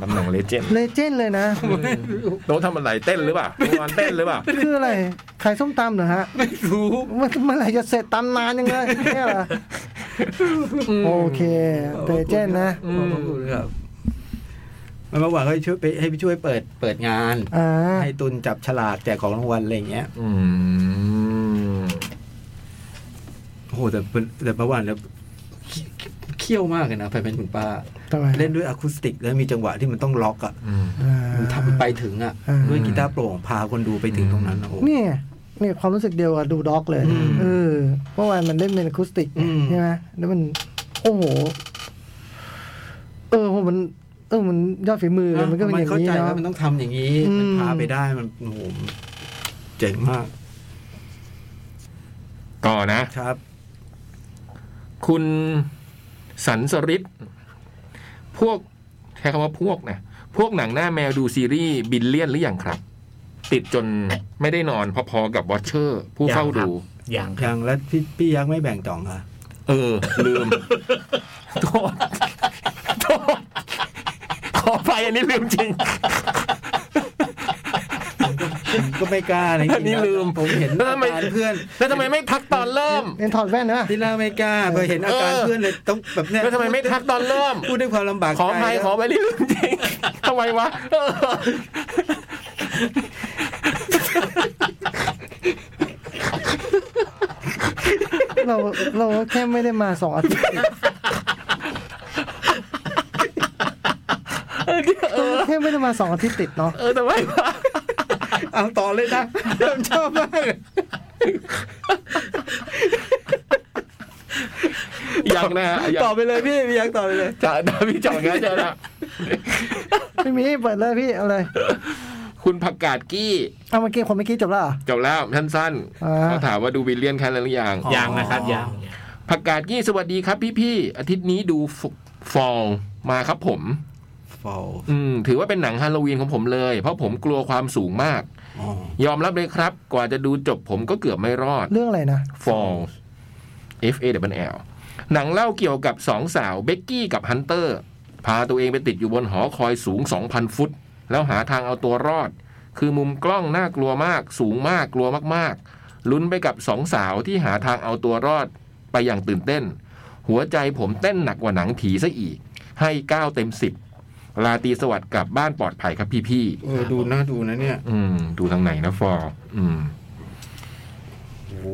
[SPEAKER 3] ตำแหน่งเลเจนด์
[SPEAKER 7] เลเจนเลยนะ
[SPEAKER 3] โต๊ะทำอะไรเต้นหรือเปล่าเมื่อวานเต้นหรือเปล่า
[SPEAKER 7] คืออะไร ขายส้มตำเหรอฮะ
[SPEAKER 5] ไม่รู้
[SPEAKER 7] มันเมื่อไหร่จะเสร็จตำนานยังไงเนี่ยเหรอโอเคเลเจนนะ
[SPEAKER 5] ขอบคุณครับมันมาหวังให้ช่วยไปให้ไปช่วยเปิดเปิดงาน
[SPEAKER 7] อ่า
[SPEAKER 5] ให้ตุนจับฉลากแจกของรางวัลอะไรอย่างเงี้ย
[SPEAKER 3] อืม
[SPEAKER 5] โอ้โหแต่เป็นแต่เมื่อวานแล้วเขี้เขี้ยวมากเลยนะไปเป็นคุณป้า
[SPEAKER 7] ทำไม
[SPEAKER 5] เล่นด้วยอะคูสติก แล้วมีจังหวะที่มันต้องล็อกอ่ะ
[SPEAKER 3] อืม
[SPEAKER 7] อ่า
[SPEAKER 5] มันทำไปถึงอ่ะ
[SPEAKER 7] อ่า
[SPEAKER 5] ด้วยกีตาร์โปร่งพาคนดูไปถึงตรงนั้นอะโอ้โห
[SPEAKER 7] เนี่ย เนี่ยความรู้สึกเดียวกับดูด็อกเลย
[SPEAKER 2] อืม
[SPEAKER 7] เออเมื่อวานมันเล่นเป็นอะคูสติก
[SPEAKER 2] อืม
[SPEAKER 7] ใช่ไหมแล้วมัน โอ้โห เออโหมัน เออมันยอดฝีมือมันก็เป็นอย่าง
[SPEAKER 2] เข้า
[SPEAKER 7] นี้
[SPEAKER 2] ใจ
[SPEAKER 7] เนาะ
[SPEAKER 2] ว่ามันต้องทำอย่างนี้
[SPEAKER 7] อืม
[SPEAKER 2] มันพาไปได้มันโอ้โหเจ๋งมาก
[SPEAKER 3] ต่อนะ
[SPEAKER 2] ครับ
[SPEAKER 3] คุณสันสริตพวกใช้คำว่าพวกนะ พวกหนังหน้าแมวดูซีรีส์บินเลียนหรือยังครับ ติดจนไม่ได้นอนพอๆกับวอชเชอร์ ผู้เฝ้าดู
[SPEAKER 4] อย่าง
[SPEAKER 2] อ
[SPEAKER 4] ครับ
[SPEAKER 2] ย่างแล้วพี่พี่ยักษ์ไม่แบ่งจ่องเหรอ่ะ
[SPEAKER 3] เออ ลืม โทษ โทษ ขอไปอันนี้ลืมจริง
[SPEAKER 2] ผมก็ไม่กล้านะจริงๆ
[SPEAKER 3] อันนี้ลืม
[SPEAKER 2] ผมเห็น
[SPEAKER 3] แล้ว
[SPEAKER 2] อา
[SPEAKER 3] ทำไม
[SPEAKER 2] การเพื่อน
[SPEAKER 3] แล้วทำไมไม่ทักตอนเริ่ม
[SPEAKER 7] เล่นถอดแว่นนะ
[SPEAKER 2] ที่เล่าไม่กล้าพอเห็นอาการ
[SPEAKER 3] เออ
[SPEAKER 2] เพื่อนเลยต้องแบบเนี้ย
[SPEAKER 3] แล้วทำไมไม่ทักตอนเริ่ม
[SPEAKER 2] พูดด้วยความลำบาก
[SPEAKER 3] ขออภัย
[SPEAKER 2] ใจนะ
[SPEAKER 3] ขอไปลืมจ ริงทำไมวะเออ
[SPEAKER 7] เราเราแค่ไม่ได้มาสองอาทิตย์แค่ไม่ได้มาสองอาทิตย์ติดเนาะ
[SPEAKER 3] เออทำไมวะ
[SPEAKER 2] เอาต่อเลยนะ เริ่มชอบมากเลย
[SPEAKER 3] ยังนะฮะยัง
[SPEAKER 2] ต่อไปเลยพี่พี่ยักษ์ต่อไปเลย
[SPEAKER 3] จะนะพี่จองนะจะนะ
[SPEAKER 7] ไม่มีเปิดเลยพี่เอาเลย
[SPEAKER 3] คุณผักกาดกี้
[SPEAKER 7] เอาเมื่อกี้คนเมื่อกี้จบแล้วเหรอ
[SPEAKER 3] จบแล้วสั้นๆ
[SPEAKER 7] อ่า
[SPEAKER 3] เขาถามว่าดูวิลเลียนคันแล้วหรือยัง
[SPEAKER 2] อ๋อ
[SPEAKER 4] อย่างนะครับอย่าง
[SPEAKER 3] ผักกาดกี้สวัสดีครับพี่ๆอาทิตย์นี้ดูฟองมาครับผม
[SPEAKER 2] ฟอล
[SPEAKER 3] อืมถือว่าเป็นหนังฮาโลวีนของผมเลย เพราะผมกลัวความสูงมาก
[SPEAKER 2] อ๋อย
[SPEAKER 3] อมรับเลยครับ กว่าจะดูจบผมก็เกือบไม่รอด
[SPEAKER 7] เรื่องอะไรนะ
[SPEAKER 3] Fall F A W L หนังเล่าเกี่ยวกับสองสาวเบกกี้กับฮันเตอร์ พาตัวเองไปติดอยู่บนหอคอยสูง 2,000 ฟุต แล้วหาทางเอาตัวรอด คือมุมกล้องน่ากลัวมาก สูงมากกลัวมากๆ ลุ้นไปกับสองสาวที่หาทางเอาตัวรอดไปอย่างตื่นเต้น หัวใจผมเต้นหนักกว่าหนังผีซะอีก ให้ 9 เต็ม 10 ลาตรีสวัสดิ์กลับบ้านปลอดภัยครับพี่
[SPEAKER 2] เออดูน่าดูนะเนี่ย
[SPEAKER 3] ๆอืม ดูทางไหนนะฟอร์อืม
[SPEAKER 2] โอ้โห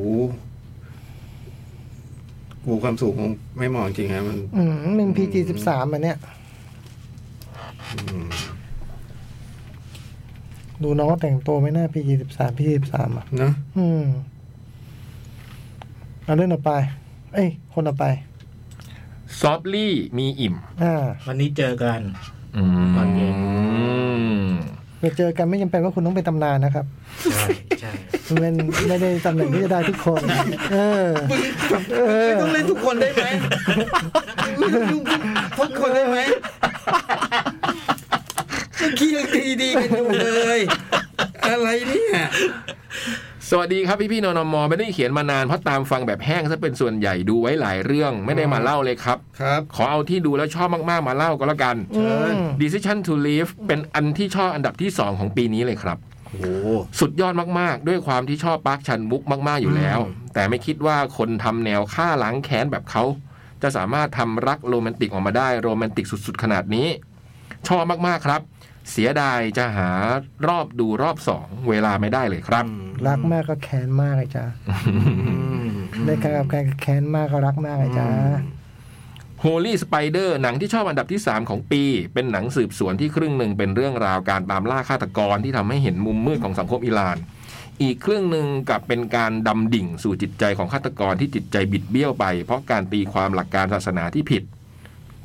[SPEAKER 2] โอ้โหความสูงคงไม่เหมาะจริงๆนะมัน
[SPEAKER 7] อืมมันพีจีสิบสามอันเนี้ยดูน้องแต่งตัวไม่น่าพีจีสิบสามพีจีสิบสามอ่ะ
[SPEAKER 2] เนอะ
[SPEAKER 7] อืมเอาเรื่องต่อไป เอ้ย คนต่อไป
[SPEAKER 3] ซอฟลี่มีอิ่ม
[SPEAKER 7] อ่า
[SPEAKER 4] วันนี้เจอกัน
[SPEAKER 3] อืม
[SPEAKER 4] ตอนเย็น
[SPEAKER 7] ไปเจอกันไม่จำเป็นว่าคุณต้องเป็นตำนานนะครับ
[SPEAKER 4] ใช่ใช่
[SPEAKER 7] มันเป็นไม่ได้ตำแหน่งที่จะได้ทุกคน เออ เออ
[SPEAKER 2] ต้องเล่นทุกคนได้ไหมทุกคนได้ไหมขี้ยังตีดีกันอยู่เลย อะไรเนี่ย
[SPEAKER 3] สวัสดีครับพี่พี่ๆนอนมอไม่ได้เขียนมานานเพราะตามฟังแบบแห้งซะเป็นส่วนใหญ่ดูไว้หลายเรื่องไม่ได้มาเล่าเลยครับ
[SPEAKER 2] ครับ
[SPEAKER 3] ขอเอาที่ดูแล้วชอบมากๆมาเล่าก็แล้วกัน
[SPEAKER 2] เชิญ
[SPEAKER 3] Decision to Leave เป็นอันที่ชอบอันดับที่ 2 ของปีนี้เลยครับ
[SPEAKER 2] โอ้โห
[SPEAKER 3] สุดยอดมากๆ ด้วยความที่ชอบปาร์คชันวุกมากๆอยู่แล้ว แต่ไม่คิดว่าคนทำแนวฆ่าล้างแค้นแบบเขา จะสามารถทำรักโรแมนติกออกมาได้โรแมนติกสุดๆ ขนาดนี้ ชอบมากๆครับ เสียดายจะหารอบดูรอบสองเวลาไม่ได้เลยครับ
[SPEAKER 7] รักมากก็แค้นมากเลยจ้า
[SPEAKER 2] อืม
[SPEAKER 7] ในการกับการก็แค้นมากก็รักมากเลยจ้า
[SPEAKER 3] Holy Spider หนังที่ชอบอันดับที่ 3 ของปี เป็นหนังสืบสวนที่ครึ่งหนึ่งเป็นเรื่องราวการตามล่าฆาตกรที่ทำให้เห็นมุมมืดของสังคมอิหร่าน อีกครึ่งหนึ่งกลับเป็นการดำดิ่งสู่จิตใจของฆาตกรที่จิตใจบิดเบี้ยวไป เพราะการตีความหลักการศาสนาที่ผิด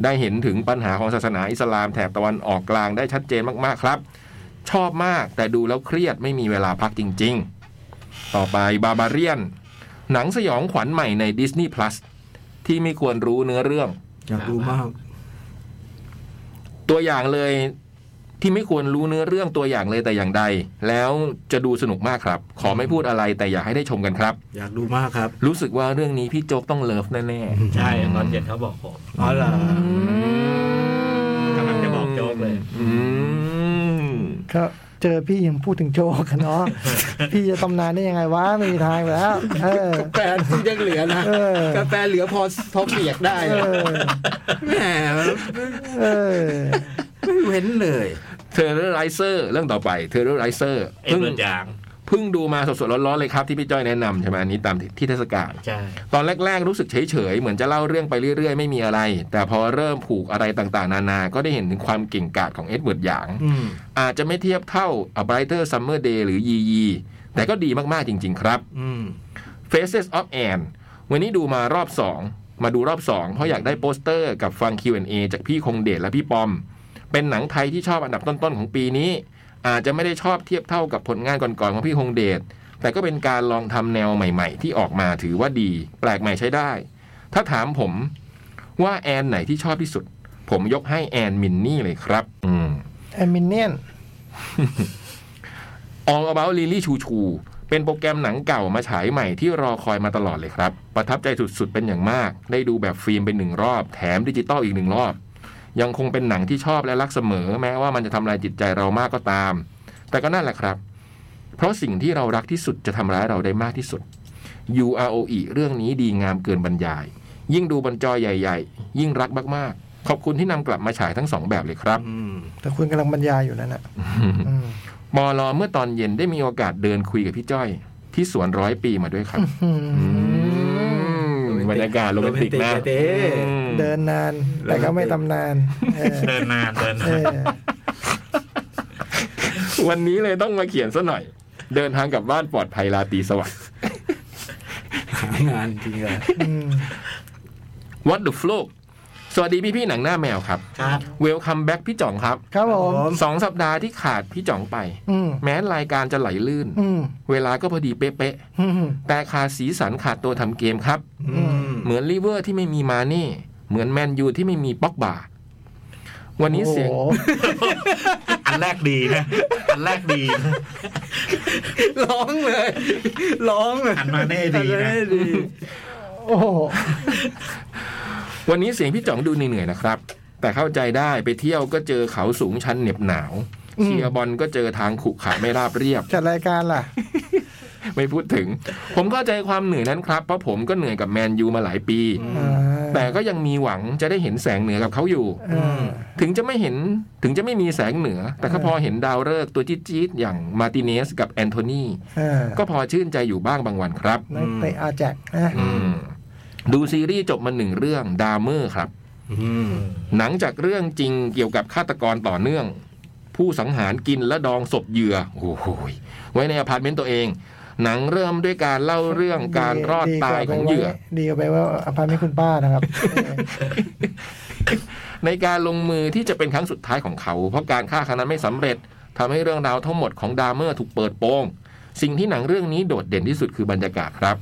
[SPEAKER 3] ได้เห็นถึงปัญหาของศาสนาอิสลามแถบตะวันออกกลางได้ชัดเจนมากๆครับ ชอบมากแต่ดูแล้วเครียดไม่มีเวลาพักจริง ๆ ต่อไปบาบาเรียนหนังสยองขวัญใหม่ใน Disney Plus ที่ไม่ควรรู้เนื้อเรื่อง
[SPEAKER 2] อยากรู้มาก
[SPEAKER 3] ตัวอย่างเลยที่ไม่ควรรู้เนื้อเรื่องตัวอย่างเลยแต่อย่างใด แล้วจะดูสนุกมากครับ ขอไม่พูดอะไรแต่อยากให้ได้ชมกันครับ
[SPEAKER 2] อยากดูมากครับ
[SPEAKER 3] รู้สึกว่าเรื่องนี้พี่โจ๊กต้องเลิฟแน่ๆ
[SPEAKER 4] ใช่ตอนเย็นเขาบอกผม
[SPEAKER 2] อ๋อเหรอก
[SPEAKER 4] ำลังจะบอกโจ๊กเลย
[SPEAKER 3] อืม
[SPEAKER 7] ก็เจอพี่ยังพูดถึงโจกันเนาะ พี่จะตำนานได้ยังไงวะไม่มีทางอยู่แล้ว เออ
[SPEAKER 2] แฟนที่ยังเหลือ นะ
[SPEAKER 7] เออ
[SPEAKER 2] กาแฟเหลือพอพอเปียกได้
[SPEAKER 7] เอ
[SPEAKER 2] อะ
[SPEAKER 7] อ
[SPEAKER 2] แหม
[SPEAKER 7] เออ
[SPEAKER 2] ไม่เว้นเลย
[SPEAKER 3] เทอร์เรไรเซอร์เรื่องต่อไปเทอร์เรไรเซอร์
[SPEAKER 4] เอ็ด
[SPEAKER 3] เพิ่ง
[SPEAKER 4] เวิร์ดยาง
[SPEAKER 3] เพิ่งดูมาสดๆร้อนๆเลยครับที่พี่จ้อยแนะนำใช่ไหมอันนี้ตามที่เทศกาล
[SPEAKER 4] ใช่
[SPEAKER 3] ตอนแรก ๆ รู้สึกเฉย ๆ เหมือนจะเล่าเรื่องไปเรื่อย ๆ ไม่มีอะไร แต่พอเริ่มผูกอะไรต่างๆ นานา ก็ได้เห็นถึงความเก่งกาจของเอ็ดเวิร์ดหยาง
[SPEAKER 2] อืม
[SPEAKER 3] อาจจะไม่เทียบเท่า A Brighter Summer Day หรือ Yee Yee แต่ก็ดีมากๆจริง ๆ ครับ
[SPEAKER 2] อืม
[SPEAKER 3] Faces of Anne วันนี้ดูมารอบสองมาดูรอบสองเพราะอยากได้โปสเตอร์กับฟัง Q&A จากพี่คงเดชและพี่ปอม เป็นหนังไทยที่ชอบอันดับต้นๆของปีนี้ อาจจะไม่ได้ชอบเทียบเท่ากับผลงานก่อนๆของพี่คงเดชแต่ก็เป็นการลองทำแนวใหม่ๆ ที่ออกมาถือว่าดี แปลกใหม่ใช้ได้ ถ้าถามผมว่าแอนไหนที่ชอบที่สุด ผมยกให้แอนมินนี่เลยครับ อืม
[SPEAKER 7] แอมิเนียน
[SPEAKER 3] All About Lily ชูชู เป็นโปรแกรมหนังเก่ามาฉายใหม่ที่รอคอยมาตลอดเลยครับ ประทับใจสุดๆ เป็นอย่างมาก ได้ดูแบบฟิล์มเป็นหนึ่งรอบ แถมดิจิตอลอีกหนึ่งรอบ ยังคงเป็นหนังที่ชอบและรักเสมอ แม้ว่ามันจะทำลายจิตใจเรามากก็ตาม แต่ก็นั่นแหละครับ เพราะสิ่งที่เรารักที่สุดจะทำร้ายเราได้มากที่สุด UROE เรื่องนี้ดีงามเกินบรรยาย ยิ่งดูบนจอใหญ่ ๆ ยิ่งรักมากๆ ขอบคุณที่นำกลับมาฉายทั้งสองแบบเลยครับ
[SPEAKER 5] อืม
[SPEAKER 7] แต่คุณกำลังบรรยายอยู่นั่นน่ะอืม
[SPEAKER 3] มอลอเมื่อตอนเย็นได้มีโอกาสเดินคุยกับพี่จ้อย ที่สวนร้อยปีมาด้วยครับ
[SPEAKER 2] ม
[SPEAKER 3] บรรยากาศโรแมนติกนะ
[SPEAKER 2] เต้
[SPEAKER 3] อืม
[SPEAKER 7] เดินนาน แต่ก็ไม่ตำนานเออ
[SPEAKER 4] เดินนานเดิน
[SPEAKER 7] เอน
[SPEAKER 4] าน
[SPEAKER 7] อ
[SPEAKER 3] วันนี้เลยต้องมาเขียนซะหน่อย เดินทางกลับบ้านปลอดภัยราตรีสวัสดิ์
[SPEAKER 5] หางานจริงเลย
[SPEAKER 7] อืม
[SPEAKER 3] What the flow สวัสดีพี่พี่ๆหนังหน้าแมวครับ
[SPEAKER 4] ครับ
[SPEAKER 3] Welcome back พี่จ่องครับ
[SPEAKER 7] ครับผม
[SPEAKER 3] สองสัปดาห์ที่ขาดพี่จ่องไป
[SPEAKER 7] อืม
[SPEAKER 3] แม้รายการจะไหลลื่น
[SPEAKER 7] อืม
[SPEAKER 3] เวลาก็พอดีเป๊ะ
[SPEAKER 7] อืม
[SPEAKER 3] ๆแต่ขาดสีสันขาดตัวทำเกมครับ
[SPEAKER 5] อืม
[SPEAKER 3] เหมือนลิเวอร์ที่ไม่มีมาเน่เหมือนแมนยูที่ไม่มีป็อกบา วันนี้เสียง
[SPEAKER 7] โอ้โห
[SPEAKER 4] อันแรกดีนะ อันแรกดีนะ
[SPEAKER 5] ร้องเลย ร้องเลย
[SPEAKER 4] หันมาแน่ดี
[SPEAKER 5] หั
[SPEAKER 4] นะ
[SPEAKER 5] มาแดี
[SPEAKER 7] โอ้โห
[SPEAKER 3] วันนี้เสียงพี่จ๋องดูเหนื่อยๆนะครับ แต่เข้าใจได้ไปเที่ยวก็เจอเขาสูงชันเหน็บหนาว เชียร์บอลก็เจอทางขรุขระไม่ราบเรียบ
[SPEAKER 7] จัดรายการล่ะ
[SPEAKER 3] ไม่พูดถึง ผมเข้าใจความเหนื่อยนั้นครับ เพราะผมก็เหนื่อยกับแมนยูมาหลายปี
[SPEAKER 7] อ่า
[SPEAKER 3] แต่ก็ยังมีหวังจะได้เห็นแสงเหนือกับเขาอยู่
[SPEAKER 7] อ่า
[SPEAKER 3] ถึงจะไม่เห็นถึงจะไม่มีแสงเหนือ แต่ก็พอเห็นดาวฤกษ์ตัวจี๊ดๆอย่างมาร์ติเนสกับแอนโทนี
[SPEAKER 7] อ่า
[SPEAKER 3] ก็พอชื่นใจอยู่บ้างบางวันครับ
[SPEAKER 7] นักเตะอาแจกนะ
[SPEAKER 3] อืมดูซีรีส์จบมาหนึ่งเรื่องดามเมอร์ครับ
[SPEAKER 5] อืม
[SPEAKER 3] หนังจากเรื่องจริงเกี่ยวกับฆาตกรต่อเนื่อง ผู้สังหารกินและดองศพเหยื่อโอ้โหยไว้ในอพาร์ตเมนต์ตัวเอง หนังเริ่มด้วยการเล่าเรื่องการรอดตายของเหยื่อ
[SPEAKER 7] ดีกว่าไปว่าอภัยไม่คุณป้านะครับ
[SPEAKER 3] ในการลงมือที่จะเป็นครั้งสุดท้ายของเขา เพราะการฆ่าครั้งนั้นไม่สำเร็จทำให้เรื่องราวทั้งหมดของดามเมอร์ถูกเปิดโปง สิ่งที่หนังเรื่องนี้โดดเด่นที่สุดคือบรรยากาศครับ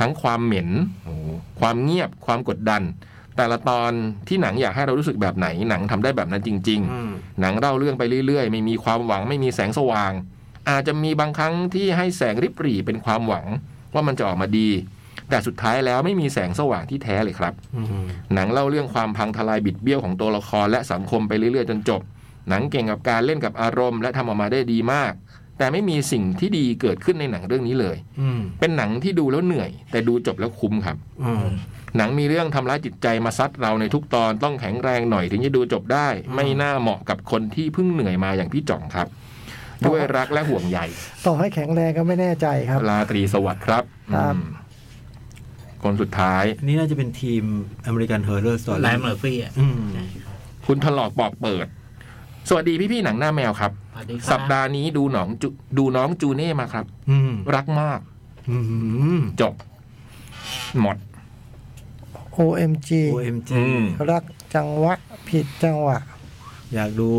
[SPEAKER 3] ทั้งความเหม็นโอ้โหความเงียบ ความกดดัน แต่ละตอนที่หนังอยากให้เรารู้สึกแบบไหนหนังทำได้แบบนั้นจริง ๆ
[SPEAKER 5] อืม
[SPEAKER 3] หนังเล่าเรื่องไปเรื่อยๆ ไม่มีความหวังไม่มีแสงสว่าง อาจจะมีบางครั้งที่ให้แสงริบหรี่เป็นความหวังว่ามันจะออกมาดี แต่สุดท้ายแล้วไม่มีแสงสว่างที่แท้เลยครับ
[SPEAKER 5] อืม
[SPEAKER 3] หนังเล่าเรื่องความพังทลายบิดเบี้ยวของตัวละครและสังคมไปเรื่อยๆ จนจบ หนังเก่งกับการเล่นกับอารมณ์และทำออกมาได้ดีมาก แต่ไม่มีสิ่งที่ดีเกิดขึ้นในหนังเรื่องนี้เลย
[SPEAKER 5] อืม
[SPEAKER 3] เป็นหนังที่ดูแล้วเหนื่อย แต่ดูจบแล้วคุ้มครับ
[SPEAKER 5] อืม
[SPEAKER 3] หนังมีเรื่องทำร้ายจิตใจมาซัดเราในทุกตอนต้องแข็งแรงหน่อยถึงจะดูจบได้ ไม่น่าเหมาะกับคนที่เพิ่งเหนื่อยมาอย่างพี่จ่องครับ ด้วยรักและห่วงใย
[SPEAKER 7] ต่อให้แข็งแรงก็ไม่แน่ใจครับ
[SPEAKER 3] ราตรีสวัสดิ์ครับ
[SPEAKER 7] ครับ
[SPEAKER 3] อืมคนสุดท้าย
[SPEAKER 2] นี่น่าจะเป็นทีมอเมริกันเฮอร์เรอร์สตอ
[SPEAKER 4] ไล
[SPEAKER 2] รี่
[SPEAKER 4] ม์เมอร์ฟี่อ่ะ
[SPEAKER 2] อืม
[SPEAKER 3] คุณถลอกปอกเปิด สวัสดีพี่พี่ๆหนังหน้าแมวครับ
[SPEAKER 4] สวัสดีครับ
[SPEAKER 3] สัปดาห์นี้ดูหนองจุดูน้องจูเน่มาครับ
[SPEAKER 5] อืม
[SPEAKER 3] รักมาก
[SPEAKER 5] อืม
[SPEAKER 3] จบ หมด
[SPEAKER 7] OMG
[SPEAKER 2] OMG
[SPEAKER 3] อืม
[SPEAKER 7] รักจังหวะ ผิดจังหวะ
[SPEAKER 2] อยากดู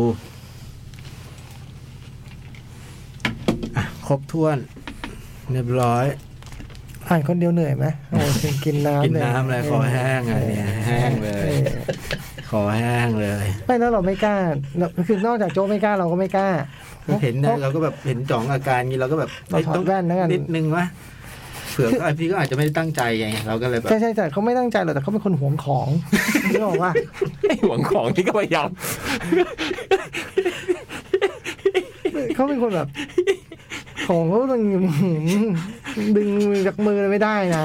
[SPEAKER 2] อ่ะครบถ้วน เรียบร้อย
[SPEAKER 7] อ่านคนเดียวเหนื่อยไหมโอ้ยกินน้ำ
[SPEAKER 2] กินน้ำเลยคอแห้งอ่ะเนี่ยแห้งเลย
[SPEAKER 7] ออ
[SPEAKER 2] ขอแห้งเลย
[SPEAKER 7] ไม่แล้วเราไม่กล้าเราคือนอกจากโจ้ไม่กล้าเราก็ไม่กล้า
[SPEAKER 2] เห็นนะเราก็แบบเห็นจ่องอาการนี้เราก็แบบ
[SPEAKER 7] เราถอดแว่นแล้วกัน
[SPEAKER 2] นิดนึงวะเผื่อไอพี่ก็อาจจะไม่ได้ตั้งใจไงเราก็เลยแบบ
[SPEAKER 7] ใช่ใช่แต่เขาไม่ตั้งใจหรอกแต่เขาเป็นคนหวงของนึกออกว่า
[SPEAKER 3] ไอ้หวงของนี่ก็พยายาม
[SPEAKER 7] เขาเป็นคนแบบ ของเขาต้องดึงมือจากมือเลยไม่ได้นะ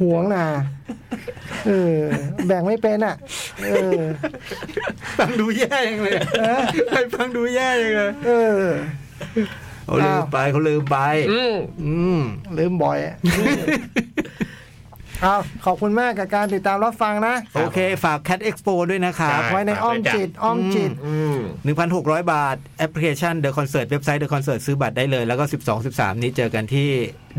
[SPEAKER 7] หวงนะเออ แบ่งไม่เป็นอ่ะ เออ
[SPEAKER 2] ฟังดูแย่ยังเลยไปฟังดูแย่ยังเลย
[SPEAKER 7] เออ
[SPEAKER 2] เขาลืมไปเขาลืมไป
[SPEAKER 3] อืม
[SPEAKER 2] อืม
[SPEAKER 7] ลืมบ่อยอะ เอาขอบคุณมากกับการติดตามรับฟังนะ
[SPEAKER 5] โอเค ฝาก Cat Expo ด้วยนะครับ
[SPEAKER 3] ใช่
[SPEAKER 7] ไว้ในอ้อมจิต อ้อมจิต
[SPEAKER 3] อืม
[SPEAKER 5] 1,600 บาท แอปพลิเคชัน The Concert เว็บไซต์ The Concert ซื้อบัตรได้เลย แล้วก็ 12 13 นี้เจอกันที่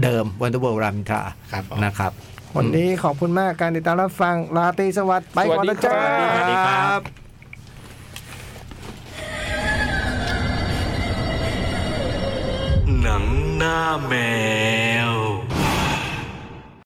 [SPEAKER 5] เดิมวันเดอร์เวิลด์รามอินทรา
[SPEAKER 9] ครับผม
[SPEAKER 5] นะครับ
[SPEAKER 7] วันนี้ขอบคุณมากการติดตามรับฟังราตรีสวัสดิ์ไปก่อนนะจ๊ะ
[SPEAKER 3] สวัสดีครับ
[SPEAKER 10] หนังหน้าแมว